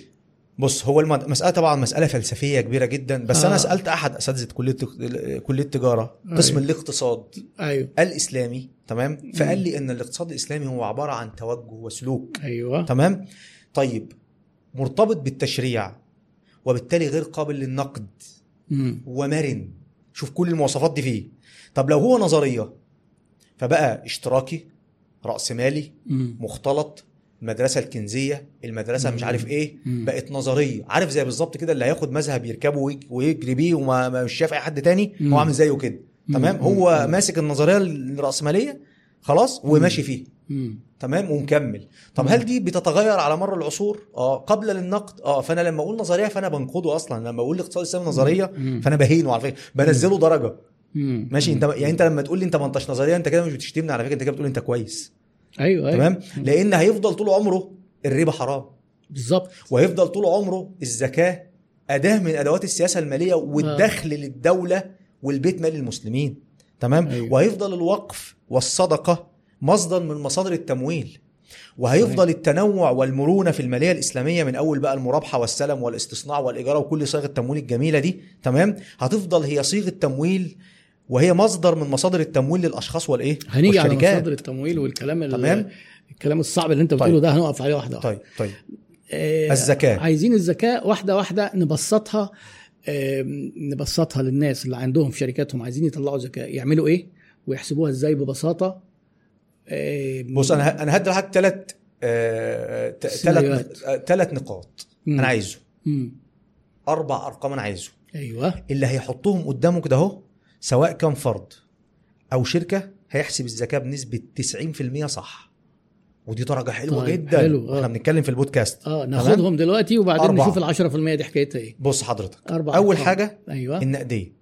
Speaker 2: بص هو المد- المساله طبعا مساله فلسفيه كبيره جدا بس
Speaker 1: آه.
Speaker 2: آه. انا سالت احد اساتذه كليه كليه التجاره قسم
Speaker 1: أيوة.
Speaker 2: الاقتصاد
Speaker 1: ايوه
Speaker 2: الاسلامي تمام فقال لي ان الاقتصاد الاسلامي هو عباره عن توجه وسلوك
Speaker 1: ايوه
Speaker 2: تمام طيب مرتبط بالتشريع وبالتالي غير قابل للنقد
Speaker 1: مم.
Speaker 2: ومرن شوف كل المواصفات دي فيه طب لو هو نظريه فبقى اشتراكي راسمالي
Speaker 1: مم.
Speaker 2: مختلط المدرسه الكنزيه المدرسه مش
Speaker 1: مم.
Speaker 2: عارف ايه
Speaker 1: مم.
Speaker 2: بقت نظريه عارف زي بالظبط كده اللي هياخد مذهب يركبه ويج- ويجري بيه وما ما- مش شايف اي حد تاني
Speaker 1: مم.
Speaker 2: هو عامل زيه كده
Speaker 1: مم.
Speaker 2: تمام
Speaker 1: مم.
Speaker 2: هو ماسك النظريه الراسماليه خلاص وماشي فيه
Speaker 1: مم.
Speaker 2: تمام ومكمل طب هل دي بتتغير على مر العصور اه قبل للنقد اه فانا لما اقول نظريه فانا بنقده اصلا لما اقول الاقتصاد الاسلامي نظريه
Speaker 1: مم.
Speaker 2: فانا بهينه على فكره بنزله درجه
Speaker 1: مم.
Speaker 2: ماشي انت يعني انت لما تقول لي انت ما انتش نظريه انت كده مش بتشتمني على فكره انت كده بتقول انت كويس
Speaker 1: ايوه ايوه
Speaker 2: تمام لان هيفضل طول عمره الربا حرام
Speaker 1: بالظبط
Speaker 2: وهيفضل طول عمره الزكاه اداه من ادوات السياسه الماليه والدخل
Speaker 1: آه.
Speaker 2: للدوله والبيت مال المسلمين تمام
Speaker 1: أيوة.
Speaker 2: أيوة. وهيفضل الوقف والصدقه مصدر من مصادر التمويل وهيفضل التنوع والمرونه في الماليه الاسلاميه من اول بقى المرابحه والسلم والاستصناع والاجاره وكل صيغ التمويل الجميله دي تمام هتفضل هي صيغه تمويل وهي مصدر من مصادر التمويل للاشخاص والايه
Speaker 1: هنيجي على
Speaker 2: والشركات.
Speaker 1: مصادر التمويل والكلام ال-
Speaker 2: تمام.
Speaker 1: الكلام الصعب اللي انت بتقوله ده هنقف عليه واحده واحده
Speaker 2: طيب طيب
Speaker 1: آه،
Speaker 2: الزكاة.
Speaker 1: عايزين الزكاة واحدة واحدة نبسطها آه، نبسطها للناس اللي عندهم في شركاتهم عايزين يطلعوا زكاة يعملوا ايه ويحسبوها ازاي ببساطة آه،
Speaker 2: بص انا ه- انا هدي لحضرتك ثلاث آه،
Speaker 1: سيناريوهات.
Speaker 2: ثلاث ثلاث نقاط
Speaker 1: مم.
Speaker 2: انا عايزه
Speaker 1: مم.
Speaker 2: اربع ارقام انا عايزه
Speaker 1: ايوه
Speaker 2: اللي هيحطهم قدامه كده اهو سواء كان فرد او شركه هيحسب الزكاه بنسبه 90% صح ودي درجه حلوه
Speaker 1: طيب،
Speaker 2: جدا
Speaker 1: حلو، آه.
Speaker 2: احنا بنتكلم في البودكاست
Speaker 1: اه ناخدهم دلوقتي وبعدين
Speaker 2: أربعة.
Speaker 1: نشوف ال 10% دي حكايتها ايه
Speaker 2: بص حضرتك
Speaker 1: أربعة
Speaker 2: اول
Speaker 1: أرقام.
Speaker 2: حاجه
Speaker 1: ايوه
Speaker 2: النقديه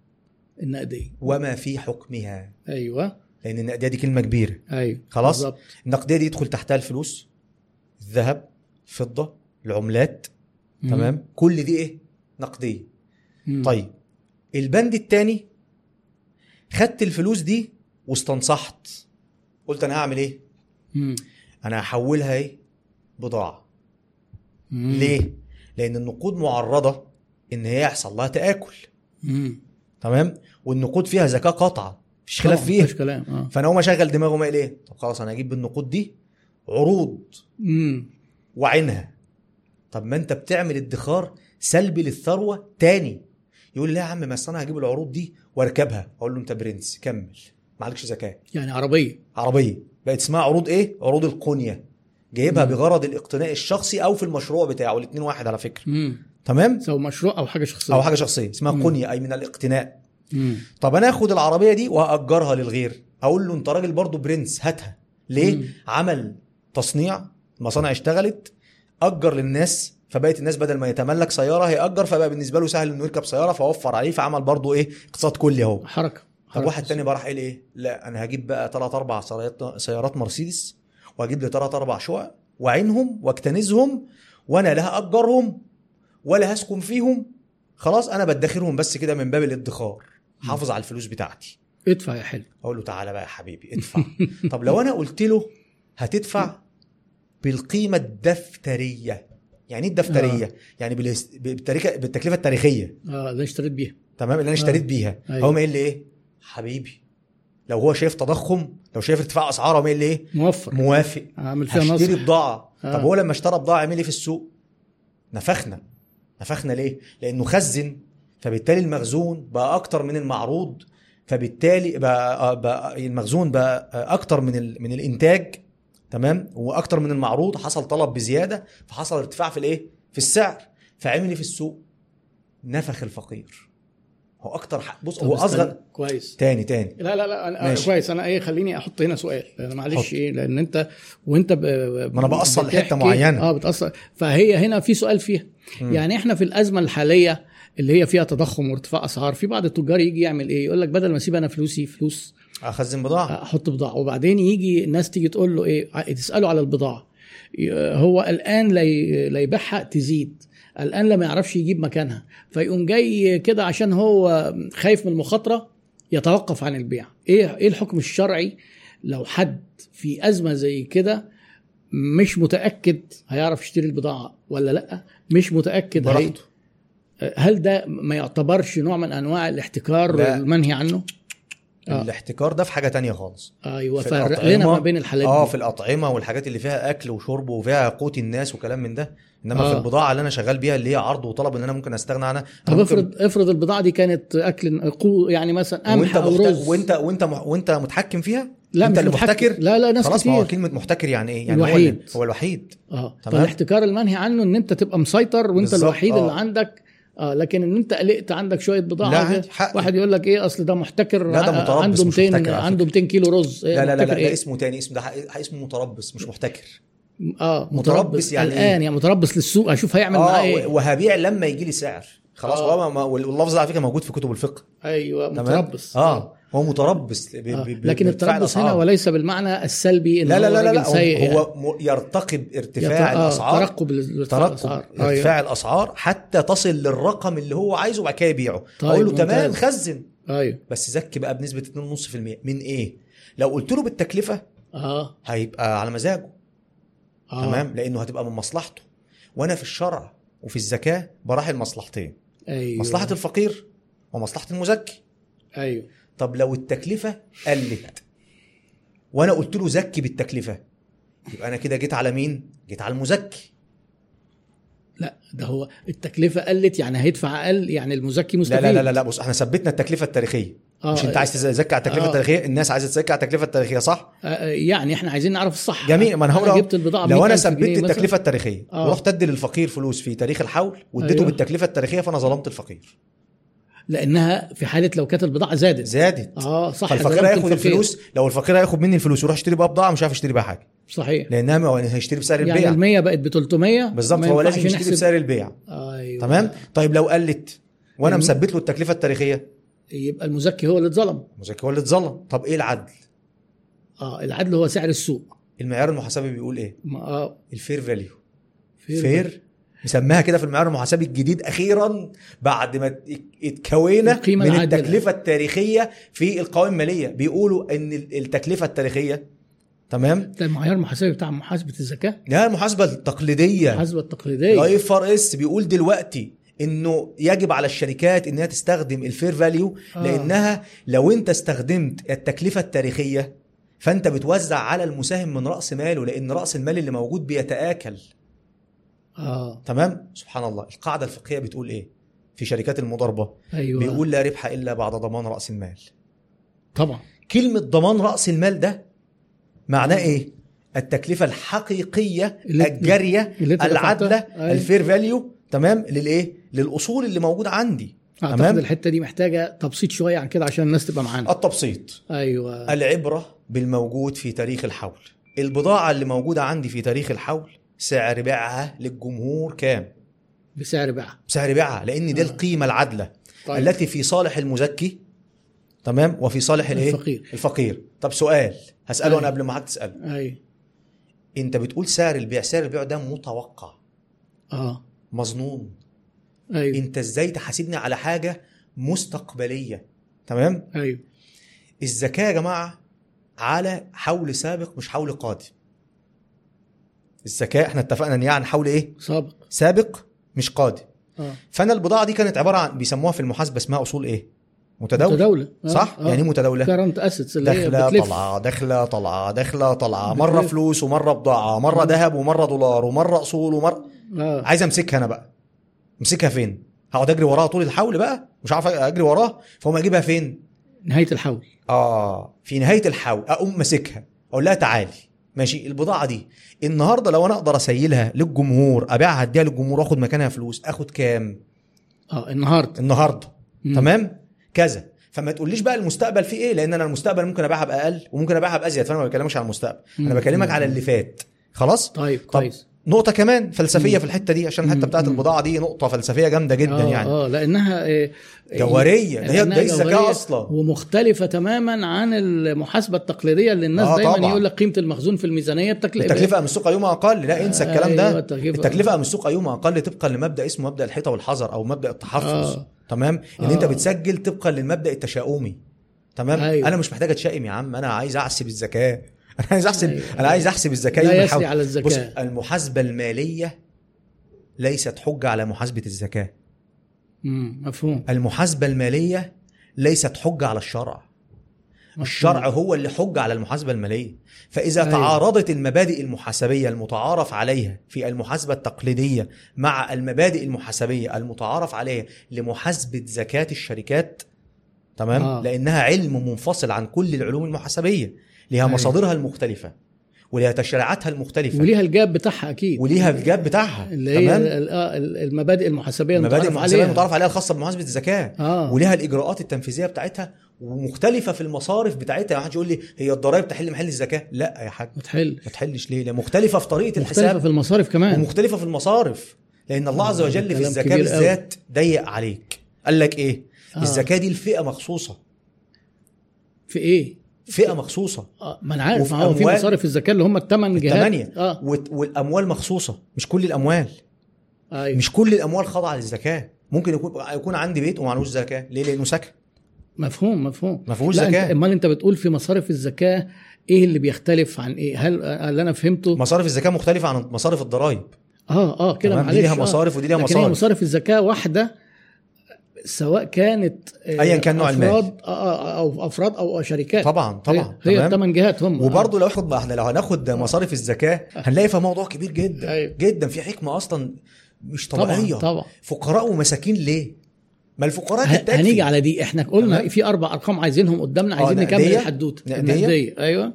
Speaker 1: النقدية
Speaker 2: وما في حكمها
Speaker 1: ايوه
Speaker 2: لان النقديه دي كلمه كبيره
Speaker 1: ايوه
Speaker 2: خلاص؟
Speaker 1: بالظبط.
Speaker 2: النقديه دي يدخل تحتها الفلوس الذهب الفضه العملات
Speaker 1: مم.
Speaker 2: تمام كل دي ايه نقديه
Speaker 1: مم.
Speaker 2: طيب البند التاني خدت الفلوس دي واستنصحت قلت انا هعمل ايه
Speaker 1: مم.
Speaker 2: انا هحولها ايه بضاعه
Speaker 1: مم.
Speaker 2: ليه لان النقود معرضه ان هي يحصل لها تاكل
Speaker 1: مم.
Speaker 2: تمام والنقود فيها زكاه قاطعه مفيش
Speaker 1: طبعاً،
Speaker 2: خلاف فيها
Speaker 1: مفيش كلام اه
Speaker 2: فانا هو شغل دماغه ما ليه إيه؟ طب خلاص انا هجيب بالنقود دي عروض
Speaker 1: مم.
Speaker 2: وعينها طب ما انت بتعمل ادخار سلبي للثروه تاني يقول لي لا يا عم ما أصل انا هجيب العروض دي واركبها اقول له انت برنس كمل معلكش زكاه
Speaker 1: يعني عربية
Speaker 2: عربيه بقت اسمها عروض ايه عروض القنيه جايبها
Speaker 1: مم.
Speaker 2: بغرض الاقتناء الشخصي او في المشروع بتاعه الاثنين واحد على فكره
Speaker 1: مم.
Speaker 2: تمام
Speaker 1: سواء مشروع او حاجة شخصية
Speaker 2: او حاجه شخصيه اسمها
Speaker 1: مم.
Speaker 2: قنيه اي من الاقتناء
Speaker 1: مم.
Speaker 2: طب انا اخد العربيه دي وهاجرها للغير اقول له انت راجل برضو برنس هاتها ليه
Speaker 1: مم.
Speaker 2: عمل تصنيع مصانع اشتغلت اجر للناس فبقت الناس بدل ما يتملك سياره هيأجر فبقى بالنسبه له سهل انه يركب سياره فوفر عليه فعمل برضو ايه اقتصاد كلي اهو
Speaker 1: حركة
Speaker 2: طب
Speaker 1: حركة.
Speaker 2: واحد تاني بقى راح قال ايه؟ لا انا هجيب بقى ثلاث اربع سيارات سيارات مرسيدس واجيب لي ثلاث اربع شقق واعينهم واكتنزهم وانا لا هاجرهم ولا هسكن فيهم خلاص انا بدخرهم بس كده من باب الادخار حافظ على الفلوس بتاعتي
Speaker 1: ادفع يا حلو
Speaker 2: اقول له تعالى بقى يا حبيبي ادفع طب لو انا قلت له هتدفع بالقيمه الدفتريه يعني ايه الدفتريه؟ يعني بالهس- بالتاريخ- بالتكلفه التاريخيه
Speaker 1: اه اللي اشتريت بيها
Speaker 2: تمام اللي انا اشتريت
Speaker 1: آه.
Speaker 2: بيها
Speaker 1: أيوة.
Speaker 2: أيوة. هو قايل لي ايه حبيبي لو هو شايف تضخم لو شايف ارتفاع اسعار قام قايل لي ايه
Speaker 1: موفر
Speaker 2: موافق
Speaker 1: عامل فيها
Speaker 2: هشتري
Speaker 1: نصر
Speaker 2: بضاعه
Speaker 1: آه.
Speaker 2: طب هو لما اشترى بضاعه عمل ايه في السوق نفخنا نفخنا ليه لانه خزن فبالتالي المخزون بقى اكتر من المعروض فبالتالي بقى, آه، بقى المخزون بقى اكتر من ال... من الانتاج تمام واكتر من المعروض حصل طلب بزياده فحصل ارتفاع في الايه في السعر فعمل ايه في السوق نفخ الفقير هو اكتر حق بص
Speaker 1: طب
Speaker 2: هو
Speaker 1: استنى،
Speaker 2: اصغر
Speaker 1: كويس
Speaker 2: تاني تاني
Speaker 1: لا لا لا أنا
Speaker 2: ماشي.
Speaker 1: كويس انا ايه خليني احط هنا سؤال انا معلش
Speaker 2: حط.
Speaker 1: ايه لان انت وانت ب...
Speaker 2: ما أنا بأصل
Speaker 1: بتحكي-
Speaker 2: لحتة معينة.
Speaker 1: اه بتاثر فهي هنا في سؤال فيها
Speaker 2: مم.
Speaker 1: يعني احنا في الازمه الحاليه اللي هي فيها تضخم وارتفاع اسعار في بعض التجار يجي يعمل ايه يقول لك بدل ما اسيب انا فلوسي فلوس
Speaker 2: اخزن بضاعه
Speaker 1: احط بضاعه وبعدين يجي ناس تيجي تقول له ايه ع- تساله على البضاعه ي- هو الان لا ي- لا يبيعها تزيد الان لا ما يعرفش يجيب مكانها فيقوم جاي كده عشان هو خايف من المخاطره يتوقف عن البيع ايه ايه الحكم الشرعي لو حد في ازمه زي كده مش متاكد هيعرف يشتري البضاعه ولا لا مش متاكد هي...
Speaker 2: براحته
Speaker 1: هل ده ما يعتبرش نوع من انواع الاحتكار
Speaker 2: لا.
Speaker 1: المنهي عنه آه.
Speaker 2: الاحتكار ده في حاجه تانية خالص
Speaker 1: ايوه
Speaker 2: في
Speaker 1: فرق
Speaker 2: الأطعمة.
Speaker 1: لنا ما بين الحالات
Speaker 2: اه
Speaker 1: دي.
Speaker 2: في الاطعمه والحاجات اللي فيها اكل وشرب وفيها قوت الناس وكلام من ده انما آه.
Speaker 1: آه.
Speaker 2: في البضاعه اللي انا شغال بيها اللي هي عرض وطلب ان انا ممكن استغنى عنها أنا
Speaker 1: طب
Speaker 2: ممكن-
Speaker 1: افرض افرض البضاعه دي كانت اكل قو- يعني مثلا قمح
Speaker 2: وانت
Speaker 1: او
Speaker 2: محت...
Speaker 1: رز
Speaker 2: وانت وانت مح... وانت متحكم فيها
Speaker 1: لا مش
Speaker 2: انت اللي
Speaker 1: محتكر.
Speaker 2: محتكر؟
Speaker 1: لا لا ناس
Speaker 2: خلاص ما هو
Speaker 1: كتير
Speaker 2: كلمه محتكر يعني ايه يعني هو
Speaker 1: الوحيد.
Speaker 2: اللي... هو الوحيد
Speaker 1: اه
Speaker 2: تمام.
Speaker 1: فالاحتكار المنهي عنه ان انت تبقى مسيطر وانت
Speaker 2: بالظبط،
Speaker 1: الوحيد
Speaker 2: آه.
Speaker 1: اللي عندك اه لكن ان انت قلقت عندك شويه بضاعه
Speaker 2: لا
Speaker 1: كده،
Speaker 2: عادي، حق.
Speaker 1: واحد يقول لك ايه اصل ده محتكر
Speaker 2: لا، ده
Speaker 1: ع-
Speaker 2: متربص
Speaker 1: عنده
Speaker 2: مش
Speaker 1: 200
Speaker 2: محتكر على
Speaker 1: عنده 200 كيلو رز إيه
Speaker 2: لا لا لا لا
Speaker 1: محتكر
Speaker 2: ده
Speaker 1: إيه؟
Speaker 2: اسمه تاني اسم ده حق- اسمه متربص مش محتكر
Speaker 1: اه
Speaker 2: متربص
Speaker 1: متربص
Speaker 2: يعني
Speaker 1: يعني
Speaker 2: إيه؟
Speaker 1: الان يعني متربص للسوق اشوف هيعمل معاه
Speaker 2: اه
Speaker 1: ايه
Speaker 2: وهبيع لما يجي لي سعر خلاص
Speaker 1: آه.
Speaker 2: هو ما- ما... واللفظ ده على فكره موجود في كتب الفقه
Speaker 1: ايوه
Speaker 2: تمام؟
Speaker 1: متربص
Speaker 2: اه هو متربص ب...
Speaker 1: آه.
Speaker 2: ب... ب...
Speaker 1: لكن
Speaker 2: بالفعل
Speaker 1: التربص هنا
Speaker 2: أسعار.
Speaker 1: وليس بالمعنى السلبي ان
Speaker 2: لا لا لا لا, لا. هو,
Speaker 1: سيء يعني.
Speaker 2: هو م- يرتقب ارتفاع
Speaker 1: يت- آه،
Speaker 2: الاسعار
Speaker 1: ترقب لل- أيوة.
Speaker 2: ترقب
Speaker 1: الأسعار.
Speaker 2: ارتفاع الاسعار حتى تصل للرقم اللي هو عايزه وبعد كده يبيعه
Speaker 1: طيب،
Speaker 2: اقول له تمام
Speaker 1: ممتاز.
Speaker 2: خزن
Speaker 1: ايوه ايوه
Speaker 2: بس زك بقى بنسبه 2.5% من ايه؟ لو قلت له بالتكلفه
Speaker 1: اه
Speaker 2: هيبقى على مزاجه
Speaker 1: اه
Speaker 2: تمام لانه هتبقى من مصلحته وانا في الشرع وفي الزكاه براحل مصلحتين
Speaker 1: ايوه
Speaker 2: مصلحه الفقير ومصلحه المزكي
Speaker 1: ايوه
Speaker 2: طب لو التكلفه قلت وانا قلت له زكي بالتكلفه يبقى انا كده جيت على مين؟ جيت على المزكي
Speaker 1: لا ده هو التكلفه قلت يعني هيدفع اقل يعني المزكي
Speaker 2: لا
Speaker 1: مستفيد
Speaker 2: لا لا لا, لا بص احنا ثبتنا التكلفه التاريخيه
Speaker 1: آه،
Speaker 2: مش انت عايز تزكي على التكلفه
Speaker 1: آه.
Speaker 2: التاريخيه الناس عايزه تزكي على التكلفه التاريخيه صح؟
Speaker 1: آه، يعني احنا عايزين نعرف الصح
Speaker 2: جميل ما انا هقول
Speaker 1: أنا
Speaker 2: أهو،
Speaker 1: جبت البضاعه
Speaker 2: لو انا
Speaker 1: 100,000 آه، جنيه
Speaker 2: ثبتت
Speaker 1: مثلاً.
Speaker 2: التكلفه التاريخيه
Speaker 1: آه.
Speaker 2: ورحت ادي للفقير فلوس في تاريخ الحول واديته
Speaker 1: أيوه.
Speaker 2: بالتكلفه التاريخيه فانا ظلمت الفقير
Speaker 1: لانها في حاله لو كانت البضاعه زادت
Speaker 2: زادت
Speaker 1: اه صح
Speaker 2: فالفقير
Speaker 1: زادت الفقير.
Speaker 2: هياخد الفلوس لو الفقير هياخد مني الفلوس ويروح يشتري بقى بضاعه مش عارف يشتري بيها حاجه
Speaker 1: صحيح
Speaker 2: لانها ما- هيشتري بسعر
Speaker 1: يعني
Speaker 2: البيع
Speaker 1: ال 100 بقت ب 300
Speaker 2: بالظبط
Speaker 1: ما
Speaker 2: هو
Speaker 1: ينفعش
Speaker 2: لازم يشتري
Speaker 1: نحسب-
Speaker 2: بسعر البيع
Speaker 1: ايوه
Speaker 2: تمام طيب لو قلت وانا
Speaker 1: جميل.
Speaker 2: مثبت له التكلفه التاريخيه
Speaker 1: يبقى المزكي هو اللي اتظلم
Speaker 2: المزكي هو اللي اتظلم طب ايه العدل؟
Speaker 1: اه العدل هو سعر السوق
Speaker 2: المعيار المحاسبي بيقول ايه؟
Speaker 1: ما- اه
Speaker 2: الفير فاليو
Speaker 1: فير
Speaker 2: فير مسماها كده في المعيار المحاسبي الجديد اخيرا بعد ما ات- اتكوينا
Speaker 1: القيمة
Speaker 2: من
Speaker 1: العادلة.
Speaker 2: التكلفه التاريخيه في القوائم الماليه بيقولوا ان ال- التكلفه التاريخيه تمام
Speaker 1: ده المعيار المحاسبي بتاع محاسبه الزكاه
Speaker 2: ده المحاسبه التقليديه
Speaker 1: المحاسبه التقليديه
Speaker 2: الاي ار اس بيقول دلوقتي انه يجب على الشركات انها تستخدم الفير فاليو
Speaker 1: آه.
Speaker 2: لانها لو انت استخدمت التكلفه التاريخيه فانت بتوزع على المساهم من راس ماله لان راس المال اللي موجود بيتاكل
Speaker 1: اه
Speaker 2: تمام سبحان الله القاعده الفقهيه بتقول ايه في شركات المضاربه
Speaker 1: ايوه
Speaker 2: بيقول لا ربح الا بعد ضمان راس المال
Speaker 1: طبعا
Speaker 2: كلمه ضمان راس المال ده معناه ايه التكلفه الحقيقيه
Speaker 1: اللي-
Speaker 2: الجاريه
Speaker 1: اللي أنت دفعتها.
Speaker 2: العادله
Speaker 1: أيوة.
Speaker 2: الفير فاليو تمام للايه للاصول اللي موجوده عندي
Speaker 1: اعتقد
Speaker 2: تمام.
Speaker 1: الحته دي محتاجه تبسيط شويه عن كده عشان الناس تبقى معانا
Speaker 2: التبسيط
Speaker 1: ايوه
Speaker 2: العبره بالموجود في تاريخ الحول البضاعه اللي موجوده عندي في تاريخ الحول سعر بيعها للجمهور كام
Speaker 1: بسعر بيعها
Speaker 2: سعر بيعها لان دي
Speaker 1: آه.
Speaker 2: القيمه العادله طيب. التي في صالح المزكي تمام وفي صالح الايه
Speaker 1: الفقير.
Speaker 2: الفقير طب سؤال هساله
Speaker 1: أيوة.
Speaker 2: انا قبل ما حضرتك تساله
Speaker 1: ايوه
Speaker 2: انت بتقول سعر البيع سعر البيع ده متوقع
Speaker 1: اه
Speaker 2: مظنون
Speaker 1: ايوه
Speaker 2: انت ازاي تحاسبني على حاجه مستقبليه تمام
Speaker 1: ايوه
Speaker 2: الزكاه يا جماعه على حول سابق مش حول قادم الزكاه احنا اتفقنا ان هي عن حول ايه
Speaker 1: سابق
Speaker 2: سابق مش قادم
Speaker 1: اه
Speaker 2: فانا البضاعه دي كانت عباره عن بيسموها في المحاسبه اسمها اصول ايه متداوله
Speaker 1: متداولة آه،
Speaker 2: صح
Speaker 1: آه.
Speaker 2: يعني ايه متداوله
Speaker 1: كارنت اسيتس اللي هي
Speaker 2: داخله
Speaker 1: بتلف
Speaker 2: طالعه داخله طالعه داخله طالعه مره
Speaker 1: بتلف.
Speaker 2: فلوس ومره بضاعه مره
Speaker 1: مم.
Speaker 2: ذهب ومره دولار ومره اصول ومره
Speaker 1: اه
Speaker 2: عايز امسكها انا بقى امسكها فين هقعد اجري وراها طول الحول بقى مش عارف اجري وراها فاقوم اجيبها فين
Speaker 1: نهايه الحول
Speaker 2: اه في نهايه الحول اقوم ماسكها اقول لها تعالي ماشي البضاعه دي النهارده لو انا اقدر اسيلها للجمهور ابيعها اديها للجمهور واخد مكانها فلوس اخد كام
Speaker 1: اه النهارده
Speaker 2: النهارده
Speaker 1: مم.
Speaker 2: تمام كذا فما تقوليش بقى المستقبل فيه ايه لان انا المستقبل ممكن ابيعها باقل وممكن ابيعها بازيد فانا ما بكلمكش على المستقبل انا
Speaker 1: مم.
Speaker 2: بكلمك
Speaker 1: مم.
Speaker 2: على اللي فات خلاص
Speaker 1: طيب كويس
Speaker 2: نقطه كمان فلسفيه
Speaker 1: مم.
Speaker 2: في الحته دي عشان الحته
Speaker 1: مم.
Speaker 2: بتاعت
Speaker 1: مم.
Speaker 2: البضاعه دي نقطه فلسفيه جامده جدا
Speaker 1: آه،
Speaker 2: يعني
Speaker 1: اه لانها آه،
Speaker 2: جوهريه ده هي
Speaker 1: لأنها
Speaker 2: ده الزكاه
Speaker 1: جوهرية
Speaker 2: اصلا
Speaker 1: ومختلفه تماما عن المحاسبه التقليديه اللي الناس
Speaker 2: آه،
Speaker 1: آه دايما
Speaker 2: طبعاً.
Speaker 1: يقول لك قيمه المخزون في الميزانيه بتكلفه
Speaker 2: التكلفه من السوق يوم اقل لا انسى الكلام
Speaker 1: أيوة،
Speaker 2: ده
Speaker 1: التكلفة-
Speaker 2: التكلفه من السوق يوم اقل طبقا لمبدا اسمه مبدا الحيطه والحذر او مبدا التحفظ
Speaker 1: آه.
Speaker 2: تمام ان انت
Speaker 1: آه.
Speaker 2: بتسجل طبقا للمبدا التشاؤمي تمام
Speaker 1: أيوة.
Speaker 2: انا مش محتاج اتشائم يا عم انا عايز احسب الزكاه انا عايز احسب
Speaker 1: أيوة.
Speaker 2: انا عايز احسب الزكاه يوم
Speaker 1: لا
Speaker 2: الحول.
Speaker 1: يسري على
Speaker 2: بص
Speaker 1: الزكاه
Speaker 2: المحاسبه الماليه ليست حجه على محاسبه الزكاه
Speaker 1: مم، مفهوم
Speaker 2: المحاسبه الماليه ليست حجه على الشرع الشرع هو اللي حج على المحاسبة المالية فإذا
Speaker 1: أيوة.
Speaker 2: تعارضت المبادئ المحاسبية المتعارف عليها في المحاسبة التقليدية مع المبادئ المحاسبية المتعارف عليها لمحاسبة زكاة الشركات تمام
Speaker 1: آه.
Speaker 2: آه. لأنها علم منفصل عن كل العلوم المحاسبية لها
Speaker 1: أيوة.
Speaker 2: مصادرها المختلفة ولها تشريعاتها المختلفة
Speaker 1: وليها الجاب بتاعها اكيد
Speaker 2: وليها الجاب بتاعها
Speaker 1: اللي هي
Speaker 2: تمام
Speaker 1: ال- آه، ال- المبادئ المحاسبيه
Speaker 2: المبادئ
Speaker 1: المتعارف
Speaker 2: المحاسبية
Speaker 1: عليها
Speaker 2: المتعارف عليها الخاصة بمحاسبة الزكاة
Speaker 1: اه
Speaker 2: ولها الاجراءات التنفيذيه بتاعتها ومختلفه في المصارف بتاعتها يعني واحد يقول لي هي الضرائب تحل محل الزكاه لا يا حاج
Speaker 1: وتحل
Speaker 2: ما تحلش ليه لا مختلفه في طريقه
Speaker 1: مختلفه
Speaker 2: الحساب
Speaker 1: في المصارف كمان
Speaker 2: ومختلفه في المصارف لان الله
Speaker 1: آه،
Speaker 2: عز وجل في
Speaker 1: كلام
Speaker 2: الزكاه
Speaker 1: كبير أوي.
Speaker 2: بالذات ضيق عليك قال لك ايه
Speaker 1: آه.
Speaker 2: الزكاه دي لفئه مخصوصه
Speaker 1: في ايه؟
Speaker 2: فئه مخصوصه
Speaker 1: آه ما انا عارف
Speaker 2: وفي
Speaker 1: ما هو في
Speaker 2: أموال-
Speaker 1: مصارف الزكاه اللي هم الثمان جهات
Speaker 2: الثمانية.
Speaker 1: اه
Speaker 2: وت- والاموال مخصوصه مش كل الاموال
Speaker 1: ايوه
Speaker 2: مش كل الاموال خاضعه للزكاه ممكن يكون يكون عندي بيت ومعلوش زكاه ليه لانه سكن
Speaker 1: مفهوم مفهوم
Speaker 2: ما فيهوش
Speaker 1: لا أنت-
Speaker 2: زكاه
Speaker 1: امال انت بتقول في مصارف الزكاه ايه اللي بيختلف عن ايه؟ هل آه، اللي انا فهمته
Speaker 2: مصارف الزكاه مختلفه عن مصارف الضرائب
Speaker 1: اه اه كده
Speaker 2: تمام؟
Speaker 1: معلش
Speaker 2: دي ليها
Speaker 1: آه.
Speaker 2: مصارف ودي ليها
Speaker 1: لكن هي
Speaker 2: مصارف
Speaker 1: مصارف الزكاه واحده سواء كانت آه،
Speaker 2: أياً كان نوع المال.
Speaker 1: افراد آه، آه، او افراد او شركات
Speaker 2: طبعا طبعا
Speaker 1: هي, هي
Speaker 2: تمام
Speaker 1: الثمان جهات هم
Speaker 2: وبرضه لو اخد احنا لو هناخد مصاريف الزكاه هنلاقي في موضوع كبير جدا
Speaker 1: أيوة.
Speaker 2: جدا في حكمه اصلا مش
Speaker 1: طبعا
Speaker 2: طبيعيه
Speaker 1: طبعا
Speaker 2: فقراء ومساكين ليه؟ ما الفقراء
Speaker 1: ه-
Speaker 2: تكتفي
Speaker 1: هنيجي على دي احنا قلنا
Speaker 2: تمام.
Speaker 1: في اربع ارقام عايزينهم قدامنا عايزين
Speaker 2: آه،
Speaker 1: نكمل
Speaker 2: نقدية؟
Speaker 1: الحدوته
Speaker 2: نقدية؟
Speaker 1: النقديه ايوه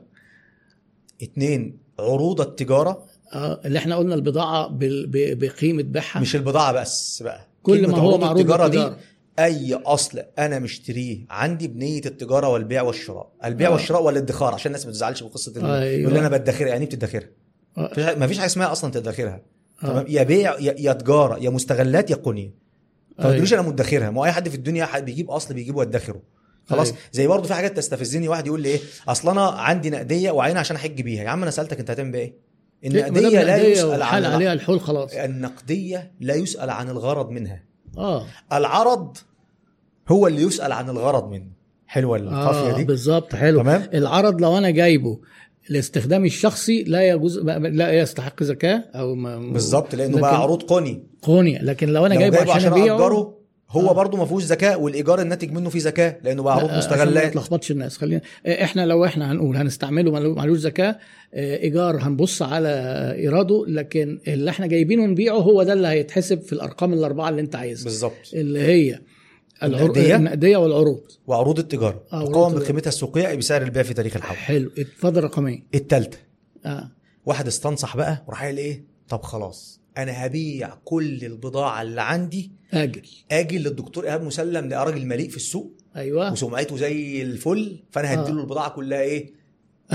Speaker 2: اتنين عروض التجاره
Speaker 1: آه اللي احنا قلنا البضاعه بال- ب- بقيمه بيعها
Speaker 2: مش البضاعه بس بقى
Speaker 1: آه. كل
Speaker 2: كلمة
Speaker 1: ما هو
Speaker 2: عروض
Speaker 1: معروض
Speaker 2: التجاره دي
Speaker 1: للتجارة.
Speaker 2: اي اصل انا مشتريه عندي بنيه التجاره والبيع والشراء البيع
Speaker 1: آه.
Speaker 2: والشراء والادخار عشان الناس ما تزعلش من قصه ال-
Speaker 1: أيوة.
Speaker 2: يقول انا بدخرها يعني إيه بتدخرها
Speaker 1: آه.
Speaker 2: مفيش- مفيش حاجه اسمها اصلا تدخرها
Speaker 1: آه.
Speaker 2: تمام يا بيع يا يا تجاره يا مستغلات يا قنيه فما
Speaker 1: أيوة.
Speaker 2: تقوليش انا مدخرها ما هو اي حد في الدنيا حد بيجيب اصل بيجيب وادخره خلاص
Speaker 1: أيوة.
Speaker 2: زي برضه في حاجات تستفزني واحد يقول لي ايه اصل انا عندي نقديه وعينها عشان احج بيها يا عم انا سالتك انت هتعمل بيها ايه
Speaker 1: إيه،
Speaker 2: النقديه لا آه،
Speaker 1: النقدية
Speaker 2: يسال
Speaker 1: والحال
Speaker 2: عن
Speaker 1: عليها الحول خلاص
Speaker 2: النقديه لا يسال عن الغرض منها
Speaker 1: اه
Speaker 2: العرض هو اللي يسال عن الغرض منه حلوه القافيه
Speaker 1: اه
Speaker 2: دي
Speaker 1: بالظبط حلو
Speaker 2: تمام
Speaker 1: العرض لو انا جايبه لاستخدامي الشخصي لا يجوز لا يستحق زكاه او ما
Speaker 2: بالظبط لانه
Speaker 1: لكن-
Speaker 2: بقى عروض قني
Speaker 1: قونية لكن لو انا
Speaker 2: لو
Speaker 1: جايبه عشان ابيعه
Speaker 2: اجره هو
Speaker 1: آه.
Speaker 2: برضه ما فيهوش زكاه والايجار الناتج منه فيه زكاه لانه بقى عروض
Speaker 1: لا، عشان ما
Speaker 2: مستغلات
Speaker 1: تلخبطش الناس خلينا آه، احنا لو احنا هنقول هنستعمله ملو- معلوش زكاه آه، ايجار هنبص على ايراده لكن اللي احنا جايبينه نبيعه هو ده اللي هيتحسب في الارقام الاربعه اللي انت عايزها
Speaker 2: بالظبط
Speaker 1: اللي هي العر-
Speaker 2: النقدية؟
Speaker 1: النقديه والعروض
Speaker 2: وعروض التجاره
Speaker 1: آه، عروض
Speaker 2: تقاوم
Speaker 1: التجارة.
Speaker 2: بقيمتها السوقيه أي بسعر البيع في تاريخ الحول
Speaker 1: حلو اتفضل رقمين
Speaker 2: التالتة
Speaker 1: اه
Speaker 2: واحد استنصح بقى وراح قال ايه طب خلاص انا هبيع كل البضاعه اللي عندي
Speaker 1: اجل
Speaker 2: اجي للدكتور ايهاب مسلم ده راجل مليء في السوق
Speaker 1: ايوه
Speaker 2: وسمعته زي الفل فانا
Speaker 1: آه.
Speaker 2: هديله البضاعه كلها ايه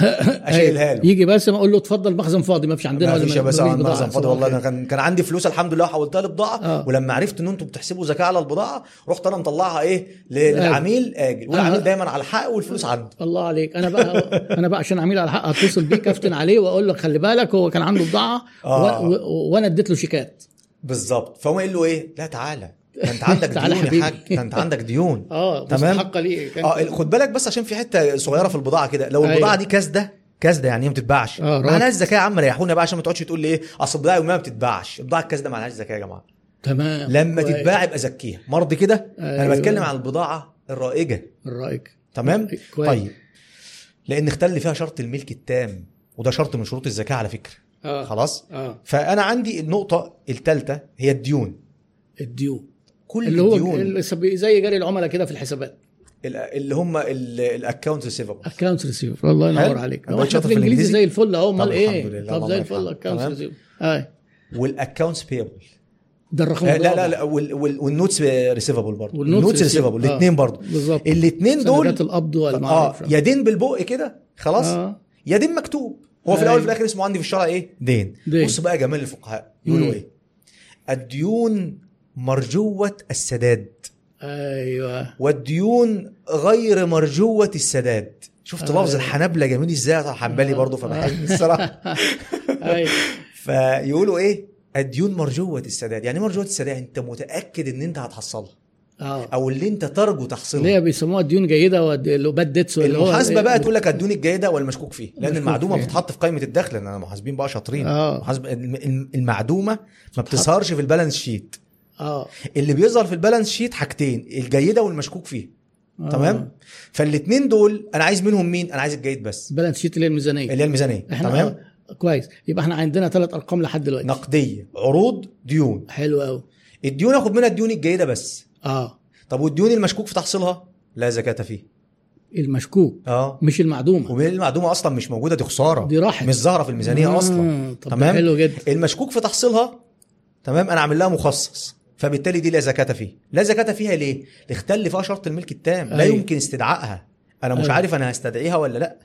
Speaker 2: اشيلها له
Speaker 1: إيه. يجي بس اقول له اتفضل مخزن فاضي ما فيش عندنا
Speaker 2: معلش
Speaker 1: ما-
Speaker 2: يا باشا
Speaker 1: مفيش
Speaker 2: انا
Speaker 1: بضاعة.
Speaker 2: مخزن فاضي
Speaker 1: صباح
Speaker 2: والله انا
Speaker 1: الخير.
Speaker 2: كان كان عندي فلوس الحمد لله حولتها لبضاعه
Speaker 1: آه.
Speaker 2: ولما عرفت ان انتم بتحسبوا زكاه على البضاعه رحت انا مطلعها ايه للعميل اجل والعميل
Speaker 1: آه.
Speaker 2: دايما على الحق والفلوس عنده
Speaker 1: الله عليك انا بقى انا بقى عشان عميل على حق هتصل بيك افتن عليه واقول لك خلي بالك هو كان عنده بضاعه
Speaker 2: آه.
Speaker 1: و... و... وانا اديت له شيكات
Speaker 2: بالظبط فهو قال له ايه لا تعالى ده انت عندك
Speaker 1: تعالى
Speaker 2: ديون
Speaker 1: حبيبي.
Speaker 2: يا حاج ده انت عندك ديون
Speaker 1: اه
Speaker 2: تمام.
Speaker 1: مستحقه ليه كان...
Speaker 2: اه خد بالك بس عشان في حته صغيره في البضاعه كده لو البضاعه
Speaker 1: أيوة.
Speaker 2: دي كاسده كاسده يعني هي ما بتتباعش
Speaker 1: آه، راكد.
Speaker 2: معناها الزكاه يا عم ريحونا بقى عشان ما تقعدش تقول لي ايه اصل البضاعه يومها ما بتتباعش البضاعه الكاسده ما لهاش زكاه يا جماعه
Speaker 1: تمام طيب.
Speaker 2: لما
Speaker 1: كويس.
Speaker 2: تتباع يبقى زكيها مرضي كده انا
Speaker 1: أيوة.
Speaker 2: بتكلم عن البضاعه الرائجه
Speaker 1: من رايك
Speaker 2: تمام
Speaker 1: أيوة، كويس.
Speaker 2: طيب لان اختل فيها شرط الملك التام وده شرط من شروط الزكاه على فكره
Speaker 1: اه
Speaker 2: خلاص
Speaker 1: اه
Speaker 2: فانا عندي النقطه الثالثه هي الديون
Speaker 1: الديون
Speaker 2: كل
Speaker 1: اللي هو
Speaker 2: طيب، الديون
Speaker 1: اللي سب- زي جاري العملاء كده في الحسابات
Speaker 2: ال- اللي هم الاكونت ريسيفبل
Speaker 1: اكونت ريسيفر الله ينور
Speaker 2: حلو.
Speaker 1: عليك
Speaker 2: أنا
Speaker 1: هو
Speaker 2: بقيت
Speaker 1: احنا
Speaker 2: شاطر
Speaker 1: في
Speaker 2: في
Speaker 1: الانجليزي
Speaker 2: الإنجليزي؟
Speaker 1: زي الفل اهو امال
Speaker 2: طب
Speaker 1: ايه
Speaker 2: الحمد لله،
Speaker 1: طب
Speaker 2: الله
Speaker 1: زي
Speaker 2: يرحمه.
Speaker 1: الفل اكونت
Speaker 2: تمام.
Speaker 1: ريسيفر اه
Speaker 2: والاكونتس بيبل
Speaker 1: ده الرقم
Speaker 2: آه، لا
Speaker 1: الرابع.
Speaker 2: لا لا وال- وال- والنوتس ريسيفبل برضه
Speaker 1: والنوتس
Speaker 2: النوتس
Speaker 1: ريسيفبل.
Speaker 2: ريسيفبل الاثنين برضه
Speaker 1: آه، بالظبط
Speaker 2: الاثنين دول
Speaker 1: سندات القبض
Speaker 2: اه
Speaker 1: والمعرفه
Speaker 2: يدين بالبق كده خلاص
Speaker 1: آه.
Speaker 2: يدين مكتوب هو في
Speaker 1: أيوة.
Speaker 2: الاول وفي الاخر اسمه عندي في الشرع ايه دين,
Speaker 1: دين.
Speaker 2: بص بقى جمال الفقهاء يقولوا
Speaker 1: مم.
Speaker 2: ايه الديون مرجوة السداد
Speaker 1: ايوه
Speaker 2: والديون غير مرجوة السداد شفت
Speaker 1: أيوة.
Speaker 2: لفظ الحنابلة جميل ازاي طبعا حنبلي
Speaker 1: آه.
Speaker 2: برضه فبحب الصراحة
Speaker 1: ايوه
Speaker 2: فيقولوا ايه الديون مرجوة السداد يعني إيه مرجوة السداد انت متأكد ان انت هتحصلها
Speaker 1: اه
Speaker 2: او اللي انت ترجو تحصله
Speaker 1: اللي هي بيسموها ديون جيده ود- اللي هو باد ديتس اللي هو إيه؟
Speaker 2: المحاسبه بقى تقول لك الديون الجيده والمشكوك فيه لان
Speaker 1: مشكوك
Speaker 2: المعدومه
Speaker 1: فيه.
Speaker 2: بتتحط في قائمه الدخل لان المحاسبين بقى شاطرين
Speaker 1: آه.
Speaker 2: المحاسبة الم- الم- المعدومه ما بتظهرش في البالانس شيت
Speaker 1: اه
Speaker 2: اللي بيظهر في البالانس شيت حاجتين الجيده والمشكوك فيه
Speaker 1: آه.
Speaker 2: تمام فالاثنين دول انا عايز منهم مين انا عايز الجيد بس
Speaker 1: بالانس شيت اللي هي الميزانيه
Speaker 2: اللي هي الميزانيه
Speaker 1: احنا
Speaker 2: تمام
Speaker 1: آه، كويس يبقى احنا عندنا ثلاث ارقام لحد دلوقتي
Speaker 2: نقديه عروض ديون
Speaker 1: حلو قوي
Speaker 2: الديون اخد منها الديون الجيده بس
Speaker 1: اه
Speaker 2: طب والديون المشكوك في تحصيلها لا زكاه فيه
Speaker 1: المشكوك
Speaker 2: اه
Speaker 1: مش المعدومه
Speaker 2: ومن المعدومه اصلا مش موجوده دي خساره
Speaker 1: دي راحت
Speaker 2: مش ظاهره في الميزانيه
Speaker 1: آه،
Speaker 2: اصلا
Speaker 1: طب
Speaker 2: تمام؟
Speaker 1: تمام حلو جدا
Speaker 2: المشكوك في تحصيلها تمام انا عامل لها مخصص فبالتالي دي لا زكاه فيه لا زكاه فيها ليه لاختل فيها شرط الملك التام لا
Speaker 1: أيوة.
Speaker 2: يمكن استدعائها انا مش
Speaker 1: أيوة.
Speaker 2: عارف انا هستدعيها ولا لا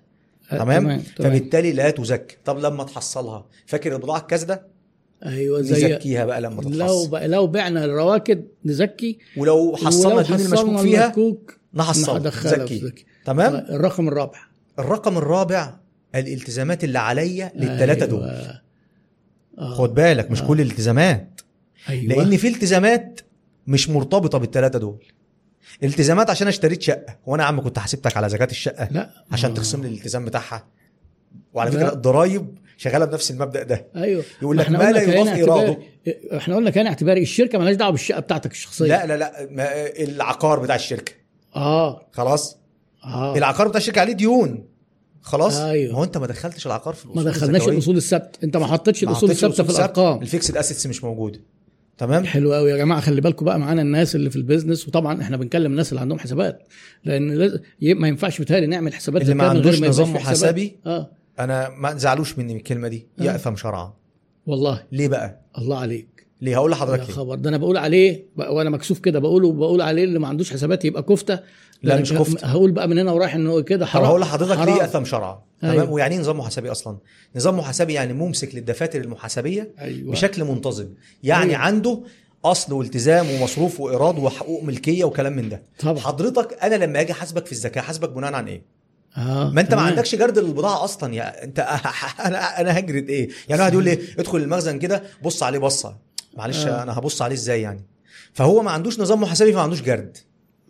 Speaker 1: آه،
Speaker 2: تمام؟
Speaker 1: تمام.
Speaker 2: فبالتالي لا تزكى طب لما تحصلها فاكر البضاعه الكاسده
Speaker 1: ايوه زي
Speaker 2: نزكيها بقى لما
Speaker 1: لو
Speaker 2: تتحصل
Speaker 1: ب... لو بعنا الرواكد نزكي
Speaker 2: ولو حصلنا
Speaker 1: ولو
Speaker 2: الدين المشكوك فيها
Speaker 1: المشكوك
Speaker 2: نحصل
Speaker 1: ندخلها في
Speaker 2: زكي
Speaker 1: زكي
Speaker 2: تمام
Speaker 1: الرقم الرابع
Speaker 2: الرقم الرابع الالتزامات اللي عليا للثلاثه دول
Speaker 1: أيوة. آه.
Speaker 2: خد بالك مش
Speaker 1: آه.
Speaker 2: كل الالتزامات
Speaker 1: أيوة.
Speaker 2: لان في التزامات مش مرتبطه بالثلاثه دول التزامات عشان اشتريت شقه وانا يا عم كنت حاسبتك على زكاه الشقه
Speaker 1: لا
Speaker 2: عشان
Speaker 1: آه.
Speaker 2: تخصم لي الالتزام بتاعها وعلى
Speaker 1: لا.
Speaker 2: فكره الضرايب شغاله بنفس المبدا ده
Speaker 1: ايوه
Speaker 2: يقول لك
Speaker 1: إحنا
Speaker 2: ما
Speaker 1: قلنا
Speaker 2: لا يضاف
Speaker 1: كيان
Speaker 2: ايراده
Speaker 1: اعتباري- احنا قلنا كان اعتباري الشركه مالهاش دعوه بالشقه بتاعتك الشخصيه
Speaker 2: لا لا لا ما العقار بتاع الشركه
Speaker 1: اه
Speaker 2: خلاص
Speaker 1: اه
Speaker 2: العقار بتاع الشركه عليه ديون خلاص
Speaker 1: أيوة.
Speaker 2: ما هو انت ما دخلتش العقار في
Speaker 1: ما
Speaker 2: الاصول
Speaker 1: دخلناش
Speaker 2: الزكوية.
Speaker 1: الاصول الثابته انت ما حطيتش
Speaker 2: ما
Speaker 1: الاصول
Speaker 2: حطيتش
Speaker 1: الثابته في
Speaker 2: الأصول الثابتة.
Speaker 1: الارقام
Speaker 2: الفيكسد اسيتس مش موجوده تمام
Speaker 1: حلو قوي يا جماعه خلي بالكم بقى معانا الناس اللي في البيزنس وطبعا احنا بنكلم الناس اللي عندهم حسابات لان لازم ي- ما ينفعش بتهيألي نعمل حسابات
Speaker 2: اللي ما
Speaker 1: زكاة من غير
Speaker 2: عندوش
Speaker 1: يبقاش
Speaker 2: نظام
Speaker 1: في حسابات.
Speaker 2: محاسبي
Speaker 1: اه
Speaker 2: انا ما زعلوش مني من الكلمه دي
Speaker 1: آه.
Speaker 2: ياثم شرعا
Speaker 1: والله
Speaker 2: ليه بقى
Speaker 1: الله عليك
Speaker 2: ليه هقول
Speaker 1: يا
Speaker 2: لحضرتك ليه؟
Speaker 1: خبر ده انا بقول عليه بقى وانا مكسوف كده بقوله بقول عليه اللي ما عندوش حسابات يبقى كفته لأن
Speaker 2: مش كفتة.
Speaker 1: هقول بقى من هنا ورايح انه كده
Speaker 2: طب
Speaker 1: حرام
Speaker 2: هقول لحضرتك ليه
Speaker 1: حرام.
Speaker 2: اثم شرعا
Speaker 1: أيوة.
Speaker 2: تمام ويعني ايه نظام محاسبي اصلا نظام محاسبي يعني ممسك للدفاتر المحاسبيه
Speaker 1: ايوه
Speaker 2: بشكل منتظم يعني
Speaker 1: أيوة.
Speaker 2: عنده اصل والتزام ومصروف وايراد وحقوق ملكيه وكلام من ده
Speaker 1: طبعا
Speaker 2: حضرتك انا لما اجي احاسبك في الزكاه حاسبك بناء عن ايه
Speaker 1: آه.
Speaker 2: ما انت ما
Speaker 1: تمام.
Speaker 2: عندكش جرد للبضاعه اصلا يا انت انا انا هجرد ايه يعني واحد يقول لي ادخل المخزن كده بص عليه بصه معلش
Speaker 1: آه.
Speaker 2: انا هبص عليه ازاي يعني فهو ما عندوش نظام محاسبي فما عندوش جرد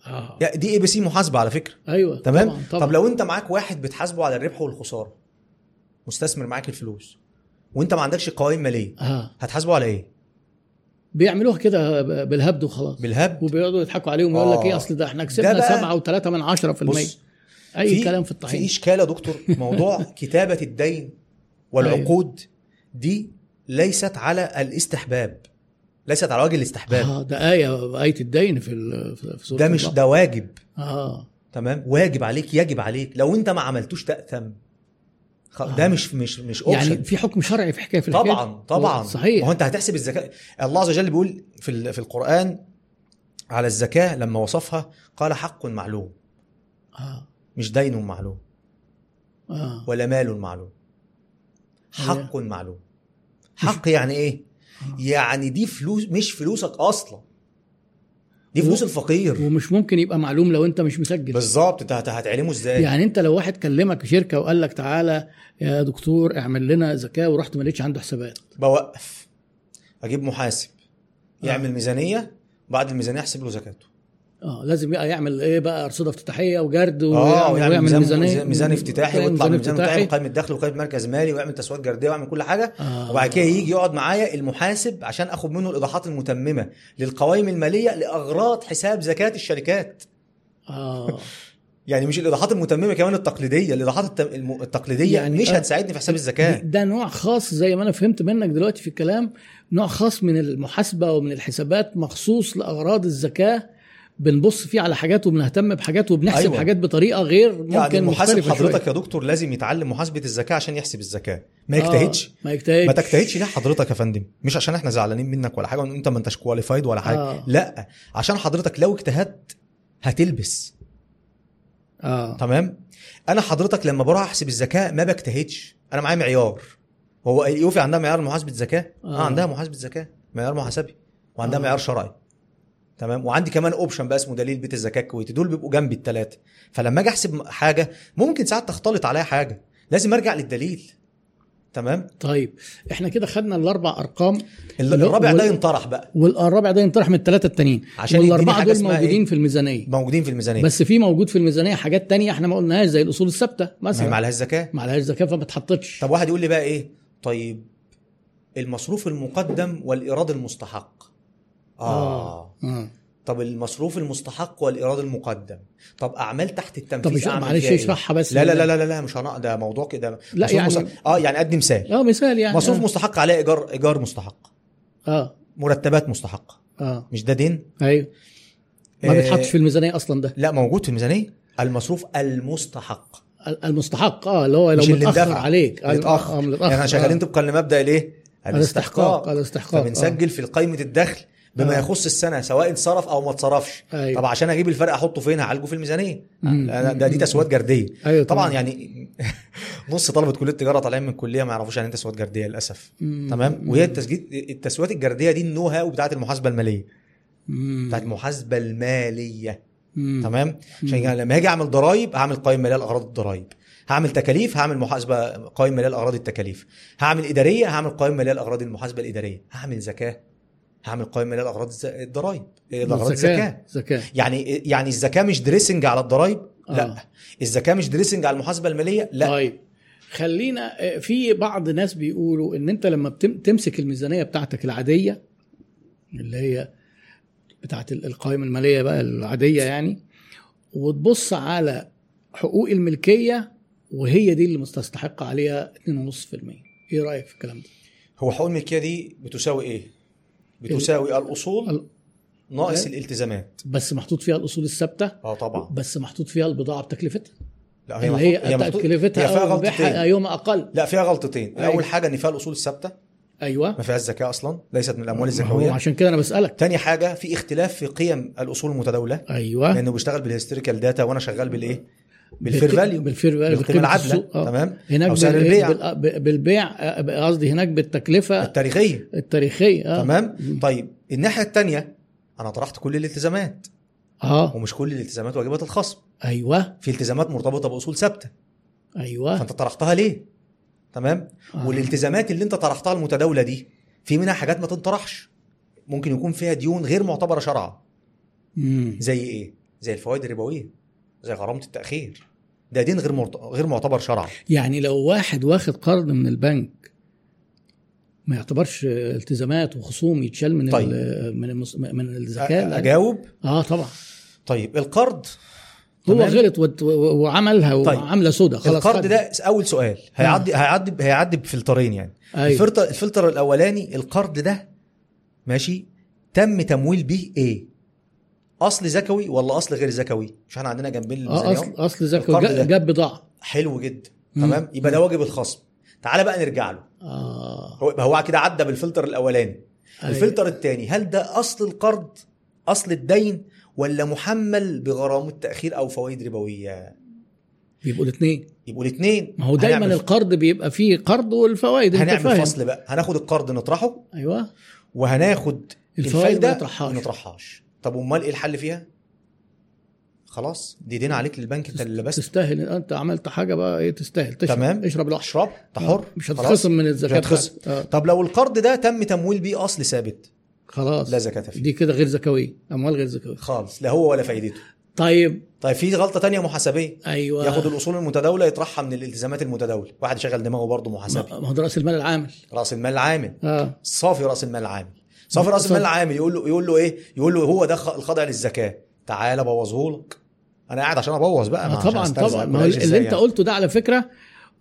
Speaker 1: آه.
Speaker 2: يا دي اي بي سي محاسبه على فكره
Speaker 1: ايوه
Speaker 2: تمام
Speaker 1: طبعا,
Speaker 2: طب
Speaker 1: طبعا.
Speaker 2: لو انت معاك واحد بتحاسبه على الربح والخساره مستثمر معاك الفلوس وانت ما عندكش قوائم ماليه
Speaker 1: آه.
Speaker 2: هتحاسبه على ايه
Speaker 1: بيعملوها كده ب- بالهبد وخلاص
Speaker 2: بالهبد
Speaker 1: وبيقعدوا يضحكوا عليهم ويقول لك
Speaker 2: آه.
Speaker 1: ايه اصل ده احنا
Speaker 2: ده
Speaker 1: كسبنا
Speaker 2: بقى-
Speaker 1: سبعة وثلاثة من عشرة في المية
Speaker 2: بص
Speaker 1: اي
Speaker 2: في-
Speaker 1: كلام في
Speaker 2: في
Speaker 1: الطحين
Speaker 2: اشكال يا دكتور موضوع كتابه الدين والعقود دي ليست على الاستحباب ليست على وجه الاستحباب
Speaker 1: اه ده آية آية الدين في ال- في في سورة
Speaker 2: ده مش
Speaker 1: البقرة.
Speaker 2: ده واجب
Speaker 1: اه
Speaker 2: تمام واجب عليك يجب عليك لو انت ما عملتوش تأثم خ- ده
Speaker 1: آه.
Speaker 2: مش مش مش اوبشن
Speaker 1: يعني في حكم شرعي في حكاية في الحكاية دي؟
Speaker 2: طبعا طبعا ما هو
Speaker 1: صحيح
Speaker 2: انت هتحسب الزكاه الله عز وجل بيقول في ال- في القران على الزكاه لما وصفها قال حق معلوم
Speaker 1: اه
Speaker 2: مش دين معلوم
Speaker 1: اه
Speaker 2: ولا مال معلوم حق معلوم حق يعني ايه
Speaker 1: آه.
Speaker 2: يعني دي فلوس مش فلوسك اصلا دي فلوس الفقير
Speaker 1: ومش ممكن يبقى معلوم لو انت مش مسجل
Speaker 2: بالظبط انت هت- هتعلمه ازاي
Speaker 1: يعني انت لو واحد كلمك شركه وقال لك تعالى يا دكتور اعمل لنا زكاه ورحت ما لقيتش عنده حسابات
Speaker 2: بوقف اجيب محاسب
Speaker 1: آه.
Speaker 2: يعمل ميزانيه بعد الميزانيه احسب له زكاته
Speaker 1: اه لازم بقى يعمل ايه بقى ارصده افتتاحيه وجرد
Speaker 2: اه ويعمل ميزان
Speaker 1: ميزانية-
Speaker 2: ميزان افتتاحي ويطلع
Speaker 1: ميزان
Speaker 2: من ميزان افتتاحي
Speaker 1: افتتاحي
Speaker 2: وقائمه دخل وقائمه مركز مالي ويعمل تسويات جرديه ويعمل كل حاجه
Speaker 1: آه.
Speaker 2: وبعد كده يجي يقعد معايا المحاسب عشان اخد منه الايضاحات المتممه للقوائم الماليه لاغراض حساب زكاه الشركات
Speaker 1: اه
Speaker 2: يعني مش الايضاحات المتممه كمان التقليديه الايضاحات التم- الم- التقليديه يعني
Speaker 1: يعني
Speaker 2: مش
Speaker 1: آه.
Speaker 2: هتساعدني في حساب الزكاه
Speaker 1: ده نوع خاص زي ما انا فهمت منك دلوقتي في الكلام نوع خاص من المحاسبه ومن الحسابات مخصوص لاغراض الزكاه بنبص فيه على حاجات وبنهتم بحاجات وبنحسب
Speaker 2: أيوة.
Speaker 1: أيوة. حاجات بطريقه غير ممكن
Speaker 2: يعني المحاسب
Speaker 1: مختلفة شوية.
Speaker 2: حضرتك يا دكتور لازم يتعلم محاسبه الزكاه عشان يحسب الزكاه ما
Speaker 1: آه،
Speaker 2: يجتهدش
Speaker 1: ما يجتهدش
Speaker 2: ما تجتهدش ليه حضرتك يا فندم مش عشان احنا زعلانين منك ولا حاجه وان انت ما انتش كواليفايد ولا حاجه
Speaker 1: آه.
Speaker 2: لا عشان حضرتك لو اجتهدت هتلبس
Speaker 1: اه
Speaker 2: آه. تمام انا حضرتك لما بروح احسب الزكاه ما بجتهدش انا معايا معيار هو اليوفي عندها معيار محاسبه زكاه آه.
Speaker 1: آه.
Speaker 2: عندها محاسبه زكاه معيار محاسبي وعندها آه.
Speaker 1: آه.
Speaker 2: معيار شرعي تمام وعندي كمان اوبشن بقى اسمه دليل بيت الزكاه الكويتي دول بيبقوا جنبي الثلاثه فلما اجي احسب حاجه ممكن ساعات تختلط عليا حاجه لازم ارجع للدليل تمام
Speaker 1: طيب احنا كده خدنا الاربع ارقام
Speaker 2: ال-
Speaker 1: لا،
Speaker 2: الرابع
Speaker 1: وال-
Speaker 2: ده ينطرح بقى
Speaker 1: والرابع ده ينطرح من الثلاثه التانيين
Speaker 2: عشان يديني
Speaker 1: والاربعه
Speaker 2: حاجة
Speaker 1: دول
Speaker 2: اسمها إيه؟
Speaker 1: موجودين في الميزانيه
Speaker 2: موجودين في الميزانيه
Speaker 1: بس في موجود في الميزانيه حاجات تانية احنا ما قلناهاش زي الاصول الثابته
Speaker 2: ما هي
Speaker 1: مثلا
Speaker 2: معلهاش زكاه
Speaker 1: ما عليهاش زكاه فما اتحطتش
Speaker 2: طب واحد يقول لي بقى ايه طيب المصروف المقدم والايراد المستحق اه,
Speaker 1: آه.
Speaker 2: طب المصروف المستحق والايراد المقدم طب اعمال تحت
Speaker 1: طب
Speaker 2: التنفيذ
Speaker 1: مش
Speaker 2: أعمل
Speaker 1: معلش
Speaker 2: فيها إيه؟
Speaker 1: اشرحها بس
Speaker 2: لا لا لا لا لا مش هنق ده موضوع كده
Speaker 1: لا
Speaker 2: مصروف
Speaker 1: يعني
Speaker 2: مستحق. اه يعني ادي مثال
Speaker 1: اه مثال يعني
Speaker 2: مصروف
Speaker 1: آه.
Speaker 2: مستحق عليه ايجار ايجار مستحق
Speaker 1: اه
Speaker 2: مرتبات مستحقه
Speaker 1: اه
Speaker 2: مش ده دين
Speaker 1: ايوه ما
Speaker 2: آه،
Speaker 1: بيتحطش في الميزانيه اصلا ده
Speaker 2: لا موجود في الميزانيه المصروف المستحق
Speaker 1: ال- المستحق اه اللي هو لو
Speaker 2: مش اللي
Speaker 1: متاخر
Speaker 2: اندفع.
Speaker 1: عليك آه،
Speaker 2: متاخر
Speaker 1: آه،
Speaker 2: يعني
Speaker 1: متأخر.
Speaker 2: احنا شغالين طبقا لمبدا الايه
Speaker 1: الاستحقاق الاستحقاق
Speaker 2: فبنسجل في قائمه الدخل بما
Speaker 1: آه.
Speaker 2: يخص السنه سواء اتصرف او ما اتصرفش
Speaker 1: آه. أيوة.
Speaker 2: طب عشان اجيب الفرق احطه فين هعالجه في الميزانيه
Speaker 1: مم.
Speaker 2: أنا- ده دي
Speaker 1: مم.
Speaker 2: تسويات جرديه
Speaker 1: ايوه
Speaker 2: طبعا يعني نص طلبه كليه التجاره طالعين من الكليه ما يعرفوش يعني ايه تسويات جرديه للاسف
Speaker 1: مم.
Speaker 2: تمام وهي التسجيل التسويات الجرديه دي النو هاو بتاعه المحاسبه الماليه
Speaker 1: مم.
Speaker 2: بتاعه المحاسبه الماليه
Speaker 1: مم.
Speaker 2: طيب. تمام عشان
Speaker 1: مم.
Speaker 2: يعني لما هاجي اعمل ضرايب هعمل قائمه ماليه لاغراض الضرايب هعمل تكاليف هعمل محاسبه قائمه ماليه لاغراض التكاليف هعمل اداريه هعمل قائمه ماليه لاغراض المحاسبه الاداريه هعمل زكاه هعمل قائمه ماليه لاغراض الز- الضرايب إيه، لاغراض الزكاه
Speaker 1: زكاه زكاه
Speaker 2: يعني يعني الزكاه مش دريسنج على الضرايب
Speaker 1: آه.
Speaker 2: لا الزكاه مش دريسنج على المحاسبه الماليه لا
Speaker 1: طيب خلينا آه، في بعض ناس بيقولوا ان انت لما بتم- تمسك الميزانيه بتاعتك العاديه اللي هي بتاعت ال- القوائم الماليه بقى العاديه يعني وتبص على حقوق الملكيه وهي دي اللي مستحق عليها 2.5% ايه رايك في الكلام ده؟
Speaker 2: هو حقوق الملكيه دي بتساوي ايه بتساوي
Speaker 1: ال-
Speaker 2: الاصول ناقص
Speaker 1: إيه؟
Speaker 2: الالتزامات
Speaker 1: بس محطوط فيها الاصول الثابته
Speaker 2: اه طبعا
Speaker 1: بس محطوط فيها البضاعه بتكلفتها
Speaker 2: لا
Speaker 1: اللي
Speaker 2: محطوط-
Speaker 1: هي
Speaker 2: محطوط- هي
Speaker 1: تكلفتها
Speaker 2: فيها
Speaker 1: او
Speaker 2: غلطتين
Speaker 1: بيعها يوم اقل
Speaker 2: لا فيها غلطتين
Speaker 1: أيوة.
Speaker 2: اول حاجه ان فيها الاصول الثابته
Speaker 1: ايوه
Speaker 2: ما فيهاش زكاه اصلا ليست من الاموال
Speaker 1: هو
Speaker 2: الزكويه
Speaker 1: عشان كده انا بسالك
Speaker 2: تاني حاجه في اختلاف في قيم الاصول المتداوله
Speaker 1: ايوه
Speaker 2: لانه بيشتغل بالهيستوريكال داتا وانا شغال بالايه بالفير
Speaker 1: بالك-
Speaker 2: فاليو
Speaker 1: بالفير فاليو
Speaker 2: بالقيمه
Speaker 1: بقيمة
Speaker 2: العادله
Speaker 1: السوق، آه.
Speaker 2: تمام
Speaker 1: هناك
Speaker 2: أو سعر
Speaker 1: بال-
Speaker 2: البيع.
Speaker 1: بال- ب- بالبيع آه، ب- قصدي هناك بالتكلفه
Speaker 2: التاريخيه
Speaker 1: التاريخيه اه
Speaker 2: تمام
Speaker 1: أه. مم.
Speaker 2: طيب الناحيه الثانيه انا طرحت كل الالتزامات
Speaker 1: اه
Speaker 2: ومش كل الالتزامات واجبات الخصم
Speaker 1: ايوه
Speaker 2: في التزامات مرتبطه باصول ثابته
Speaker 1: ايوه
Speaker 2: فانت طرحتها ليه تمام
Speaker 1: آه.
Speaker 2: والالتزامات اللي انت طرحتها المتداوله دي في منها حاجات ما تنطرحش ممكن يكون فيها ديون غير معتبره شرعا
Speaker 1: مم.
Speaker 2: زي ايه؟ زي الفوائد الربويه زي غرامه التاخير ده دين غير مرت... غير معتبر شرعا
Speaker 1: يعني لو واحد واخد قرض من البنك ما يعتبرش آه، التزامات وخصوم يتشال من
Speaker 2: طيب.
Speaker 1: ال- من المس... من الزكاه
Speaker 2: أ-
Speaker 1: لأن-
Speaker 2: اجاوب
Speaker 1: اه طبعا
Speaker 2: طيب القرض
Speaker 1: هو
Speaker 2: تمام.
Speaker 1: غلط وت- و- و- وعملها
Speaker 2: طيب.
Speaker 1: وعامله سودا خلاص
Speaker 2: القرض
Speaker 1: خد.
Speaker 2: ده اول سؤال هيعدي
Speaker 1: نعم.
Speaker 2: هيعدي هيعدي بفلترين يعني
Speaker 1: ايوه
Speaker 2: الفلتر الفلتر الاولاني القرض ده ماشي تم تمويل بيه ايه؟ اصل زكوي ولا اصل غير زكوي؟ مش احنا عندنا جنبين
Speaker 1: اه
Speaker 2: الميزانيه
Speaker 1: اصل
Speaker 2: أهو.
Speaker 1: اصل زكاه
Speaker 2: القرض ده.
Speaker 1: جاب جاب بضاعه
Speaker 2: حلو جدا
Speaker 1: مم.
Speaker 2: تمام يبقى ده واجب الخصم تعالى بقى نرجع له
Speaker 1: اه
Speaker 2: هو هو كده عدى بالفلتر الاولاني
Speaker 1: أيوة.
Speaker 2: الفلتر الثاني هل ده اصل القرض اصل الدين ولا محمل بغرامه تاخير او فوائد ربويه
Speaker 1: بيبقوا الاثنين
Speaker 2: يبقوا الاثنين
Speaker 1: ما هو دايما القرض بيبقى فيه قرض والفوائد انت
Speaker 2: هنعمل
Speaker 1: فاهم
Speaker 2: فصل بقى هناخد القرض نطرحه
Speaker 1: ايوه
Speaker 2: وهناخد
Speaker 1: الفوائد
Speaker 2: الفايده
Speaker 1: ما نطرحهاش.
Speaker 2: نطرحهاش طب امال ايه الحل فيها خلاص دي دين عليك للبنك انت اللي لبست
Speaker 1: تستاهل انت عملت حاجه بقى ايه تستاهل تشرب
Speaker 2: تمام.
Speaker 1: اشرب لوحش
Speaker 2: اشرب انت حر
Speaker 1: مش
Speaker 2: خلاص.
Speaker 1: هتخصم من الزكاه
Speaker 2: مش هتخصم.
Speaker 1: بتاعتك. آه.
Speaker 2: طب لو القرض ده تم تمويل بيه اصل ثابت
Speaker 1: خلاص
Speaker 2: لا زكاه فيه
Speaker 1: دي كده غير زكويه اموال غير زكويه
Speaker 2: خالص لا هو ولا فايدته
Speaker 1: طيب
Speaker 2: طيب في غلطه تانية محاسبيه
Speaker 1: ايوه
Speaker 2: ياخد الاصول المتداوله يطرحها من الالتزامات المتداوله واحد شغل دماغه برضه محاسبي
Speaker 1: ما ما هو ده راس المال العامل
Speaker 2: راس المال العامل
Speaker 1: اه
Speaker 2: صافي راس المال العامل صافي راس المال العامل يقول له يقول له ايه يقول له هو ده خ- الخاضع للزكاه تعالى بوظهولك انا قاعد عشان ابوظ بقى ما
Speaker 1: آه
Speaker 2: عشان
Speaker 1: طبعا
Speaker 2: أسترزق
Speaker 1: طبعا
Speaker 2: ولا
Speaker 1: ما هو
Speaker 2: أعيش
Speaker 1: اللي
Speaker 2: إزاي
Speaker 1: انت
Speaker 2: يعني.
Speaker 1: قلته ده على فكره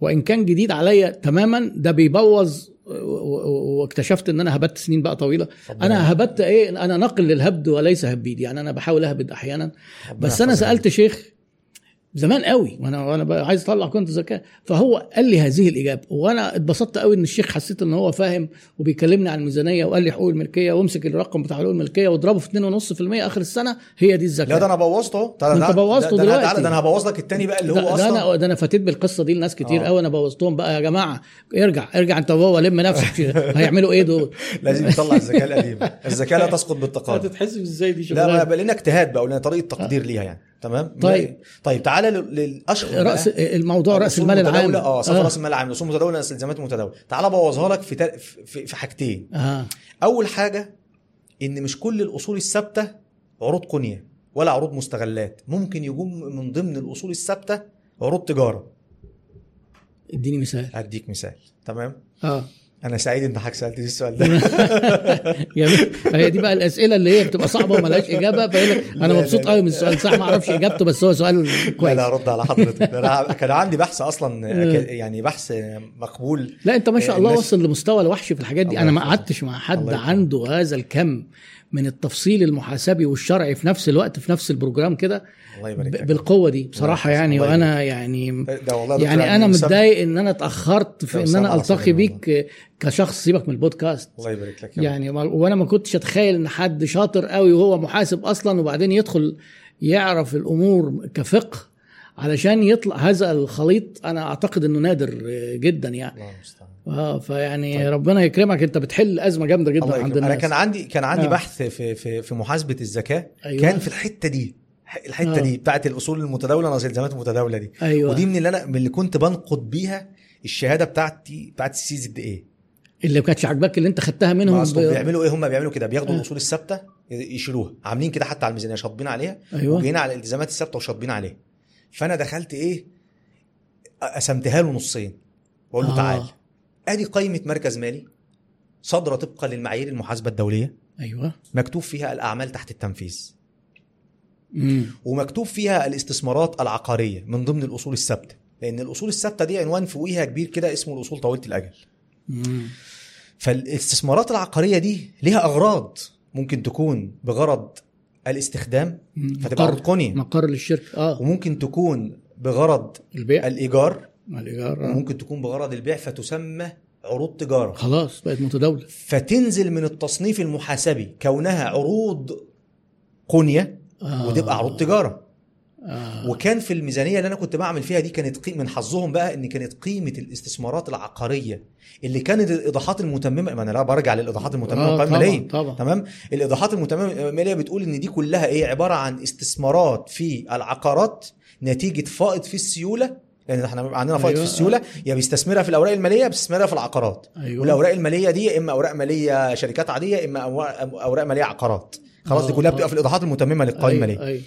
Speaker 1: وان كان جديد عليا تماما ده بيبوظ و- و- واكتشفت ان انا هبت سنين بقى طويله
Speaker 2: ربنا-
Speaker 1: انا هبت ايه انا نقل للهبد وليس هبيد يعني انا بحاول اهبد احيانا
Speaker 2: ربنا
Speaker 1: بس انا
Speaker 2: يحفظك.
Speaker 1: سالت شيخ زمان قوي وانا وانا بقى عايز اطلع كنت زكاه فهو قال لي هذه الاجابه وانا اتبسطت قوي ان الشيخ حسيت ان هو فاهم وبيكلمني عن الميزانيه وقال لي حقوق الملكيه وامسك الرقم بتاع حقوق الملكيه واضربه في 2.5% اخر السنه هي دي الزكاه
Speaker 2: لا ده انا بوظته تعالى
Speaker 1: ما أنت
Speaker 2: ده-
Speaker 1: بوظته
Speaker 2: ده- ده-
Speaker 1: دلوقتي.
Speaker 2: تعالى ده انا هبوظ لك التاني بقى اللي
Speaker 1: ده,
Speaker 2: هو
Speaker 1: ده
Speaker 2: اصلا
Speaker 1: انا ده انا فاتيت بالقصه دي لناس كتير
Speaker 2: آه.
Speaker 1: قوي انا بوظتهم بقى يا جماعه ارجع ارجع انت بابا لم نفسك هيعملوا ايه دول؟
Speaker 2: لازم يطلع الذكاء القديم الذكاء لا تسقط بالتقادم
Speaker 1: هتتحسب ازاي دي
Speaker 2: لا ما
Speaker 1: شغلانه؟
Speaker 2: بقى لنا اجتهاد بقى ولنا طريقه تقدير ليها يعني تمام
Speaker 1: طيب.
Speaker 2: طيب تعالى لل- للاشهر بقى.
Speaker 1: راس الموضوع راس
Speaker 2: الأصول
Speaker 1: المال
Speaker 2: المتداولة-
Speaker 1: العام آه.
Speaker 2: اه صف راس المال العام الاصول متداوله التزامات متداوله تعال بوظها لك في, تل... في في حاجتين
Speaker 1: اه
Speaker 2: اول حاجه ان مش كل الاصول الثابته عروض قنيه ولا عروض مستغلات ممكن يكون من ضمن الاصول الثابته عروض تجاره
Speaker 1: اديني مثال
Speaker 2: هديك مثال تمام
Speaker 1: اه
Speaker 2: انا سعيد ان حضرتك سالتني السؤال ده
Speaker 1: جميل يعني فهي دي بقى الاسئله اللي هي بتبقى صعبه وملهاش اجابه فهنا
Speaker 2: لا،
Speaker 1: انا
Speaker 2: لا،
Speaker 1: مبسوط
Speaker 2: لا.
Speaker 1: قوي من السؤال صح ما اعرفش اجابته بس هو سؤال
Speaker 2: لا
Speaker 1: كويس
Speaker 2: لا ارد على حضرتك ده أنا كان عندي بحث اصلا أكاد- يعني بحث مقبول
Speaker 1: لا انت ما شاء الله
Speaker 2: الناس-
Speaker 1: وصل لمستوى الوحش في الحاجات دي
Speaker 2: الله
Speaker 1: انا ما
Speaker 2: يحفظك.
Speaker 1: قعدتش مع حد
Speaker 2: الله يحفظك.
Speaker 1: عنده هذا الكم من التفصيل المحاسبي والشرعي في نفس الوقت في نفس البروجرام كده
Speaker 2: الله يبارك
Speaker 1: ب-
Speaker 2: فيك
Speaker 1: بالقوه دي بصراحه
Speaker 2: يحفظك.
Speaker 1: يعني
Speaker 2: الله
Speaker 1: وانا يعني
Speaker 2: ده والله يا دكتور
Speaker 1: يعني انا
Speaker 2: مسامح-
Speaker 1: متضايق ان انا اتاخرت
Speaker 2: لا،
Speaker 1: في ان
Speaker 2: مسامح
Speaker 1: انا
Speaker 2: على
Speaker 1: التقي
Speaker 2: صدري
Speaker 1: بيك كشخص سيبك من البودكاست
Speaker 2: الله يبارك لك يا رب.
Speaker 1: يعني ما- وانا ما كنتش اتخيل ان حد شاطر قوي وهو محاسب اصلا وبعدين يدخل يعرف الامور كفقه علشان يطلع هذا الخليط انا اعتقد انه نادر آه، جدا يعني
Speaker 2: الله المستعان
Speaker 1: اه فيعني
Speaker 2: طيب.
Speaker 1: ربنا يكرمك انت بتحل ازمه جامده
Speaker 2: الله
Speaker 1: جدا
Speaker 2: يكرمك.
Speaker 1: عند
Speaker 2: انا
Speaker 1: الناس
Speaker 2: كان عندي كان عندي
Speaker 1: آه.
Speaker 2: بحث في في في محاسبه الزكاه
Speaker 1: أيوة.
Speaker 2: كان في الحته دي الحته
Speaker 1: آه.
Speaker 2: دي بتاعت الاصول المتداوله انا الزامات المتداوله دي
Speaker 1: ايوه
Speaker 2: ودي من اللي انا من اللي كنت بنقد بيها الشهاده بتاعتي بتاعت السي زد ايه
Speaker 1: اللي ما كانتش عاجباك اللي انت خدتها منهم
Speaker 2: أصل
Speaker 1: ب-
Speaker 2: بيعملوا ايه هم بيعملوا كده بياخدوا
Speaker 1: آه.
Speaker 2: الاصول الثابته يشيلوها عاملين كده حتى على الميزانيه شاطبين عليها
Speaker 1: ايوه
Speaker 2: وجينا على الالتزامات الثابته وشاطبين عليها فانا دخلت ايه قسمتها له نصين واقول له
Speaker 1: آه.
Speaker 2: آه. تعال ادي قائمه مركز مالي صادره طبقا للمعايير المحاسبه الدوليه
Speaker 1: ايوه
Speaker 2: مكتوب فيها الاعمال تحت التنفيذ
Speaker 1: امم
Speaker 2: ومكتوب فيها الاستثمارات العقاريه من ضمن الاصول الثابته لان الاصول الثابته دي عنوان فوقيها كبير كده اسمه الاصول طويله الاجل
Speaker 1: أمم.
Speaker 2: فالاستثمارات العقاريه دي ليها اغراض ممكن تكون بغرض الاستخدام فتبقى
Speaker 1: مقر
Speaker 2: عروض قنيه
Speaker 1: مقر للشركه اه
Speaker 2: وممكن تكون بغرض
Speaker 1: البيع
Speaker 2: الايجار
Speaker 1: الايجار آه.
Speaker 2: وممكن تكون بغرض البيع فتسمى عروض تجاره
Speaker 1: خلاص بقت متداوله
Speaker 2: فتنزل من التصنيف المحاسبي كونها عروض قنيه
Speaker 1: آه.
Speaker 2: وتبقى عروض تجاره
Speaker 1: آه.
Speaker 2: وكان في الميزانيه اللي انا كنت بعمل فيها دي كانت قي... من حظهم بقى ان كانت قيمه الاستثمارات العقاريه اللي كانت الايضاحات المتممه ما انا لا برجع للايضاحات المتممه
Speaker 1: آه،
Speaker 2: القائمه
Speaker 1: طبعا
Speaker 2: الماليه
Speaker 1: طبعا
Speaker 2: تمام الايضاحات المتممه الماليه بتقول ان دي كلها ايه عباره عن استثمارات في العقارات نتيجه فائض في السيوله لان احنا بيبقى عندنا فائض
Speaker 1: أيوة.
Speaker 2: في السيوله يا بيستثمرها في الاوراق الماليه يا بيستثمرها في العقارات
Speaker 1: ايوه
Speaker 2: والاوراق الماليه دي يا اما اوراق ماليه شركات عاديه يا اما أوا- اوراق ماليه عقارات خلاص دي
Speaker 1: آه،
Speaker 2: كلها
Speaker 1: آه.
Speaker 2: بتبقى في الايضاحات المتممه للقوائم الماليه
Speaker 1: أيوة. أيوة.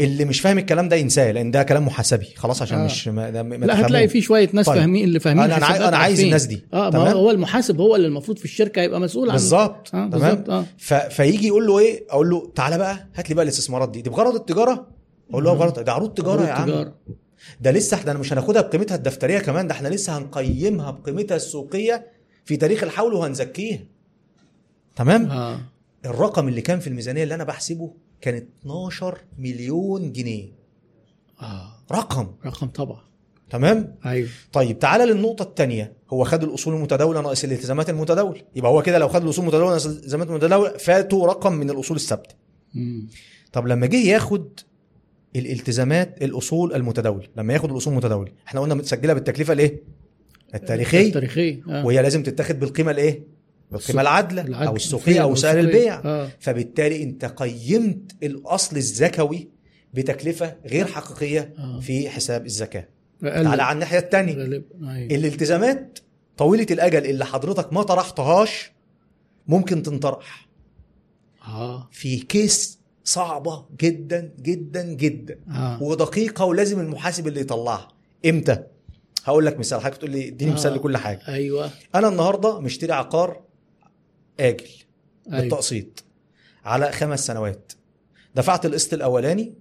Speaker 2: اللي مش فاهم الكلام ده ينساه لان ده كلام محاسبي خلاص عشان
Speaker 1: آه.
Speaker 2: آه. مش ما ده ما
Speaker 1: لا هتلاقي
Speaker 2: تفهموه.
Speaker 1: في شويه ناس
Speaker 2: طيب.
Speaker 1: فاهمين اللي فاهمين
Speaker 2: انا انا عايز,
Speaker 1: حسابات
Speaker 2: أنا عايز
Speaker 1: عارفين.
Speaker 2: الناس دي
Speaker 1: اه ما
Speaker 2: تمام؟
Speaker 1: هو المحاسب هو اللي المفروض في الشركه هيبقى مسؤول عن
Speaker 2: بالظبط
Speaker 1: اه
Speaker 2: تمام
Speaker 1: بالظبط اه
Speaker 2: ف... فيجي يقول له ايه اقول له تعالى بقى هات لي بقى الاستثمارات دي دي بغرض التجاره اقول له
Speaker 1: آه.
Speaker 2: آه بغرض ده عروض تجاره يا عم
Speaker 1: تجارة.
Speaker 2: ده لسه احنا مش هناخدها بقيمتها الدفتريه كمان ده احنا لسه هنقيمها بقيمتها السوقيه في تاريخ الحول وهنزكيها تمام
Speaker 1: اه
Speaker 2: الرقم اللي كان في الميزانيه اللي انا بحسبه كان 12 مليون جنيه
Speaker 1: اه
Speaker 2: رقم
Speaker 1: رقم طبعا
Speaker 2: تمام
Speaker 1: ايوه
Speaker 2: طيب تعالى للنقطة الثانية هو خد الأصول المتداولة ناقص الالتزامات المتداولة يبقى هو كده لو خد الأصول المتداولة ناقص الالتزامات المتداولة فاتوا رقم من الأصول الثابتة
Speaker 1: مم.
Speaker 2: طب لما جه ياخد الالتزامات الأصول المتداولة لما ياخد الأصول المتداولة احنا قلنا متسجلة بالتكلفة الإيه؟ التاريخية
Speaker 1: تاريخي آه.
Speaker 2: وهي لازم تتاخد بالقيمة الإيه؟ بالقيمة العادلة
Speaker 1: العد-
Speaker 2: أو السوقية
Speaker 1: الفعل
Speaker 2: أو سعر
Speaker 1: والسوقية.
Speaker 2: البيع
Speaker 1: اه
Speaker 2: فبالتالي أنت قيمت الأصل الزكوي بتكلفة غير حقيقية
Speaker 1: اه
Speaker 2: في حساب الزكاة
Speaker 1: أقل-
Speaker 2: تعالى على الناحية الثانية
Speaker 1: غالب. أيوة.
Speaker 2: الالتزامات طويلة الأجل اللي حضرتك ما طرحتهاش ممكن تنطرح
Speaker 1: اه
Speaker 2: في كيس صعبة جدا جدا جدا
Speaker 1: اه
Speaker 2: ودقيقة ولازم المحاسب اللي يطلعها امتى؟ هقول لك مثال حضرتك تقول لي اديني
Speaker 1: آه.
Speaker 2: مثال لكل حاجة
Speaker 1: ايوه
Speaker 2: أنا النهاردة مشتري عقار آجل
Speaker 1: ايوه
Speaker 2: بالتقسيط على خمس سنوات دفعت القسط الأولاني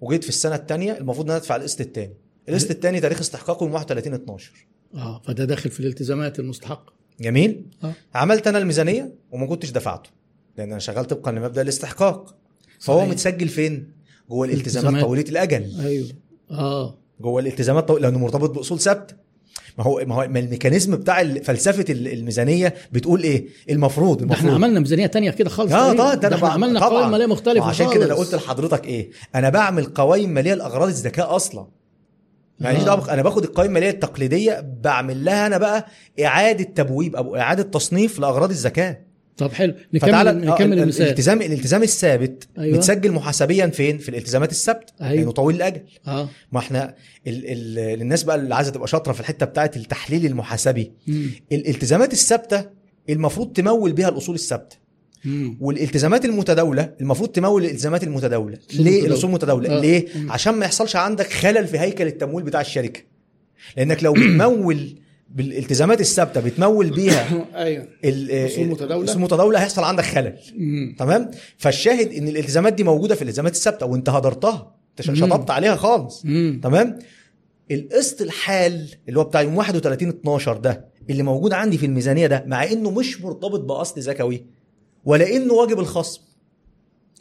Speaker 2: وجيت في السنة الثانية المفروض إن أنا أدفع القسط الثاني القسط
Speaker 1: أيوه.
Speaker 2: الثاني تاريخ استحقاقه يوم 31 12
Speaker 1: اه فده داخل في الالتزامات المستحقه
Speaker 2: جميل
Speaker 1: آه.
Speaker 2: عملت انا الميزانيه وما كنتش دفعته لان انا شغال طبقا لمبدا الاستحقاق فهو
Speaker 1: صحيح.
Speaker 2: متسجل فين جوه الالتزامات
Speaker 1: الالتزامات.
Speaker 2: طويله الاجل
Speaker 1: ايوه اه
Speaker 2: جوه الالتزامات طويلة لانه مرتبط باصول ثابته ما هو ما هو ما الميكانيزم بتاع ال- فلسفه ال- الميزانيه بتقول ايه المفروض
Speaker 1: ده احنا
Speaker 2: المفروض
Speaker 1: عملنا ميزانيه تانية كده خالص
Speaker 2: اه
Speaker 1: تقريباً.
Speaker 2: طبعا ده
Speaker 1: ده
Speaker 2: انا
Speaker 1: احنا
Speaker 2: بع-
Speaker 1: عملنا
Speaker 2: طبعا.
Speaker 1: قوائم ماليه مختلفه
Speaker 2: وعشان كده انا قلت
Speaker 1: خالص.
Speaker 2: لحضرتك ايه انا بعمل قوائم ماليه لاغراض الذكاء اصلا ماليش
Speaker 1: آه.
Speaker 2: دعوه بخ- انا باخد القوائم الماليه التقليديه بعمل لها انا بقى اعاده تبويب او اعاده تصنيف لاغراض الزكاه
Speaker 1: طب حلو
Speaker 2: فتعالى
Speaker 1: نكمل
Speaker 2: آه،
Speaker 1: نكمل
Speaker 2: ال-
Speaker 1: المثال
Speaker 2: الالتزام الالتزام الثابت
Speaker 1: أيوة.
Speaker 2: أيوة. متسجل محاسبيا فين في الالتزامات الثابته
Speaker 1: أيوة.
Speaker 2: أيوة. لانه طويل الاجل
Speaker 1: اه
Speaker 2: ما احنا ال ال الناس بقى اللي عايزه تبقى شاطره في الحته بتاعه التحليل المحاسبي
Speaker 1: مم.
Speaker 2: الالتزامات الثابته المفروض تمول بيها الاصول الثابته
Speaker 1: مم.
Speaker 2: والالتزامات المتداوله المفروض تمول الالتزامات المتداوله
Speaker 1: المتداولة.
Speaker 2: ليه الاصول المتداوله
Speaker 1: آه.
Speaker 2: آه. ليه
Speaker 1: مم.
Speaker 2: عشان ما يحصلش عندك خلل في هيكل التمويل بتاع الشركه لانك لو بتمول بالالتزامات الثابته بتمول بيها
Speaker 3: ايوه
Speaker 2: ال-
Speaker 3: أصول متداولة.
Speaker 2: أصول متداوله هيحصل عندك خلل
Speaker 1: أيوه. مم.
Speaker 2: تمام فالشاهد ان الالتزامات دي موجوده في الالتزامات الثابته وانت هدرتها انت ش-
Speaker 1: مم.
Speaker 2: شطبت عليها خالص
Speaker 1: مم.
Speaker 2: تمام القسط الحال اللي هو بتاع يوم 31 12 ده اللي موجود عندي في الميزانيه ده مع انه مش مرتبط باصل زكوي ولا انه واجب الخصم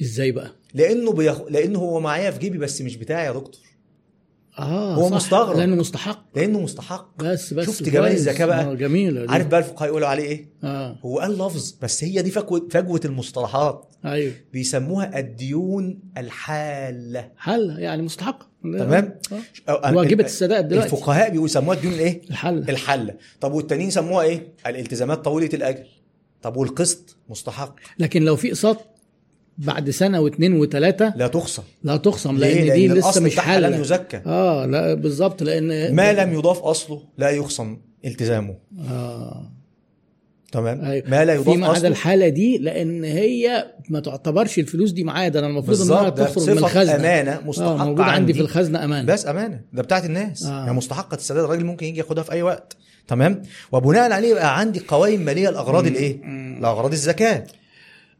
Speaker 1: ازاي بقى؟
Speaker 2: لانه بيخ... لانه هو معايا في جيبي بس مش بتاعي يا دكتور
Speaker 1: اه
Speaker 2: هو
Speaker 1: صح،
Speaker 2: مستغرب.
Speaker 1: لانه مستحق
Speaker 2: لانه مستحق
Speaker 1: بس بس
Speaker 2: شفت جمال
Speaker 1: كويس.
Speaker 2: الذكاء بقى؟
Speaker 1: آه، جميله دي.
Speaker 2: عارف بقى الفقهاء يقولوا عليه ايه
Speaker 1: اه
Speaker 2: هو قال لفظ بس هي دي فجوه فجوه المصطلحات
Speaker 1: ايوه
Speaker 2: بيسموها الديون الحاله
Speaker 1: حل يعني مستحق
Speaker 2: تمام.
Speaker 1: آه.
Speaker 2: أو-
Speaker 1: واجبة السداد دلوقتي
Speaker 2: الفقهاء بيسموها الديون الايه
Speaker 1: الحل
Speaker 2: الحله طب والتانيين سموها ايه الالتزامات طويله الاجل طب والقسط مستحق
Speaker 1: لكن لو في اقساط بعد سنه واثنين وثلاثه
Speaker 2: لا تخصم
Speaker 1: لا تخصم
Speaker 2: ليه؟
Speaker 1: لان دي لسه
Speaker 2: الأصل
Speaker 1: مش
Speaker 2: بتاعها لم
Speaker 1: حل
Speaker 2: يزكى
Speaker 1: اه لا بالظبط لان
Speaker 2: ما لم يضاف اصله لا يخصم التزامه
Speaker 1: اه
Speaker 2: تمام
Speaker 1: أيوة.
Speaker 2: ما لا يضاف
Speaker 1: فيما عدا
Speaker 2: اصله
Speaker 1: الحاله دي لان هي ما تعتبرش الفلوس دي معايا ده انا المفروض ان انا
Speaker 2: بالظبط ده
Speaker 1: تخرج من
Speaker 2: صفه
Speaker 1: الخزنه
Speaker 2: امانه
Speaker 1: اه
Speaker 2: مستحق
Speaker 1: موجود عندي في الخزنه امان
Speaker 2: بس امانه ده بتاعت الناس
Speaker 1: آه.
Speaker 2: آه. يعني مستحقه السداد الراجل ممكن يجي ياخدها في اي وقت تمام وبناء عليه يبقى عندي قوائم ماليه لاغراض الايه لاغراض الزكاه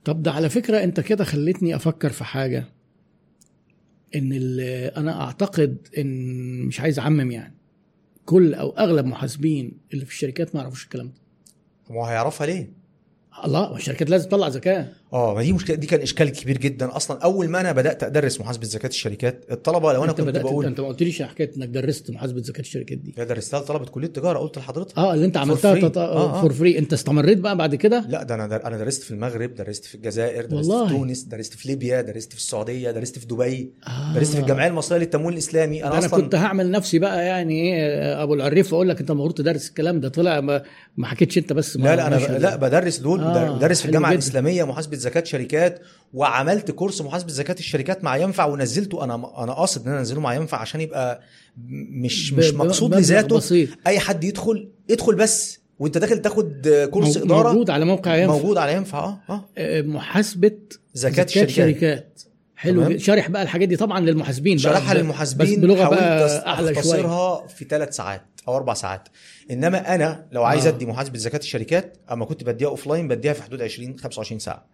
Speaker 1: طب ده على فكرة أنت كده خلتني أفكر في حاجة إن ال- أنا أعتقد إن مش عايز أعمم يعني كل أو أغلب محاسبين اللي في الشركات ما يعرفوش الكلام ده
Speaker 2: ما هو هيعرفها ليه
Speaker 1: الله ما الشركات لازم تطلع زكاة
Speaker 2: اه ما دي مشكله دي كان اشكال كبير جدا اصلا اول ما انا بدات ادرس محاسبه زكاه الشركات الطلبه لو انا
Speaker 1: أنت
Speaker 2: كنت
Speaker 1: بدأت
Speaker 2: بقول
Speaker 1: أنت ما قلتليش حكاية إنك درست محاسبة زكاة الشركات دي
Speaker 2: يا درستها لطلبه كليه تجاره قلت لحضرتك
Speaker 1: أه اللي أنت عملتها
Speaker 2: free.
Speaker 1: تط...
Speaker 2: آه، آه.
Speaker 1: فور فري أنت استمريت بقى بعد كده
Speaker 2: لا ده انا در... انا درست في المغرب درست في الجزائر درست
Speaker 1: والله.
Speaker 2: في تونس درست في ليبيا درست في السعوديه درست في دبي
Speaker 1: آه.
Speaker 2: درست في الجمعيه المصريه للتمويل الاسلامي
Speaker 1: ده
Speaker 2: انا
Speaker 1: انا
Speaker 2: اصلا
Speaker 1: كنت هعمل نفسي بقى يعني ايه ابو العريف واقول لك انت المفروض تدرس الكلام ده طلع ما, ما حكيتش انت بس
Speaker 2: لا لا انا
Speaker 1: مش-
Speaker 2: ب- لا بدرس دول
Speaker 1: آه،
Speaker 2: آه بدرس في
Speaker 1: حلو
Speaker 2: الجامعه
Speaker 1: جداً.
Speaker 2: الاسلاميه محاسبه زكاه شركات وعملت كورس محاسبه زكاه الشركات مع ينفع ونزلته انا انا قاصد ان انا انزله مع ينفع عشان يبقى م- مش
Speaker 1: ب-
Speaker 2: مش
Speaker 1: ب-
Speaker 2: مقصود
Speaker 1: مبلغ
Speaker 2: لذاته
Speaker 1: بسيط
Speaker 2: اي حد يدخل ادخل بس وانت داخل تاخد كورس
Speaker 1: مو-
Speaker 2: اداره موجود,
Speaker 1: موجود على موقع ينفع موجود
Speaker 2: موجود على ينفع اه اه
Speaker 1: محاسبه
Speaker 2: زكاه الشركات
Speaker 1: شركات حلو
Speaker 2: تمام.
Speaker 1: جدا. شارح بقى الحاجات دي طبعا للمحاسبين بقى.
Speaker 2: شرحها
Speaker 1: ب-
Speaker 2: للمحاسبين
Speaker 1: بس بلغه
Speaker 2: حاولت أس-
Speaker 1: بقى اعلى شويه
Speaker 2: اختصرها في ثلاث ساعات او اربع ساعات انما انا لو عايز
Speaker 1: آه.
Speaker 2: ادي محاسبه زكاه الشركات اما كنت بديها اوف لاين بديها في حدود 20 25 ساعه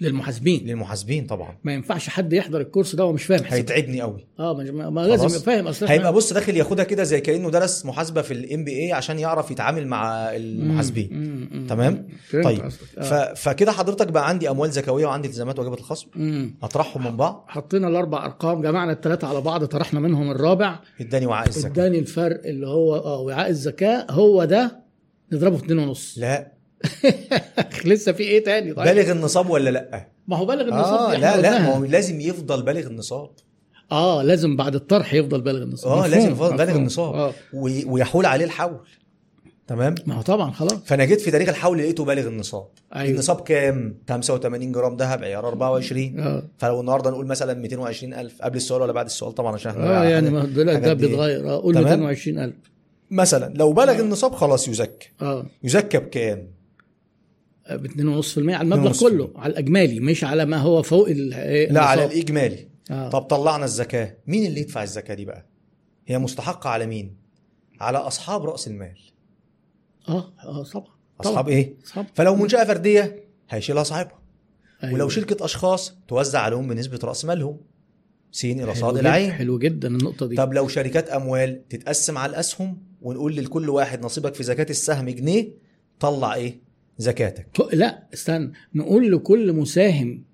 Speaker 1: للمحاسبين
Speaker 2: للمحاسبين طبعا
Speaker 1: ما ينفعش حد يحضر الكورس ده وهو مش فاهم حساب
Speaker 2: هيتعبني قوي
Speaker 1: اه ما- ما, ما لازم
Speaker 2: خلاص.
Speaker 1: يبقى فاهم اصلا
Speaker 2: هيبقى بص داخل ياخدها كده زي كانه درس محاسبه في الام بي اي عشان يعرف يتعامل مع المحاسبين تمام؟ طيب. ف...
Speaker 1: ف...
Speaker 2: فكده حضرتك بقى عندي اموال زكويه وعندي التزامات واجبه الخصم اطرحهم من بعض
Speaker 1: حطينا الاربع ارقام جمعنا الثلاثه على بعض طرحنا منهم الرابع
Speaker 2: اداني وعاء الزكاه
Speaker 1: اداني الفرق اللي هو اه وعاء الزكاه هو ده نضربه في اتنين ونص
Speaker 2: لا
Speaker 1: لسه في ايه تاني طيب
Speaker 2: بالغ النصاب ولا لا
Speaker 1: ما هو بالغ النصاب
Speaker 2: اه
Speaker 1: دي
Speaker 2: لا
Speaker 1: إحنا
Speaker 2: لا ما
Speaker 1: قلناها.
Speaker 2: هو لازم يفضل بالغ النصاب
Speaker 1: اه لازم بعد الطرح يفضل بالغ النصاب
Speaker 2: اه
Speaker 1: مفهوم،
Speaker 2: لازم يفضل بالغ
Speaker 1: مفهوم.
Speaker 2: النصاب
Speaker 1: آه.
Speaker 2: وي- ويحول عليه الحول تمام
Speaker 1: ما هو طبعا خلاص
Speaker 2: فانا جيت في تاريخ الحول لقيته بالغ النصاب
Speaker 1: أيوة.
Speaker 2: النصاب كام 85 جرام ذهب عيار 24
Speaker 1: اه
Speaker 2: فلو النهارده نقول مثلا 220,000 قبل السؤال ولا بعد السؤال طبعا عشان احنا
Speaker 1: اه
Speaker 2: على
Speaker 1: يعني
Speaker 2: حاجة-
Speaker 1: ما هو دلوقتي ده
Speaker 2: حاجات دي.
Speaker 1: بيتغير اه قول
Speaker 2: تمام.
Speaker 1: 220000
Speaker 2: مثلا لو
Speaker 1: آه.
Speaker 2: بلغ النصاب خلاص يزكى
Speaker 1: اه
Speaker 2: يزكى بكام
Speaker 1: ب 2.5% على المبلغ
Speaker 2: 2.5%.
Speaker 1: كله على الاجمالي مش على ما هو فوق ال
Speaker 2: لا على الاجمالي
Speaker 1: آه.
Speaker 2: طب طلعنا الزكاه مين اللي يدفع الزكاه دي بقى هي مستحقه على مين على اصحاب راس المال
Speaker 1: اه اه طبعا
Speaker 2: اصحاب ايه
Speaker 1: اصحاب
Speaker 2: فلو منشاه فرديه هيشيلها صاحبها
Speaker 1: أيوة.
Speaker 2: ولو شركه اشخاص توزع عليهم بنسبه راس مالهم س الى
Speaker 1: حلو
Speaker 2: صاد
Speaker 1: جد-
Speaker 2: الى عين
Speaker 1: حلو جدا النقطه دي
Speaker 2: طب لو شركات اموال تتقسم على الاسهم ونقول لكل واحد نصيبك في زكاه السهم جنيه طلع ايه زكاتك
Speaker 1: ط- لا استنى نقول لكل مساهم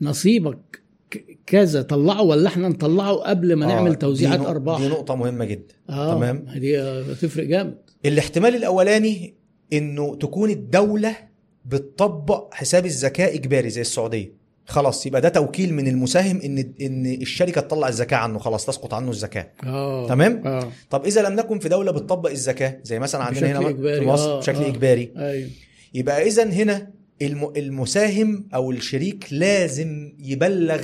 Speaker 1: نصيبك ك- كذا طلعه ولا احنا نطلعه قبل ما
Speaker 2: آه،
Speaker 1: نعمل
Speaker 2: دي
Speaker 1: توزيعات
Speaker 2: نق-
Speaker 1: ارباح
Speaker 2: دي نقطه مهمه جدا
Speaker 1: اه
Speaker 2: تمام.
Speaker 1: دي آه، تفرق جامد
Speaker 2: الاحتمال الاولاني انه تكون الدوله بتطبق حساب الزكاه اجباري زي السعوديه خلاص يبقى ده توكيل من المساهم ان ان الشركه تطلع الزكاه عنه خلاص تسقط عنه الزكاه
Speaker 1: اه
Speaker 2: تمام؟
Speaker 1: اه
Speaker 2: طب اذا لم نكن في دوله بتطبق الزكاه زي مثلا عندنا
Speaker 1: بشكل
Speaker 2: هنا
Speaker 1: إجباري،
Speaker 2: في مصر
Speaker 1: آه،
Speaker 2: بشكل
Speaker 1: آه.
Speaker 2: اجباري
Speaker 1: ايوه
Speaker 2: يبقى اذا هنا الم- المساهم او الشريك لازم يبلغ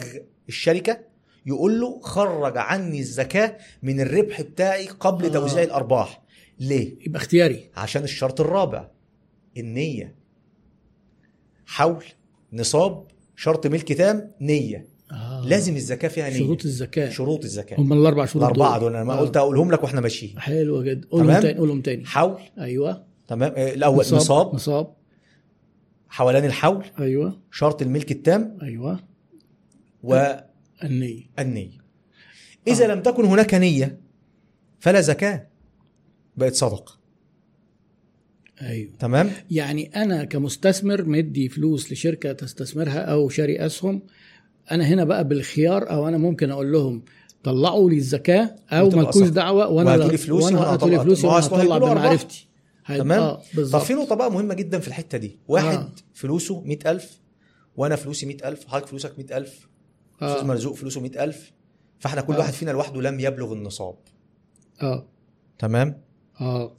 Speaker 2: الشركه يقول له خرج عني الزكاه من الربح بتاعي قبل
Speaker 1: آه.
Speaker 2: آه. توزيع الارباح ليه
Speaker 1: يبقى اختياري
Speaker 2: عشان الشرط الرابع النيه حول نصاب شرط ملك تام نيه
Speaker 1: آه.
Speaker 2: لازم يعني الزكاه فيها نيه
Speaker 1: شروط الزكاه
Speaker 2: شروط الزكاه
Speaker 1: هم الاربع شروط
Speaker 2: الاربعه دول انا ما
Speaker 1: آه.
Speaker 2: قلت اقولهم لك واحنا ماشيين
Speaker 1: حلو جدا قولهم
Speaker 2: تمام؟
Speaker 1: تاني قولهم تاني
Speaker 2: حول
Speaker 1: ايوه
Speaker 2: تمام آه، الاول نصاب
Speaker 1: نصاب
Speaker 2: حولان الحول
Speaker 1: ايوه
Speaker 2: شرط الملك التام
Speaker 1: ايوه
Speaker 2: والنيه
Speaker 1: النية
Speaker 2: اذا لم تكن هناك نيه فلا زكاه بقت صدقه
Speaker 1: ايوه
Speaker 2: تمام
Speaker 1: يعني انا كمستثمر مدي فلوس لشركه تستثمرها او شاري اسهم انا هنا بقى بالخيار او انا ممكن اقول لهم طلعوا لي الزكاه او
Speaker 2: وتبقى
Speaker 1: مالكوش
Speaker 2: صح.
Speaker 1: دعوه وانا
Speaker 2: وهاتوا لي فلوسي
Speaker 1: وانا
Speaker 2: وأنا
Speaker 1: هاتوا لي
Speaker 2: هطلع-
Speaker 1: فلوسي
Speaker 2: ما هو
Speaker 1: وانا
Speaker 2: أصل
Speaker 1: هطلع
Speaker 2: هيجيبوا أرباح.
Speaker 1: بمعرفتي هي-
Speaker 2: تمام؟
Speaker 1: آه
Speaker 2: طب
Speaker 1: بالظبط
Speaker 2: في نقطة بقى مهمة جدا في الحتة دي، واحد آه. فلوسه 100000 وأنا فلوسي 100000 حضرتك فلوسك 100000 أستاذ
Speaker 1: اه
Speaker 2: مرزوق فلوسه 100000 فإحنا كل
Speaker 1: آه.
Speaker 2: واحد فينا لوحده لم يبلغ النصاب
Speaker 1: اه
Speaker 2: تمام؟
Speaker 1: اه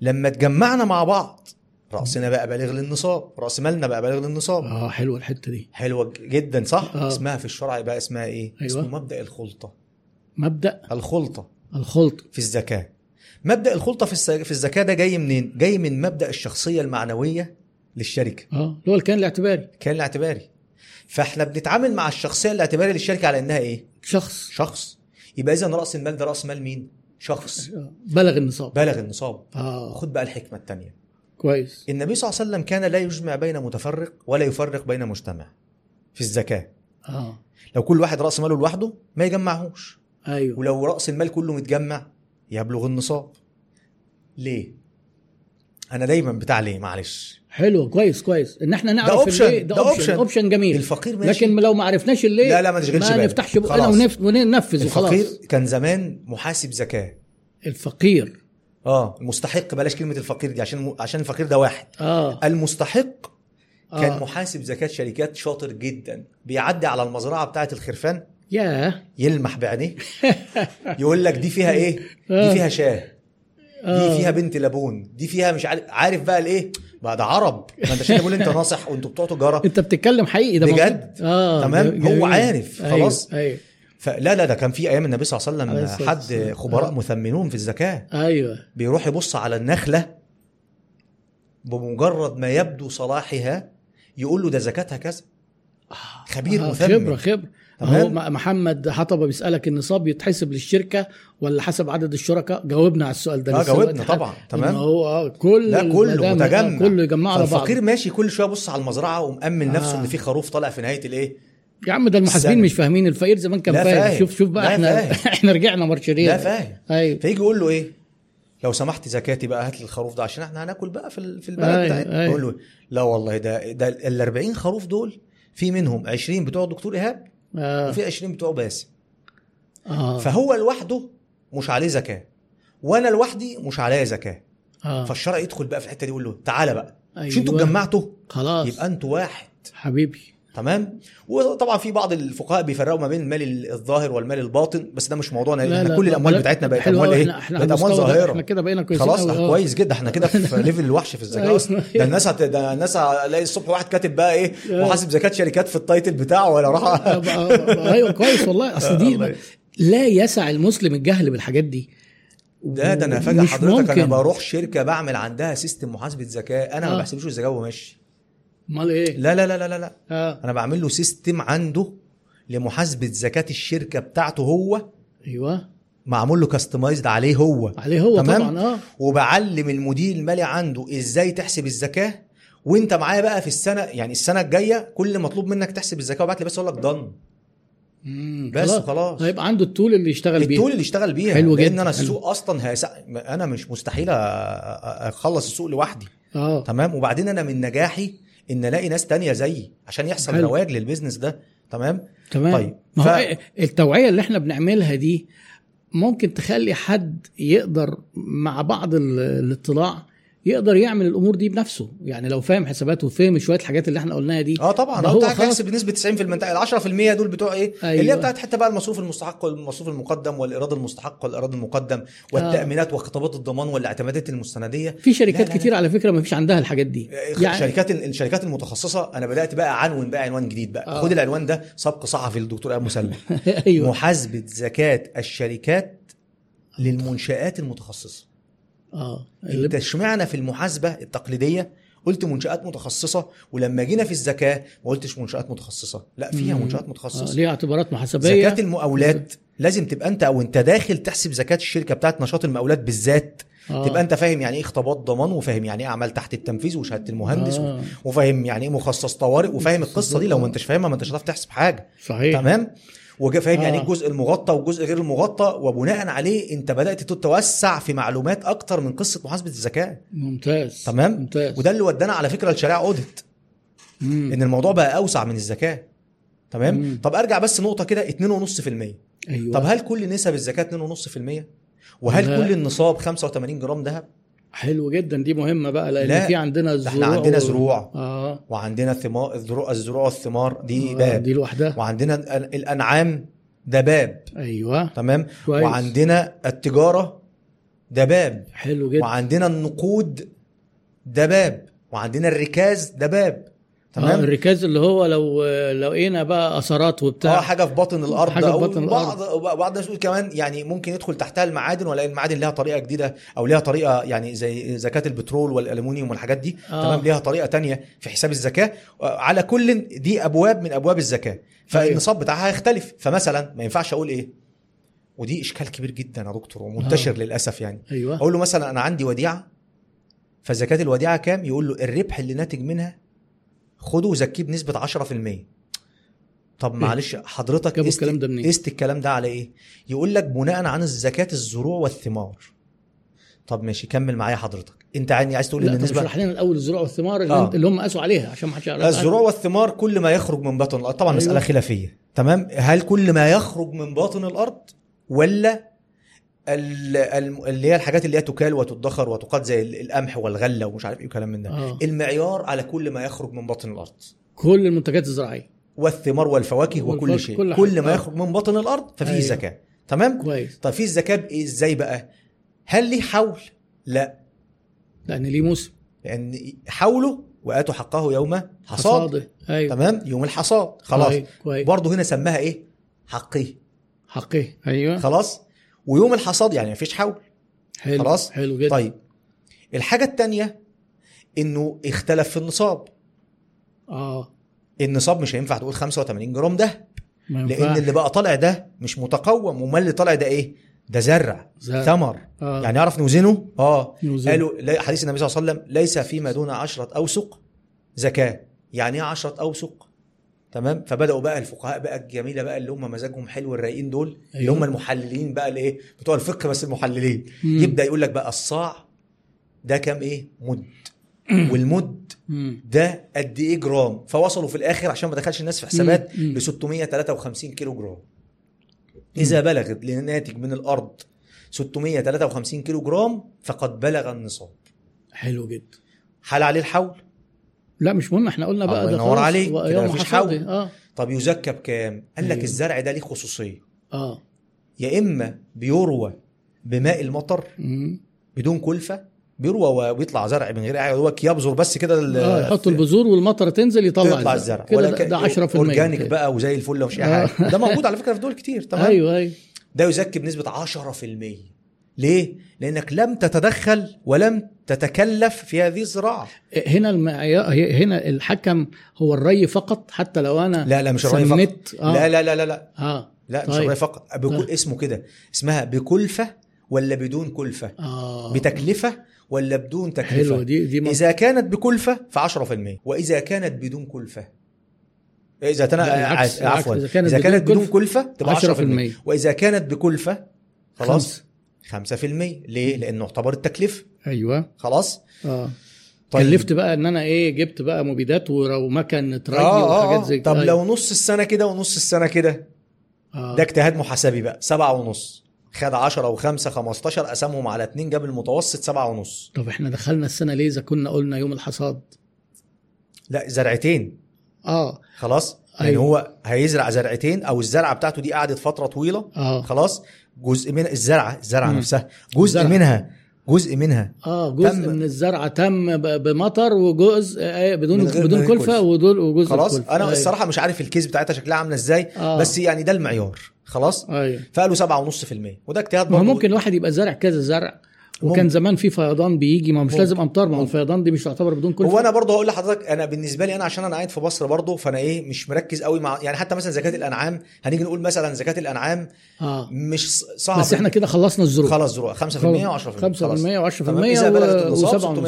Speaker 2: لما اتجمعنا مع بعض رأسنا بقى بالغ للنصاب، رأس مالنا بقى بالغ للنصاب
Speaker 1: اه حلوه الحته دي
Speaker 2: حلوة جدا صح؟
Speaker 1: آه.
Speaker 2: اسمها في الشرع بقى اسمها إيه؟
Speaker 1: أيوة.
Speaker 2: اسمه مبدأ الخلطة،
Speaker 1: مبدا
Speaker 2: الخلطة
Speaker 1: الخلط
Speaker 2: في الزكاة. مبدأ الخلطة في الس- في الزكاة ده جاي منين؟ جاي من مبدأ الشخصية المعنوية للشركة.
Speaker 1: اه اللي هو الكيان الاعتباري
Speaker 2: كان الاعتباري فاحنا بنتعامل مع الشخصيه الاعتباري للشركه على انها ايه
Speaker 1: شخص
Speaker 2: شخص يبقى اذا راس المال ده راس مال مين شخص
Speaker 1: آه، بلغ النصاب
Speaker 2: بالغ النصاب
Speaker 1: اه
Speaker 2: خد بقى الحكمه الثانيه
Speaker 1: كويس
Speaker 2: النبي صلى الله عليه وسلم كان لا يجمع بين متفرق ولا يفرق بين مجتمع في الزكاه
Speaker 1: اه
Speaker 2: لو كل واحد راس ماله لوحده ما يجمعهوش
Speaker 1: ايوه
Speaker 2: ولو راس المال كله متجمع يبلغ النصاب ليه انا دايما بتاع ليه معلش
Speaker 1: حلو كويس كويس ان احنا نعرف إيه؟
Speaker 2: أوبشن،
Speaker 1: اللي-
Speaker 2: ده
Speaker 1: ده اوبشن
Speaker 2: أوبشن.
Speaker 1: اوبشن جميل
Speaker 2: الفقير ماشي
Speaker 1: لكن لو ما عرفناش الليه
Speaker 2: لا لا ما تشغلش
Speaker 1: ما
Speaker 2: بالك.
Speaker 1: نفسحش بقنا
Speaker 2: خلاص.
Speaker 1: ونف- وننفذ
Speaker 2: الفقير
Speaker 1: وخلاص
Speaker 2: كان زمان محاسب زكاه
Speaker 1: الفقير
Speaker 2: اه المستحق بلاش كلمه الفقير دي عشان عشان الفقير ده واحد
Speaker 1: اه
Speaker 2: المستحق كان
Speaker 1: آه.
Speaker 2: محاسب زكاه شركات شاطر جدا بيعدي على المزرعه بتاعه الخرفان
Speaker 1: ياه
Speaker 2: يلمح بعينيه يقول لك دي فيها ايه دي
Speaker 1: آه.
Speaker 2: فيها شاه
Speaker 1: آه.
Speaker 2: دي فيها بنت لبون دي فيها مش عارف عارف بقى الايه بقى ده عرب ما انت عشان تقول انت ناصح وانتوا بتوع تجاره
Speaker 1: انت بتتكلم حقيقي ده منطق.
Speaker 2: بجد؟
Speaker 1: اه
Speaker 2: تمام؟
Speaker 1: ده
Speaker 2: هو
Speaker 1: جميل.
Speaker 2: عارف،
Speaker 1: أيوة،
Speaker 2: خلاص.
Speaker 1: ايوه
Speaker 2: فلا لا ده كان في ايام النبي صلى الله
Speaker 1: عليه
Speaker 2: عليه وسلم
Speaker 1: الصلاة والسلام.
Speaker 2: حد خبراء
Speaker 1: آه.
Speaker 2: مثمنون في الزكاه
Speaker 1: ايوه
Speaker 2: بيروح يبص على النخلة بمجرد ما يبدو صلاحها يقول له ده زكاتها كذا خبير
Speaker 1: آه،
Speaker 2: مثمن
Speaker 1: خبره خبره
Speaker 2: تمام.
Speaker 1: اهو م- محمد حطبه بيسالك النصاب يتحسب للشركه ولا حسب عدد الشركاء جاوبنا على السؤال ده
Speaker 2: اه
Speaker 1: لسه
Speaker 2: جاوبنا
Speaker 1: دلوقتي حد.
Speaker 2: طبعا
Speaker 1: إن
Speaker 2: تمام
Speaker 1: هو آه، كل
Speaker 2: لا كله
Speaker 1: المدام- آه،
Speaker 2: متجمع
Speaker 1: كله يجمعه على بعض
Speaker 2: فالفقير ماشي كل شويه بص على المزرعه ومأمن نفسه
Speaker 1: آه.
Speaker 2: ان في خروف طالع في نهايه الايه
Speaker 1: يا عم ده المحاسبين
Speaker 2: سنة.
Speaker 1: مش فاهمين الفقير زمان كان
Speaker 2: لا
Speaker 1: فاهم
Speaker 2: فاهم.
Speaker 1: شوف شوف بقى
Speaker 2: لا
Speaker 1: احنا
Speaker 2: فاهم.
Speaker 1: احنا رجعنا مرشدين
Speaker 2: لا فاهم
Speaker 1: ايوه
Speaker 2: فيجي يقول له ايه لو سمحت زكاتي بقى هات لي الخروف ده عشان احنا هناكل بقى في ال- في
Speaker 1: أيوة،
Speaker 2: البلد بتاعتنا
Speaker 1: أيوة.
Speaker 2: يقول له لا والله ده ده ال 40 خروف دول في منهم 20 بتوع دكتور ايهاب
Speaker 1: اه,
Speaker 2: وفي 20 بتوع باسم
Speaker 1: آه.
Speaker 2: فهو لوحده مش عليه زكاه وانا لوحدي مش عليا زكاه
Speaker 1: آه.
Speaker 2: فالشرع يدخل بقى في الحته دي يقول له تعالى بقى مش انتوا
Speaker 1: أيوة.
Speaker 2: اتجمعتوا
Speaker 1: خلاص
Speaker 2: يبقى انتوا واحد
Speaker 1: حبيبي
Speaker 2: تمام وطبعا في بعض الفقهاء بيفرقوا ما بين المال ال- الظاهر والمال الباطن بس ده مش موضوعنا
Speaker 1: لا،
Speaker 2: احنا
Speaker 1: لا،
Speaker 2: كل الاموال
Speaker 1: بلا-
Speaker 2: بتاعتنا بقت
Speaker 1: حلو
Speaker 2: اموال
Speaker 1: أوي،
Speaker 2: ايه
Speaker 1: إحنا- إحنا
Speaker 2: بقت
Speaker 1: هنستوعب
Speaker 2: اموال
Speaker 1: ده،
Speaker 2: ظاهره
Speaker 1: احنا كده بقينا كويسين
Speaker 2: خلاص أه،
Speaker 1: أوي،
Speaker 2: ده
Speaker 1: آه.
Speaker 2: كويس جدا احنا كده في ليفل الوحش في الزكاه
Speaker 1: أيوة.
Speaker 2: اصلا ده الناس هت... ده الناس هلاقي الصبح واحد كاتب بقى ايه
Speaker 1: آه.
Speaker 2: محاسب زكاه شركات في التايتل بتاعه ولا راح
Speaker 1: آه، آه، آه، ايوه كويس والله اصل دي
Speaker 2: الله.
Speaker 1: لا يسع المسلم الجهل بالحاجات دي
Speaker 2: ده ده انا فاجئ
Speaker 1: مش
Speaker 2: حضرتك انا
Speaker 1: ممكن.
Speaker 2: بروح شركه بعمل عندها سيستم محاسبه زكاه انا
Speaker 1: آه.
Speaker 2: ما بحسبش الزكاه وماشي
Speaker 1: امال ايه
Speaker 2: لا لا لا لا لا
Speaker 1: اه
Speaker 2: انا بعمل له سيستم عنده لمحاسبه زكاه الشركه بتاعته هو
Speaker 1: ايوه
Speaker 2: معمول له كاستمايزد عليه هو
Speaker 1: عليه هو
Speaker 2: تمام؟
Speaker 1: طبعا اه
Speaker 2: وبعلم المدير المالي عنده ازاي تحسب الزكاه وانت معايا بقى في السنه يعني السنه الجايه كل مطلوب منك تحسب الزكاه وبعت لي بس اقول لك دن
Speaker 1: مم،
Speaker 2: بس
Speaker 1: خلاص.
Speaker 2: خلاص
Speaker 1: هيبقى عنده التول اللي يشتغل بيه
Speaker 2: التول اللي اشتغل بيها
Speaker 1: حلو
Speaker 2: لان
Speaker 1: جدا، حلو.
Speaker 2: انا السوق اصلا هيسع... انا مش مستحيل أ- أ- اخلص السوق لوحدي
Speaker 1: اه
Speaker 2: تمام وبعدين انا من نجاحي ان الاقي ناس تانية زيي عشان يحصل
Speaker 1: حلو.
Speaker 2: رواج للبيزنس ده تمام
Speaker 1: تمام
Speaker 2: طيب،
Speaker 1: ما
Speaker 2: ف-
Speaker 1: هو إيه؟ التوعيه اللي احنا بنعملها دي ممكن تخلي حد يقدر مع بعض ال- الاطلاع يقدر يعمل الامور دي بنفسه يعني لو فاهم حسابات وفهم شويه الحاجات اللي احنا قلناها دي
Speaker 2: اه طبعا
Speaker 1: ده
Speaker 2: هو
Speaker 1: هو
Speaker 2: انت
Speaker 1: خلاص.
Speaker 2: هتحسب بنسبه 90% ال 10% دول بتوع ايه
Speaker 1: أيوة.
Speaker 2: أيوة. اللي هي بتاعت حتى بقى المصروف المستحق والمصروف المقدم والايراد المستحق والايراد المقدم
Speaker 1: آه.
Speaker 2: والتامينات وخطابات الضمان والاعتمادات المستنديه
Speaker 1: في شركات
Speaker 2: لا، لا، لا.
Speaker 1: كتير على فكره ما فيش عندها الحاجات دي
Speaker 2: يعني شركات الشركات المتخصصه انا بدات بقى عنون بقى عنوان جديد بقى
Speaker 1: آه.
Speaker 2: آه. خد العنوان ده سبق صحفي للدكتور ابو مسلم
Speaker 1: ايوه
Speaker 2: محاسبه زكاه الشركات للمنشات المتخصصه
Speaker 1: اه آه،
Speaker 2: انت اشمعنى في المحاسبه التقليديه قلت منشات متخصصه ولما جينا في الزكاه ما قلتش منشات متخصصه لا فيها
Speaker 1: مم.
Speaker 2: منشات
Speaker 1: آه،
Speaker 2: متخصصه
Speaker 1: ليها اعتبارات محاسبيه
Speaker 2: زكاه المقاولات لازم تبقى انت او انت داخل تحسب زكاه الشركه بتاعت نشاط المقاولات بالذات
Speaker 1: آه.
Speaker 2: تبقى انت فاهم يعني ايه اختباط ضمان وفاهم يعني ايه اعمال تحت التنفيذ وشهاده المهندس
Speaker 1: آه.
Speaker 2: وفاهم يعني ايه مخصص طوارئ وفاهم القصه دي لو ما انتش فاهمها ما انتش هتعرف تحسب حاجه
Speaker 1: صحيح
Speaker 2: تمام وفاهم يعني
Speaker 1: إيه. آه.
Speaker 2: ايه الجزء المغطى والجزء غير المغطى وبناء عليه انت بدات تتوسع في معلومات اكتر من قصه محاسبه الزكاه
Speaker 1: ممتاز
Speaker 2: تمام؟
Speaker 1: ممتاز
Speaker 2: وده اللي ودانا على فكره لشريعه اوديت
Speaker 1: مم.
Speaker 2: ان الموضوع بقى اوسع من الزكاه تمام
Speaker 1: مم.
Speaker 2: طب ارجع بس نقطه كده 2.5%
Speaker 1: ايوه
Speaker 2: طب هل كل نسب الزكاه 2.5% وهل
Speaker 1: لا.
Speaker 2: كل النصاب 85 جرام ذهب
Speaker 1: حلو جدا دي مهمه بقى لان
Speaker 2: لا،
Speaker 1: في عندنا
Speaker 2: ده
Speaker 1: الزروع
Speaker 2: احنا عندنا
Speaker 1: و-
Speaker 2: زروع
Speaker 1: اه
Speaker 2: وعندنا ثمار الزروع الزروع والثمار دي
Speaker 1: آه،
Speaker 2: باب
Speaker 1: دي لوحدها
Speaker 2: وعندنا الأن- الانعام ده باب
Speaker 1: ايوه
Speaker 2: تمام
Speaker 1: كويس
Speaker 2: وعندنا التجاره ده باب
Speaker 1: حلو جدا
Speaker 2: وعندنا النقود ده باب وعندنا الركاز ده باب
Speaker 1: تمام آه
Speaker 2: تمام
Speaker 1: الركاز اللي هو لو لو لقينا بقى اثارات
Speaker 2: اه
Speaker 1: وبتاع
Speaker 2: حاجه في بطن الارض
Speaker 1: حاجة في
Speaker 2: او
Speaker 1: بطن
Speaker 2: بعض بعض الناس بتقول كمان يعني ممكن يدخل تحتها المعادن ولا إيه؟ المعادن لها طريقه جديده او لها طريقه يعني زي زكاه البترول والالومنيوم والحاجات دي
Speaker 1: آه.
Speaker 2: تمام ليها طريقه تانية في حساب الزكاه آه، على كل دي ابواب من ابواب
Speaker 1: أيوه.
Speaker 2: الزكاه فالنصاب بتاعها هيختلف فمثلا ما ينفعش اقول ايه ودي اشكال كبير جدا يا دكتور ومنتشر
Speaker 1: آه.
Speaker 2: للاسف يعني
Speaker 1: ايوه
Speaker 2: اقول له مثلا انا عندي وديعه فزكاه الوديعه كام يقول له الربح اللي ناتج منها خده وزكيه بنسبه 10% طب معلش حضرتك
Speaker 1: إيه؟ جابوا
Speaker 2: قست
Speaker 1: الكلام ده منين؟
Speaker 2: قست الكلام ده على ايه يقول لك بناء عن الزكاه الزروع والثمار طب ماشي كمل معايا حضرتك انت يعني عايز تقول
Speaker 1: لا
Speaker 2: ان
Speaker 1: طب
Speaker 2: النسبه
Speaker 1: اشرح لنا الاول الزروع والثمار اللي,
Speaker 2: آه.
Speaker 1: اللي هم قاسوا عليها عشان ما حدش يعرف
Speaker 2: لا، الزروع والثمار كل ما يخرج من بطن الارض طبعا
Speaker 1: أيوة.
Speaker 2: مساله خلافيه تمام هل كل ما يخرج من باطن الارض ولا ال- الم- اللي هي الحاجات اللي هي تكال وتدخر وتقاد زي ال- القمح والغله ومش عارف ايه وكلام من ده
Speaker 1: آه.
Speaker 2: المعيار على كل ما يخرج من باطن الارض
Speaker 1: كل المنتجات الزراعيه
Speaker 2: والثمار والفواكه وكل
Speaker 1: والفواكه،
Speaker 2: شيء
Speaker 1: كل
Speaker 2: كل,
Speaker 1: حاجة.
Speaker 2: ما
Speaker 1: آه.
Speaker 2: يخرج من باطن الارض ففيه
Speaker 1: أيوة.
Speaker 2: زكاه تمام
Speaker 1: كويس
Speaker 2: طب فيه الزكاه بإيه؟ ازاي بقى هل ليه حول لا
Speaker 1: لان ليه موسم
Speaker 2: لان حوله واتوا حقه يوم حصاد
Speaker 1: حصاد ايوه
Speaker 2: تمام يوم الحصاد خلاص
Speaker 1: كويس, كويس.
Speaker 2: برضه هنا سماها ايه حقي
Speaker 1: حقه ايوه
Speaker 2: خلاص ويوم الحصاد يعني مفيش حول
Speaker 1: حلو
Speaker 2: خلاص؟
Speaker 1: حلو جدا
Speaker 2: طيب الحاجه الثانيه انه اختلف في النصاب
Speaker 1: اه
Speaker 2: النصاب مش هينفع تقول 85 جرام ده
Speaker 1: ما
Speaker 2: لان
Speaker 1: ينفعش
Speaker 2: اللي بقى طالع ده مش متقوم امال اللي طالع ده ايه ده زرع
Speaker 1: زرع.
Speaker 2: ثمر
Speaker 1: آه.
Speaker 2: يعني نعرف نوزنه اه
Speaker 1: نوزنه.
Speaker 2: قالوا لا- حديث النبي صلى الله عليه وسلم ليس فيما دون عشرة أوسق زكاة يعني ايه عشرة أوسق تمام فبداوا بقى الفقهاء بقى الجميله بقى اللي هم مزاجهم حلو الرايقين دول اللي
Speaker 1: أيوة.
Speaker 2: هم المحللين بقى الايه بتوع الفقه بس المحللين
Speaker 1: مم.
Speaker 2: يبدا يقول لك بقى الصاع ده كام ايه مد والمد
Speaker 1: مم.
Speaker 2: ده قد ايه جرام فوصلوا في الاخر عشان ما دخلش الناس في حسابات
Speaker 1: مم.
Speaker 2: ل 653 كيلو جرام اذا بلغت لناتج من الارض 653 كيلو جرام فقد بلغ النصاب
Speaker 1: حلو جدا
Speaker 2: حال عليه الحول
Speaker 1: لا مش مهم احنا قلنا بقى
Speaker 2: الله
Speaker 1: ده
Speaker 2: ينور
Speaker 1: خلاص
Speaker 2: عليك،
Speaker 1: و-
Speaker 2: كده
Speaker 1: يوم
Speaker 2: مفيش
Speaker 1: حصاد
Speaker 2: حول.
Speaker 1: اه
Speaker 2: طب يزكى بكام قال لك
Speaker 1: أيوه.
Speaker 2: الزرع ده ليه خصوصيه
Speaker 1: اه
Speaker 2: يا اما بيروى بماء المطر
Speaker 1: مم.
Speaker 2: بدون كلفه بيروى وبيطلع زرع من غير اي حاجة، هو يبذر بس كده ال-
Speaker 1: اه يحطوا البذور والمطر تنزل يطلع
Speaker 2: تطلع الزرع
Speaker 1: كده ده-
Speaker 2: كان
Speaker 1: ده 10%
Speaker 2: اورجانيك
Speaker 1: كده.
Speaker 2: بقى وزي الفل ومش اي
Speaker 1: آه.
Speaker 2: حاجه ده موجود على فكره في دول كتير تمام
Speaker 1: ايوه ايوه
Speaker 2: ده يزكي بنسبة 10% ليه؟ لأنك لم تتدخل ولم تتكلف في هذه الزراعة
Speaker 1: هنا المعيار هنا الحكم هو الري فقط حتى لو انا
Speaker 2: لا لا مش الرأي فقط
Speaker 1: سميت آه.
Speaker 2: لا لا لا لا لا,
Speaker 1: اه
Speaker 2: لا مش
Speaker 1: طيب.
Speaker 2: الرأي فقط بكل
Speaker 1: طيب.
Speaker 2: اسمه كده اسمها بكلفة ولا بدون كلفة
Speaker 1: اه
Speaker 2: بتكلفة ولا بدون
Speaker 1: حلوه
Speaker 2: تكلفة
Speaker 1: دي دي منطقة.
Speaker 2: إذا كانت بكلفة ف10% وإذا كانت بدون كلفة إذا كان
Speaker 1: لا، العكس، العكس.
Speaker 2: عفوا
Speaker 1: إذا كانت
Speaker 2: إذا
Speaker 1: بدون
Speaker 2: كانت بدون
Speaker 1: كلفة،
Speaker 2: كلفة تبقى
Speaker 1: 10%.
Speaker 2: 10%, وإذا كانت بكلفة خلاص
Speaker 1: خمسة.
Speaker 2: 5% ليه؟ لأنه اعتبر التكلفة
Speaker 1: ايوه
Speaker 2: خلاص
Speaker 1: اه طيب. كلفت بقى ان انا ايه جبت بقى مبيدات ومكن تراجي
Speaker 2: آه،
Speaker 1: وحاجات زي
Speaker 2: آه. طب
Speaker 1: أيوة.
Speaker 2: لو نص السنه كده ونص السنه كده
Speaker 1: آه.
Speaker 2: ده اجتهاد محاسبي بقى سبعة ونص خد 10 و5 15 قسمهم على اتنين جاب المتوسط سبعة ونص
Speaker 1: طب احنا دخلنا السنه ليه اذا كنا قلنا يوم الحصاد
Speaker 2: لا زرعتين
Speaker 1: اه
Speaker 2: خلاص يعني
Speaker 1: أيوة.
Speaker 2: هو هيزرع زرعتين او الزرعه بتاعته دي قعدت فتره طويله
Speaker 1: اه
Speaker 2: خلاص جزء من الزرعه الزرعه
Speaker 1: مم.
Speaker 2: نفسها جزء
Speaker 1: الزرعة.
Speaker 2: منها جزء منها
Speaker 1: اه جزء
Speaker 2: تم-
Speaker 1: من الزرعه تم ب- بمطر وجزء آه بدون
Speaker 2: من غير- من
Speaker 1: بدون
Speaker 2: غير
Speaker 1: كلفه
Speaker 2: كلفة.
Speaker 1: ودول وجزء
Speaker 2: خلاص
Speaker 1: بكلفة.
Speaker 2: انا
Speaker 1: أيوة.
Speaker 2: الصراحه مش عارف الكيس بتاعتها شكلها عامله ازاي
Speaker 1: آه.
Speaker 2: بس يعني ده المعيار خلاص
Speaker 1: ايوه
Speaker 2: فقالوا 7.5% وده اجتهاد
Speaker 1: ما هو
Speaker 2: برضه
Speaker 1: ممكن الواحد يبقى زارع كذا زرع وكان زمان في فيضان بيجي ما هو مش
Speaker 2: ممكن.
Speaker 1: لازم امطار ما هو
Speaker 2: ممكن.
Speaker 1: الفيضان دي مش تعتبر بدون كل
Speaker 2: هو انا برضه هقول لحضرتك انا بالنسبه لي انا عشان انا قاعد في مصر برضه فانا ايه مش مركز قوي مع يعني حتى مثلا زكاه الانعام هنيجي نقول مثلا زكاه الانعام
Speaker 1: اه
Speaker 2: مش ص- صعب
Speaker 1: بس احنا كده خلصنا الظروف
Speaker 2: خلاص زروع 5% و10%
Speaker 1: 5% و10%
Speaker 2: تمام اذا بلغت النصاب
Speaker 1: و7
Speaker 2: 653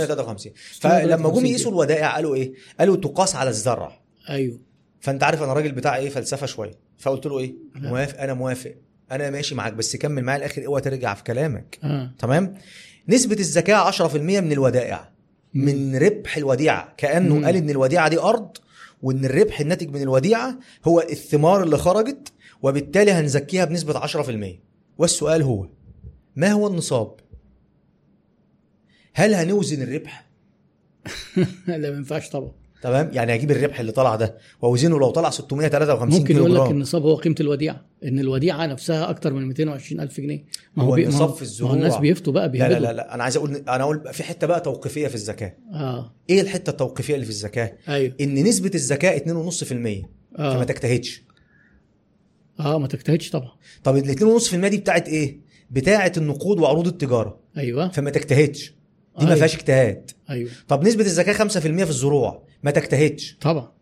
Speaker 2: فلما جم
Speaker 1: 653.
Speaker 2: يقيسوا الودائع قالوا ايه؟ قالوا تقاس على الذره
Speaker 1: ايوه
Speaker 2: فانت عارف انا راجل بتاع ايه فلسفه شويه فقلت له ايه موافق انا موافق انا ماشي معاك بس كمل معايا الاخر اوعى ترجع في كلامك
Speaker 1: اه
Speaker 2: تمام نسبه الزكاه 10% من الودائع من ربح الوديعه كانه
Speaker 1: مم.
Speaker 2: قال ان الوديعه دي ارض وان الربح الناتج من الوديعه هو الثمار اللي خرجت وبالتالي هنزكيها بنسبه 10% والسؤال هو ما هو النصاب هل هنوزن الربح
Speaker 1: لا ما ينفعش طبعا
Speaker 2: تمام يعني هجيب الربح اللي طلع ده واوزنه لو طلع 653
Speaker 1: ممكن
Speaker 2: كيلو
Speaker 1: يقول لك
Speaker 2: جرام
Speaker 1: النصاب هو قيمه الوديعه ان الوديعه نفسها اكتر من 220 الف جنيه ما
Speaker 2: هو
Speaker 1: بي- ما
Speaker 2: النصاب في
Speaker 1: ما
Speaker 2: الزروع.
Speaker 1: هو الناس بيفتوا بقى
Speaker 2: لا
Speaker 1: بيهبدوا
Speaker 2: لا لا لا انا عايز اقول انا اقول بقى في حته بقى توقيفيه في الزكاه
Speaker 1: اه
Speaker 2: ايه الحته التوقيفيه اللي في الزكاه
Speaker 1: ايوه
Speaker 2: ان نسبه الزكاه 2.5% فما
Speaker 1: اه
Speaker 2: تجتهدش
Speaker 1: اه ما تجتهدش طبعا
Speaker 2: طب ال 2.5% دي بتاعت ايه بتاعت النقود وعروض التجاره
Speaker 1: ايوه
Speaker 2: فما تجتهدش دي ما
Speaker 1: أيوة.
Speaker 2: فيهاش اجتهاد
Speaker 1: ايوه
Speaker 2: طب نسبه الزكاه 5% في الزروع ما تجتهدش
Speaker 1: طبعا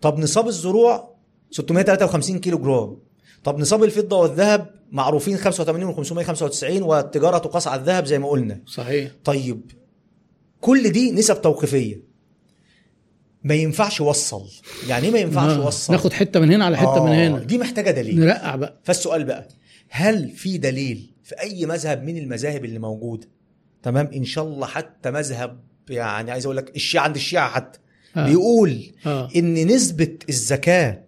Speaker 2: طب نصاب الزروع 653 كيلو جرام طب نصاب الفضه والذهب معروفين 85 و595 والتجاره تقاس على الذهب زي ما قلنا
Speaker 1: صحيح
Speaker 2: طيب كل دي نسب توقيفيه ما ينفعش وصل يعني ايه ما ينفعش
Speaker 1: آه.
Speaker 2: وصل
Speaker 1: ناخد حته من هنا على حته من
Speaker 2: آه،
Speaker 1: هنا
Speaker 2: دي محتاجه دليل
Speaker 1: نرقع بقى
Speaker 2: فالسؤال بقى هل في دليل في اي مذهب من المذاهب اللي موجوده تمام ان شاء الله حتى مذهب يعني عايز اقول لك الشيعه عند الشيعه حتى
Speaker 1: آه.
Speaker 2: بيقول
Speaker 1: اه
Speaker 2: ان نسبه الزكاه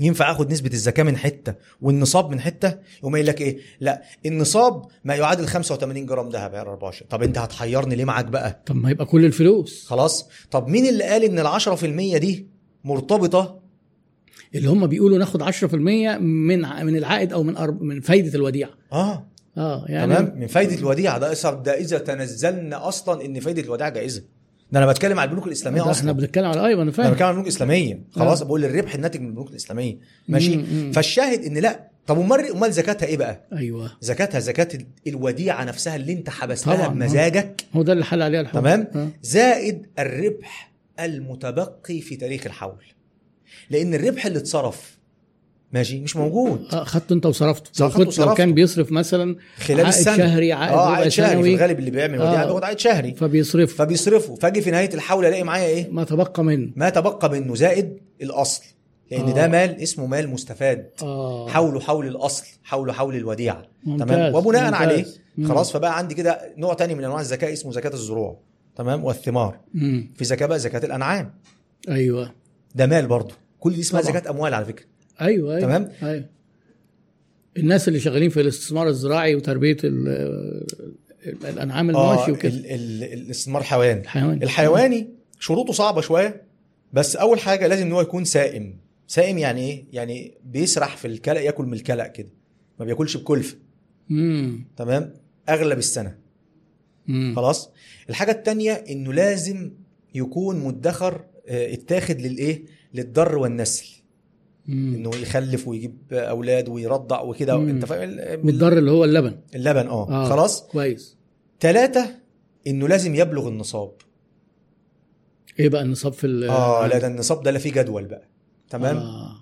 Speaker 2: ينفع اخد نسبه الزكاه من حته والنصاب من حته يقوم قايل لك ايه لا النصاب ما يعادل 85 جرام ذهب عيار 24 طب انت هتحيرني ليه معاك بقى
Speaker 1: طب ما يبقى كل الفلوس
Speaker 2: خلاص طب مين اللي قال ان ال 10% دي مرتبطه
Speaker 1: اللي هم بيقولوا ناخد 10% من ع- من العائد او من أرب... من فايده الوديعه
Speaker 2: اه
Speaker 1: اه يعني
Speaker 2: يعني تمام من فايده الوديعه ده اثر ده اذا تنزلنا اصلا ان فايده الوديعه جائزه ده انا بتكلم على البنوك الاسلاميه
Speaker 1: ده
Speaker 2: اصلا
Speaker 1: احنا بنتكلم على ايوه انا
Speaker 2: انا
Speaker 1: فاهم
Speaker 2: بتكلم على البنوك الاسلاميه خلاص
Speaker 1: آه.
Speaker 2: بقول الربح الناتج من البنوك الاسلاميه ماشي
Speaker 1: مم، مم.
Speaker 2: فالشاهد ان لا طب امال امال زكاتها ايه بقى
Speaker 1: ايوه
Speaker 2: زكاتها زكاه ال- الوديعه نفسها اللي انت حبستها
Speaker 1: طبعاً، آه.
Speaker 2: بمزاجك
Speaker 1: هو ده اللي حل عليه الحوار
Speaker 2: تمام
Speaker 1: آه.
Speaker 2: زائد الربح المتبقي في تاريخ الحول لان الربح اللي اتصرف ماشي مش موجود
Speaker 1: آه خدته انت وصرفته لو,
Speaker 2: خدته
Speaker 1: كنت لو
Speaker 2: وصرفته.
Speaker 1: كان بيصرف مثلا
Speaker 2: خلال
Speaker 1: عائد
Speaker 2: السنه
Speaker 1: شهري عائد
Speaker 2: اه
Speaker 1: ربع
Speaker 2: عائد شهري في
Speaker 1: سنوي.
Speaker 2: الغالب اللي بيعمل وديعه
Speaker 1: آه.
Speaker 2: بياخد عائد شهري
Speaker 1: فبيصرف
Speaker 2: فبيصرفه فاجي في نهايه الحول الاقي معايا ايه
Speaker 1: ما تبقى منه
Speaker 2: ما تبقى منه زائد الاصل لان
Speaker 1: آه.
Speaker 2: ده مال اسمه مال مستفاد
Speaker 1: اه
Speaker 2: حوله حول الاصل حوله حول الوديعه
Speaker 1: ممتاز،
Speaker 2: تمام وبناء
Speaker 1: ممتاز.
Speaker 2: عليه
Speaker 1: مم.
Speaker 2: خلاص فبقى عندي كده نوع تاني من انواع الزكاه اسمه زكاه الزروع تمام والثمار
Speaker 1: مم.
Speaker 2: في زكاه بقى زكاه الانعام
Speaker 1: ايوه
Speaker 2: ده مال برضه كل دي اسمها
Speaker 1: طبعا.
Speaker 2: زكاه اموال على فكره
Speaker 1: ايوه ايوه
Speaker 2: تمام؟
Speaker 1: ايوه الناس اللي شغالين في الاستثمار الزراعي وتربيه ال- ال- الانعام
Speaker 2: اه
Speaker 1: المواشي
Speaker 2: ال-
Speaker 1: وكده
Speaker 2: ال- الاستثمار حيواني
Speaker 1: الحيوان
Speaker 2: الحيواني شروطه صعبه شويه بس اول حاجه لازم ان هو يكون سائم سائم يعني ايه يعني بيسرح في الكلأ ياكل من الكلأ كده ما بياكلش بكلفه
Speaker 1: امم
Speaker 2: تمام اغلب السنه خلاص الحاجه التانية انه لازم يكون مدخر آه، اتاخد للايه للضر والنسل انه يخلف ويجيب اولاد ويرضع وكده
Speaker 1: مم. آه.
Speaker 2: انت فاهم ال-
Speaker 1: والضر اللي هو اللبن
Speaker 2: اللبن اه خلاص
Speaker 1: كويس
Speaker 2: ثلاثة انه لازم يبلغ النصاب
Speaker 1: ايه بقى النصاب في ال-
Speaker 2: اه لا ده النصاب ده لا فيه جدول بقى تمام
Speaker 1: آه.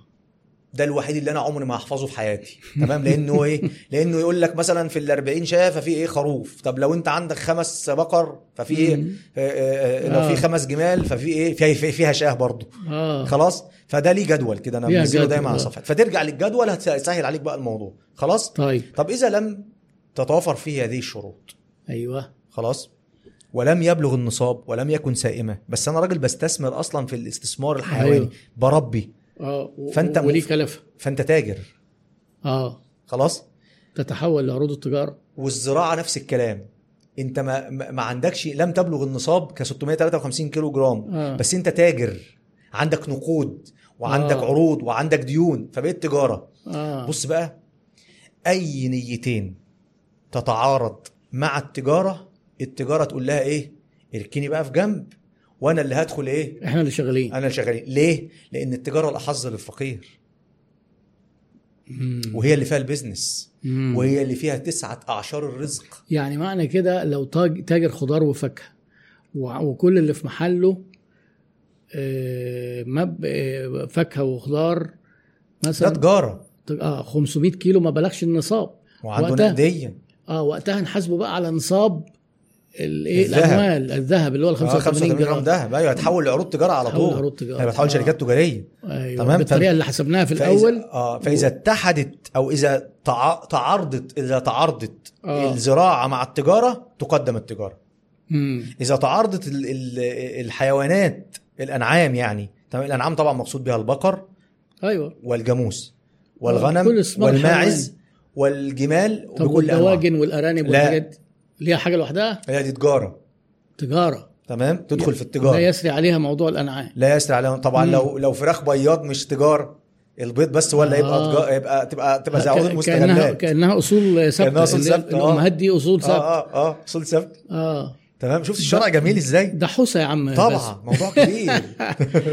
Speaker 2: ده الوحيد اللي انا عمري ما هحفظه في حياتي تمام لانه ايه لانه يقول لك مثلا في ال 40 شاه ففي ايه خروف طب لو انت عندك خمس بقر ففي ايه
Speaker 1: مم.
Speaker 2: آه، آه، لو
Speaker 1: آه.
Speaker 2: في خمس جمال ففي ايه في في- فيها شاه برضه
Speaker 1: اه
Speaker 2: خلاص فده ليه جدول كده انا
Speaker 1: فيها
Speaker 2: منزله
Speaker 1: جدول،
Speaker 2: دايما على
Speaker 1: آه.
Speaker 2: صفحتي فترجع للجدول هتسهل عليك بقى الموضوع خلاص
Speaker 1: طيب
Speaker 2: طب اذا لم تتوافر فيه هذه الشروط
Speaker 1: ايوه
Speaker 2: خلاص ولم يبلغ النصاب ولم يكن سائمه بس انا راجل بستثمر اصلا في الاستثمار الحيواني
Speaker 1: أيوه.
Speaker 2: بربي
Speaker 1: اه و-
Speaker 2: فأنت
Speaker 1: و- وليه
Speaker 2: مف-
Speaker 1: كلفه
Speaker 2: فانت تاجر
Speaker 1: اه
Speaker 2: خلاص
Speaker 1: تتحول لعروض التجاره
Speaker 2: والزراعه نفس الكلام انت ما ما ما عندكش لم تبلغ النصاب ك 653 كيلو جرام
Speaker 1: آه.
Speaker 2: بس انت تاجر عندك نقود وعندك
Speaker 1: آه.
Speaker 2: عروض وعندك ديون فبقيت تجاره
Speaker 1: اه
Speaker 2: آه. بص بقى اي نيتين تتعارض مع التجاره التجاره تقول لها ايه اركني بقى في جنب وانا اللي هدخل ايه
Speaker 1: احنا اللي شغالين
Speaker 2: انا اللي شغالين ليه لان التجاره الاحظ للفقير وهي اللي فيها البيزنس
Speaker 1: مم.
Speaker 2: وهي اللي فيها تسعه اعشار الرزق
Speaker 1: يعني معنى كده لو تاج- تاجر خضار وفاكهه وع- وكل اللي في محله آه، مب آه، فاكهه وخضار
Speaker 2: ده
Speaker 1: مثلا
Speaker 2: تجاره
Speaker 1: اه 500 كيلو ما بلغش النصاب
Speaker 2: وعنده
Speaker 1: وقتها.
Speaker 2: نقديه
Speaker 1: اه وقتها نحاسبه بقى على نصاب الايه
Speaker 2: الذهب. آه،
Speaker 1: الاموال الذهب اللي هو ال 85 جرام
Speaker 2: ده ايوه هتحول لعروض تجاره على
Speaker 1: تحول
Speaker 2: طول
Speaker 1: عروض تجارة.
Speaker 2: هي بتحول
Speaker 1: آه.
Speaker 2: شركات تجاريه
Speaker 1: ايوه
Speaker 2: تمام،
Speaker 1: تمام
Speaker 2: ف-
Speaker 1: بالطريقه اللي حسبناها في
Speaker 2: فإذا-
Speaker 1: الاول
Speaker 2: اه فاذا اتحدت او اذا تع- تعارضت اذا تعارضت
Speaker 1: آه.
Speaker 2: الزراعه مع التجاره تقدم التجاره
Speaker 1: مم.
Speaker 2: اذا تعارضت ال- ال- الحيوانات الانعام يعني تمام الانعام طبعا مقصود بها البقر
Speaker 1: ايوه
Speaker 2: والجاموس
Speaker 1: آه، كل
Speaker 2: والغنم
Speaker 1: اسمها
Speaker 2: والماعز والجمال
Speaker 1: طب
Speaker 2: وبكل انواع
Speaker 1: والدواجن والارانب
Speaker 2: لا.
Speaker 1: والحاجات دي، ليها حاجه لوحدها
Speaker 2: هي دي تجاره
Speaker 1: تجاره
Speaker 2: تمام تدخل في
Speaker 1: لا
Speaker 2: التجاره
Speaker 1: يسري عليها موضوع الانعام
Speaker 2: لا يسري عليهم طبعا
Speaker 1: مم.
Speaker 2: لو لو فراخ بياض مش تجاره البيض بس ولا يبقى
Speaker 1: آه.
Speaker 2: تجارة يبقى تبقى تبقى زي عروض
Speaker 1: ك- كانها
Speaker 2: المستغلات
Speaker 1: كانها اصول ثابته
Speaker 2: كأنها أصول
Speaker 1: اللي-
Speaker 2: ثابتة، آه.
Speaker 1: الامهات دي اصول ثابته آه,
Speaker 2: اه اه اه صوت ثابت
Speaker 1: اه
Speaker 2: تمام شفت الشرع جميل ازاي
Speaker 1: ده حوسه يا عم
Speaker 2: طبعا موضوع كبير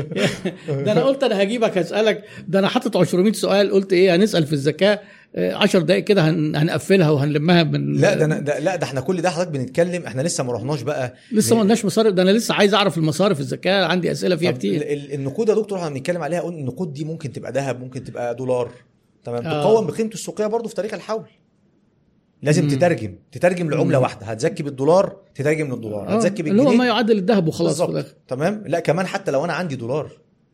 Speaker 1: بس. ده انا قلت انا هجيبك هسالك ده انا حاطط 200 سؤال قلت ايه هنسال في الزكاه 10 دقائق كده هن... هنقفلها وهنلمها من
Speaker 2: لا ده أنا- ده لا ده احنا كل ده حضرتك بنتكلم احنا لسه ما رحناش بقى
Speaker 1: لسه ما قلناش مصاريف ده انا لسه عايز اعرف المصارف الزكاه عندي اسئله فيها
Speaker 2: طب
Speaker 1: كتير
Speaker 2: ال- ال- النقود يا دكتور احنا بنتكلم عليها قلنا النقود دي ممكن تبقى ذهب ممكن تبقى دولار تمام
Speaker 1: آه.
Speaker 2: تقوم بقيمته السوقيه برضه في تاريخ الحول لازم
Speaker 1: مم.
Speaker 2: تترجم تترجم لعمله
Speaker 1: مم.
Speaker 2: واحده هتزكي بالدولار تترجم للدولار
Speaker 1: آه،
Speaker 2: هتزكي
Speaker 1: اللي هو ما
Speaker 2: بالجنيه
Speaker 1: يعادل الذهب وخلاص في
Speaker 2: بالظبط.
Speaker 1: الاخر
Speaker 2: تمام لا كمان حتى لو انا عندي دولار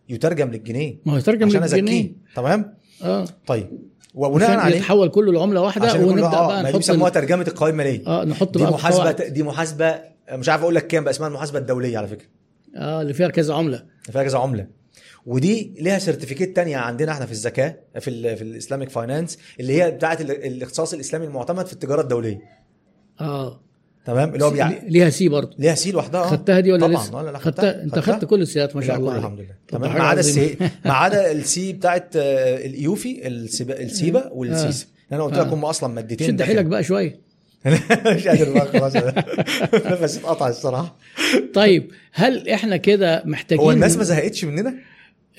Speaker 2: يترجم للجنيه
Speaker 1: ما هو يترجم
Speaker 2: عشان
Speaker 1: للجنيه
Speaker 2: ازكيه تمام
Speaker 1: اه
Speaker 2: طيب
Speaker 1: عشان
Speaker 2: وبناء عليه
Speaker 1: يتحول كله لعمله واحده
Speaker 2: عشان يكون
Speaker 1: ونبدا
Speaker 2: له- آه،
Speaker 1: بقى
Speaker 2: ما دي
Speaker 1: نحط
Speaker 2: بيسموها
Speaker 1: ال-
Speaker 2: ترجمه القوائم الماليه
Speaker 1: اه نحط
Speaker 2: دي
Speaker 1: بقى
Speaker 2: محاسبه
Speaker 1: القواعد.
Speaker 2: دي محاسبه مش عارف اقول لك كام بقى اسمها المحاسبه الدوليه على فكره
Speaker 1: اه اللي فيها كذا عمله
Speaker 2: فيها كذا عمله ودي ليها سيرتيفيكيت تانية عندنا احنا في الزكاه في ال في الاسلاميك فاينانس اللي هي بتاعه ال- الاختصاص الاسلامي المعتمد في التجاره الدوليه
Speaker 1: اه
Speaker 2: تمام اللي هو بيع...
Speaker 1: لي- ليها سي برضه
Speaker 2: ليها سي لوحدها آه.
Speaker 1: خدتها دي ولا
Speaker 2: طبعا
Speaker 1: لسه؟
Speaker 2: ولا لا
Speaker 1: خدتها انت خدت
Speaker 2: خدتها؟
Speaker 1: كل السيارات ما
Speaker 2: لا،
Speaker 1: شاء
Speaker 2: كله
Speaker 1: الله
Speaker 2: الحمد
Speaker 1: عليك.
Speaker 2: لله
Speaker 1: طب ده
Speaker 2: تمام
Speaker 1: حاجة
Speaker 2: ما عدا
Speaker 1: عظيمة.
Speaker 2: السي ما عدا السي بتاعه آه، الايوفي السيبا- السيبا والسيسي انا قلت
Speaker 1: آه.
Speaker 2: لكم اصلا مادتين
Speaker 1: شد
Speaker 2: داخل.
Speaker 1: حيلك بقى شويه
Speaker 2: مش قادر بقى خلاص نفسي اتقطع الصراحه
Speaker 1: طيب هل احنا كده محتاجين
Speaker 2: هو الناس ما زهقتش مننا؟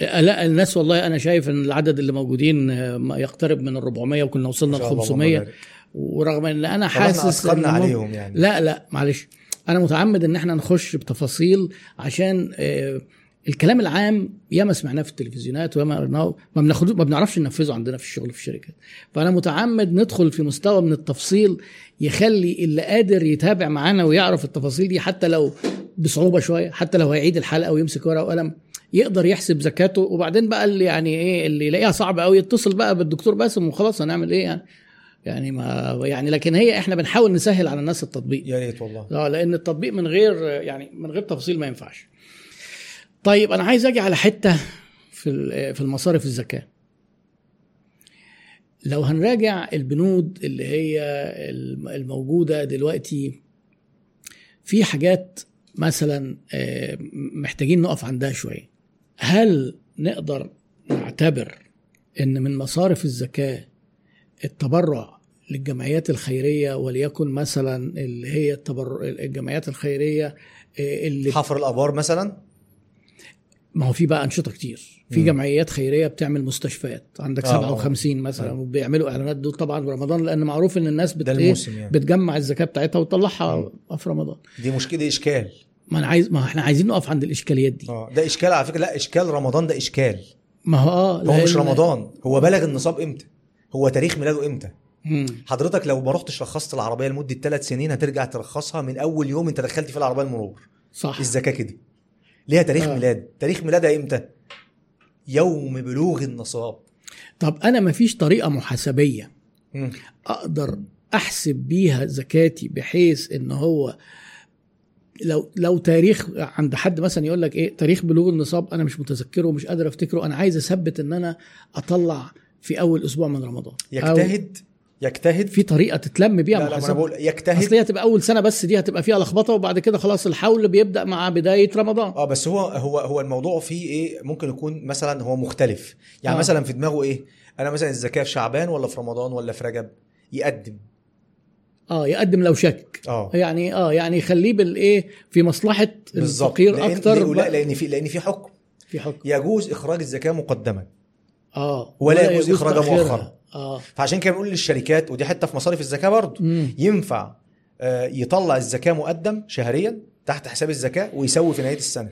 Speaker 1: آه، لا الناس والله انا شايف ان العدد اللي موجودين آه، ما يقترب من ال 400 وكنا وصلنا
Speaker 2: ما
Speaker 1: ل
Speaker 2: شاء الله،
Speaker 1: 500
Speaker 2: اللهم بارك.
Speaker 1: ورغم ان انا
Speaker 2: طب احنا
Speaker 1: حاسس
Speaker 2: اثقلنا
Speaker 1: إن ممكن-
Speaker 2: عليهم يعني
Speaker 1: لا لا معلش انا متعمد ان احنا نخش بتفاصيل عشان آه، الكلام العام ياما سمعناه في التلفزيونات وياما قرناه ما بناخد ما بنعرفش ننفذه عندنا في الشغل في الشركات فانا متعمد ندخل في مستوى من التفصيل يخلي اللي قادر يتابع معانا ويعرف التفاصيل دي حتى لو بصعوبه شويه حتى لو هيعيد الحلقه ويمسك ورقه وقلم يقدر يحسب زكاته وبعدين بقى اللي يعني ايه اللي يلاقيها صعبه قوي يتصل بقى بالدكتور باسم وخلاص هنعمل ايه يعني يعني ما يعني لكن هي احنا بنحاول نسهل على الناس التطبيق
Speaker 2: يا ريت والله
Speaker 1: اه لان التطبيق من غير يعني من غير تفاصيل ما ينفعش طيب انا عايز اجي على حته في ال- في المصارف الزكاه لو هنراجع البنود اللي هي الم- الموجوده دلوقتي في حاجات مثلا آه، محتاجين نقف عندها شويه هل نقدر نعتبر ان من مصارف الزكاه التبرع للجمعيات الخيريه وليكن مثلا اللي هي التبر... الجمعيات الخيريه آه، اللي
Speaker 2: حفر الابار مثلا
Speaker 1: ما هو في بقى انشطه كتير في
Speaker 2: مم.
Speaker 1: جمعيات خيريه بتعمل مستشفيات عندك
Speaker 2: آه،
Speaker 1: 57 مثلا
Speaker 2: آه.
Speaker 1: وبيعملوا اعلانات دول طبعا برمضان لان معروف ان الناس بت
Speaker 2: ده
Speaker 1: إيه؟
Speaker 2: الموسم يعني
Speaker 1: بتجمع الزكاه بتاعتها وتطلعها في رمضان
Speaker 2: دي مشكله دي اشكال
Speaker 1: ما انا عايز ما احنا عايزين نقف عند الاشكاليات دي
Speaker 2: اه ده اشكال على فكره لا اشكال رمضان ده اشكال
Speaker 1: ما هو اه
Speaker 2: هو مش
Speaker 1: لأن-
Speaker 2: رمضان هو بلغ النصاب امتى هو تاريخ ميلاده امتى
Speaker 1: مم.
Speaker 2: حضرتك لو ما رحتش رخصت العربيه لمده ثلاث سنين هترجع ترخصها من اول يوم انت دخلت فيه العربيه المرور
Speaker 1: صح
Speaker 2: الزكاه كده ليها تاريخ
Speaker 1: آه.
Speaker 2: ميلاد تاريخ ميلادها امتى يوم بلوغ النصاب
Speaker 1: طب انا ما فيش طريقه محاسبيه
Speaker 2: مم.
Speaker 1: اقدر احسب بيها زكاتي بحيث ان هو لو لو تاريخ عند حد مثلا يقول لك ايه تاريخ بلوغ النصاب انا مش متذكره ومش قادر افتكره انا عايز اثبت ان انا اطلع في اول اسبوع من رمضان أو
Speaker 2: يجتهد يجتهد
Speaker 1: في طريقه تتلم بيها
Speaker 2: لا لا ما انا
Speaker 1: محاسبه
Speaker 2: بقول يجتهد
Speaker 1: اصل هي هتبقى اول سنه بس دي هتبقى فيها لخبطه وبعد كده خلاص الحول بيبدا مع بدايه رمضان
Speaker 2: اه بس هو هو هو الموضوع فيه ايه ممكن يكون مثلا هو مختلف يعني
Speaker 1: آه.
Speaker 2: آه. مثلا في دماغه ايه انا مثلا الزكاه في شعبان ولا في رمضان ولا في رجب يقدم
Speaker 1: اه يقدم لو شك
Speaker 2: اه
Speaker 1: يعني اه يعني يخليه بالايه في مصلحه الفقير
Speaker 2: لأن-
Speaker 1: اكتر
Speaker 2: لا لان في لان في حكم
Speaker 1: في حكم
Speaker 2: يجوز اخراج الزكاه مقدما
Speaker 1: اه
Speaker 2: ولا يجوز إخراجها
Speaker 1: تأخيرها.
Speaker 2: مؤخرا.
Speaker 1: اه
Speaker 2: فعشان كده بنقول للشركات ودي حته في مصاريف الزكاه برضه
Speaker 1: مم.
Speaker 2: ينفع آه، يطلع الزكاه مقدم شهريا تحت حساب الزكاه ويسوي في نهايه السنه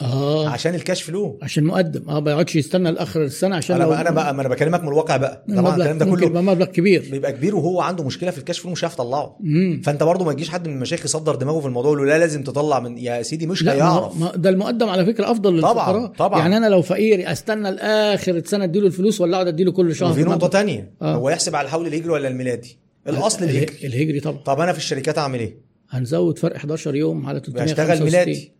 Speaker 1: اه
Speaker 2: عشان الكاش فلو
Speaker 1: عشان مقدم اه ما يقعدش يستنى لاخر السنه عشان
Speaker 2: انا
Speaker 1: لو-
Speaker 2: بقى انا بقى ما انا بكلمك من الواقع بقى طبعا
Speaker 1: المبلغ
Speaker 2: الكلام ده
Speaker 1: ممكن
Speaker 2: كله
Speaker 1: يبقى مبلغ كبير
Speaker 2: بيبقى كبير وهو عنده مشكله في الكاش فلو مش عارف يطلعه
Speaker 1: امم
Speaker 2: فانت برضه ما تجيش حد من المشايخ يصدر دماغه في الموضوع يقول له لا لازم تطلع من يا سيدي مش
Speaker 1: لا ما-
Speaker 2: هيعرف
Speaker 1: ما ده المقدم على فكره افضل
Speaker 2: طبعاً،
Speaker 1: للفقراء
Speaker 2: طبعاً.
Speaker 1: يعني انا لو فقير استنى لاخر السنه اديله الفلوس ولا اقعد اديله كل شهر
Speaker 2: وفي نقطه
Speaker 1: مبلغ؟
Speaker 2: تانية
Speaker 1: آه.
Speaker 2: هو يحسب على الحول الهجري ولا الميلادي الاصل
Speaker 1: اله-
Speaker 2: الهجري
Speaker 1: الهجري طبعا
Speaker 2: طب انا في الشركات اعمل ايه
Speaker 1: هنزود فرق 11 يوم على 365
Speaker 2: بشتغل ميلادي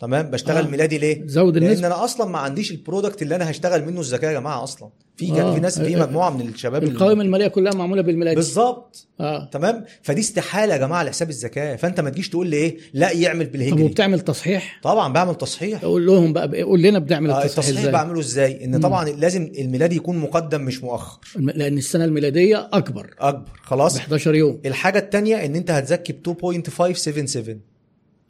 Speaker 2: تمام بشتغل
Speaker 1: آه.
Speaker 2: آه. ميلادي ليه
Speaker 1: زود
Speaker 2: لان
Speaker 1: النسبه
Speaker 2: انا اصلا ما عنديش البرودكت اللي انا هشتغل منه الزكاه يا جماعه اصلا في كان
Speaker 1: آه.
Speaker 2: في ناس في
Speaker 1: آه.
Speaker 2: مجموعه من الشباب اللي-
Speaker 1: القوائم الماليه كلها معموله بالميلادي
Speaker 2: بالظبط
Speaker 1: اه
Speaker 2: تمام فدي استحاله يا جماعه لحساب الزكاه فانت ما تجيش تقول لي ايه لا يعمل
Speaker 1: طب
Speaker 2: بالهجري
Speaker 1: وبتعمل تصحيح
Speaker 2: طبعا بعمل تصحيح
Speaker 1: قول لهم بقى قول لنا بنعمل
Speaker 2: آه،
Speaker 1: التصحيح
Speaker 2: التصحيح
Speaker 1: ازاي
Speaker 2: بعمله ازاي ان طبعا لازم الميلادي يكون مقدم مش مؤخر
Speaker 1: الم- لان السنه الميلاديه اكبر
Speaker 2: اكبر
Speaker 1: ب
Speaker 2: خلاص
Speaker 1: 11 يوم
Speaker 2: الحاجه الثانيه ان انت هتزكي ب 2.577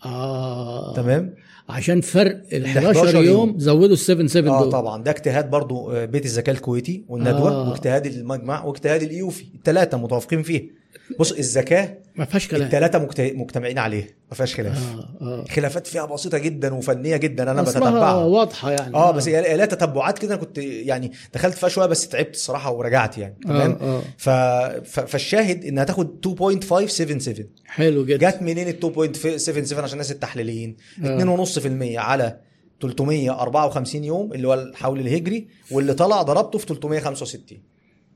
Speaker 1: اه
Speaker 2: تمام
Speaker 1: عشان فرق ال
Speaker 2: 11
Speaker 1: 11
Speaker 2: يوم.
Speaker 1: يوم زودوا ال 7 7
Speaker 2: اه
Speaker 1: دول
Speaker 2: طبعا ده اجتهاد برضو آه، بيت الزكاه الكويتي والندوه
Speaker 1: آه.
Speaker 2: آه. واجتهاد المجمع واجتهاد الايوفي الثلاثه متوافقين فيه بص الزكاه
Speaker 1: ما فيهاش كلام
Speaker 2: الثلاثه مجتمعين عليها ما فيهاش خلاف
Speaker 1: اه اه
Speaker 2: خلافات فيها بسيطه جدا وفنيه جدا انا
Speaker 1: أصلها
Speaker 2: بتتبعها
Speaker 1: واضحه يعني
Speaker 2: اه بس هي لا تتبعات كده كنت يعني دخلت فيها شويه بس تعبت الصراحه ورجعت يعني تمام
Speaker 1: اه اه
Speaker 2: ف... ف... فالشاهد انها تاخد 2.577
Speaker 1: حلو جدا
Speaker 2: جت منين ال 2.77 عشان الناس التحليليين
Speaker 1: آه.
Speaker 2: 2.5% على 354 يوم اللي هو الحول الهجري واللي طلع ضربته في 365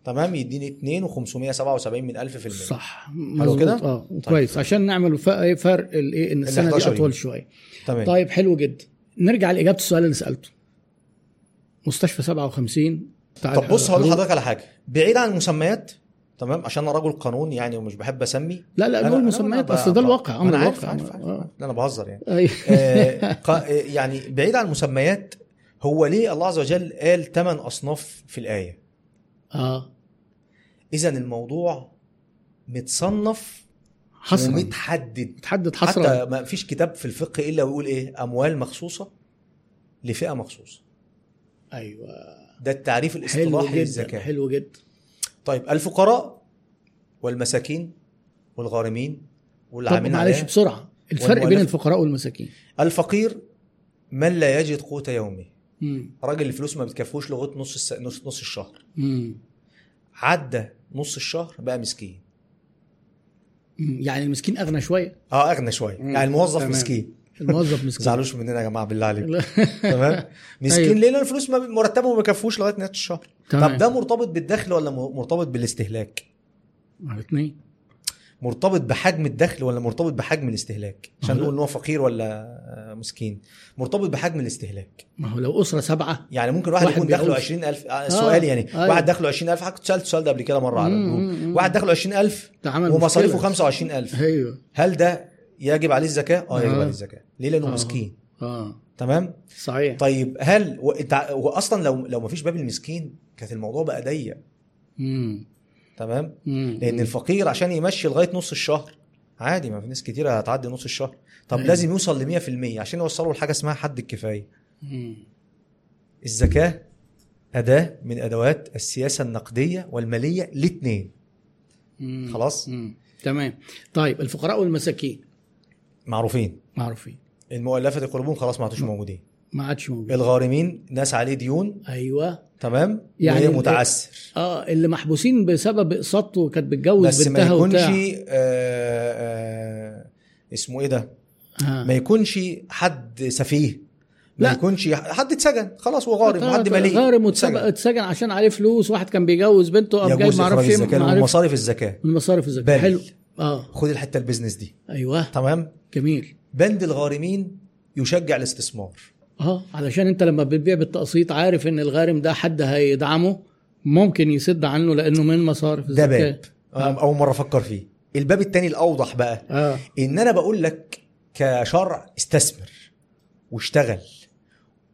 Speaker 2: تمام يديني 2 و577 من 1000 في المية
Speaker 1: صح مظبوط.
Speaker 2: كده؟
Speaker 1: اه كويس عشان نعمل ف- فرق الايه ان السنه دي
Speaker 2: 11 يوم.
Speaker 1: اطول شويه
Speaker 2: تمام
Speaker 1: طيب حلو جدا نرجع لاجابه السؤال اللي سالته مستشفى 57 تعال-
Speaker 2: طب بص هقول
Speaker 1: حلو.
Speaker 2: لحضرتك على حاجه بعيد عن المسميات تمام عشان انا رجل قانون يعني ومش بحب اسمي
Speaker 1: لا لا نقول
Speaker 2: أنا-
Speaker 1: مسميات
Speaker 2: أنا ب-
Speaker 1: اصل ده
Speaker 2: ب-
Speaker 1: الواقع امر
Speaker 2: أنا عارف
Speaker 1: الواقع
Speaker 2: عارف عارف
Speaker 1: آه.
Speaker 2: عارف. انا بهزر يعني
Speaker 1: أيوة.
Speaker 2: آه، ق- آه، يعني بعيد عن المسميات هو ليه الله عز وجل قال ثمان اصناف في الايه
Speaker 1: اه
Speaker 2: اذا الموضوع متصنف
Speaker 1: حصرا
Speaker 2: ومتحدد
Speaker 1: تحدد حصرا
Speaker 2: حتى ما فيش كتاب في الفقه الا ويقول ايه اموال مخصوصه لفئه مخصوصه
Speaker 1: ايوه
Speaker 2: ده التعريف
Speaker 1: حلو
Speaker 2: الاصطلاحي
Speaker 1: جدا
Speaker 2: للزكاه
Speaker 1: حلو جدا
Speaker 2: طيب الفقراء والمساكين والغارمين
Speaker 1: طب
Speaker 2: والعاملين
Speaker 1: معلش
Speaker 2: عليها
Speaker 1: بسرعه الفرق بين
Speaker 2: والمؤلفة.
Speaker 1: الفقراء والمساكين
Speaker 2: الفقير من لا يجد قوت يومه
Speaker 1: مم.
Speaker 2: راجل الفلوس ما بتكفوش لغايه نص الس... نص نص الشهر
Speaker 1: مم.
Speaker 2: عدى نص الشهر بقى مسكين
Speaker 1: مم. يعني المسكين اغنى شويه
Speaker 2: اه اغنى شويه
Speaker 1: مم.
Speaker 2: يعني الموظف
Speaker 1: تمام.
Speaker 2: مسكين
Speaker 1: الموظف
Speaker 2: ما
Speaker 1: مسكين
Speaker 2: تزعلوش مننا يا جماعه بالله عليكم
Speaker 1: لا.
Speaker 2: تمام مسكين
Speaker 1: أيوة.
Speaker 2: ليه لان الفلوس ما مرتبه ما بيكفوش لغايه نهايه الشهر طب
Speaker 1: تمام
Speaker 2: ده مرتبط بالدخل ولا م- مرتبط بالاستهلاك
Speaker 1: على اتنين
Speaker 2: مرتبط بحجم الدخل ولا مرتبط بحجم الاستهلاك عشان
Speaker 1: أهلا.
Speaker 2: نقول ان هو فقير ولا آه، مسكين مرتبط بحجم الاستهلاك
Speaker 1: ما هو لو اسره سبعه
Speaker 2: يعني ممكن واحد,
Speaker 1: واحد
Speaker 2: يكون دخله
Speaker 1: بيعوز.
Speaker 2: 20000 آه، السؤال يعني
Speaker 1: أيوة.
Speaker 2: واحد دخله 20000 حضرتك سالت السؤال ده قبل كده مره على
Speaker 1: مم،
Speaker 2: الجروب
Speaker 1: مم، مم.
Speaker 2: واحد دخله 20000
Speaker 1: تعمل
Speaker 2: ومصاريفه 25000
Speaker 1: ايوه
Speaker 2: هل ده يجب عليه الزكاه؟ اه يجب
Speaker 1: آه.
Speaker 2: عليه الزكاه ليه لانه
Speaker 1: آه.
Speaker 2: مسكين
Speaker 1: اه
Speaker 2: تمام
Speaker 1: صحيح
Speaker 2: طيب هل و... إنت- هو اصلا لو لو ما فيش باب المسكين كانت الموضوع بقى ضيق
Speaker 1: امم
Speaker 2: تمام
Speaker 1: امم
Speaker 2: لان الفقير عشان يمشي لغايه نص الشهر عادي ما في ناس كتيره هتعدي نص الشهر طب
Speaker 1: أيوة.
Speaker 2: لازم يوصل ل 100% عشان يوصلوا لحاجه اسمها حد الكفايه الزكاه اداه من ادوات السياسه النقديه والماليه الاثنين خلاص
Speaker 1: تمام طيب الفقراء والمساكين
Speaker 2: معروفين
Speaker 1: معروفين
Speaker 2: المؤلفه القلوبهم خلاص ما عادوش موجودين
Speaker 1: ما عادش موجود
Speaker 2: الغارمين ناس عليه ديون
Speaker 1: ايوه
Speaker 2: تمام
Speaker 1: يعني
Speaker 2: يعني
Speaker 1: ال-
Speaker 2: متعسر
Speaker 1: اه اللي محبوسين بسبب اقساط وكانت بتجوز
Speaker 2: بس ما
Speaker 1: بنتها
Speaker 2: يكونش
Speaker 1: وبتاع
Speaker 2: آه آه اسمه ايه ده
Speaker 1: آه.
Speaker 2: ما يكونش حد سفيه ما
Speaker 1: لا.
Speaker 2: يكونش حد اتسجن خلاص هو غارم
Speaker 1: طبعاً
Speaker 2: حد مالي
Speaker 1: غارم واتسجن اتسجن عشان عليه فلوس واحد كان بيجوز بنته قام جايب
Speaker 2: يجوز
Speaker 1: ما
Speaker 2: اخراج
Speaker 1: اعرفش ايه ما
Speaker 2: الزكاه من
Speaker 1: اعرفش
Speaker 2: مصاريف الزكاه
Speaker 1: من مصاريف الزكاه
Speaker 2: بل.
Speaker 1: حلو اه
Speaker 2: خد الحته البيزنس دي
Speaker 1: ايوه
Speaker 2: تمام
Speaker 1: جميل
Speaker 2: بند الغارمين يشجع الاستثمار
Speaker 1: اه علشان انت لما بتبيع بالتقسيط عارف ان الغارم ده حد هيدعمه ممكن يسد عنه لانه من مصاريف
Speaker 2: ده
Speaker 1: الزكاه
Speaker 2: باب
Speaker 1: آه.
Speaker 2: أنا اول مره افكر فيه الباب التاني الاوضح بقى
Speaker 1: اه
Speaker 2: ان انا بقول لك كشرع استثمر واشتغل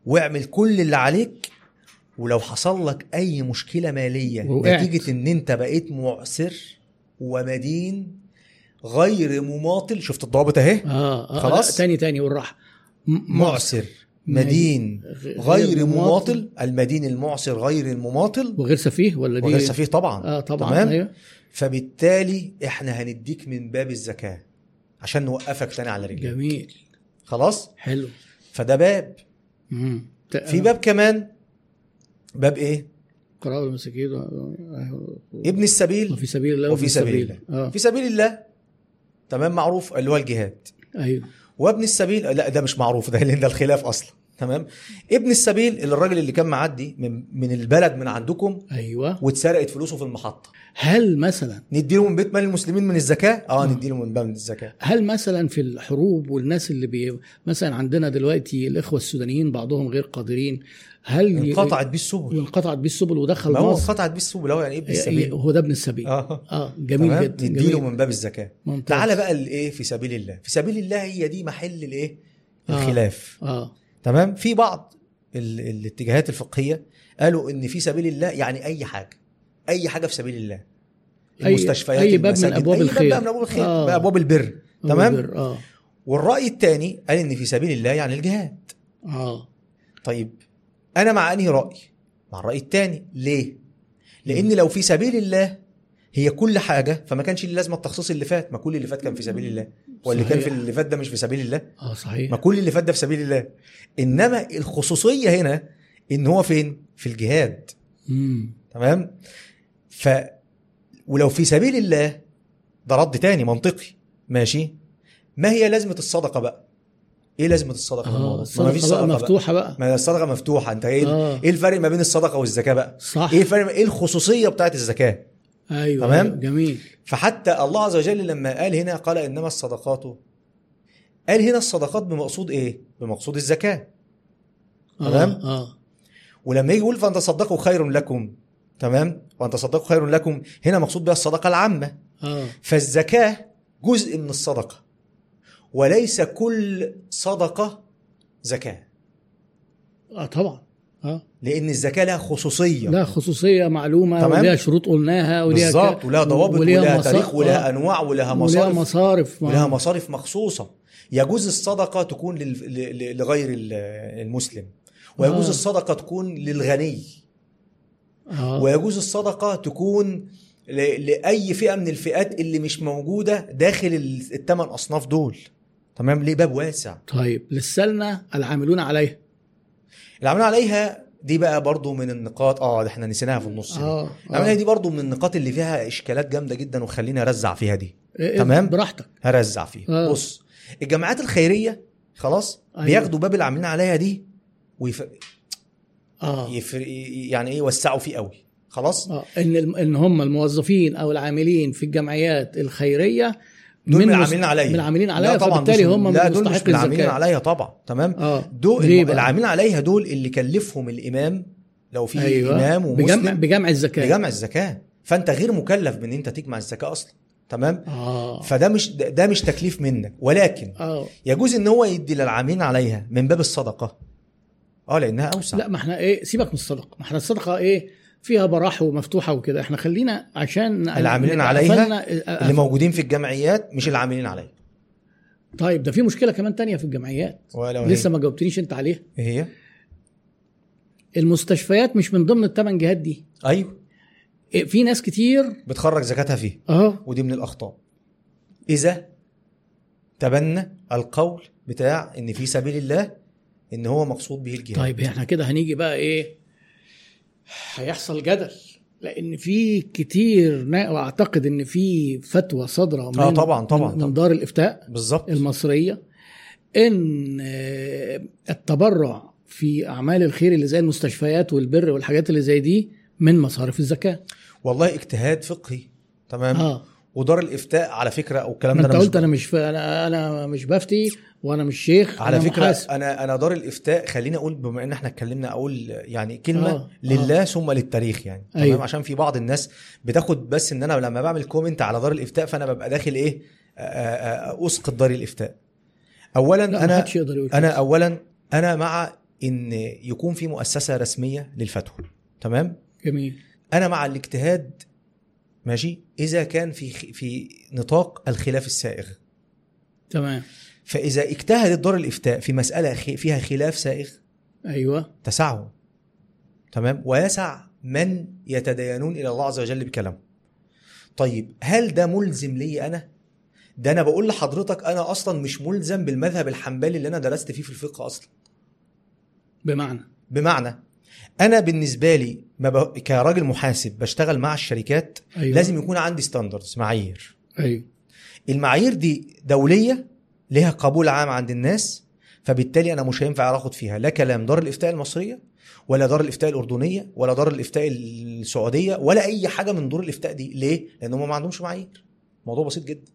Speaker 2: واعمل كل اللي عليك ولو حصل لك اي مشكله ماليه
Speaker 1: وقعت.
Speaker 2: نتيجه ان انت بقيت معسر ومدين غير مماطل شفت الضوابط اهي
Speaker 1: اه, آه
Speaker 2: خلاص؟
Speaker 1: لا، تاني تاني والراحه م-
Speaker 2: معسر مدين
Speaker 1: غ-
Speaker 2: غير مماطل المدين المعسر غير المماطل
Speaker 1: وغير سفيه ولا دي
Speaker 2: وغير سفيه طبعا
Speaker 1: اه طبعا
Speaker 2: تمام؟
Speaker 1: ايوه
Speaker 2: فبالتالي احنا هنديك من باب الزكاه عشان نوقفك تاني على رجلك
Speaker 1: جميل
Speaker 2: خلاص
Speaker 1: حلو
Speaker 2: فده باب
Speaker 1: مم.
Speaker 2: في باب كمان باب ايه
Speaker 1: قراءة المساكين
Speaker 2: ابن السبيل
Speaker 1: وفي سبيل الله
Speaker 2: وفي سبيل
Speaker 1: اه
Speaker 2: في سبيل الله تمام معروف اللي هو الجهاد
Speaker 1: ايوه
Speaker 2: وابن السبيل لا ده مش معروف ده لان ده الخلاف اصلا تمام ابن السبيل اللي الراجل اللي كان معدي من من البلد من عندكم
Speaker 1: ايوه
Speaker 2: واتسرقت فلوسه في المحطه
Speaker 1: هل مثلا
Speaker 2: نديله من بيت مال المسلمين من الزكاه
Speaker 1: آه.
Speaker 2: اه نديله من باب الزكاه
Speaker 1: هل مثلا في الحروب والناس اللي بي... مثلا عندنا دلوقتي الاخوه السودانيين بعضهم غير قادرين هل ي-
Speaker 2: انقطعت بيه السبل
Speaker 1: انقطعت بيه السبل ودخل
Speaker 2: ما هو
Speaker 1: مصر
Speaker 2: انقطعت بيه السبل هو يعني ابن
Speaker 1: ي-
Speaker 2: السبيل
Speaker 1: هو ده ابن السبيل اه,
Speaker 2: اه
Speaker 1: آه. جميل
Speaker 2: تمام
Speaker 1: جدا
Speaker 2: نديله
Speaker 1: جميل.
Speaker 2: من باب الزكاه
Speaker 1: ممتاز.
Speaker 2: تعالى بقى الايه في سبيل الله في سبيل الله هي دي محل الايه
Speaker 1: آه.
Speaker 2: الخلاف
Speaker 1: اه
Speaker 2: تمام في بعض ال... الاتجاهات الفقهيه قالوا ان في سبيل الله يعني اي حاجه اي حاجه في سبيل الله
Speaker 1: أي-
Speaker 2: المستشفيات
Speaker 1: أي باب من
Speaker 2: المساجد،
Speaker 1: أبواب
Speaker 2: أي باب
Speaker 1: الخير.
Speaker 2: بقى من ابواب الخير
Speaker 1: آه.
Speaker 2: آه. ابواب البر تمام
Speaker 1: أبو بكر، اه
Speaker 2: والراي الثاني قال ان في سبيل الله يعني الجهاد
Speaker 1: اه
Speaker 2: طيب انا مع انهي راي مع الراي الثاني ليه لان لو في سبيل الله هي كل حاجه فما كانش ليه لازمه التخصيص اللي فات ما كل اللي فات كان في سبيل الله واللي كان
Speaker 1: صحيح.
Speaker 2: في اللي فات ده مش في سبيل الله
Speaker 1: اه
Speaker 2: ما
Speaker 1: صحيح
Speaker 2: كل اللي فات ده في سبيل الله انما الخصوصيه هنا ان هو فين في الجهاد
Speaker 1: مم.
Speaker 2: تمام ف ولو في سبيل الله ده رد تاني منطقي ماشي ما هي لازمه الصدقه بقى ايه لازمه الصدقه في الموضوع؟
Speaker 1: اه
Speaker 2: ما فيش
Speaker 1: الصدقه بقى مفتوحه بقى
Speaker 2: ما هي الصدقه مفتوحه انت ايه
Speaker 1: آه.
Speaker 2: ايه الفرق ما بين الصدقه والزكاه بقى
Speaker 1: صح
Speaker 2: ايه الفرق ايه الخصوصيه بتاعت الزكاه
Speaker 1: ايوه
Speaker 2: تمام؟
Speaker 1: أيوة، جميل
Speaker 2: فحتى الله عز وجل لما قال هنا قال انما الصدقات قال هنا الصدقات بمقصود ايه بمقصود الزكاه
Speaker 1: آه،
Speaker 2: تمام؟
Speaker 1: اه
Speaker 2: ولما يجي يقول فان تصدقوا خير لكم تمام وان تصدقوا خير لكم هنا مقصود بها الصدقه العامه
Speaker 1: اه
Speaker 2: فالزكاه جزء من الصدقه وليس كل صدقه زكاه
Speaker 1: اه طبعا اه
Speaker 2: لان الزكاه لها خصوصيه
Speaker 1: لا خصوصيه معلومه
Speaker 2: تمام؟
Speaker 1: وليها شروط قلناها وليها
Speaker 2: بالظبط
Speaker 1: ك-
Speaker 2: ولها ضوابط
Speaker 1: وليها
Speaker 2: ولها,
Speaker 1: مصا-
Speaker 2: تاريخ ولها
Speaker 1: آه،
Speaker 2: انواع ولها
Speaker 1: وليها آه.
Speaker 2: مصارف
Speaker 1: مصارف
Speaker 2: ولها مصارف مخصوصه يجوز الصدقه تكون لل- ل- ل- لغير ال- المسلم ويجوز
Speaker 1: آه.
Speaker 2: الصدقه تكون للغني
Speaker 1: آه.
Speaker 2: ويجوز الصدقه تكون ل- لاي فئه من الفئات اللي مش موجوده داخل ال- الثمان اصناف دول تمام ليه باب واسع
Speaker 1: طيب للسلنه العاملون عليها
Speaker 2: اللي عملنا عليها دي بقى برضو من النقاط اه ده احنا نسيناها في النص دي.
Speaker 1: اه
Speaker 2: اللي عملناها دي برضو من النقاط اللي فيها اشكالات جامده جدا وخليني ارزع فيها دي
Speaker 1: إيه،
Speaker 2: تمام؟
Speaker 1: براحتك
Speaker 2: هرزع فيها
Speaker 1: آه.
Speaker 2: آه. بص الجماعات الخيريه خلاص
Speaker 1: أيوة.
Speaker 2: أيوة. بياخدوا باب اللي عاملين عليها دي ويف...
Speaker 1: اه
Speaker 2: يف... يعني ايه يوسعوا فيه قوي خلاص
Speaker 1: اه ان الم- ان هم الموظفين او العاملين في الجمعيات الخيريه
Speaker 2: دول من
Speaker 1: مس-
Speaker 2: العاملين عليا
Speaker 1: من العاملين
Speaker 2: لا
Speaker 1: عليا
Speaker 2: طبعا
Speaker 1: فبالتالي
Speaker 2: مش من-
Speaker 1: هم من
Speaker 2: لا دول مش
Speaker 1: مستحق
Speaker 2: من العاملين
Speaker 1: الزكاة.
Speaker 2: عليا طبعا تمام
Speaker 1: اه
Speaker 2: دول
Speaker 1: ليه
Speaker 2: الم...
Speaker 1: بقى؟
Speaker 2: العاملين عليها دول اللي كلفهم الامام لو في
Speaker 1: ايوه
Speaker 2: أيوة. امام
Speaker 1: بجمع
Speaker 2: ومسلم
Speaker 1: بجمع الزكاه
Speaker 2: بجمع الزكاه فانت غير مكلف بان انت تجمع الزكاه اصلا تمام
Speaker 1: اه
Speaker 2: فده مش ده ده مش تكليف منك ولكن
Speaker 1: اه
Speaker 2: يجوز ان هو يدي للعاملين عليها من باب الصدقه اه لانها اوسع
Speaker 1: لا ما احنا ايه سيبك من الصدقه ما احنا الصدقه ايه فيها براح ومفتوحه وكده احنا خلينا عشان
Speaker 2: العاملين عليها
Speaker 1: قفلنا-
Speaker 2: اللي موجودين في الجمعيات مش العاملين عليها
Speaker 1: طيب ده في مشكله كمان تانية في الجمعيات
Speaker 2: ولو
Speaker 1: لسه ما جاوبتنيش انت عليها
Speaker 2: هي إيه هي
Speaker 1: المستشفيات مش من ضمن الثمان جهات دي
Speaker 2: ايوه
Speaker 1: إيه، في ناس كتير
Speaker 2: بتخرج زكاتها فيه
Speaker 1: اه
Speaker 2: ودي من الاخطاء اذا تبنى القول بتاع ان في سبيل الله ان هو مقصود به الجهاد
Speaker 1: طيب احنا كده هنيجي بقى ايه هيحصل جدل لان في كتير نا- واعتقد ان في فتوى صادره من
Speaker 2: آه، طبعاً، طبعاً،
Speaker 1: من- من
Speaker 2: طبعاً.
Speaker 1: دار الافتاء
Speaker 2: بالظبط
Speaker 1: المصريه ان آه، التبرع في اعمال الخير اللي زي المستشفيات والبر والحاجات اللي زي دي من مصارف الزكاه
Speaker 2: والله اجتهاد فقهي تمام آه.
Speaker 1: اه
Speaker 2: ودار الافتاء على فكره والكلام
Speaker 1: ما
Speaker 2: ده
Speaker 1: انت
Speaker 2: أنا
Speaker 1: قلت
Speaker 2: مش
Speaker 1: انا مش ف... انا انا مش بفتي وانا مش شيخ
Speaker 2: على
Speaker 1: أنا
Speaker 2: فكره
Speaker 1: محاسب.
Speaker 2: انا انا دار الافتاء خليني اقول بما ان احنا اتكلمنا اقول يعني كلمه
Speaker 1: آه، آه.
Speaker 2: آه. لله ثم للتاريخ يعني تمام
Speaker 1: أيوة.
Speaker 2: أيوة. عشان في بعض الناس بتاخد بس ان انا لما بعمل كومنت على دار الافتاء فانا ببقى داخل ايه آه، آه، آه، اسقط دار الافتاء اولا
Speaker 1: لا
Speaker 2: انا
Speaker 1: ما حدش يقدر يقول
Speaker 2: انا
Speaker 1: كده.
Speaker 2: اولا انا مع ان يكون في مؤسسه رسميه للفتوى تمام
Speaker 1: جميل
Speaker 2: انا مع الاجتهاد ماشي اذا كان في في نطاق الخلاف السائغ
Speaker 1: تمام
Speaker 2: فاذا اجتهدت دار الافتاء في مساله خ- فيها خلاف سائغ
Speaker 1: ايوه
Speaker 2: تسعهم تمام ويسع من يتدينون الى الله عز وجل بكلامه طيب هل ده ملزم لي انا ده انا بقول لحضرتك انا اصلا مش ملزم بالمذهب الحنبلي اللي انا درست فيه في الفقه اصلا
Speaker 1: بمعنى
Speaker 2: بمعنى انا بالنسبه لي ما ب... كراجل محاسب بشتغل مع الشركات
Speaker 1: ايوه
Speaker 2: لازم يكون عندي ستاندردز معايير
Speaker 1: ايوه
Speaker 2: المعايير دي دوليه ليها قبول عام عند الناس فبالتالي انا مش هينفع اخد فيها لا كلام دار الافتاء المصريه ولا دار الافتاء الاردنيه ولا دار الافتاء السعوديه ولا اي حاجه من دور الافتاء دي ليه لان هم ما عندهمش معايير موضوع بسيط جدا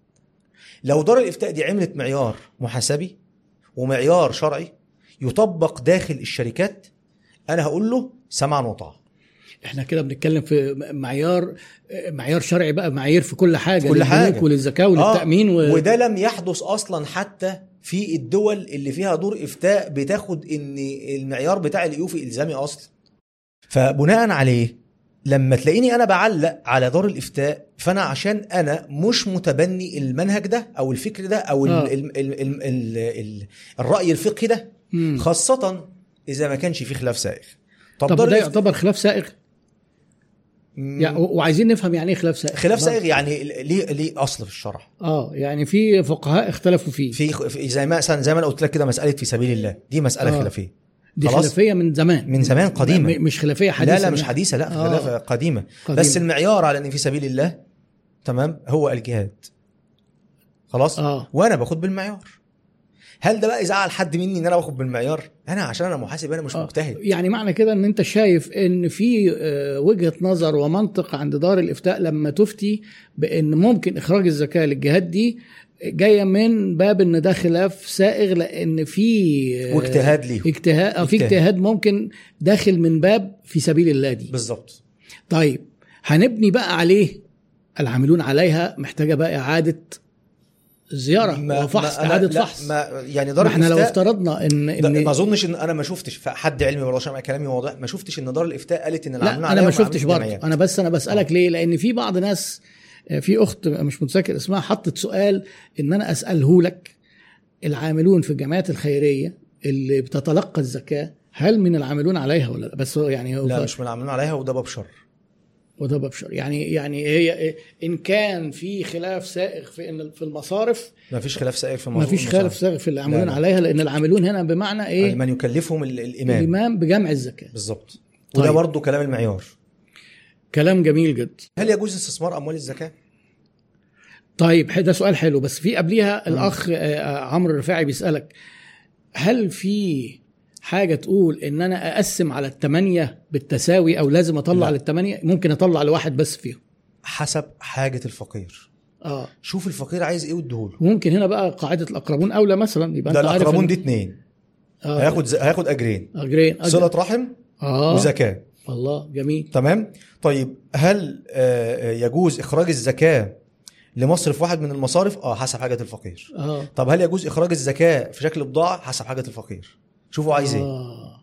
Speaker 2: لو دار الافتاء دي عملت معيار محاسبي ومعيار شرعي يطبق داخل الشركات انا هقول له سمعا وطاعه
Speaker 1: احنا كده بنتكلم في م- معيار معيار شرعي بقى معايير في كل حاجه
Speaker 2: في كل
Speaker 1: للبنوك
Speaker 2: حاجة.
Speaker 1: وللزكاه
Speaker 2: آه،
Speaker 1: وللتامين و...
Speaker 2: وده لم يحدث اصلا حتى في الدول اللي فيها دور افتاء بتاخد ان المعيار بتاع اليوفي الزامي اصلا فبناء عليه لما تلاقيني انا بعلق على دار الافتاء فانا عشان انا مش متبني المنهج ده او الفكر ده او ال
Speaker 1: آه.
Speaker 2: ال ال ال ال ال الراي الفقهي ده
Speaker 1: مم.
Speaker 2: خاصه اذا ما كانش فيه خلاف سائغ
Speaker 1: طب
Speaker 2: دار
Speaker 1: ده
Speaker 2: الإفتاء-
Speaker 1: يعتبر خلاف سائغ
Speaker 2: مم.
Speaker 1: يعني و- وعايزين نفهم يعني ايه خلاف سائغ
Speaker 2: خلاف سائغ يعني ليه ليه اصل في الشرع
Speaker 1: اه يعني في فقهاء اختلفوا فيه
Speaker 2: في في- زي ما مثلا زي ما انا قلت لك كده مساله في سبيل الله دي مساله
Speaker 1: آه.
Speaker 2: آه. خلافيه
Speaker 1: دي
Speaker 2: خلاص.
Speaker 1: خلافيه من زمان
Speaker 2: من زمان قديمه
Speaker 1: م- مش خلافيه حديثه
Speaker 2: لا لا مش
Speaker 1: يعني.
Speaker 2: حديثه لا
Speaker 1: آه.
Speaker 2: خلافه قديمه
Speaker 1: قديمة.
Speaker 2: بس المعيار على ان في سبيل الله تمام هو الجهاد خلاص
Speaker 1: اه
Speaker 2: وانا باخد بالمعيار هل ده بقى يزعل حد مني ان انا باخد بالمعيار انا عشان انا محاسب انا مش
Speaker 1: آه.
Speaker 2: مجتهد
Speaker 1: يعني معنى كده ان انت شايف ان في آه، وجهه نظر ومنطق عند دار الافتاء لما تفتي بان ممكن اخراج الزكاه للجهات دي جايه من باب ان ده خلاف سائغ لان في آه،
Speaker 2: واجتهاد ليه
Speaker 1: اجتهاد آه، في
Speaker 2: اجتهاد.
Speaker 1: اجتهاد ممكن داخل من باب في سبيل الله دي
Speaker 2: بالظبط
Speaker 1: طيب هنبني بقى عليه العاملون عليها محتاجه بقى اعاده زياره
Speaker 2: ما-
Speaker 1: وفحص
Speaker 2: ما- أنا-
Speaker 1: اعاده
Speaker 2: لا،
Speaker 1: فحص ما
Speaker 2: ما يعني دار
Speaker 1: احنا لو
Speaker 2: الإفتاء
Speaker 1: افترضنا ان
Speaker 2: ده
Speaker 1: ان
Speaker 2: ما اظنش ان انا ما شفتش حد علمي والله عشان أبقى كلامي واضح ما شفتش ان دار الافتاء قالت ان العاملين
Speaker 1: لا انا
Speaker 2: عليها
Speaker 1: ما
Speaker 2: ومعاملة
Speaker 1: شفتش برضه
Speaker 2: الجمعيات.
Speaker 1: انا بس انا بسالك ليه لان في بعض ناس آه، في اخت مش متذكر اسمها حطت سؤال ان انا اساله لك العاملون في الجمعيات الخيريه اللي بتتلقى الزكاه هل من العاملون عليها ولا لا بس هو يعني هو
Speaker 2: لا مش من العاملين عليها وده باب شر
Speaker 1: وده ببشر يعني يعني هي ان كان في خلاف سائغ في ان في المصارف
Speaker 2: ما فيش خلاف سائغ في
Speaker 1: ما
Speaker 2: الموضوع
Speaker 1: فيش خلاف سائغ في العاملون
Speaker 2: لا، لا.
Speaker 1: عليها لان العاملون هنا بمعنى
Speaker 2: يعني
Speaker 1: ايه
Speaker 2: من يكلفهم ال- الامام
Speaker 1: الامام بجمع الزكاه
Speaker 2: بالظبط
Speaker 1: طيب.
Speaker 2: وده برضه كلام المعيار
Speaker 1: كلام جميل جدا
Speaker 2: هل يجوز استثمار اموال الزكاه
Speaker 1: طيب ده سؤال حلو بس في قبليها الاخ آه، آه، عمرو الرفاعي بيسالك هل في حاجه تقول ان انا اقسم على الثمانيه بالتساوي او لازم اطلع
Speaker 2: لا.
Speaker 1: للثمانيه ممكن اطلع لواحد بس فيهم
Speaker 2: حسب حاجه الفقير
Speaker 1: اه
Speaker 2: شوف الفقير عايز ايه واديهوله
Speaker 1: ممكن هنا بقى قاعده الاقربون اولى مثلا يبقى
Speaker 2: ده
Speaker 1: أنت عارف
Speaker 2: الاقربون
Speaker 1: إن-
Speaker 2: دي اتنين
Speaker 1: آه
Speaker 2: هياخد ز... هياخد اجرين
Speaker 1: اجرين أجر.
Speaker 2: صله رحم
Speaker 1: اه
Speaker 2: وزكاه
Speaker 1: الله جميل
Speaker 2: تمام طيب هل آه، آه، يجوز اخراج الزكاه لمصرف واحد من المصارف اه حسب حاجه الفقير
Speaker 1: اه
Speaker 2: طب هل يجوز اخراج الزكاه في شكل بضاعه حسب حاجه الفقير شوفوا عايز ايه
Speaker 1: آه.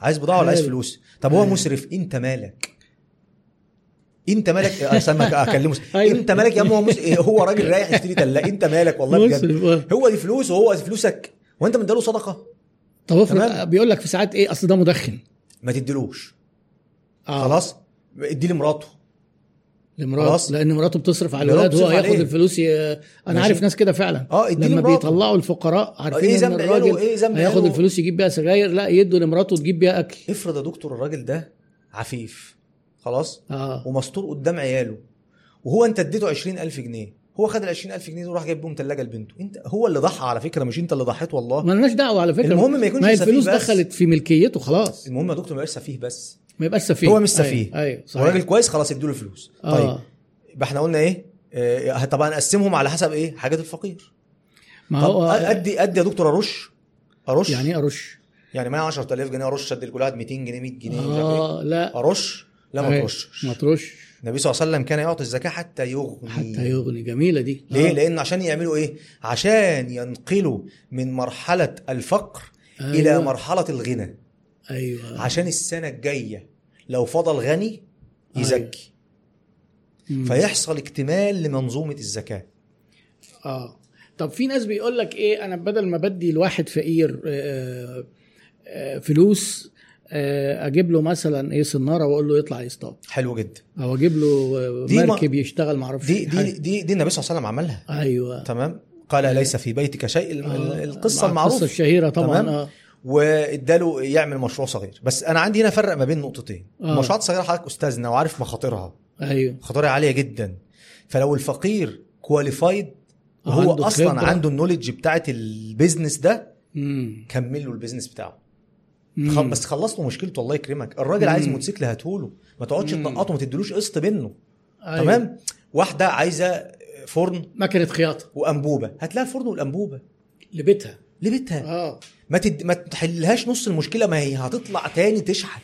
Speaker 2: عايز بضاعه ولا عايز
Speaker 1: حلو. آه.
Speaker 2: فلوس طب هو
Speaker 1: حلو.
Speaker 2: مسرف انت مالك انت مالك آه، اسمك اكلمه
Speaker 1: أيوة.
Speaker 2: انت مالك يا عم هو مس... هو راجل رايح يشتري تلاجه انت مالك والله بجد
Speaker 1: مسلم آه.
Speaker 2: هو دي فلوسه وهو دي فلوسك وانت مديله صدقه
Speaker 1: طب افرض
Speaker 2: تمام.
Speaker 1: بيقول لك في ساعات ايه اصل ده مدخن
Speaker 2: ما تديلوش
Speaker 1: آه.
Speaker 2: خلاص ادي لمراته
Speaker 1: لمراته
Speaker 2: خلاص.
Speaker 1: لان مراته بتصرف على
Speaker 2: مراته
Speaker 1: الولاد هو
Speaker 2: بتصرف
Speaker 1: هياخد
Speaker 2: عليه.
Speaker 1: الفلوس ي... انا
Speaker 2: ماشي.
Speaker 1: عارف ناس كده فعلا
Speaker 2: اه ادي
Speaker 1: لما
Speaker 2: لمراته
Speaker 1: بيطلعوا الفقراء
Speaker 2: آه، ايه
Speaker 1: عارفين ان
Speaker 2: ذنب عياله
Speaker 1: الراجل
Speaker 2: ايه ذنب
Speaker 1: هياخد
Speaker 2: عياله؟
Speaker 1: الفلوس يجيب بيها سجاير لا يدوا لمراته تجيب بيها اكل
Speaker 2: افرض يا دكتور الراجل ده عفيف خلاص
Speaker 1: اه
Speaker 2: ومستور قدام عياله وهو انت اديته 20000 جنيه هو خد ال 20000 جنيه دول وراح جايب بيهم ثلاجه لبنته انت هو اللي ضحى على فكره مش انت اللي ضحيت والله
Speaker 1: ما لناش دعوه على فكره
Speaker 2: المهم ما يكونش
Speaker 1: ما هي
Speaker 2: سفيه
Speaker 1: الفلوس
Speaker 2: بس.
Speaker 1: دخلت في ملكيته خلاص
Speaker 2: المهم يا دكتور ما يبقاش سفيه بس
Speaker 1: ما يبقاش سفيه
Speaker 2: هو مش سفيه.
Speaker 1: ايوه, أيوة. صحيح
Speaker 2: وراجل كويس خلاص اديله فلوس
Speaker 1: آه.
Speaker 2: طيب يبقى احنا قلنا ايه آه، طبعا نقسمهم على حسب ايه حاجات الفقير
Speaker 1: ما
Speaker 2: طب
Speaker 1: آه، هو
Speaker 2: ادي ادي يا دكتور ارش ارش
Speaker 1: يعني
Speaker 2: يعني
Speaker 1: ايه ارش
Speaker 2: يعني معايا 10000 جنيه ارش ادي لكل واحد 200 جنيه 100 جنيه مش عارف إيه.
Speaker 1: اه لا
Speaker 2: ارش لا ما
Speaker 1: أيوة.
Speaker 2: ترشش
Speaker 1: ما ترش
Speaker 2: النبي صلى الله عليه وسلم كان يعطي الزكاه حتى يغني
Speaker 1: حتى يغني جميله دي
Speaker 2: إيه. ليه؟
Speaker 1: آه.
Speaker 2: لان عشان يعملوا ايه؟ عشان ينقلوا من مرحله الفقر
Speaker 1: أيوة.
Speaker 2: الى مرحله الغنى
Speaker 1: ايوه
Speaker 2: عشان السنه الجايه لو فضل غني يزكي
Speaker 1: مم. أيوة.
Speaker 2: فيحصل اكتمال لمنظومه الزكاه
Speaker 1: اه طب في ناس بيقول لك ايه انا بدل ما بدي لواحد فقير آه، آه، فلوس آه، اجيب له مثلا ايه صناره واقول له يطلع يصطاد
Speaker 2: حلو جدا
Speaker 1: او اجيب له آه،
Speaker 2: دي ما-
Speaker 1: مركب يشتغل معرفش إيه.
Speaker 2: دي
Speaker 1: حاجة.
Speaker 2: دي دي, دي النبي صلى الله عليه وسلم عملها
Speaker 1: ايوه
Speaker 2: تمام قال ليس في بيتك شيء ال- ال-
Speaker 1: آه، مع
Speaker 2: القصه
Speaker 1: القصه
Speaker 2: المعروفه
Speaker 1: الشهيره طبعا
Speaker 2: تمام؟
Speaker 1: اه
Speaker 2: واداله يعمل مشروع صغير بس انا عندي هنا فرق ما بين نقطتين
Speaker 1: آه.
Speaker 2: المشروعات الصغيره حضرتك استاذنا وعارف مخاطرها
Speaker 1: ايوه
Speaker 2: خطرها عاليه جدا فلو الفقير كواليفايد هو
Speaker 1: آه، عنده
Speaker 2: اصلا
Speaker 1: خبرة.
Speaker 2: عنده النولج بتاعه البيزنس ده
Speaker 1: مم.
Speaker 2: كمل له البيزنس بتاعه
Speaker 1: مم.
Speaker 2: خ- بس خلص له مشكلته الله يكرمك الراجل
Speaker 1: مم.
Speaker 2: عايز موتوسيكل هاتهوله ما تقعدش
Speaker 1: مم.
Speaker 2: تنقطه ما تديلوش قسط منه
Speaker 1: أيوة.
Speaker 2: تمام واحده عايزه فرن
Speaker 1: مكنه خياطه
Speaker 2: وانبوبه هات لها الفرن والانبوبه
Speaker 1: لبيتها
Speaker 2: لبتها
Speaker 1: اه
Speaker 2: ما تد... ما تحلهاش نص المشكله ما هي هتطلع تاني تشحت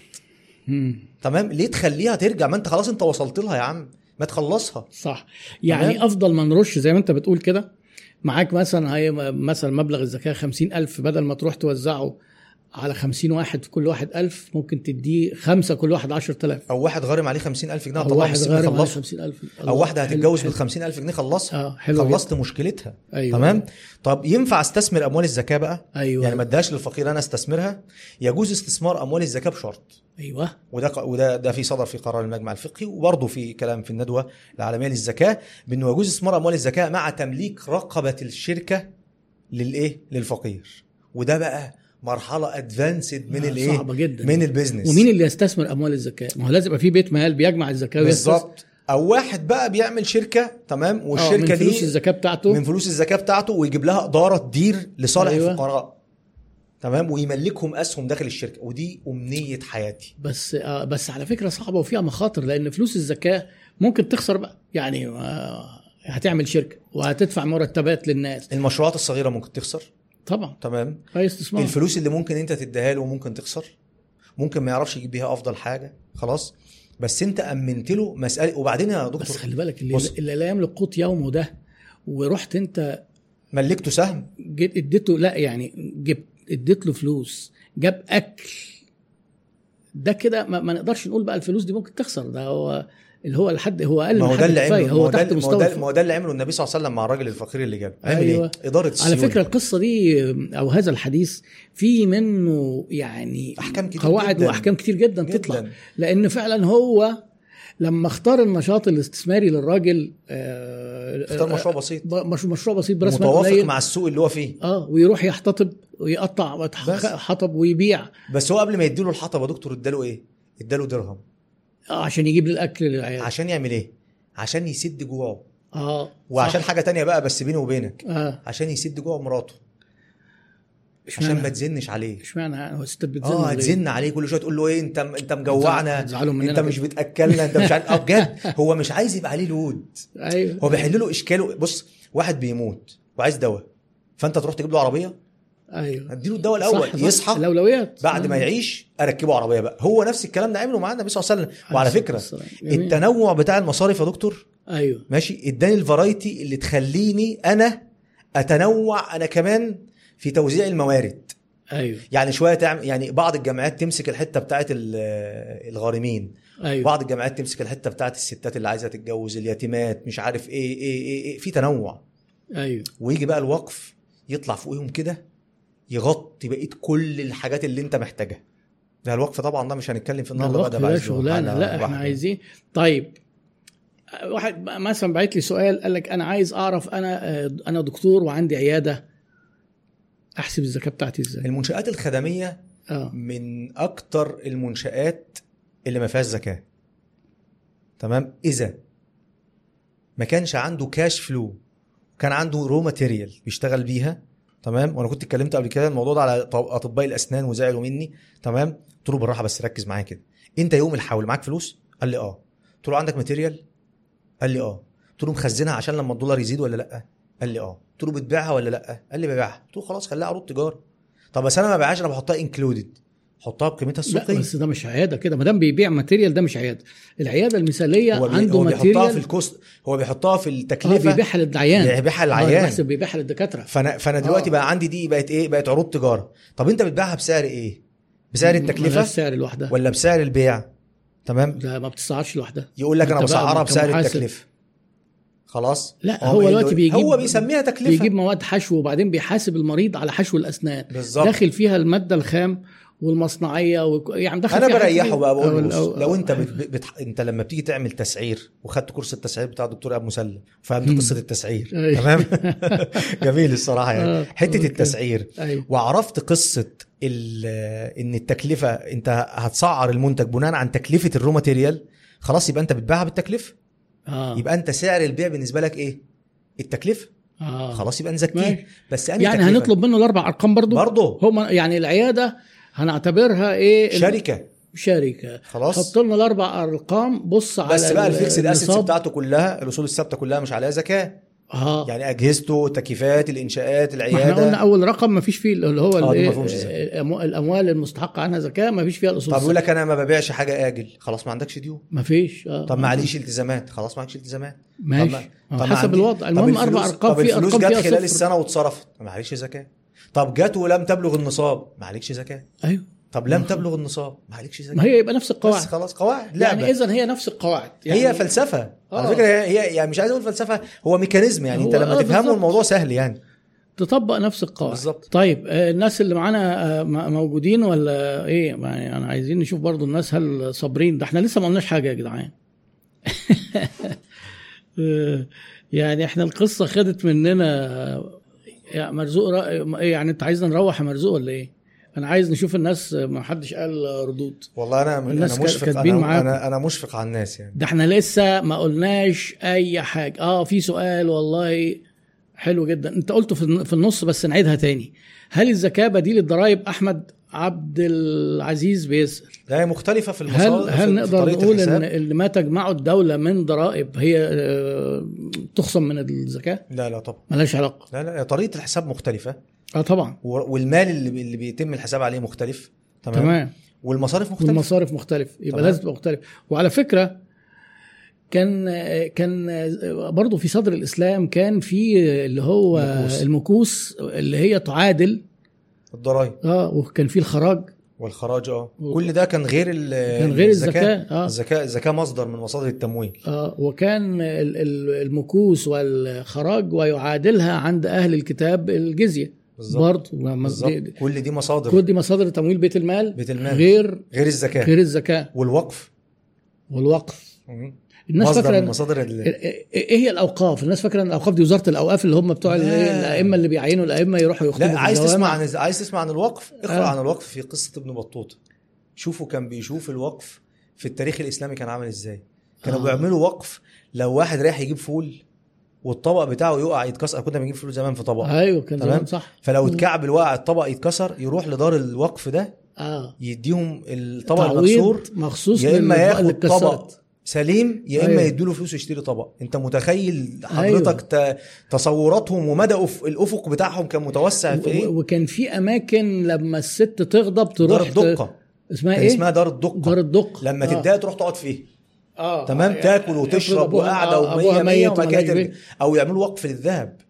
Speaker 1: مم.
Speaker 2: تمام ليه تخليها ترجع ما انت خلاص انت وصلت لها يا عم ما تخلصها
Speaker 1: صح يعني
Speaker 2: تمام.
Speaker 1: افضل ما نرش زي ما انت بتقول كده معاك مثلا هي مثلا مبلغ الزكاه 50000 بدل ما تروح توزعه على 50 واحد في كل واحد 1000 ممكن تديه خمسة كل واحد 10000
Speaker 2: او واحد غارم عليه 50000 جنيه
Speaker 1: او
Speaker 2: هطلعها من
Speaker 1: واحد
Speaker 2: السجن
Speaker 1: غير
Speaker 2: خلصها.
Speaker 1: 50000
Speaker 2: او واحده
Speaker 1: حلو-
Speaker 2: هتتجوز
Speaker 1: حلو.
Speaker 2: بال 50000 جنيه خلصها
Speaker 1: اه حلو
Speaker 2: خلصت مشكلتها
Speaker 1: جداً. ايوه
Speaker 2: تمام طب ينفع استثمر اموال الزكاه بقى
Speaker 1: ايوه
Speaker 2: يعني ما اديهاش للفقير انا استثمرها يجوز استثمار اموال الزكاه بشرط
Speaker 1: ايوه
Speaker 2: وده ق- وده ده في صدر في قرار المجمع الفقهي وبرضه في كلام في الندوه العالميه للزكاه بانه يجوز استثمار اموال الزكاه مع تمليك رقبه الشركه للايه للفقير وده بقى مرحله ادفانسد من
Speaker 1: آه،
Speaker 2: الايه
Speaker 1: صعبة جداً.
Speaker 2: من البيزنس
Speaker 1: ومين اللي يستثمر اموال الزكاه؟ ما هو لازم يبقى في بيت مال بيجمع الزكاه ويستثمر.
Speaker 2: بالظبط او واحد بقى بيعمل شركه تمام
Speaker 1: آه،
Speaker 2: والشركه
Speaker 1: من فلوس
Speaker 2: دي
Speaker 1: الزكاه بتاعته
Speaker 2: من فلوس الزكاه بتاعته ويجيب لها اداره تدير لصالح
Speaker 1: أيوة.
Speaker 2: أيوة. الفقراء تمام ويملكهم اسهم داخل الشركه ودي امنيه حياتي
Speaker 1: بس آه بس على فكره صعبه وفيها مخاطر لان فلوس الزكاه ممكن تخسر بقى يعني آه هتعمل شركه وهتدفع مرتبات للناس
Speaker 2: المشروعات الصغيره ممكن تخسر
Speaker 1: طبعا
Speaker 2: تمام
Speaker 1: هاي استثمار
Speaker 2: الفلوس اللي ممكن انت تديها له ممكن تخسر ممكن ما يعرفش يجيب بيها افضل حاجه خلاص بس انت امنت له مساله وبعدين يا
Speaker 1: بس
Speaker 2: آه، دكتور
Speaker 1: خلي بالك اللي,
Speaker 2: بص.
Speaker 1: اللي لا يملك قوت يومه ده ورحت انت
Speaker 2: ملكته سهم
Speaker 1: جيت اديته لا يعني جبت اديت له فلوس جاب اكل ده كده ما, ما نقدرش نقول بقى الفلوس دي ممكن تخسر ده هو اللي هو الحد هو اقل
Speaker 2: ما
Speaker 1: من حد
Speaker 2: هو ده اللي
Speaker 1: كفاية،
Speaker 2: عمله ما
Speaker 1: هو
Speaker 2: هو ده
Speaker 1: تحت
Speaker 2: اللي- ما هو
Speaker 1: مستوى
Speaker 2: ده-
Speaker 1: الفقر.
Speaker 2: ما هو ده اللي عمله النبي صلى الله عليه وسلم مع الراجل الفقير اللي جابه عمل
Speaker 1: أيوة.
Speaker 2: ايه؟ اداره
Speaker 1: على
Speaker 2: السيولة.
Speaker 1: فكره القصه دي او هذا الحديث في منه يعني
Speaker 2: احكام كتير
Speaker 1: قواعد
Speaker 2: جداً.
Speaker 1: واحكام كتير جدا,
Speaker 2: جداً.
Speaker 1: تطلع لان فعلا هو لما اختار النشاط الاستثماري للراجل آه،
Speaker 2: اختار
Speaker 1: آه،
Speaker 2: مشروع بسيط
Speaker 1: ب- مش- مشروع بسيط براس مال
Speaker 2: متوافق
Speaker 1: قليل
Speaker 2: مع السوق اللي هو فيه
Speaker 1: اه ويروح يحتطب ويقطع
Speaker 2: بس.
Speaker 1: ويتح- حطب ويبيع
Speaker 2: بس هو قبل ما يديله الحطب يا دكتور اداله ايه؟ اداله درهم
Speaker 1: آه عشان يجيب للاكل للعيال
Speaker 2: عشان يعمل ايه؟ عشان يسد جوعه
Speaker 1: اه
Speaker 2: وعشان
Speaker 1: صح.
Speaker 2: حاجه تانية بقى بس بيني وبينك
Speaker 1: اه
Speaker 2: عشان يسد جوع مراته
Speaker 1: اشمعنى-
Speaker 2: عشان ما تزنش عليه
Speaker 1: اشمعنى هو الست بتزن
Speaker 2: اه
Speaker 1: ولا إيه؟
Speaker 2: هتزن عليه كل شويه تقول له ايه انت انت مجوعنا
Speaker 1: هتزعلوا مننا
Speaker 2: انت مش
Speaker 1: كده.
Speaker 2: بتاكلنا انت مش عارف اه بجد هو مش عايز يبقى عليه لود
Speaker 1: ايوه
Speaker 2: هو بيحل له اشكاله بص واحد بيموت وعايز دواء فانت تروح تجيب له عربيه
Speaker 1: ايوه
Speaker 2: اديله الدواء الاول
Speaker 1: صح، صح.
Speaker 2: يصحى
Speaker 1: الاولويات
Speaker 2: بعد
Speaker 1: آه.
Speaker 2: ما يعيش اركبه عربيه بقى هو نفس الكلام ده عمله مع النبي صلى الله عليه وسلم وعلى
Speaker 1: عليه
Speaker 2: فكره
Speaker 1: الصلاة والسلام. جميل.
Speaker 2: التنوع بتاع المصارف يا دكتور
Speaker 1: ايوه
Speaker 2: ماشي اداني الفرايتي اللي تخليني انا اتنوع انا كمان في توزيع الموارد
Speaker 1: ايوه
Speaker 2: يعني شويه تعمل يعني بعض الجامعات تمسك الحته بتاعه ال- الغارمين
Speaker 1: ايوه
Speaker 2: بعض الجامعات تمسك الحته بتاعه الستات اللي عايزه تتجوز اليتيمات مش عارف ايه ايه ايه, إيه في تنوع
Speaker 1: ايوه
Speaker 2: ويجي بقى الوقف يطلع فوقيهم كده يغطي بقيه كل الحاجات اللي انت محتاجها ده الوقف طبعا ده مش هنتكلم في النهارده بقى
Speaker 1: الوقت
Speaker 2: ده
Speaker 1: ده
Speaker 2: بعد
Speaker 1: شغلانه
Speaker 2: حلقة
Speaker 1: لا احنا
Speaker 2: واحدة.
Speaker 1: عايزين طيب واحد بقى مثلا بعت لي سؤال قال لك انا عايز اعرف انا آه، انا دكتور وعندي عياده احسب الزكاه بتاعتي ازاي؟
Speaker 2: المنشات الخدميه
Speaker 1: اه
Speaker 2: من اكتر المنشات اللي ما فيهاش زكاه تمام اذا ما كانش عنده كاش فلو كان عنده رو ماتيريال بيشتغل بيها تمام وانا كنت اتكلمت قبل كده الموضوع ده على طب- اطباء الاسنان وزعلوا مني تمام قلت له بالراحه بس ركز معايا كده انت يوم الحول معاك فلوس قال لي اه قلت له عندك ماتيريال قال لي اه قلت له مخزنها عشان لما الدولار يزيد ولا لا قال لي اه قلت له بتبيعها ولا لا قال لي ببيعها قلت له خلاص خليها عروض تجاره طب بس انا ما ببيعهاش انا بحطها انكلودد حطها بقيمتها
Speaker 1: لا
Speaker 2: السوقيه
Speaker 1: بس ده مش عياده كده ما دام بيبيع ماتيريال ده مش عياده العياده المثاليه
Speaker 2: هو بي-
Speaker 1: عنده
Speaker 2: هو بيحطها
Speaker 1: ماتيريال
Speaker 2: في الكوست هو بيحطها في
Speaker 1: اه
Speaker 2: التكلفه
Speaker 1: بيبيعها للعيان
Speaker 2: بيبيعها
Speaker 1: آه،
Speaker 2: العيان
Speaker 1: بحسب بيبيعها للدكاتره
Speaker 2: فانا فانا دلوقتي
Speaker 1: آه.
Speaker 2: بقى عندي دي بقت ايه بقت عروض تجاره طب انت بتبيعها بسعر ايه بسعر
Speaker 1: ملهاش
Speaker 2: التكلفه
Speaker 1: سعر لوحدها
Speaker 2: ولا بسعر البيع تمام
Speaker 1: لا ما بتسعرش لوحدها
Speaker 2: يقول لك انا
Speaker 1: أنت بقى
Speaker 2: بسعرها بسعر
Speaker 1: كمحاسب.
Speaker 2: التكلفه خلاص
Speaker 1: لا، هو
Speaker 2: بي-
Speaker 1: دلوقتي بيجيب-
Speaker 2: هو بيسميها تكلفه
Speaker 1: بيجيب مواد حشو وبعدين بيحاسب المريض على حشو الاسنان
Speaker 2: بالظبط
Speaker 1: داخل فيها الماده الخام والمصنعيه وك... يعني داخل
Speaker 2: انا
Speaker 1: فيها حاجات
Speaker 2: بريحه
Speaker 1: كتير.
Speaker 2: بقى بقول له
Speaker 1: أو-
Speaker 2: بص،
Speaker 1: أو-
Speaker 2: لو انت بت... بت... انت لما بتيجي تعمل تسعير وخدت كورس التسعير بتاع الدكتور ابو مسلم فهمت
Speaker 1: مم.
Speaker 2: قصه التسعير
Speaker 1: أيوة.
Speaker 2: تمام جميل الصراحه
Speaker 1: آه،
Speaker 2: يعني حته
Speaker 1: أوكي.
Speaker 2: التسعير
Speaker 1: ايوه
Speaker 2: وعرفت قصه ال... ان التكلفه انت هتسعر المنتج بناء عن تكلفه الرو ماتيريال خلاص يبقى انت بتبيعها بالتكلفه
Speaker 1: اه
Speaker 2: يبقى انت سعر البيع بالنسبه لك ايه التكلفه
Speaker 1: اه
Speaker 2: خلاص يبقى نزكيه
Speaker 1: ماشي.
Speaker 2: بس أنا
Speaker 1: يعني
Speaker 2: تكلفة.
Speaker 1: هنطلب منه الاربع ارقام برضو
Speaker 2: برضه
Speaker 1: هم يعني العياده هنعتبرها ايه ال-
Speaker 2: شركه
Speaker 1: شركه
Speaker 2: خلاص
Speaker 1: حط لنا الاربع ارقام بص على
Speaker 2: بس بقى
Speaker 1: ال-
Speaker 2: الفيكسد اسيتس
Speaker 1: النصاب.
Speaker 2: بتاعته كلها الاصول الثابته كلها مش عليها زكاه
Speaker 1: اه
Speaker 2: يعني اجهزته تكييفات الانشاءات
Speaker 1: ما احنا قلنا
Speaker 2: العياده
Speaker 1: اول رقم ما فيش فيه اللي هو
Speaker 2: آه، دي
Speaker 1: الإيه،
Speaker 2: مفهومش إزاي.
Speaker 1: الأمو- الاموال المستحقه عنها زكاه ما فيش فيها الاصول
Speaker 2: طب يقول لك انا ما ببيعش حاجه اجل خلاص ما عندكش ديون
Speaker 1: ما فيش اه
Speaker 2: طب ما عليش التزامات خلاص ما عليكش التزامات
Speaker 1: ماشي
Speaker 2: طب
Speaker 1: ما هو
Speaker 2: ما
Speaker 1: حسب
Speaker 2: عندي-
Speaker 1: الوضع
Speaker 2: طب
Speaker 1: المهم اربع
Speaker 2: الفلوس-
Speaker 1: ارقام
Speaker 2: طب
Speaker 1: في
Speaker 2: الفلوس
Speaker 1: ارقام
Speaker 2: جت
Speaker 1: فيها
Speaker 2: خلال
Speaker 1: صفر
Speaker 2: السنه واتصرفت ما عليش زكاه طب جت ولم تبلغ النصاب ما عليكش زكاه
Speaker 1: ايوه
Speaker 2: طب لم تبلغ النصاب ما عليكش زكاه
Speaker 1: ما هي يبقى نفس
Speaker 2: بس
Speaker 1: القواعد
Speaker 2: خلاص قواعد لعبه
Speaker 1: يعني اذا هي نفس القواعد يعني
Speaker 2: هي فلسفه على
Speaker 1: آه.
Speaker 2: فكره هي هي- يعني مش عايز اقول فلسفه هو ميكانيزم يعني انت
Speaker 1: هو-
Speaker 2: لما
Speaker 1: آه،
Speaker 2: تفهمه
Speaker 1: بالظبط.
Speaker 2: الموضوع سهل يعني
Speaker 1: تطبق نفس القواعد
Speaker 2: بالظبط
Speaker 1: طيب آه، الناس اللي معانا آه، م- موجودين ولا ايه يعني انا عايزين نشوف برضو الناس هل صابرين ده احنا لسه ما قلناش حاجه يا جدعان آه، يعني احنا القصه خدت مننا آه، يا مرزوق رأ- يعني انت عايزنا نروح يا مرزوق ولا ايه انا عايز نشوف الناس آه، ما حدش قال آه، ردود
Speaker 2: والله انا
Speaker 1: الناس
Speaker 2: انا
Speaker 1: كا-
Speaker 2: مشفق
Speaker 1: كاتبين
Speaker 2: انا
Speaker 1: معاكم.
Speaker 2: انا انا مشفق على الناس يعني
Speaker 1: ده احنا لسه ما قلناش اي حاجه اه في سؤال والله حلو جدا انت قلته في الن- في النص بس نعيدها تاني هل الزكاه بديل الضرائب احمد عبد العزيز بيسال
Speaker 2: لا هي مختلفه في
Speaker 1: هل
Speaker 2: المصادر
Speaker 1: هل
Speaker 2: في- في
Speaker 1: نقدر
Speaker 2: طريقة
Speaker 1: نقول
Speaker 2: الحساب.
Speaker 1: ان اللي ما تجمعه الدوله من ضرائب هي آه، تخصم من الزكاه
Speaker 2: لا لا طبعا
Speaker 1: ملهاش علاقه
Speaker 2: لا لا طريقه الحساب مختلفه
Speaker 1: اه طبعا
Speaker 2: و- والمال اللي اللي بيتم الحساب عليه مختلف تمام, تمام.
Speaker 1: تمام
Speaker 2: والمصاريف مختلفه
Speaker 1: والمصارف مختلف يبقى
Speaker 2: تمام.
Speaker 1: لازم تبقى مختلف وعلى فكره كان كان برضه في صدر الاسلام كان في اللي هو
Speaker 2: المكوس.
Speaker 1: المكوس, المكوس اللي هي تعادل
Speaker 2: الضرايب
Speaker 1: اه وكان في الخراج
Speaker 2: والخراج اه
Speaker 1: و-
Speaker 2: كل ده كان غير ال-
Speaker 1: كان غير الزكاه اه,
Speaker 2: الزكاه الزكاه مصدر من مصادر التمويل
Speaker 1: آه وكان ال- ال- المكوس والخراج ويعادلها عند اهل الكتاب الجزيه
Speaker 2: بالظبط
Speaker 1: برضه ما- ما-
Speaker 2: بالظبط
Speaker 1: دي-
Speaker 2: كل دي مصادر
Speaker 1: كل دي مصادر تمويل بيت المال
Speaker 2: بيت المال غير,
Speaker 1: غير
Speaker 2: غير الزكاه
Speaker 1: غير الزكاه
Speaker 2: والوقف
Speaker 1: والوقف
Speaker 2: مم.
Speaker 1: الناس
Speaker 2: مصدر
Speaker 1: فاكره
Speaker 2: من
Speaker 1: إن-
Speaker 2: مصادر ال...
Speaker 1: ايه إيه هي الاوقاف؟ الناس فاكره ان الاوقاف دي وزاره الاوقاف اللي هم بتوع ال-
Speaker 2: لا.
Speaker 1: الائمه اللي بيعينوا الائمه يروحوا يخطبوا
Speaker 2: لا
Speaker 1: في
Speaker 2: عايز
Speaker 1: الجوامع.
Speaker 2: تسمع عن عايز تسمع عن الوقف اقرا
Speaker 1: آه.
Speaker 2: عن الوقف في قصه ابن بطوطه شوفوا كان بيشوف الوقف في التاريخ الاسلامي كان عامل ازاي كانوا
Speaker 1: آه.
Speaker 2: بيعملوا وقف لو واحد رايح يجيب فول والطبق بتاعه يقع يتكسر كنا بنجيب فول زمان في طبق
Speaker 1: ايوع أيوه، كان
Speaker 2: تمام؟
Speaker 1: زمان صح
Speaker 2: فلو
Speaker 1: آه. مم.
Speaker 2: اتكعبل وقع الطبق يتكسر يروح لدار الوقف ده
Speaker 1: اه
Speaker 2: يديهم الطبق
Speaker 1: تعويض
Speaker 2: المكسور
Speaker 1: مخصوص
Speaker 2: يا اما
Speaker 1: للأطباق اللي
Speaker 2: ياخد طبق
Speaker 1: اتكسرت.
Speaker 2: سليم يا اما
Speaker 1: أيوة.
Speaker 2: يديله فلوس يشتري طبق انت متخيل حضرتك
Speaker 1: أيوه.
Speaker 2: أيوة. تصوراتهم ومدى أف... الافق بتاعهم كان متوسع في
Speaker 1: و-
Speaker 2: ايه
Speaker 1: و- وكان في اماكن لما الست تغضب
Speaker 2: دار
Speaker 1: تروح ت-
Speaker 2: الدقه
Speaker 1: اسمها
Speaker 2: كان
Speaker 1: ايه؟
Speaker 2: اسمها دار الدقه
Speaker 1: دار الدقه
Speaker 2: لما
Speaker 1: آه.
Speaker 2: تتضايق تروح تقعد فيه
Speaker 1: اه
Speaker 2: تمام
Speaker 1: آه.
Speaker 2: تاكل
Speaker 1: أبوها-
Speaker 2: وتشرب
Speaker 1: آه،
Speaker 2: وقاعده ومية
Speaker 1: أبوها
Speaker 2: مية
Speaker 1: ميت
Speaker 2: وبعد كده
Speaker 1: وملهاش
Speaker 2: ترجع
Speaker 1: بيت.
Speaker 2: او يعملوا وقف للذهب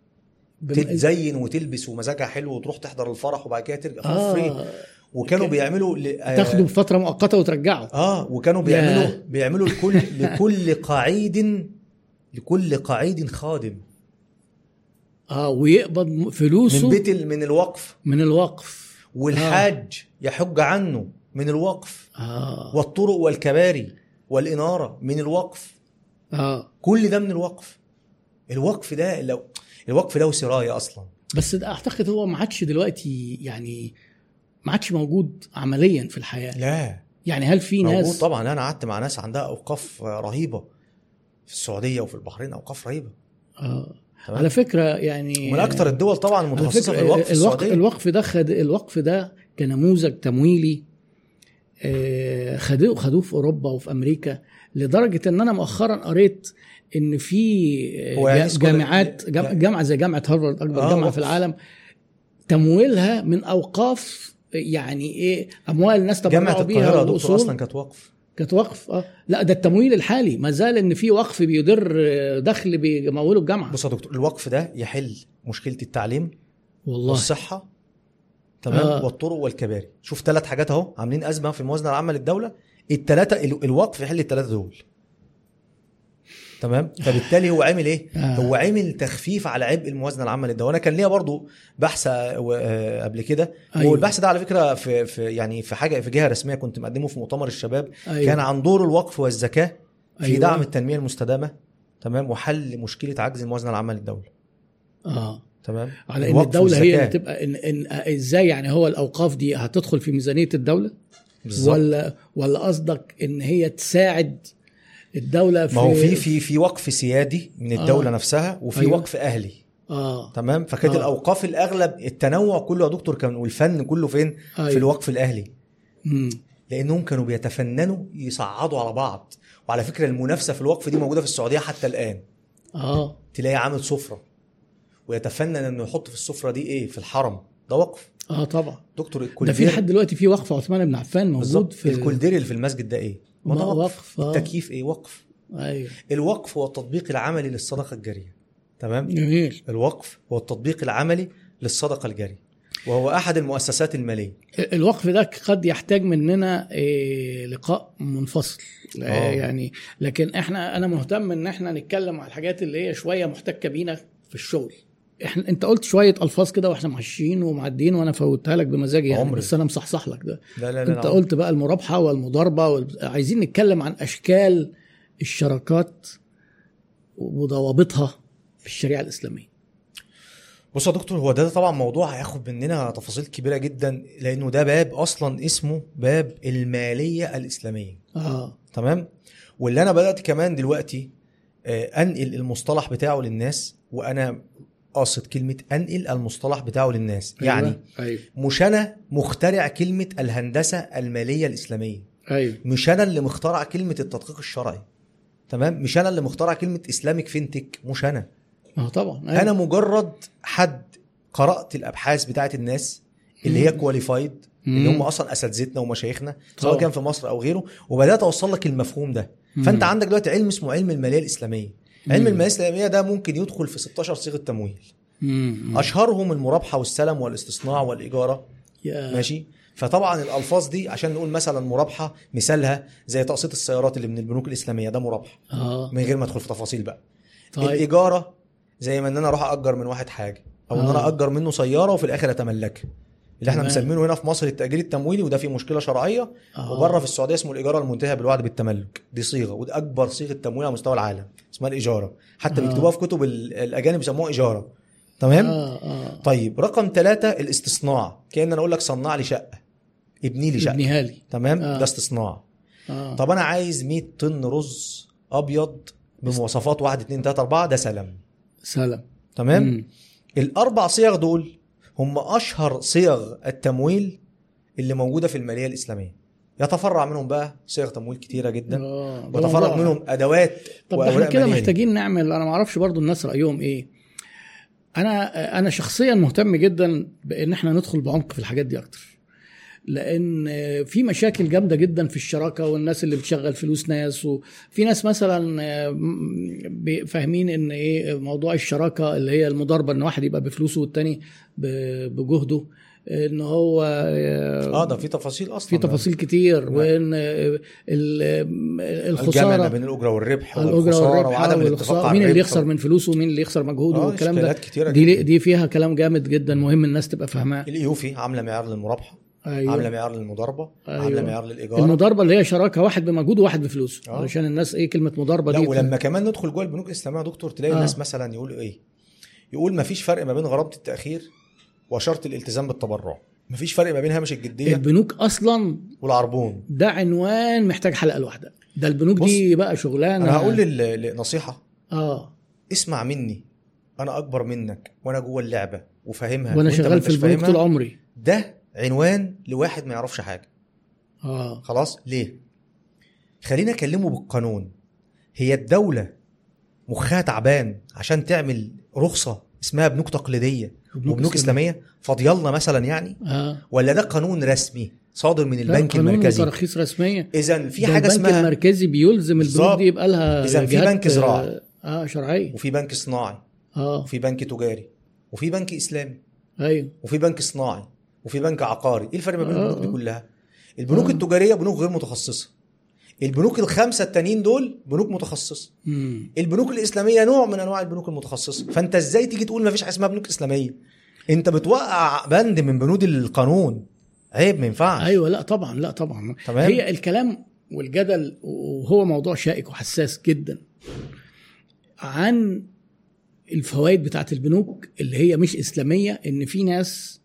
Speaker 1: بم-
Speaker 2: تتزين وتلبس ومزاجها حلو وتروح تحضر الفرح وبعد كده ترجع for free.
Speaker 1: اه
Speaker 2: وكانوا
Speaker 1: كان-
Speaker 2: بيعملوا ل... آه،
Speaker 1: تاخده بفتره مؤقته وترجعه
Speaker 2: اه وكانوا بيعملوا
Speaker 1: ياه.
Speaker 2: بيعملوا لكل لكل قعيد لكل قعيد خادم
Speaker 1: اه ويقبض
Speaker 2: من
Speaker 1: فلوسه
Speaker 2: بيت ال- من الوقف
Speaker 1: من الوقف
Speaker 2: والحاج يحج عنه من الوقف
Speaker 1: اه
Speaker 2: والطرق والكباري والإنارة من الوقف
Speaker 1: اه
Speaker 2: كل ده من الوقف الوقف ده لو الوقف ده سراية أصلا
Speaker 1: بس ده اعتقد هو ما عادش دلوقتي يعني ما عادش موجود عمليا في الحياه
Speaker 2: لا
Speaker 1: يعني هل في
Speaker 2: موجود
Speaker 1: ناس
Speaker 2: طبعا أنا قعدت مع ناس عندها أوقاف رهيبة في السعودية وفي البحرين أوقاف رهيبة
Speaker 1: آه.
Speaker 2: تمام.
Speaker 1: على فكره يعني
Speaker 2: ومن أكتر الدول طبعا
Speaker 1: على
Speaker 2: متخصصة
Speaker 1: فكره
Speaker 2: في إيه. الوقف
Speaker 1: الوقف,
Speaker 2: في السعودية
Speaker 1: الوقف ده خد الوقف ده كنموذج تمويلي آه، خدوه خدوه في اوروبا وفي امريكا لدرجه ان انا مؤخرا قريت ان في
Speaker 2: هو
Speaker 1: آه،
Speaker 2: يعني
Speaker 1: جا-
Speaker 2: سكول-
Speaker 1: جامعات جام-
Speaker 2: يعني-
Speaker 1: جامعه زي جامعه هارفارد اكبر
Speaker 2: آه،
Speaker 1: جامعه
Speaker 2: وقف.
Speaker 1: في العالم تمويلها من اوقاف يعني ايه اموال الناس
Speaker 2: جامعة
Speaker 1: تبرعوا بيها
Speaker 2: القاهرة يا دكتور
Speaker 1: والأصول.
Speaker 2: أصلا كانت وقف
Speaker 1: كانت وقف اه لا ده التمويل الحالي ما زال ان في وقف بيدر آه، دخل بيموله الجامعه
Speaker 2: بص يا دكتور الوقف ده يحل مشكله التعليم
Speaker 1: والله
Speaker 2: والصحه تمام آه.
Speaker 1: آه.
Speaker 2: والطرق والكباري شوف ثلاث حاجات اهو عاملين ازمه في الموازنه العامه للدوله الثلاثه الوقف يحل الثلاثه دول تمام فبالتالي هو عامل ايه
Speaker 1: آه.
Speaker 2: هو عامل تخفيف على عبء الموازنه العامه للدواء وانا كان ليا برضو بحث آه، و- آه، قبل كده
Speaker 1: أيوة.
Speaker 2: أيوة. والبحث ده على فكره في, في يعني في حاجه في جهه رسميه كنت مقدمه في مؤتمر الشباب
Speaker 1: أيوة.
Speaker 2: أيوة. كان عن دور الوقف والزكاه في
Speaker 1: أيوة.
Speaker 2: أيوة. دعم التنميه المستدامه تمام وحل مشكله عجز الموازنه العامه للدوله
Speaker 1: اه
Speaker 2: تمام
Speaker 1: على ان
Speaker 2: الوقف
Speaker 1: الدوله هي
Speaker 2: والزكاة.
Speaker 1: اللي تبقى إن إن ازاي يعني هو الاوقاف دي هتدخل في ميزانيه الدوله
Speaker 2: بالظبط
Speaker 1: ولا ولا قصدك ان هي تساعد الدوله في
Speaker 2: ما هو في في في وقف سيادي من الدوله
Speaker 1: آه.
Speaker 2: آه. نفسها وفي
Speaker 1: أيوة.
Speaker 2: أيوة. وقف اهلي
Speaker 1: اه
Speaker 2: تمام فكانت
Speaker 1: آه.
Speaker 2: آه. الاوقاف الاغلب التنوع كله يا دكتور كان والفن كله فين
Speaker 1: أيوة.
Speaker 2: في الوقف الاهلي
Speaker 1: مم.
Speaker 2: لانهم كانوا بيتفننوا يصعدوا على بعض وعلى فكره المنافسه في الوقف دي موجوده في السعوديه حتى الان
Speaker 1: اه
Speaker 2: تلاقي عامل سفره ويتفنن انه يحط في السفره دي ايه في الحرم ده وقف
Speaker 1: اه طبعا
Speaker 2: دكتور
Speaker 1: ده
Speaker 2: الكولدير
Speaker 1: في لحد دلوقتي في وقف عثمان بن عفان موجود
Speaker 2: بالظبط
Speaker 1: في
Speaker 2: الكولدير اللي في المسجد ده ايه ما
Speaker 1: ما
Speaker 2: ده
Speaker 1: وقف،
Speaker 2: وقف
Speaker 1: آه.
Speaker 2: التكييف ايه وقف
Speaker 1: ايوه
Speaker 2: الوقف هو التطبيق العملي للصدقه الجاريه تمام
Speaker 1: جميل
Speaker 2: الوقف هو التطبيق العملي للصدقه الجاريه وهو احد المؤسسات الماليه
Speaker 1: الوقف ده قد يحتاج مننا إيه، لقاء منفصل آه،
Speaker 2: آه.
Speaker 1: يعني لكن احنا انا مهتم ان احنا نتكلم على الحاجات اللي هي شويه محتكه بينا في الشغل احنا انت قلت شويه الفاظ كده واحنا ماشيين ومعديين وانا فوتها لك بمزاجي يعني
Speaker 2: عمري.
Speaker 1: بس انا مصحصح لك ده
Speaker 2: لا لا لا
Speaker 1: انت قلت بقى المرابحه والمضاربه وال... عايزين نتكلم عن اشكال الشراكات وضوابطها في الشريعه الاسلاميه
Speaker 2: بص يا دكتور هو ده طبعا موضوع هياخد مننا تفاصيل كبيره جدا لانه ده باب اصلا اسمه باب الماليه الاسلاميه
Speaker 1: اه
Speaker 2: تمام واللي انا بدات كمان دلوقتي آه، انقل المصطلح بتاعه للناس وانا قاصد كلمه انقل المصطلح بتاعه للناس يعني
Speaker 1: ايوه ايوه
Speaker 2: مش انا مخترع كلمه الهندسه الماليه الاسلاميه
Speaker 1: ايوه
Speaker 2: مش انا اللي مخترع كلمه التدقيق الشرعي تمام مش انا اللي مخترع كلمه اسلامك فينتك مش انا
Speaker 1: ما هو طبعا أيوة.
Speaker 2: انا مجرد حد قرات الابحاث بتاعت الناس اللي هي كواليفايد اللي
Speaker 1: مم.
Speaker 2: هم اصلا اساتذتنا ومشايخنا
Speaker 1: طبعا.
Speaker 2: سواء كان في مصر او غيره وبدات اوصل لك المفهوم ده فانت
Speaker 1: مم.
Speaker 2: عندك دلوقتي علم اسمه علم الماليه الاسلاميه علم
Speaker 1: مم.
Speaker 2: الماليه الاسلاميه ده ممكن يدخل في 16 صيغه تمويل
Speaker 1: مم.
Speaker 2: اشهرهم المرابحه والسلم والاستصناع والاجاره
Speaker 1: يا-
Speaker 2: ماشي فطبعا الالفاظ دي عشان نقول مثلا مرابحه مثالها زي تقسيط السيارات اللي من البنوك الاسلاميه ده مرابحه
Speaker 1: اه
Speaker 2: من غير ما ادخل في تفاصيل بقى
Speaker 1: طيب
Speaker 2: الاجاره زي ما ان انا اروح اجر من واحد حاجه او ان
Speaker 1: آه.
Speaker 2: انا اجر منه سياره وفي الاخر اتملكها اللي احنا
Speaker 1: تمام.
Speaker 2: مسمينه هنا في مصر التاجير التمويلي وده فيه مشكله شرعيه
Speaker 1: آه.
Speaker 2: وبره في السعوديه اسمه الاجاره المنتهيه بالوعد بالتملك دي صيغه ودي اكبر صيغه تمويل على مستوى العالم اسمها الاجاره حتى
Speaker 1: آه.
Speaker 2: بيكتبوها في كتب ال- الاجانب بيسموها اجاره تمام
Speaker 1: اه اه
Speaker 2: طيب رقم ثلاثة الاستصناع كأن انا اقول لك صنع لي شقه ابني لي شقه
Speaker 1: ابن هالي
Speaker 2: تمام
Speaker 1: آه.
Speaker 2: ده استصناع
Speaker 1: اه
Speaker 2: طب انا عايز 100 طن رز ابيض بمواصفات 1 2 3 4 ده سلم
Speaker 1: سلام
Speaker 2: تمام
Speaker 1: مم.
Speaker 2: الاربع صيغ دول هم اشهر صيغ التمويل اللي موجوده في الماليه الاسلاميه يتفرع منهم بقى صيغ تمويل كتيره جدا
Speaker 1: آه، ده موضوع.
Speaker 2: وتفرع منهم ادوات
Speaker 1: طب ده احنا
Speaker 2: وأوراق
Speaker 1: كده
Speaker 2: مالية.
Speaker 1: محتاجين نعمل انا ما اعرفش برضو الناس رايهم ايه انا انا شخصيا مهتم جدا بان احنا ندخل بعمق في الحاجات دي اكتر لان آه، في مشاكل جامده جدا في الشراكه والناس اللي بتشغل فلوس ناس وفي ناس مثلا آه، م- بي- فاهمين ان ايه موضوع الشراكه اللي هي المضاربه ان واحد يبقى بفلوسه والتاني ب- بجهده ان هو آه،
Speaker 2: اه ده في تفاصيل اصلا
Speaker 1: في تفاصيل كتير
Speaker 2: نعم.
Speaker 1: وان ال-
Speaker 2: الجمع ما
Speaker 1: الخساره
Speaker 2: بين الاجره والربح
Speaker 1: الاجره
Speaker 2: والخساره
Speaker 1: والربح
Speaker 2: وعدم الاتفاق
Speaker 1: والخساره
Speaker 2: على
Speaker 1: مين اللي
Speaker 2: الربح.
Speaker 1: يخسر من فلوسه ومين اللي يخسر مجهوده
Speaker 2: آه،
Speaker 1: والكلام ده
Speaker 2: إشكالات كتيره
Speaker 1: دي
Speaker 2: دي
Speaker 1: دي فيها كلام جامد جدا مهم الناس تبقى فاهماه
Speaker 2: اليوفي عامله معيار للمرابحه عامله
Speaker 1: ايوه
Speaker 2: معيار للمضاربه
Speaker 1: أيوة.
Speaker 2: عامله معيار للاجاره
Speaker 1: المضاربه اللي هي شراكه واحد بمجهوده وواحد بفلوسه
Speaker 2: آه.
Speaker 1: علشان الناس ايه كلمه مضاربه
Speaker 2: لا
Speaker 1: دي
Speaker 2: ولما كمان ندخل جوه البنوك الاسلاميه يا دكتور تلاقي
Speaker 1: آه.
Speaker 2: آه. الناس مثلا يقولوا ايه؟ يقول ما فيش فرق ما بين غرامه التاخير وشرط الالتزام بالتبرع، ما فيش فرق ما بين هامش الجديه
Speaker 1: البنوك اصلا
Speaker 2: والعربون.
Speaker 1: ده عنوان محتاج حلقه لوحدها ده البنوك دي بقى شغلانه
Speaker 2: انا هقول لل- لنصيحه
Speaker 1: اه
Speaker 2: اسمع مني انا اكبر منك وانا جوه اللعبه وفاهمها
Speaker 1: وانا
Speaker 2: وأنت ما
Speaker 1: شغال في
Speaker 2: انتش
Speaker 1: البنوك
Speaker 2: فاهمها.
Speaker 1: طول عمري
Speaker 2: ده عنوان لواحد ما يعرفش حاجه،
Speaker 1: اه
Speaker 2: خلاص؟ ليه؟ خلينا اكلمه بالقانون. هي الدوله مخها تعبان عشان تعمل رخصه اسمها بنوك تقليديه وبنوك اسلاميه فاضيالنا مثلا يعني
Speaker 1: اه
Speaker 2: ولا ده قانون رسمي صادر من
Speaker 1: لا،
Speaker 2: البنك
Speaker 1: قانون
Speaker 2: المركزي
Speaker 1: وتراخيص رسميه
Speaker 2: اذا في
Speaker 1: ده
Speaker 2: حاجه
Speaker 1: البنك
Speaker 2: اسمها
Speaker 1: المركزي بيلزم البنوك
Speaker 2: بالظبط.
Speaker 1: دي يبقى لها
Speaker 2: إذا في
Speaker 1: جهات،
Speaker 2: بنك زراعة.
Speaker 1: آه، اه شرعيه
Speaker 2: وفي بنك صناعي
Speaker 1: اه
Speaker 2: وفي بنك تجاري وفي بنك اسلامي
Speaker 1: ايوه
Speaker 2: وفي بنك صناعي وفي بنك عقاري ايه الفرق ما بين
Speaker 1: آه،
Speaker 2: البنوك دي
Speaker 1: آه.
Speaker 2: كلها البنوك
Speaker 1: آه.
Speaker 2: التجاريه بنوك غير متخصصه البنوك الخمسه التانيين دول بنوك متخصصه
Speaker 1: مم.
Speaker 2: البنوك الاسلاميه نوع من انواع البنوك المتخصصه فانت ازاي تيجي تقول ما فيش حاجه اسمها بنوك اسلاميه انت بتوقع بند من بنود القانون عيب ما ينفعش
Speaker 1: ايوه لا طبعا لا طبعا
Speaker 2: تمام.
Speaker 1: هي الكلام والجدل وهو موضوع شائك وحساس جدا عن الفوائد بتاعت البنوك اللي هي مش اسلاميه ان في ناس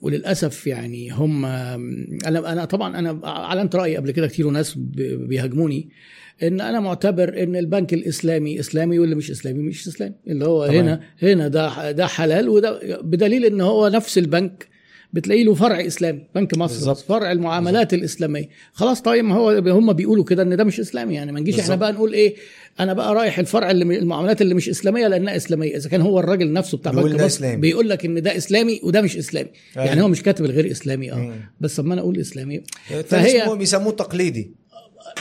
Speaker 1: وللاسف يعني هم انا انا طبعا انا اعلنت رايي قبل كده كتير وناس ب- بيهاجموني ان انا معتبر ان البنك الاسلامي اسلامي واللي مش اسلامي مش اسلامي اللي هو
Speaker 2: تمام.
Speaker 1: تمام. هنا هنا ده ده حلال وده بدليل ان هو نفس البنك بتلاقي له فرع اسلامي بنك مصر
Speaker 2: بالظبط.
Speaker 1: بالزبط. فرع المعاملات بالزبط. الاسلاميه خلاص طيب ما هو هم بيقولوا كده ان ده مش اسلامي يعني ما نجيش احنا
Speaker 2: بالظبط.
Speaker 1: بقى نقول ايه انا بقى رايح الفرع اللي المعاملات اللي مش اسلاميه لانها اسلاميه اذا كان هو الراجل نفسه بتاع
Speaker 2: بيقول
Speaker 1: بنك
Speaker 2: ده
Speaker 1: مصر
Speaker 2: إسلامي.
Speaker 1: بيقول لك ان ده اسلامي وده مش اسلامي
Speaker 2: أيوة.
Speaker 1: يعني هو مش كاتب الغير اسلامي اه
Speaker 2: مم.
Speaker 1: بس اما انا اقول اسلامي
Speaker 2: فهي
Speaker 1: فهي-
Speaker 2: اسمه بيسموه التقليدي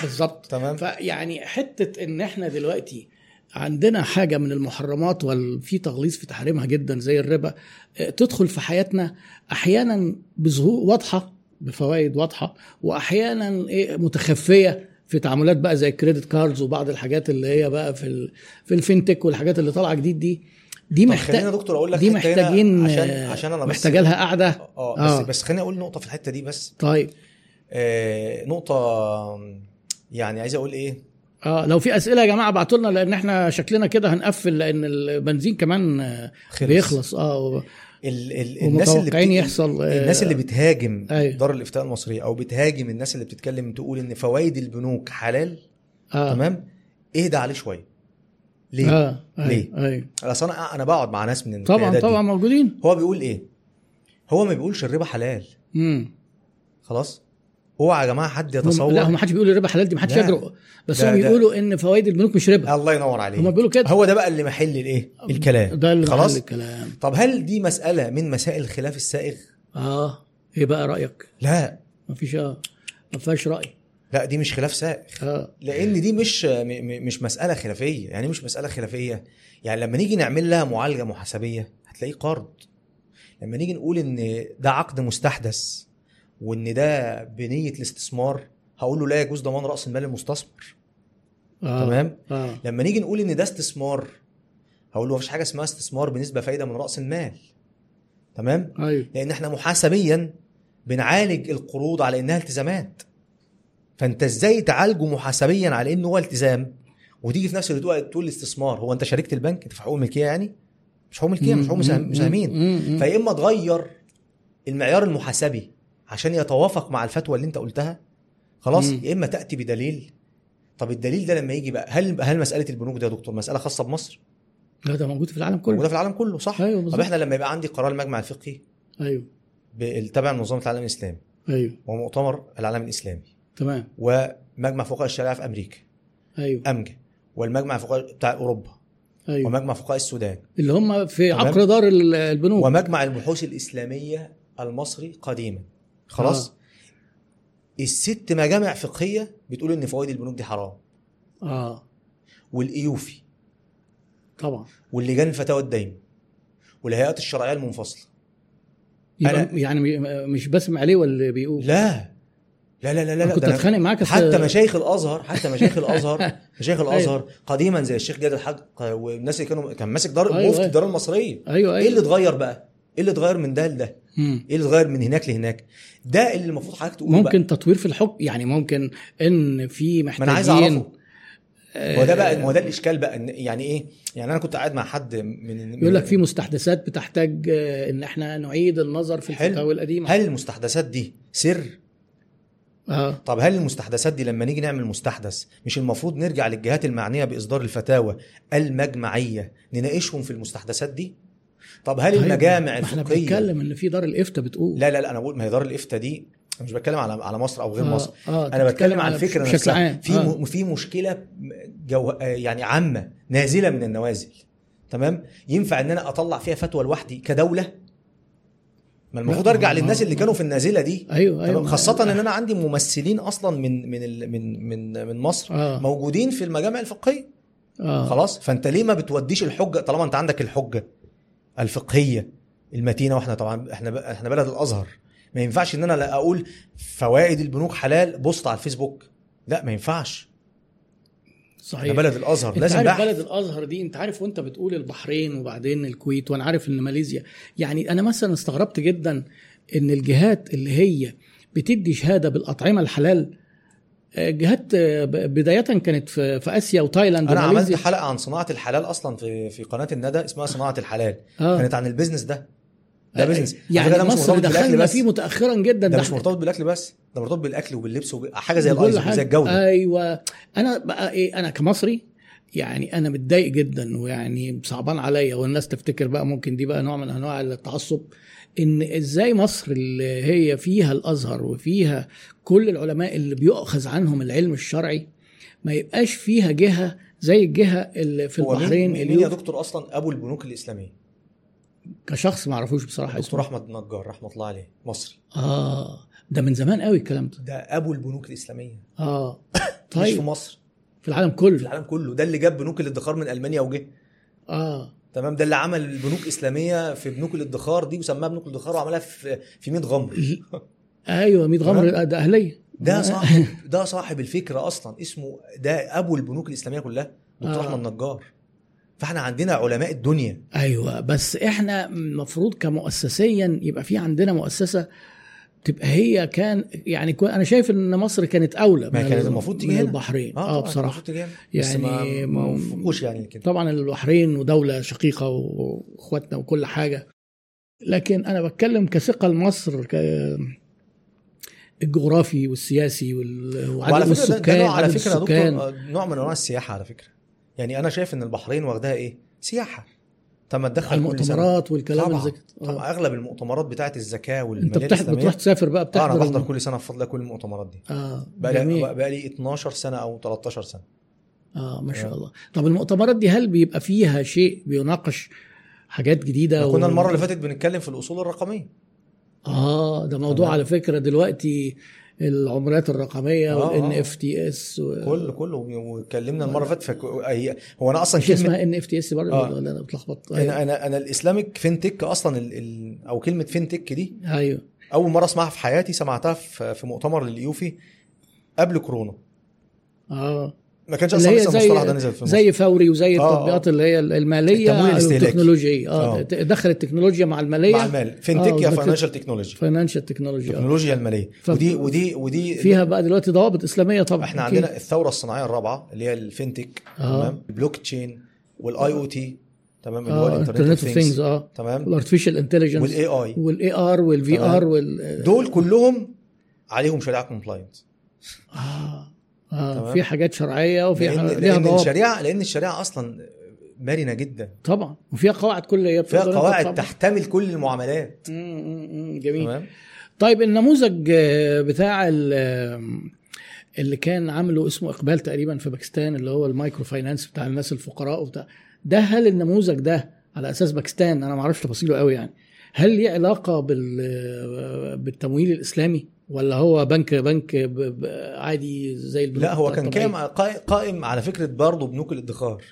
Speaker 1: بالظبط
Speaker 2: تمام.
Speaker 1: فيعني حته ان احنا دلوقتي عندنا حاجه من المحرمات وفي تغليظ في تحريمها جدا زي الربا آه، تدخل في حياتنا احيانا بظهور واضحه بفوائد واضحه واحيانا إيه متخفيه في تعاملات بقى زي الكريدت كاردز وبعض الحاجات اللي هي بقى في ال- في الفinтech والحاجات اللي طالعه جديد دي دي
Speaker 2: طب خليني يا
Speaker 1: محتاج
Speaker 2: دكتور اقول لك
Speaker 1: دي
Speaker 2: حتة هنا
Speaker 1: محتاجين
Speaker 2: عشان عشان انا بس
Speaker 1: محتاجه لها قاعده
Speaker 2: اه بس
Speaker 1: آه.
Speaker 2: بس خليني اقول نقطه في الحته دي بس
Speaker 1: طيب
Speaker 2: آه نقطه آم، يعني عايز اقول ايه
Speaker 1: اه لو في اسئله يا جماعه ابعتوا لنا لان احنا شكلنا كده هنقفل لان البنزين كمان آه،
Speaker 2: خلص.
Speaker 1: بيخلص اه و-
Speaker 2: ال ال الناس اللي
Speaker 1: ومتوقعين
Speaker 2: بت...
Speaker 1: يحصل آه،
Speaker 2: الناس اللي بتهاجم
Speaker 1: أيوة.
Speaker 2: دار الافتاء المصريه او بتهاجم الناس اللي بتتكلم تقول ان فوائد البنوك حلال
Speaker 1: آه
Speaker 2: تمام اهدى عليه شويه ليه؟ آه.
Speaker 1: اه أيوة،
Speaker 2: ليه؟
Speaker 1: أيوة.
Speaker 2: اصل انا انا بقعد مع ناس من
Speaker 1: طبعا
Speaker 2: القيادات
Speaker 1: طبعا
Speaker 2: دي.
Speaker 1: موجودين
Speaker 2: هو بيقول ايه؟ هو ما بيقولش الربا حلال
Speaker 1: امم
Speaker 2: خلاص اوعى يا جماعه حد يتصور
Speaker 1: لا هو ما حدش بيقول الربا حلال دي ما حدش
Speaker 2: لا.
Speaker 1: يجرؤ بس
Speaker 2: ده-
Speaker 1: هم
Speaker 2: ده-
Speaker 1: بيقولوا ان فوائد البنوك مش ربا
Speaker 2: الله ينور عليك
Speaker 1: هم آه. بيقولوا كده
Speaker 2: هو ده بقى اللي محل الايه الكلام
Speaker 1: ده اللي
Speaker 2: خلاص
Speaker 1: خلاص الكلام
Speaker 2: طب هل دي مساله من مسائل الخلاف السائغ
Speaker 1: اه ايه بقى رايك
Speaker 2: لا
Speaker 1: ما فيش اه ما فيهاش راي
Speaker 2: لا دي مش خلاف سائغ
Speaker 1: اه
Speaker 2: لان دي مش م- م- مش مساله خلافيه يعني إيه مش مساله خلافيه يعني لما نيجي نعمل لها معالجه محاسبيه هتلاقيه قرض لما نيجي نقول ان ده عقد مستحدث وان ده بنيه الاستثمار هقول له لا يجوز ضمان راس المال المستثمر
Speaker 1: اه
Speaker 2: تمام
Speaker 1: اه
Speaker 2: لما نيجي نقول ان ده استثمار هقول له مفيش حاجه اسمها استثمار بنسبه فايده من راس المال تمام
Speaker 1: ايوه
Speaker 2: لان احنا محاسبيا بنعالج القروض على انها التزامات فانت ازاي تعالجه محاسبيا على انه هو التزام وتيجي في نفس الوقت تقول استثمار هو انت شاركت البنك انت في حقوق ملكيه يعني مش حقوق ملكيه مش حقوق مساهم- مساهمين
Speaker 1: مساهمين
Speaker 2: فيا اما تغير المعيار المحاسبي عشان يتوافق مع الفتوى اللي انت قلتها خلاص
Speaker 1: مم.
Speaker 2: يا اما تاتي بدليل طب الدليل ده لما يجي بقى هل هل مساله البنوك ده يا دكتور مساله خاصه بمصر
Speaker 1: لا ده موجود في العالم كله
Speaker 2: وده في العالم كله صح
Speaker 1: ايوه
Speaker 2: طب
Speaker 1: بالظبط
Speaker 2: احنا لما يبقى عندي قرار المجمع الفقهي
Speaker 1: ايوه
Speaker 2: بال- تبع منظمه العالم الاسلامي
Speaker 1: ايوه
Speaker 2: ومؤتمر العالم الاسلامي
Speaker 1: تمام
Speaker 2: ومجمع فقهاء الشريعه في امريكا
Speaker 1: ايوه
Speaker 2: امجا والمجمع فقهاء بتاع اوروبا
Speaker 1: ايوه
Speaker 2: ومجمع فقهاء السودان
Speaker 1: اللي هم في
Speaker 2: أه، تمام.
Speaker 1: عقر دار ال- البنوك
Speaker 2: ومجمع البحوث الاسلاميه المصري قديما خلاص
Speaker 1: آه.
Speaker 2: الست مجامع فقهيه بتقول ان فوائد البنوك دي حرام
Speaker 1: اه
Speaker 2: والايوفي
Speaker 1: طبعا
Speaker 2: واللجان الفتاوى الدايمه والهيئات الشرعيه المنفصله
Speaker 1: يبقى
Speaker 2: أنا-
Speaker 1: يعني م- مش بسم عليه ولا بيقول
Speaker 2: لا لا لا لا لا, لا.
Speaker 1: كنت
Speaker 2: ده أنا-
Speaker 1: اتخانق معاك أصل-
Speaker 2: حتى مشايخ الازهر حتى مشايخ الازهر مشايخ
Speaker 1: أيوة.
Speaker 2: الازهر قديما زي الشيخ جاد الحق والناس اللي كانوا كان ماسك دار
Speaker 1: أيوة،
Speaker 2: مفتي
Speaker 1: أيوة.
Speaker 2: الدار المصريه
Speaker 1: ايوه
Speaker 2: ايه اللي
Speaker 1: ايوه
Speaker 2: اتغير بقى؟ ايه اللي اتغير من ده لده؟
Speaker 1: مم.
Speaker 2: ايه اللي اتغير من هناك لهناك؟ ده اللي المفروض حضرتك تقوله بقى
Speaker 1: ممكن تطوير في الحكم يعني ممكن ان في
Speaker 2: ما
Speaker 1: محتاجين
Speaker 2: انا عايز اعرفه
Speaker 1: آه،
Speaker 2: هو ده بقى هو ده الاشكال بقى إن- يعني ايه؟ يعني انا كنت قاعد مع حد من من-
Speaker 1: يقول لك في مستحدثات بتحتاج آه، ان احنا نعيد النظر في
Speaker 2: حلو.
Speaker 1: الفتاوى القديمه
Speaker 2: هل المستحدثات دي سر؟
Speaker 1: اه
Speaker 2: طب هل المستحدثات دي لما نيجي نعمل مستحدث مش المفروض نرجع للجهات المعنيه باصدار الفتاوى المجمعيه نناقشهم في المستحدثات دي؟ طب هل
Speaker 1: طيب،
Speaker 2: المجامع
Speaker 1: ما احنا
Speaker 2: الفقهيه
Speaker 1: بنتكلم ان في دار الافتاء بتقول
Speaker 2: لا لا لا انا بقول ما هي دار الافتاء دي مش بتكلم على على مصر او غير
Speaker 1: آه،
Speaker 2: مصر
Speaker 1: آه،
Speaker 2: انا بتكلم
Speaker 1: بتتكلم
Speaker 2: عن الفكره
Speaker 1: بشكل
Speaker 2: نفسها
Speaker 1: عام
Speaker 2: في
Speaker 1: آه.
Speaker 2: م... في مشكله جو... آه، يعني عامه نازله من النوازل تمام ينفع ان انا اطلع فيها فتوى لوحدي كدوله ما المفروض
Speaker 1: لا،
Speaker 2: ارجع
Speaker 1: ما-
Speaker 2: للناس
Speaker 1: ما-
Speaker 2: اللي كانوا في النازله دي
Speaker 1: ايوه
Speaker 2: تمام
Speaker 1: ايوه
Speaker 2: خاصه ان انا عندي ممثلين اصلا من من ال... من من من مصر
Speaker 1: آه.
Speaker 2: موجودين في المجامع الفقهيه
Speaker 1: آه.
Speaker 2: خلاص فانت ليه ما بتوديش الحجه طالما انت عندك الحجه الفقهيه المتينه واحنا طبعا احنا ب... احنا بلد الازهر ما ينفعش ان انا لا اقول فوائد البنوك حلال بوست على الفيسبوك لا ما ينفعش ده
Speaker 1: صحيح
Speaker 2: بلد الازهر
Speaker 1: انت
Speaker 2: لازم
Speaker 1: أيوة. عارف
Speaker 2: بحث
Speaker 1: بلد الازهر دي انت عارف وانت بتقول البحرين وبعدين الكويت وانا عارف ان ماليزيا يعني انا مثلا استغربت جدا ان الجهات اللي هي بتدي شهاده بالاطعمه الحلال آه، جهات آه، ب- بدايه كانت في في اسيا وتايلاند
Speaker 2: انا عملت
Speaker 1: وماليزيا.
Speaker 2: حلقه عن صناعه الحلال اصلا في في قناه الندى اسمها صناعه الحلال
Speaker 1: آه.
Speaker 2: كانت عن البيزنس ده ده بيزنس على فكرة
Speaker 1: يعني
Speaker 2: ده مش
Speaker 1: مصر
Speaker 2: مرتبط بالاكل
Speaker 1: دخلنا
Speaker 2: بس
Speaker 1: فيه متاخرا جدا
Speaker 2: ده مش
Speaker 1: حق-
Speaker 2: مرتبط بالاكل بس ده مرتبط بالاكل وباللبس وحاجه زي
Speaker 1: بكل
Speaker 2: الايس زي
Speaker 1: حاجة.
Speaker 2: الجوده
Speaker 1: ايوه انا بقى ايه انا كمصري يعني انا متضايق جدا ويعني صعبان عليا والناس تفتكر بقى ممكن دي بقى نوع من انواع التعصب ان ازاي مصر اللي هي فيها الازهر وفيها كل العلماء اللي بيؤخذ عنهم العلم الشرعي ما يبقاش فيها جهه زي الجهه اللي في
Speaker 2: هو مين-
Speaker 1: البحرين
Speaker 2: مين, مين يا
Speaker 1: اللي
Speaker 2: دكتور اصلا ابو البنوك الاسلاميه
Speaker 1: كشخص ما اعرفوش بصراحه
Speaker 2: دكتور
Speaker 1: اسمه
Speaker 2: احمد نجار رحمه الله عليه مصري
Speaker 1: اه ده من زمان قوي الكلام ده
Speaker 2: ده ابو البنوك الاسلاميه
Speaker 1: اه
Speaker 2: مش في
Speaker 1: طيب
Speaker 2: مصر
Speaker 1: في العالم
Speaker 2: في
Speaker 1: كله
Speaker 2: العالم كله ده اللي جاب بنوك الادخار من المانيا وجه
Speaker 1: اه
Speaker 2: تمام ده اللي عمل بنوك اسلاميه في بنوك الادخار دي وسماها بنوك الادخار وعملها في في 100 غمر
Speaker 1: ايوه 100 غمر ده اهليه
Speaker 2: ده صاحب ده صاحب الفكره اصلا اسمه ده ابو البنوك الاسلاميه كلها دكتور
Speaker 1: آه.
Speaker 2: احمد نجار فاحنا عندنا علماء الدنيا
Speaker 1: ايوه بس احنا المفروض كمؤسسيا يبقى في عندنا مؤسسه تبقى هي كان يعني كو- انا شايف ان مصر كانت اولى
Speaker 2: ما
Speaker 1: من
Speaker 2: كانت
Speaker 1: ال-
Speaker 2: المفروض تيجي
Speaker 1: من
Speaker 2: هنا.
Speaker 1: البحرين
Speaker 2: طبعاً،
Speaker 1: اه, آه بصراحه
Speaker 2: المفروض تجي هنا. بس
Speaker 1: يعني ما-
Speaker 2: ما- ما وفقوش يعني كده
Speaker 1: طبعا البحرين ودوله شقيقه واخواتنا وكل حاجه لكن انا بتكلم كثقه لمصر ك الجغرافي والسياسي وال...
Speaker 2: وعلى
Speaker 1: وعدد
Speaker 2: فكره ده- ده
Speaker 1: السكان
Speaker 2: نوع على
Speaker 1: عدد
Speaker 2: فكره يا
Speaker 1: السكان.
Speaker 2: دكتور آه، نوع من انواع السياحه على فكره يعني انا شايف ان البحرين واخداها ايه سياحه طب ما تدخل كل سنه
Speaker 1: المؤتمرات والكلام
Speaker 2: طبعا
Speaker 1: اللي زي كده. آه.
Speaker 2: طبعا اغلب المؤتمرات بتاعه الزكاه
Speaker 1: انت
Speaker 2: والماليه
Speaker 1: بتح...
Speaker 2: الاسلاميه
Speaker 1: بتروح تسافر بقى
Speaker 2: اه انا
Speaker 1: بتحضر
Speaker 2: بحضر
Speaker 1: الم-
Speaker 2: كل سنه بفضل الله كل المؤتمرات دي
Speaker 1: اه جميل
Speaker 2: بقى بقى لي 12 سنه او 13 سنه
Speaker 1: اه ما شاء
Speaker 2: آه.
Speaker 1: الله طب المؤتمرات دي هل بيبقى فيها شيء بيناقش حاجات جديده
Speaker 2: كنا
Speaker 1: و-
Speaker 2: المره اللي فاتت بنتكلم في الاصول الرقميه
Speaker 1: اه ده موضوع
Speaker 2: تمام.
Speaker 1: على فكره دلوقتي العملات الرقميه
Speaker 2: آه،
Speaker 1: والان
Speaker 2: آه.
Speaker 1: اف تي اس
Speaker 2: كله كله واتكلمنا المره اللي فاتت فك- هي- هو انا اصلا
Speaker 1: مش
Speaker 2: كلمه
Speaker 1: اسمها إيه؟ طيب. ان اف تي اس برضه
Speaker 2: آه.
Speaker 1: ولا انا بتلخبط أيوة.
Speaker 2: انا انا انا الاسلاميك فينتك اصلا ال ال او كلمه فينتك دي
Speaker 1: ايوه
Speaker 2: اول مره اسمعها في حياتي سمعتها في في مؤتمر لليوفي قبل كورونا
Speaker 1: اه
Speaker 2: ما كانش
Speaker 1: اللي
Speaker 2: اصلا
Speaker 1: هي
Speaker 2: لسه
Speaker 1: زي-
Speaker 2: المصطلح ده نزل في مصر
Speaker 1: زي فوري وزي
Speaker 2: آه، آه.
Speaker 1: التطبيقات اللي هي
Speaker 2: التمويل
Speaker 1: الماليه
Speaker 2: الاستهلاكي.
Speaker 1: والتكنولوجيا اه
Speaker 2: آه.
Speaker 1: دخل التكنولوجيا مع
Speaker 2: مع
Speaker 1: الماليه
Speaker 2: المال
Speaker 1: آه،
Speaker 2: فينتك يا
Speaker 1: وبت-
Speaker 2: فاينانشال تكنولوجي
Speaker 1: فاينانشال تكنولوجيا آه.
Speaker 2: التكنولوجيا الماليه
Speaker 1: ف-
Speaker 2: ودي ودي ودي
Speaker 1: فيها بقى دلوقتي ضوابط اسلاميه طبعا
Speaker 2: احنا
Speaker 1: أكيد.
Speaker 2: عندنا الثوره الصناعيه الرابعه اللي هي الفينتك
Speaker 1: آه.
Speaker 2: تمام البلوك تشين والاي او تي تمام اللي هو
Speaker 1: اه انترنت
Speaker 2: الانترنت
Speaker 1: اوف
Speaker 2: اوف ثينجز
Speaker 1: ثينجز اه
Speaker 2: تمام
Speaker 1: والارتفيشال انتليجنس
Speaker 2: والاي اي
Speaker 1: والاي ار والفي
Speaker 2: تمام.
Speaker 1: ار وال
Speaker 2: دول كلهم عليهم شريعه كومبلاينت
Speaker 1: اه اه
Speaker 2: آه. تمام.
Speaker 1: في حاجات شرعيه وفي
Speaker 2: لان,
Speaker 1: حاجات ليها
Speaker 2: لأن
Speaker 1: ضوابط
Speaker 2: الشريعه لان الشريعه اصلا مرنه جدا
Speaker 1: طبعا وفيها قواعد كليه
Speaker 2: فيها
Speaker 1: بتقدر أنت
Speaker 2: قواعد
Speaker 1: تطبق.
Speaker 2: تحتمل كل المعاملات
Speaker 1: مم، مم، مم، جميل
Speaker 2: تمام
Speaker 1: طيب النموذج آه، بتاع ال- آم، اللي كان عامله اسمه اقبال تقريبا في باكستان اللي هو المايكرو فاينانس بتاع الناس الفقراء وبتاع ده هل النموذج ده على اساس باكستان انا ما اعرفش تفاصيله قوي يعني هل ليه علاقه بال آه، بالتمويل الاسلامي ولا هو بنك بنك ب- ب- عادي زي البنوك
Speaker 2: لا هو كان
Speaker 1: الطبيعية؟
Speaker 2: قائم قائم على فكره برضه بنوك الادخار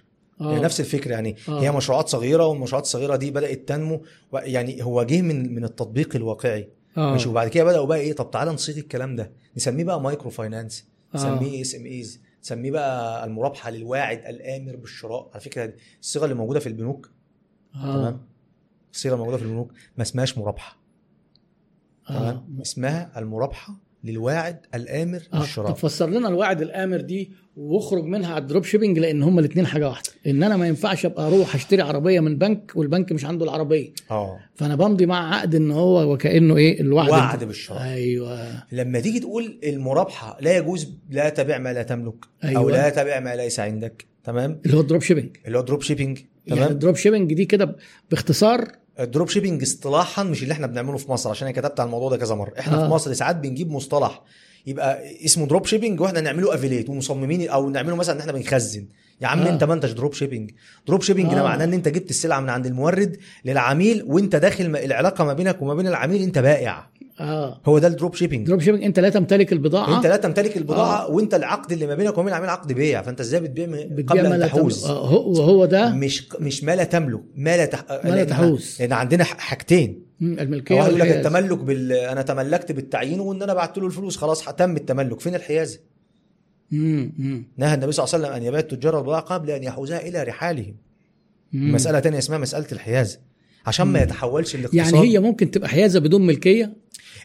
Speaker 1: آه.
Speaker 2: هي نفس الفكره يعني
Speaker 1: آه.
Speaker 2: هي مشروعات صغيره والمشروعات الصغيره دي بدات تنمو و- يعني هو جه من من التطبيق الواقعي
Speaker 1: آه.
Speaker 2: ماشي وبعد كده بداوا بقى ايه طب تعالى نصيغ الكلام ده نسميه بقى مايكرو فاينانس
Speaker 1: آه.
Speaker 2: نسميه اس ام ايز نسميه بقى المرابحه للواعد الامر بالشراء على فكره الصيغه اللي موجوده في البنوك
Speaker 1: آه.
Speaker 2: تمام الصيغه اللي موجوده في البنوك ما اسمهاش مرابحه
Speaker 1: آه.
Speaker 2: تمام اسمها المرابحه للواعد الامر
Speaker 1: آه. طب
Speaker 2: بالشراء
Speaker 1: فسر لنا الوعد الامر دي واخرج منها على الدروب شيبنج لان هما الاثنين حاجه واحده ان انا ما ينفعش ابقى اروح اشتري عربيه من بنك والبنك مش عنده العربيه
Speaker 2: اه
Speaker 1: فانا بمضي مع عقد ان هو وكانه ايه الوعد
Speaker 2: وعد
Speaker 1: ده.
Speaker 2: بالشراء
Speaker 1: ايوه
Speaker 2: لما تيجي تقول المرابحه لا يجوز لا تبيع ما لا تملك أيوة. او
Speaker 1: أيوة.
Speaker 2: لا تبيع ما ليس عندك تمام
Speaker 1: اللي هو الدروب شيبنج
Speaker 2: اللي هو دروب شيبينج
Speaker 1: يعني
Speaker 2: تمام
Speaker 1: الدروب شيبنج دي كده ب- باختصار
Speaker 2: الدروب شيبينج اصطلاحا مش اللي احنا بنعمله في مصر عشان انا كتبت على الموضوع ده كذا مره احنا
Speaker 1: آه.
Speaker 2: في مصر ساعات بنجيب مصطلح يبقى اسمه دروب شيبينج واحنا نعمله افيليت ومصممين او نعمله مثلا ان احنا بنخزن يا عم
Speaker 1: آه.
Speaker 2: آه. انت ما انتش دروب شيبينج دروب شيبينج
Speaker 1: آه.
Speaker 2: ده معناه ان انت جبت السلعه من عند المورد للعميل وانت داخل ما- العلاقه ما بينك وما بين العميل انت بائع
Speaker 1: اه
Speaker 2: هو ده الدروب شيبينج
Speaker 1: الدروب شيبنج انت لا تمتلك البضاعه
Speaker 2: انت لا تمتلك البضاعه آه. وانت العقد اللي ما بينك وبين العميل عقد بيع فانت ازاي بتبيع م-
Speaker 1: بتبيع
Speaker 2: قبل
Speaker 1: ما
Speaker 2: ان
Speaker 1: لا تملك.
Speaker 2: تحوز
Speaker 1: آه، هو وهو ده
Speaker 2: مش مش ما لا تملك ما لا تح...
Speaker 1: لا
Speaker 2: لأن-
Speaker 1: تحوز.
Speaker 2: لان عندنا ح- حاجتين
Speaker 1: مم، الملكيه
Speaker 2: واحد يقول لك
Speaker 1: والحياد.
Speaker 2: التملك بال انا تملكت بالتعيين وان انا بعت له الفلوس خلاص تم التملك فين الحيازه
Speaker 1: مم، مم،
Speaker 2: نهى النبي صلى الله عليه وسلم ان يبيع التجار والبضاعه قبل ان يحوزها الى رحالهم
Speaker 1: مم.
Speaker 2: مساله تانية اسمها مساله الحيازه عشان ما يتحولش الاقتصاد
Speaker 1: يعني هي ممكن تبقى حيازه بدون ملكيه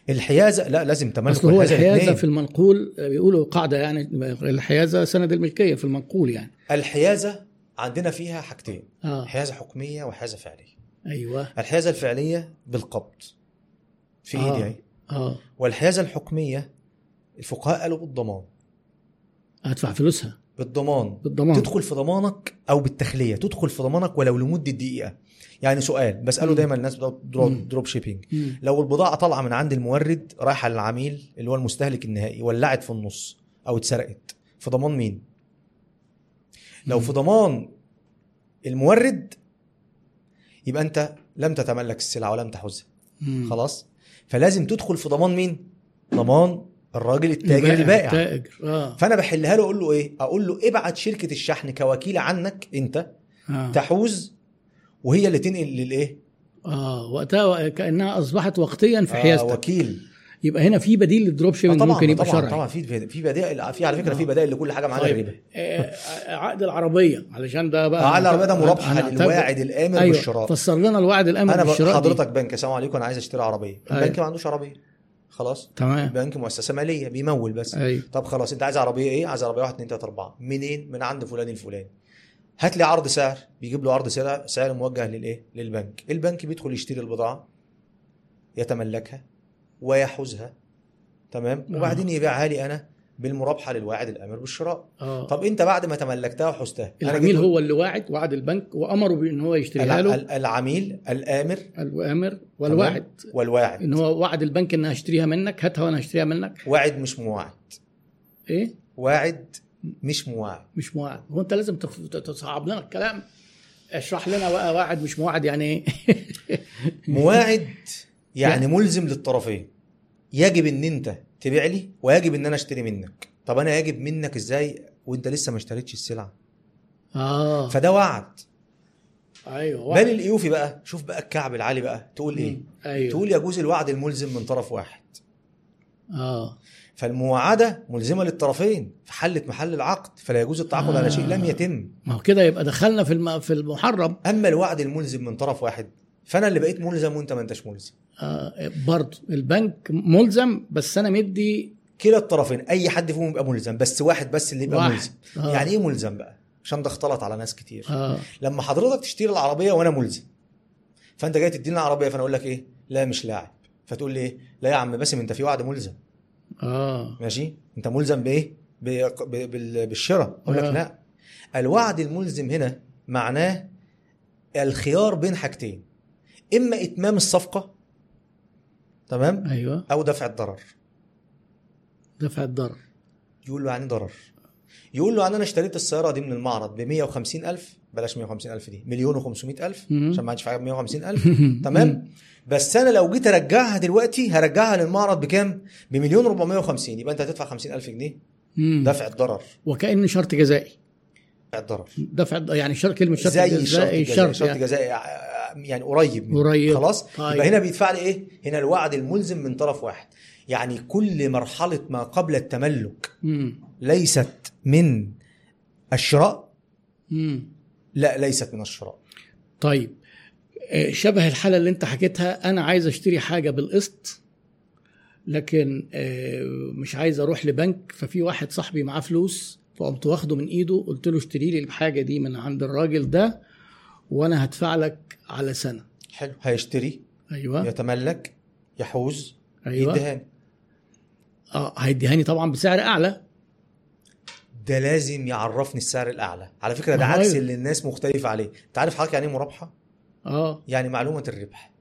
Speaker 2: الحيازه لا لازم تملك
Speaker 1: اصل هو
Speaker 2: والحيازه
Speaker 1: الحيازه
Speaker 2: الاتنين.
Speaker 1: في المنقول بيقولوا قاعده يعني الحيازه سند الملكيه في المنقول يعني
Speaker 2: الحيازه عندنا فيها حاجتين
Speaker 1: اه
Speaker 2: حيازه حكميه وحيازه فعليه
Speaker 1: ايوه
Speaker 2: الحيازه الفعليه بالقبض في
Speaker 1: آه.
Speaker 2: ايدي اهي
Speaker 1: اه
Speaker 2: والحيازه الحكميه الفقهاء قالوا بالضمان
Speaker 1: هدفع فلوسها
Speaker 2: بالضمان
Speaker 1: بالضمان
Speaker 2: تدخل في ضمانك او بالتخليه تدخل في ضمانك ولو لمده دقيقه يعني سؤال بساله
Speaker 1: مم.
Speaker 2: دايما الناس بتوع
Speaker 1: مم.
Speaker 2: درو- دروب شيبينج
Speaker 1: مم.
Speaker 2: لو البضاعه طالعه من عند المورد رايحه للعميل اللي هو المستهلك النهائي ولعت في النص او اتسرقت في ضمان مين لو في ضمان المورد يبقى انت لم تتملك السلعه ولم تحوزها
Speaker 1: مم.
Speaker 2: خلاص فلازم تدخل في ضمان مين ضمان الراجل التاجر البائع
Speaker 1: التاجر اه
Speaker 2: فانا بحلها له اقول له ايه اقول له ابعت شركه الشحن كوكيله عنك انت
Speaker 1: آه.
Speaker 2: تحوز وهي اللي تنقل للايه
Speaker 1: اه وقتها كانها اصبحت وقتيا في
Speaker 2: آه
Speaker 1: حيازتك
Speaker 2: وكيل
Speaker 1: يبقى هنا في بديل للدروب
Speaker 2: آه
Speaker 1: شيبنج ممكن يبقى
Speaker 2: طبعا
Speaker 1: شرعي
Speaker 2: طبعا في في بدائل في على فكره
Speaker 1: آه.
Speaker 2: في بدائل لكل حاجه معانا
Speaker 1: طيب.
Speaker 2: الربا
Speaker 1: آه، آه، عقد العربيه علشان ده بقى
Speaker 2: على الربا ده مربحا
Speaker 1: هنعتبر-
Speaker 2: للواعد الامر
Speaker 1: أيوة.
Speaker 2: بالشراء
Speaker 1: فسر لنا الوعد الامن
Speaker 2: انا ب-
Speaker 1: بالشراء دي.
Speaker 2: حضرتك بنك السلام عليكم انا عايز اشتري عربيه البنك
Speaker 1: أيوة.
Speaker 2: ما عندوش عربيه خلاص
Speaker 1: تمام
Speaker 2: البنك مؤسسه ماليه بيمول بس
Speaker 1: ايوه
Speaker 2: طب خلاص انت عايز عربيه ايه عايز عربيه 1 2 3 4 منين من عند فلان الفلاني هات لي عرض سعر بيجيب له عرض سعر سعر موجه للايه للبنك البنك بيدخل يشتري البضاعه يتملكها ويحوزها تمام
Speaker 1: آه.
Speaker 2: وبعدين يبيعها لي انا بالمرابحه للواعد الامر بالشراء
Speaker 1: اه
Speaker 2: طب انت بعد ما تملكتها وحوزتها أنا
Speaker 1: العميل
Speaker 2: جيت-
Speaker 1: هو اللي واعد وعد البنك وامره بان هو يشتريها
Speaker 2: الع-
Speaker 1: له
Speaker 2: ال- العميل الامر
Speaker 1: الامر والواعد
Speaker 2: والواعد
Speaker 1: ان هو وعد البنك ان هشتريها منك هاتها وانا هشتريها منك
Speaker 2: واعد مش مواعد
Speaker 1: ايه
Speaker 2: واعد مش مواعد
Speaker 1: مش موعد هو انت لازم تخ- ت- تصعب لنا الكلام اشرح لنا بقى واعد مش موعد يعني ايه
Speaker 2: مواعد يعني ملزم للطرفين يجب ان انت تبيع لي ويجب ان انا اشتري منك طب انا يجب منك ازاي وانت لسه ما اشتريتش السلعه
Speaker 1: اه
Speaker 2: فده وعد
Speaker 1: ايوه
Speaker 2: بل
Speaker 1: وعد
Speaker 2: الايوفي بقى شوف بقى الكعب العالي بقى تقول ايه
Speaker 1: مم. ايوه
Speaker 2: تقول يجوز الوعد الملزم من طرف واحد
Speaker 1: اه
Speaker 2: فالمواعده ملزمه للطرفين في حله محل العقد فلا يجوز التعاقد على شيء لم
Speaker 1: آه.
Speaker 2: يتم
Speaker 1: ما هو كده يبقى دخلنا في الم... في المحرم
Speaker 2: اما الوعد الملزم من طرف واحد فانا اللي بقيت ملزم وانت ما انتش ملزم
Speaker 1: آه برضه البنك ملزم بس انا مدي
Speaker 2: كلا الطرفين اي حد فيهم يبقى ملزم بس واحد بس اللي يبقى
Speaker 1: واحد.
Speaker 2: ملزم
Speaker 1: آه.
Speaker 2: يعني ايه ملزم بقى عشان ده اختلط على ناس كتير
Speaker 1: اه
Speaker 2: لما حضرتك تشتري العربيه وانا ملزم فانت جاي تديني العربيه فانا اقول لك ايه لا مش لاعب فتقول لي ايه لا يا عم باسم انت في وعد ملزم
Speaker 1: اه
Speaker 2: ماشي انت ملزم بايه ب- ب- بال- بالشراء اقول لك
Speaker 1: آه.
Speaker 2: لا الوعد الملزم هنا معناه الخيار بين حاجتين اما اتمام الصفقه تمام
Speaker 1: ايوه
Speaker 2: او دفع الضرر
Speaker 1: دفع الضرر
Speaker 2: يقول له يعني ضرر يقول له يعني انا اشتريت السياره دي من المعرض ب 150000 بلاش 150000 دي مليون و500000
Speaker 1: مم.
Speaker 2: عشان ما عادش في حاجه 150000 تمام بس انا لو جيت ارجعها دلوقتي هرجعها للمعرض بكام بمليون و450 يبقى انت هتدفع 50000 جنيه
Speaker 1: مم.
Speaker 2: دفع الضرر
Speaker 1: وكأنه شرط جزائي
Speaker 2: دفع الضرر
Speaker 1: دفع الض- يعني شرط كلمه شرط
Speaker 2: زي الشرط
Speaker 1: جزائي
Speaker 2: الجزائي
Speaker 1: شرط
Speaker 2: الشرط
Speaker 1: يعني.
Speaker 2: الجزائي ع- يعني قريب منه.
Speaker 1: قريب.
Speaker 2: خلاص
Speaker 1: طيب.
Speaker 2: يبقى هنا بيدفع لي ايه هنا الوعد الملزم من طرف واحد يعني كل مرحله ما قبل التملك
Speaker 1: مم.
Speaker 2: ليست من الشراء
Speaker 1: مم.
Speaker 2: لا ليست من الشراء
Speaker 1: طيب آه، شبه الحاله اللي انت حكيتها انا عايز اشتري حاجه بالقسط لكن آه، مش عايز اروح لبنك ففي واحد صاحبي معاه فلوس فقمت واخده من ايده قلت له اشتري لي الحاجه دي من عند الراجل ده وانا هدفع لك على سنه
Speaker 2: حلو هيشتري
Speaker 1: ايوه
Speaker 2: يتملك يحوز
Speaker 1: ايوه
Speaker 2: يدهان
Speaker 1: اه هيديهاني طبعا بسعر اعلى
Speaker 2: ده لازم يعرفني السعر الاعلى على فكره ده
Speaker 1: ما هو
Speaker 2: عكس
Speaker 1: أيوة.
Speaker 2: اللي الناس مختلفه عليه انت عارف حضرتك يعني ايه مرابحه
Speaker 1: اه
Speaker 2: يعني معلومه الربح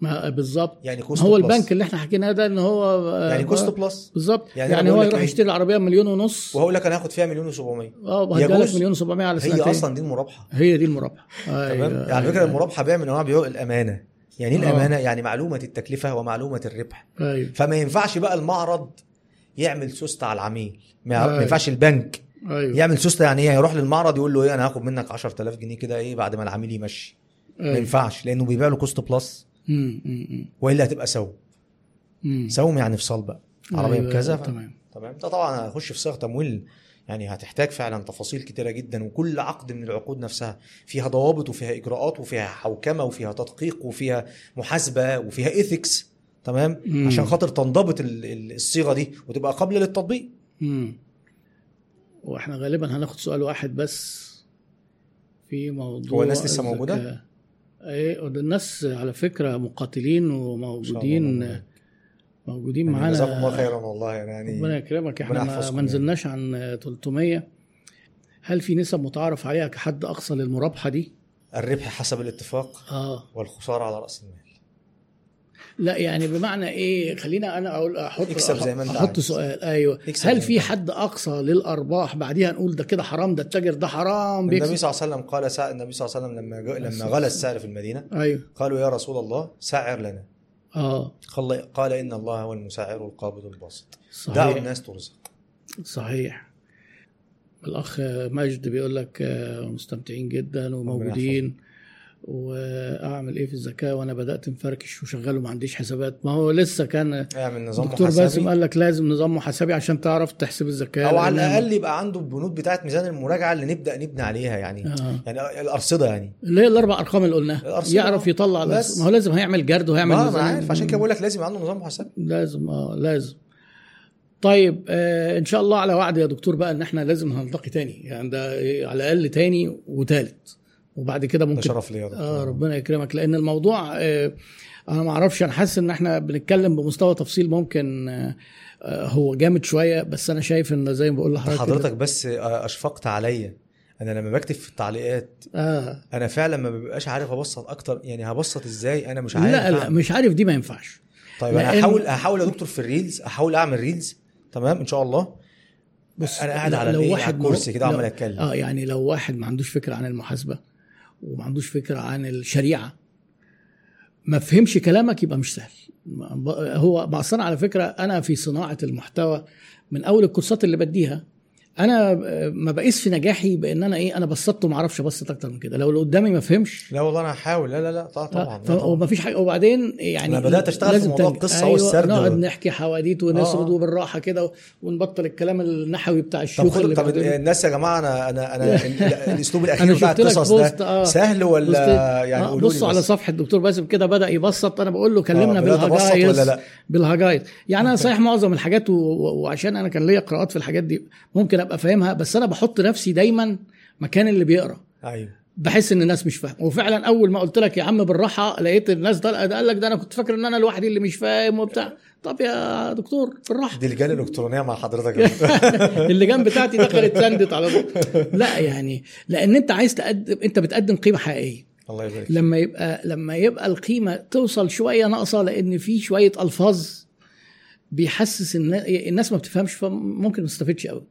Speaker 1: ما بالظبط
Speaker 2: يعني كوست
Speaker 1: هو
Speaker 2: بلس.
Speaker 1: البنك اللي احنا حكيناه ده ان هو آه،
Speaker 2: يعني كوست
Speaker 1: هو-
Speaker 2: بلس
Speaker 1: بالظبط يعني,
Speaker 2: يعني أنا
Speaker 1: يعني هو
Speaker 2: بقول لك
Speaker 1: يروح
Speaker 2: إيه؟
Speaker 1: يشتري العربيه بمليون ونص
Speaker 2: وهقول لك انا هاخد فيها مليون و700
Speaker 1: اه وهديها
Speaker 2: يجوز.
Speaker 1: مليون و700 على سنتين
Speaker 2: هي اصلا دي المرابحه
Speaker 1: هي دي أيوة. المرابحه
Speaker 2: تمام يعني على فكره المرابحه بيع من انواع بيوع الامانه يعني ايه
Speaker 1: آه.
Speaker 2: الامانه يعني معلومه التكلفه ومعلومه الربح
Speaker 1: ايوه
Speaker 2: فما ينفعش بقى المعرض يعمل سوست على العميل ما
Speaker 1: أيوة.
Speaker 2: ما ينفعش البنك
Speaker 1: ايوه
Speaker 2: يعمل سوسته يعني ايه هيروح للمعرض يقول له ايه انا هاخد منك 10000 جنيه كده ايه بعد ما العميل يمشي ما
Speaker 1: ايوه
Speaker 2: ينفعش لانه بيبيع له كوست بلس
Speaker 1: مم، مم، مم،
Speaker 2: والا هتبقى سوم
Speaker 1: مم.
Speaker 2: سوم يعني فصال بقى عربيه
Speaker 1: أيوة،
Speaker 2: بكذا ف-
Speaker 1: تمام
Speaker 2: تمام ده طبعا هيخش في صيغه تمويل يعني هتحتاج فعلا تفاصيل كتيره جدا وكل عقد من العقود نفسها فيها ضوابط وفيها اجراءات وفيها حوكمه وفيها تدقيق وفيها محاسبه وفيها ايثكس تمام
Speaker 1: مم.
Speaker 2: عشان خاطر تنضبط ال- ال- الصيغه دي وتبقى قابله للتطبيق
Speaker 1: مم. واحنا غالبا هناخد سؤال واحد بس في موضوع
Speaker 2: هو الناس لسه
Speaker 1: الذكاء.
Speaker 2: موجودة؟
Speaker 1: ايه ده الناس على فكره مقاتلين وموجودين موجودين
Speaker 2: معانا يعني جزاكم الله
Speaker 1: معانا
Speaker 2: خيرا والله يعني
Speaker 1: ربنا يكرمك احنا
Speaker 2: ربنا
Speaker 1: ما-
Speaker 2: يحفظكم
Speaker 1: ما
Speaker 2: يعني.
Speaker 1: نزلناش عن 300 هل في نسب متعارف عليها كحد اقصى للمرابحه دي؟
Speaker 2: الربح حسب الاتفاق
Speaker 1: اه
Speaker 2: والخساره على راس المال
Speaker 1: لا يعني بمعنى ايه خلينا انا اقول احط
Speaker 2: اكسب زي ما انت
Speaker 1: احط
Speaker 2: عايز.
Speaker 1: سؤال ايوه
Speaker 2: اكسب زي
Speaker 1: هل
Speaker 2: ما
Speaker 1: في
Speaker 2: انت
Speaker 1: حد اقصى للارباح بعديها نقول ده كده حرام ده التاجر ده حرام
Speaker 2: النبي
Speaker 1: بيكسب
Speaker 2: صلى الله عليه وسلم قال سع... النبي صلى الله عليه وسلم لما جو... لما غلى السعر في المدينه
Speaker 1: ايوه
Speaker 2: قالوا يا رسول الله سعر لنا
Speaker 1: اه
Speaker 2: قال قال ان الله هو المسعر القابض الباسط دعوا
Speaker 1: صحيح
Speaker 2: الناس ترزق
Speaker 1: صحيح الاخ مجد بيقول لك آه، مستمتعين جدا وموجودين واعمل ايه في الزكاه وانا بدات مفركش وشغال وما عنديش حسابات ما هو لسه كان
Speaker 2: اعمل إيه، نظام
Speaker 1: دكتور
Speaker 2: محاسبي
Speaker 1: باسم قال لك لازم نظام محاسبي عشان تعرف تحسب الزكاه
Speaker 2: او على
Speaker 1: لأن-
Speaker 2: الاقل يبقى عنده البنود بتاعه ميزان المراجعه اللي نبدا نبني عليها يعني
Speaker 1: آه.
Speaker 2: يعني الارصده يعني
Speaker 1: اللي هي الاربع ارقام اللي قلناها
Speaker 2: الأرصدة.
Speaker 1: يعرف يطلع
Speaker 2: بس.
Speaker 1: بس. ما هو لازم هيعمل جرد وهيعمل
Speaker 2: ما انا
Speaker 1: ميزان.
Speaker 2: عارف عشان كده بقول لك لازم يبقى عنده نظام محاسبي
Speaker 1: لازم اه لازم طيب آه ان شاء الله على وعد يا دكتور بقى ان احنا لازم هنلتقي تاني يعني ده آه، على الاقل تاني وتالت وبعد كده
Speaker 2: ده
Speaker 1: ممكن
Speaker 2: شرف ليا يا دكتور.
Speaker 1: اه ربنا يكرمك لان الموضوع آه انا ما اعرفش انا حاسس ان احنا بنتكلم بمستوى تفصيل ممكن آه آه، هو جامد شويه بس انا شايف ان زي ما بقول
Speaker 2: ده
Speaker 1: لحضرتك
Speaker 2: حضرتك بس آه، اشفقت عليا انا لما بكتب في التعليقات
Speaker 1: كده- اه
Speaker 2: انا فعلا ما ببقاش عارف ابسط اكتر يعني هبسط ازاي انا مش عارف
Speaker 1: لا لا
Speaker 2: أعمل.
Speaker 1: مش عارف دي ما ينفعش
Speaker 2: طيب انا
Speaker 1: لأن-
Speaker 2: هحاول هحاول يا دكتور في الريلز هحاول اعمل ريلز تمام ان شاء الله
Speaker 1: بص
Speaker 2: أنا قاعد
Speaker 1: لو-
Speaker 2: على
Speaker 1: لو
Speaker 2: الإيه؟ على
Speaker 1: واحد
Speaker 2: الكرسي
Speaker 1: مو-
Speaker 2: كده عمال
Speaker 1: لو-
Speaker 2: أتكلم.
Speaker 1: اه يعني لو واحد ما عندوش فكره عن المحاسبه وما عندوش فكره عن الشريعه ما فهمش كلامك يبقى مش سهل ما- ب- هو ما اصلا على فكره انا في صناعه المحتوى من اول الكورسات اللي بديها انا آه، ما بقيس في نجاحي بان انا ايه انا بسطت وما اعرفش ابسط اكتر من كده لو اللي قدامي ما فهمش
Speaker 2: لا والله انا هحاول لا لا لا طبعا, طبعا. لا طبعا.
Speaker 1: وما فيش حاجه وبعدين يعني
Speaker 2: أنا بدأت أشتغل في
Speaker 1: لازم
Speaker 2: موضوع
Speaker 1: تنج-
Speaker 2: القصة
Speaker 1: أيوة،
Speaker 2: والسرد
Speaker 1: نقعد
Speaker 2: و-
Speaker 1: نحكي حواديت
Speaker 2: آه،
Speaker 1: ونسرد
Speaker 2: آه.
Speaker 1: وبالراحه كده ونبطل الكلام النحوي بتاع
Speaker 2: طب
Speaker 1: الشيوخ
Speaker 2: خد
Speaker 1: اللي
Speaker 2: طب يعني
Speaker 1: بيقعدوا-
Speaker 2: الناس يا جماعه انا انا انا ال- ال- الاسلوب الاخير
Speaker 1: أنا
Speaker 2: بتاع
Speaker 1: شفت لك
Speaker 2: القصص
Speaker 1: بوست،
Speaker 2: ده
Speaker 1: آه.
Speaker 2: سهل ولا
Speaker 1: بوست-
Speaker 2: يعني
Speaker 1: آه،
Speaker 2: قولوا
Speaker 1: بصوا
Speaker 2: لي
Speaker 1: على
Speaker 2: بس.
Speaker 1: صفحه الدكتور باسم كده بدا يبسط انا بقول له كلمنا
Speaker 2: آه، بدأت أبسط
Speaker 1: بالهجايز
Speaker 2: ولا لا؟
Speaker 1: بالهجايز يعني انا صحيح معظم الحاجات و- و- وعشان انا كان ليا قراءات في الحاجات دي ممكن ابقى فاهمها بس انا بحط نفسي دايما مكان اللي بيقرا
Speaker 2: ايوه
Speaker 1: بحس ان الناس مش فاهمه وفعلا اول ما قلت لك يا عم بالراحه لقيت الناس ده ده قال لك ده انا كنت فاكر ان انا لوحدي اللي مش فاهم وبتاع طب يا دكتور بالراحه
Speaker 2: دي الجاليه الالكترونيه مع حضرتك يا دكتور.
Speaker 1: اللي جنب بتاعتي دخلت سندت على طول لا يعني لان انت عايز تقدم انت بتقدم قيمه حقيقيه
Speaker 2: الله يبارك فيك.
Speaker 1: لما يبقى لما يبقى القيمه توصل شويه ناقصه لان في شويه الفاظ بيحسس ان الناس ما بتفهمش فممكن ما تستفدش قوي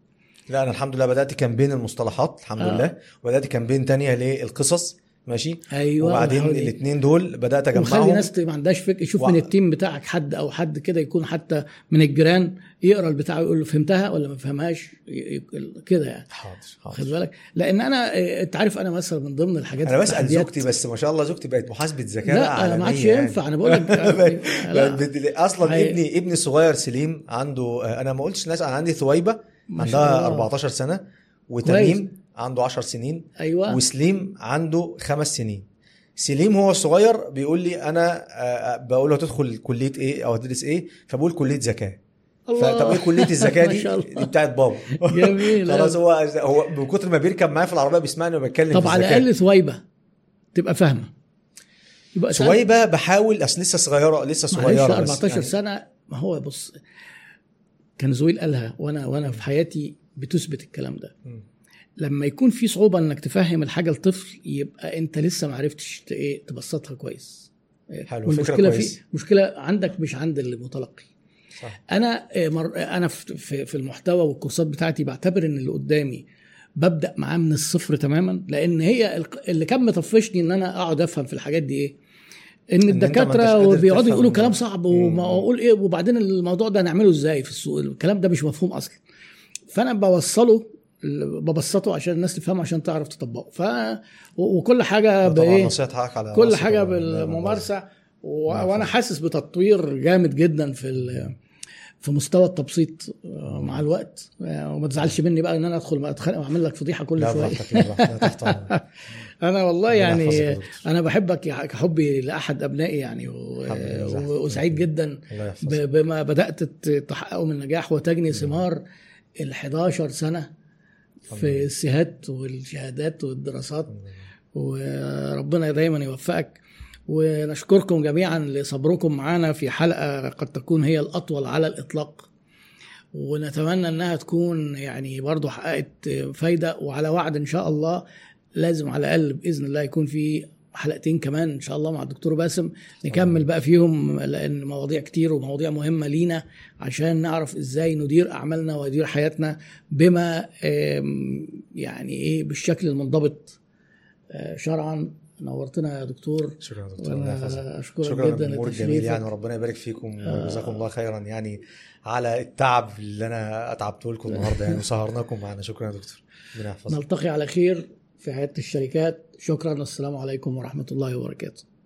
Speaker 2: لا انا الحمد لله بدات كامبين المصطلحات الحمد
Speaker 1: آه.
Speaker 2: لله وبدات كامبين تانية للقصص ماشي
Speaker 1: ايوه
Speaker 2: أيوة، وبعدين
Speaker 1: وحاول-
Speaker 2: الاثنين دول بدات
Speaker 1: وخلي
Speaker 2: اجمعهم
Speaker 1: ناس ما عندهاش فكره شوف
Speaker 2: وع-
Speaker 1: من التيم بتاعك حد او حد كده يكون حتى من الجيران يقرا البتاع ويقول له فهمتها ولا ما فهمهاش ي- ي- كده يعني
Speaker 2: حاضر
Speaker 1: خد
Speaker 2: حاضر
Speaker 1: بالك لان انا آه، انت عارف انا مثلا من ضمن الحاجات
Speaker 2: انا بسال
Speaker 1: التحديات-
Speaker 2: زوجتي بس ما شاء الله زوجتي بقت محاسبه ذكاء
Speaker 1: لا أنا ما عادش
Speaker 2: عالمية يعني.
Speaker 1: ينفع انا بقول لك آه،
Speaker 2: بقت
Speaker 1: لا،
Speaker 2: بت- اصلا
Speaker 1: هي-
Speaker 2: ابني ابني الصغير سليم عنده آه، انا ما قلتش ناس انا عندي ثويبه
Speaker 1: ما شاء
Speaker 2: عندها
Speaker 1: الله.
Speaker 2: 14 سنه وتميم عنده 10 سنين
Speaker 1: ايوه
Speaker 2: وسليم عنده خمس سنين سليم هو الصغير بيقول لي انا آه، آه، بقول له تدخل كليه ايه او هتدرس ايه فبقول كليه زكاه
Speaker 1: الله.
Speaker 2: طب ايه كليه الزكاه
Speaker 1: ما
Speaker 2: دي
Speaker 1: شاء
Speaker 2: دي
Speaker 1: الله.
Speaker 2: بتاعت بابا
Speaker 1: جميل
Speaker 2: خلاص
Speaker 1: أوي.
Speaker 2: هو هو من كتر ما بيركب معايا في العربيه بيسمعني وبتكلم
Speaker 1: طب على الاقل ثويبه تبقى فاهمه يبقى سأل-
Speaker 2: ثويبه بحاول اصل لسه صغيره لسه
Speaker 1: معلش
Speaker 2: صغيره بس
Speaker 1: 14
Speaker 2: يعني.
Speaker 1: سنه ما هو بص كان زويل قالها وانا وانا في حياتي بتثبت الكلام ده
Speaker 2: مم.
Speaker 1: لما يكون في صعوبه انك تفهم الحاجه لطفل يبقى انت لسه ما عرفتش ت- ايه تبسطها كويس إيه،
Speaker 2: حلو،
Speaker 1: والمشكلة
Speaker 2: فكرة كويس.
Speaker 1: في مشكله عندك مش عند المتلقي
Speaker 2: صح.
Speaker 1: انا آه، مر... آه، انا في- في في المحتوى والكورسات بتاعتي بعتبر ان اللي قدامي ببدا معاه من الصفر تماما لان هي الق- اللي كان مطفشني ان انا اقعد افهم في الحاجات دي ايه ان
Speaker 2: انت ما انتش
Speaker 1: الدكاتره
Speaker 2: قادر
Speaker 1: بيقعدوا
Speaker 2: تفهم
Speaker 1: يقولوا
Speaker 2: ده.
Speaker 1: كلام صعب
Speaker 2: مم.
Speaker 1: وما اقول ايه وبعدين الموضوع ده هنعمله ازاي في السوق الكلام ده مش مفهوم اصلا فانا بوصله ببسطه عشان الناس تفهمه عشان تعرف تطبقه ف و- وكل حاجه
Speaker 2: طبعا
Speaker 1: بايه
Speaker 2: نصيحة حقك على
Speaker 1: إيه، كل
Speaker 2: راسي
Speaker 1: حاجه
Speaker 2: طبعاً. لا، لا، لا.
Speaker 1: بالممارسه و...
Speaker 2: نعم.
Speaker 1: وانا حاسس بتطوير جامد جدا في ال... في مستوى التبسيط آه، مع الوقت آه، وما تزعلش مني بقى ان انا ادخل اتخانق واعمل لك فضيحه كل
Speaker 2: لا
Speaker 1: شويه
Speaker 2: براحتك لا براحتك، لا تحت
Speaker 1: انا والله
Speaker 2: ربنا
Speaker 1: يعني
Speaker 2: يحفظك يا دكتور.
Speaker 1: انا بحبك يا- كحبي لاحد ابنائي يعني و-
Speaker 2: حبيبي، الله يحفظك.
Speaker 1: و- وسعيد جدا
Speaker 2: الله
Speaker 1: ب-
Speaker 2: يحفظك
Speaker 1: بما بدات ت- تحققه من نجاح وتجني ثمار ال 11 سنه في السهات والشهادات والدراسات وربنا دايما يوفقك ونشكركم جميعا لصبركم معنا في حلقه قد تكون هي الاطول على الاطلاق ونتمنى انها تكون يعني برضو حققت فايده وعلى وعد ان شاء الله لازم على الاقل باذن الله يكون في حلقتين كمان ان شاء الله مع الدكتور باسم نكمل بقى فيهم لان مواضيع كتير ومواضيع مهمه لينا عشان نعرف ازاي ندير اعمالنا وندير حياتنا بما آم، يعني ايه بالشكل المنضبط آه، شرعا نورتنا يا دكتور
Speaker 2: شكرا يا دكتور الله يحفظك
Speaker 1: وانا اشكرك
Speaker 2: شكرا
Speaker 1: جدا
Speaker 2: للجمهور الجميل يعني
Speaker 1: لتشريفك
Speaker 2: وربنا يبارك فيكم
Speaker 1: آه.
Speaker 2: وجزاكم الله خيرا يعني على التعب اللي انا اتعبته لكم النهارده يعني وسهرناكم معانا شكرا يا دكتور ربنا يحفظك
Speaker 1: نلتقي على خير في حياه الشركات شكرا والسلام عليكم ورحمه الله وبركاته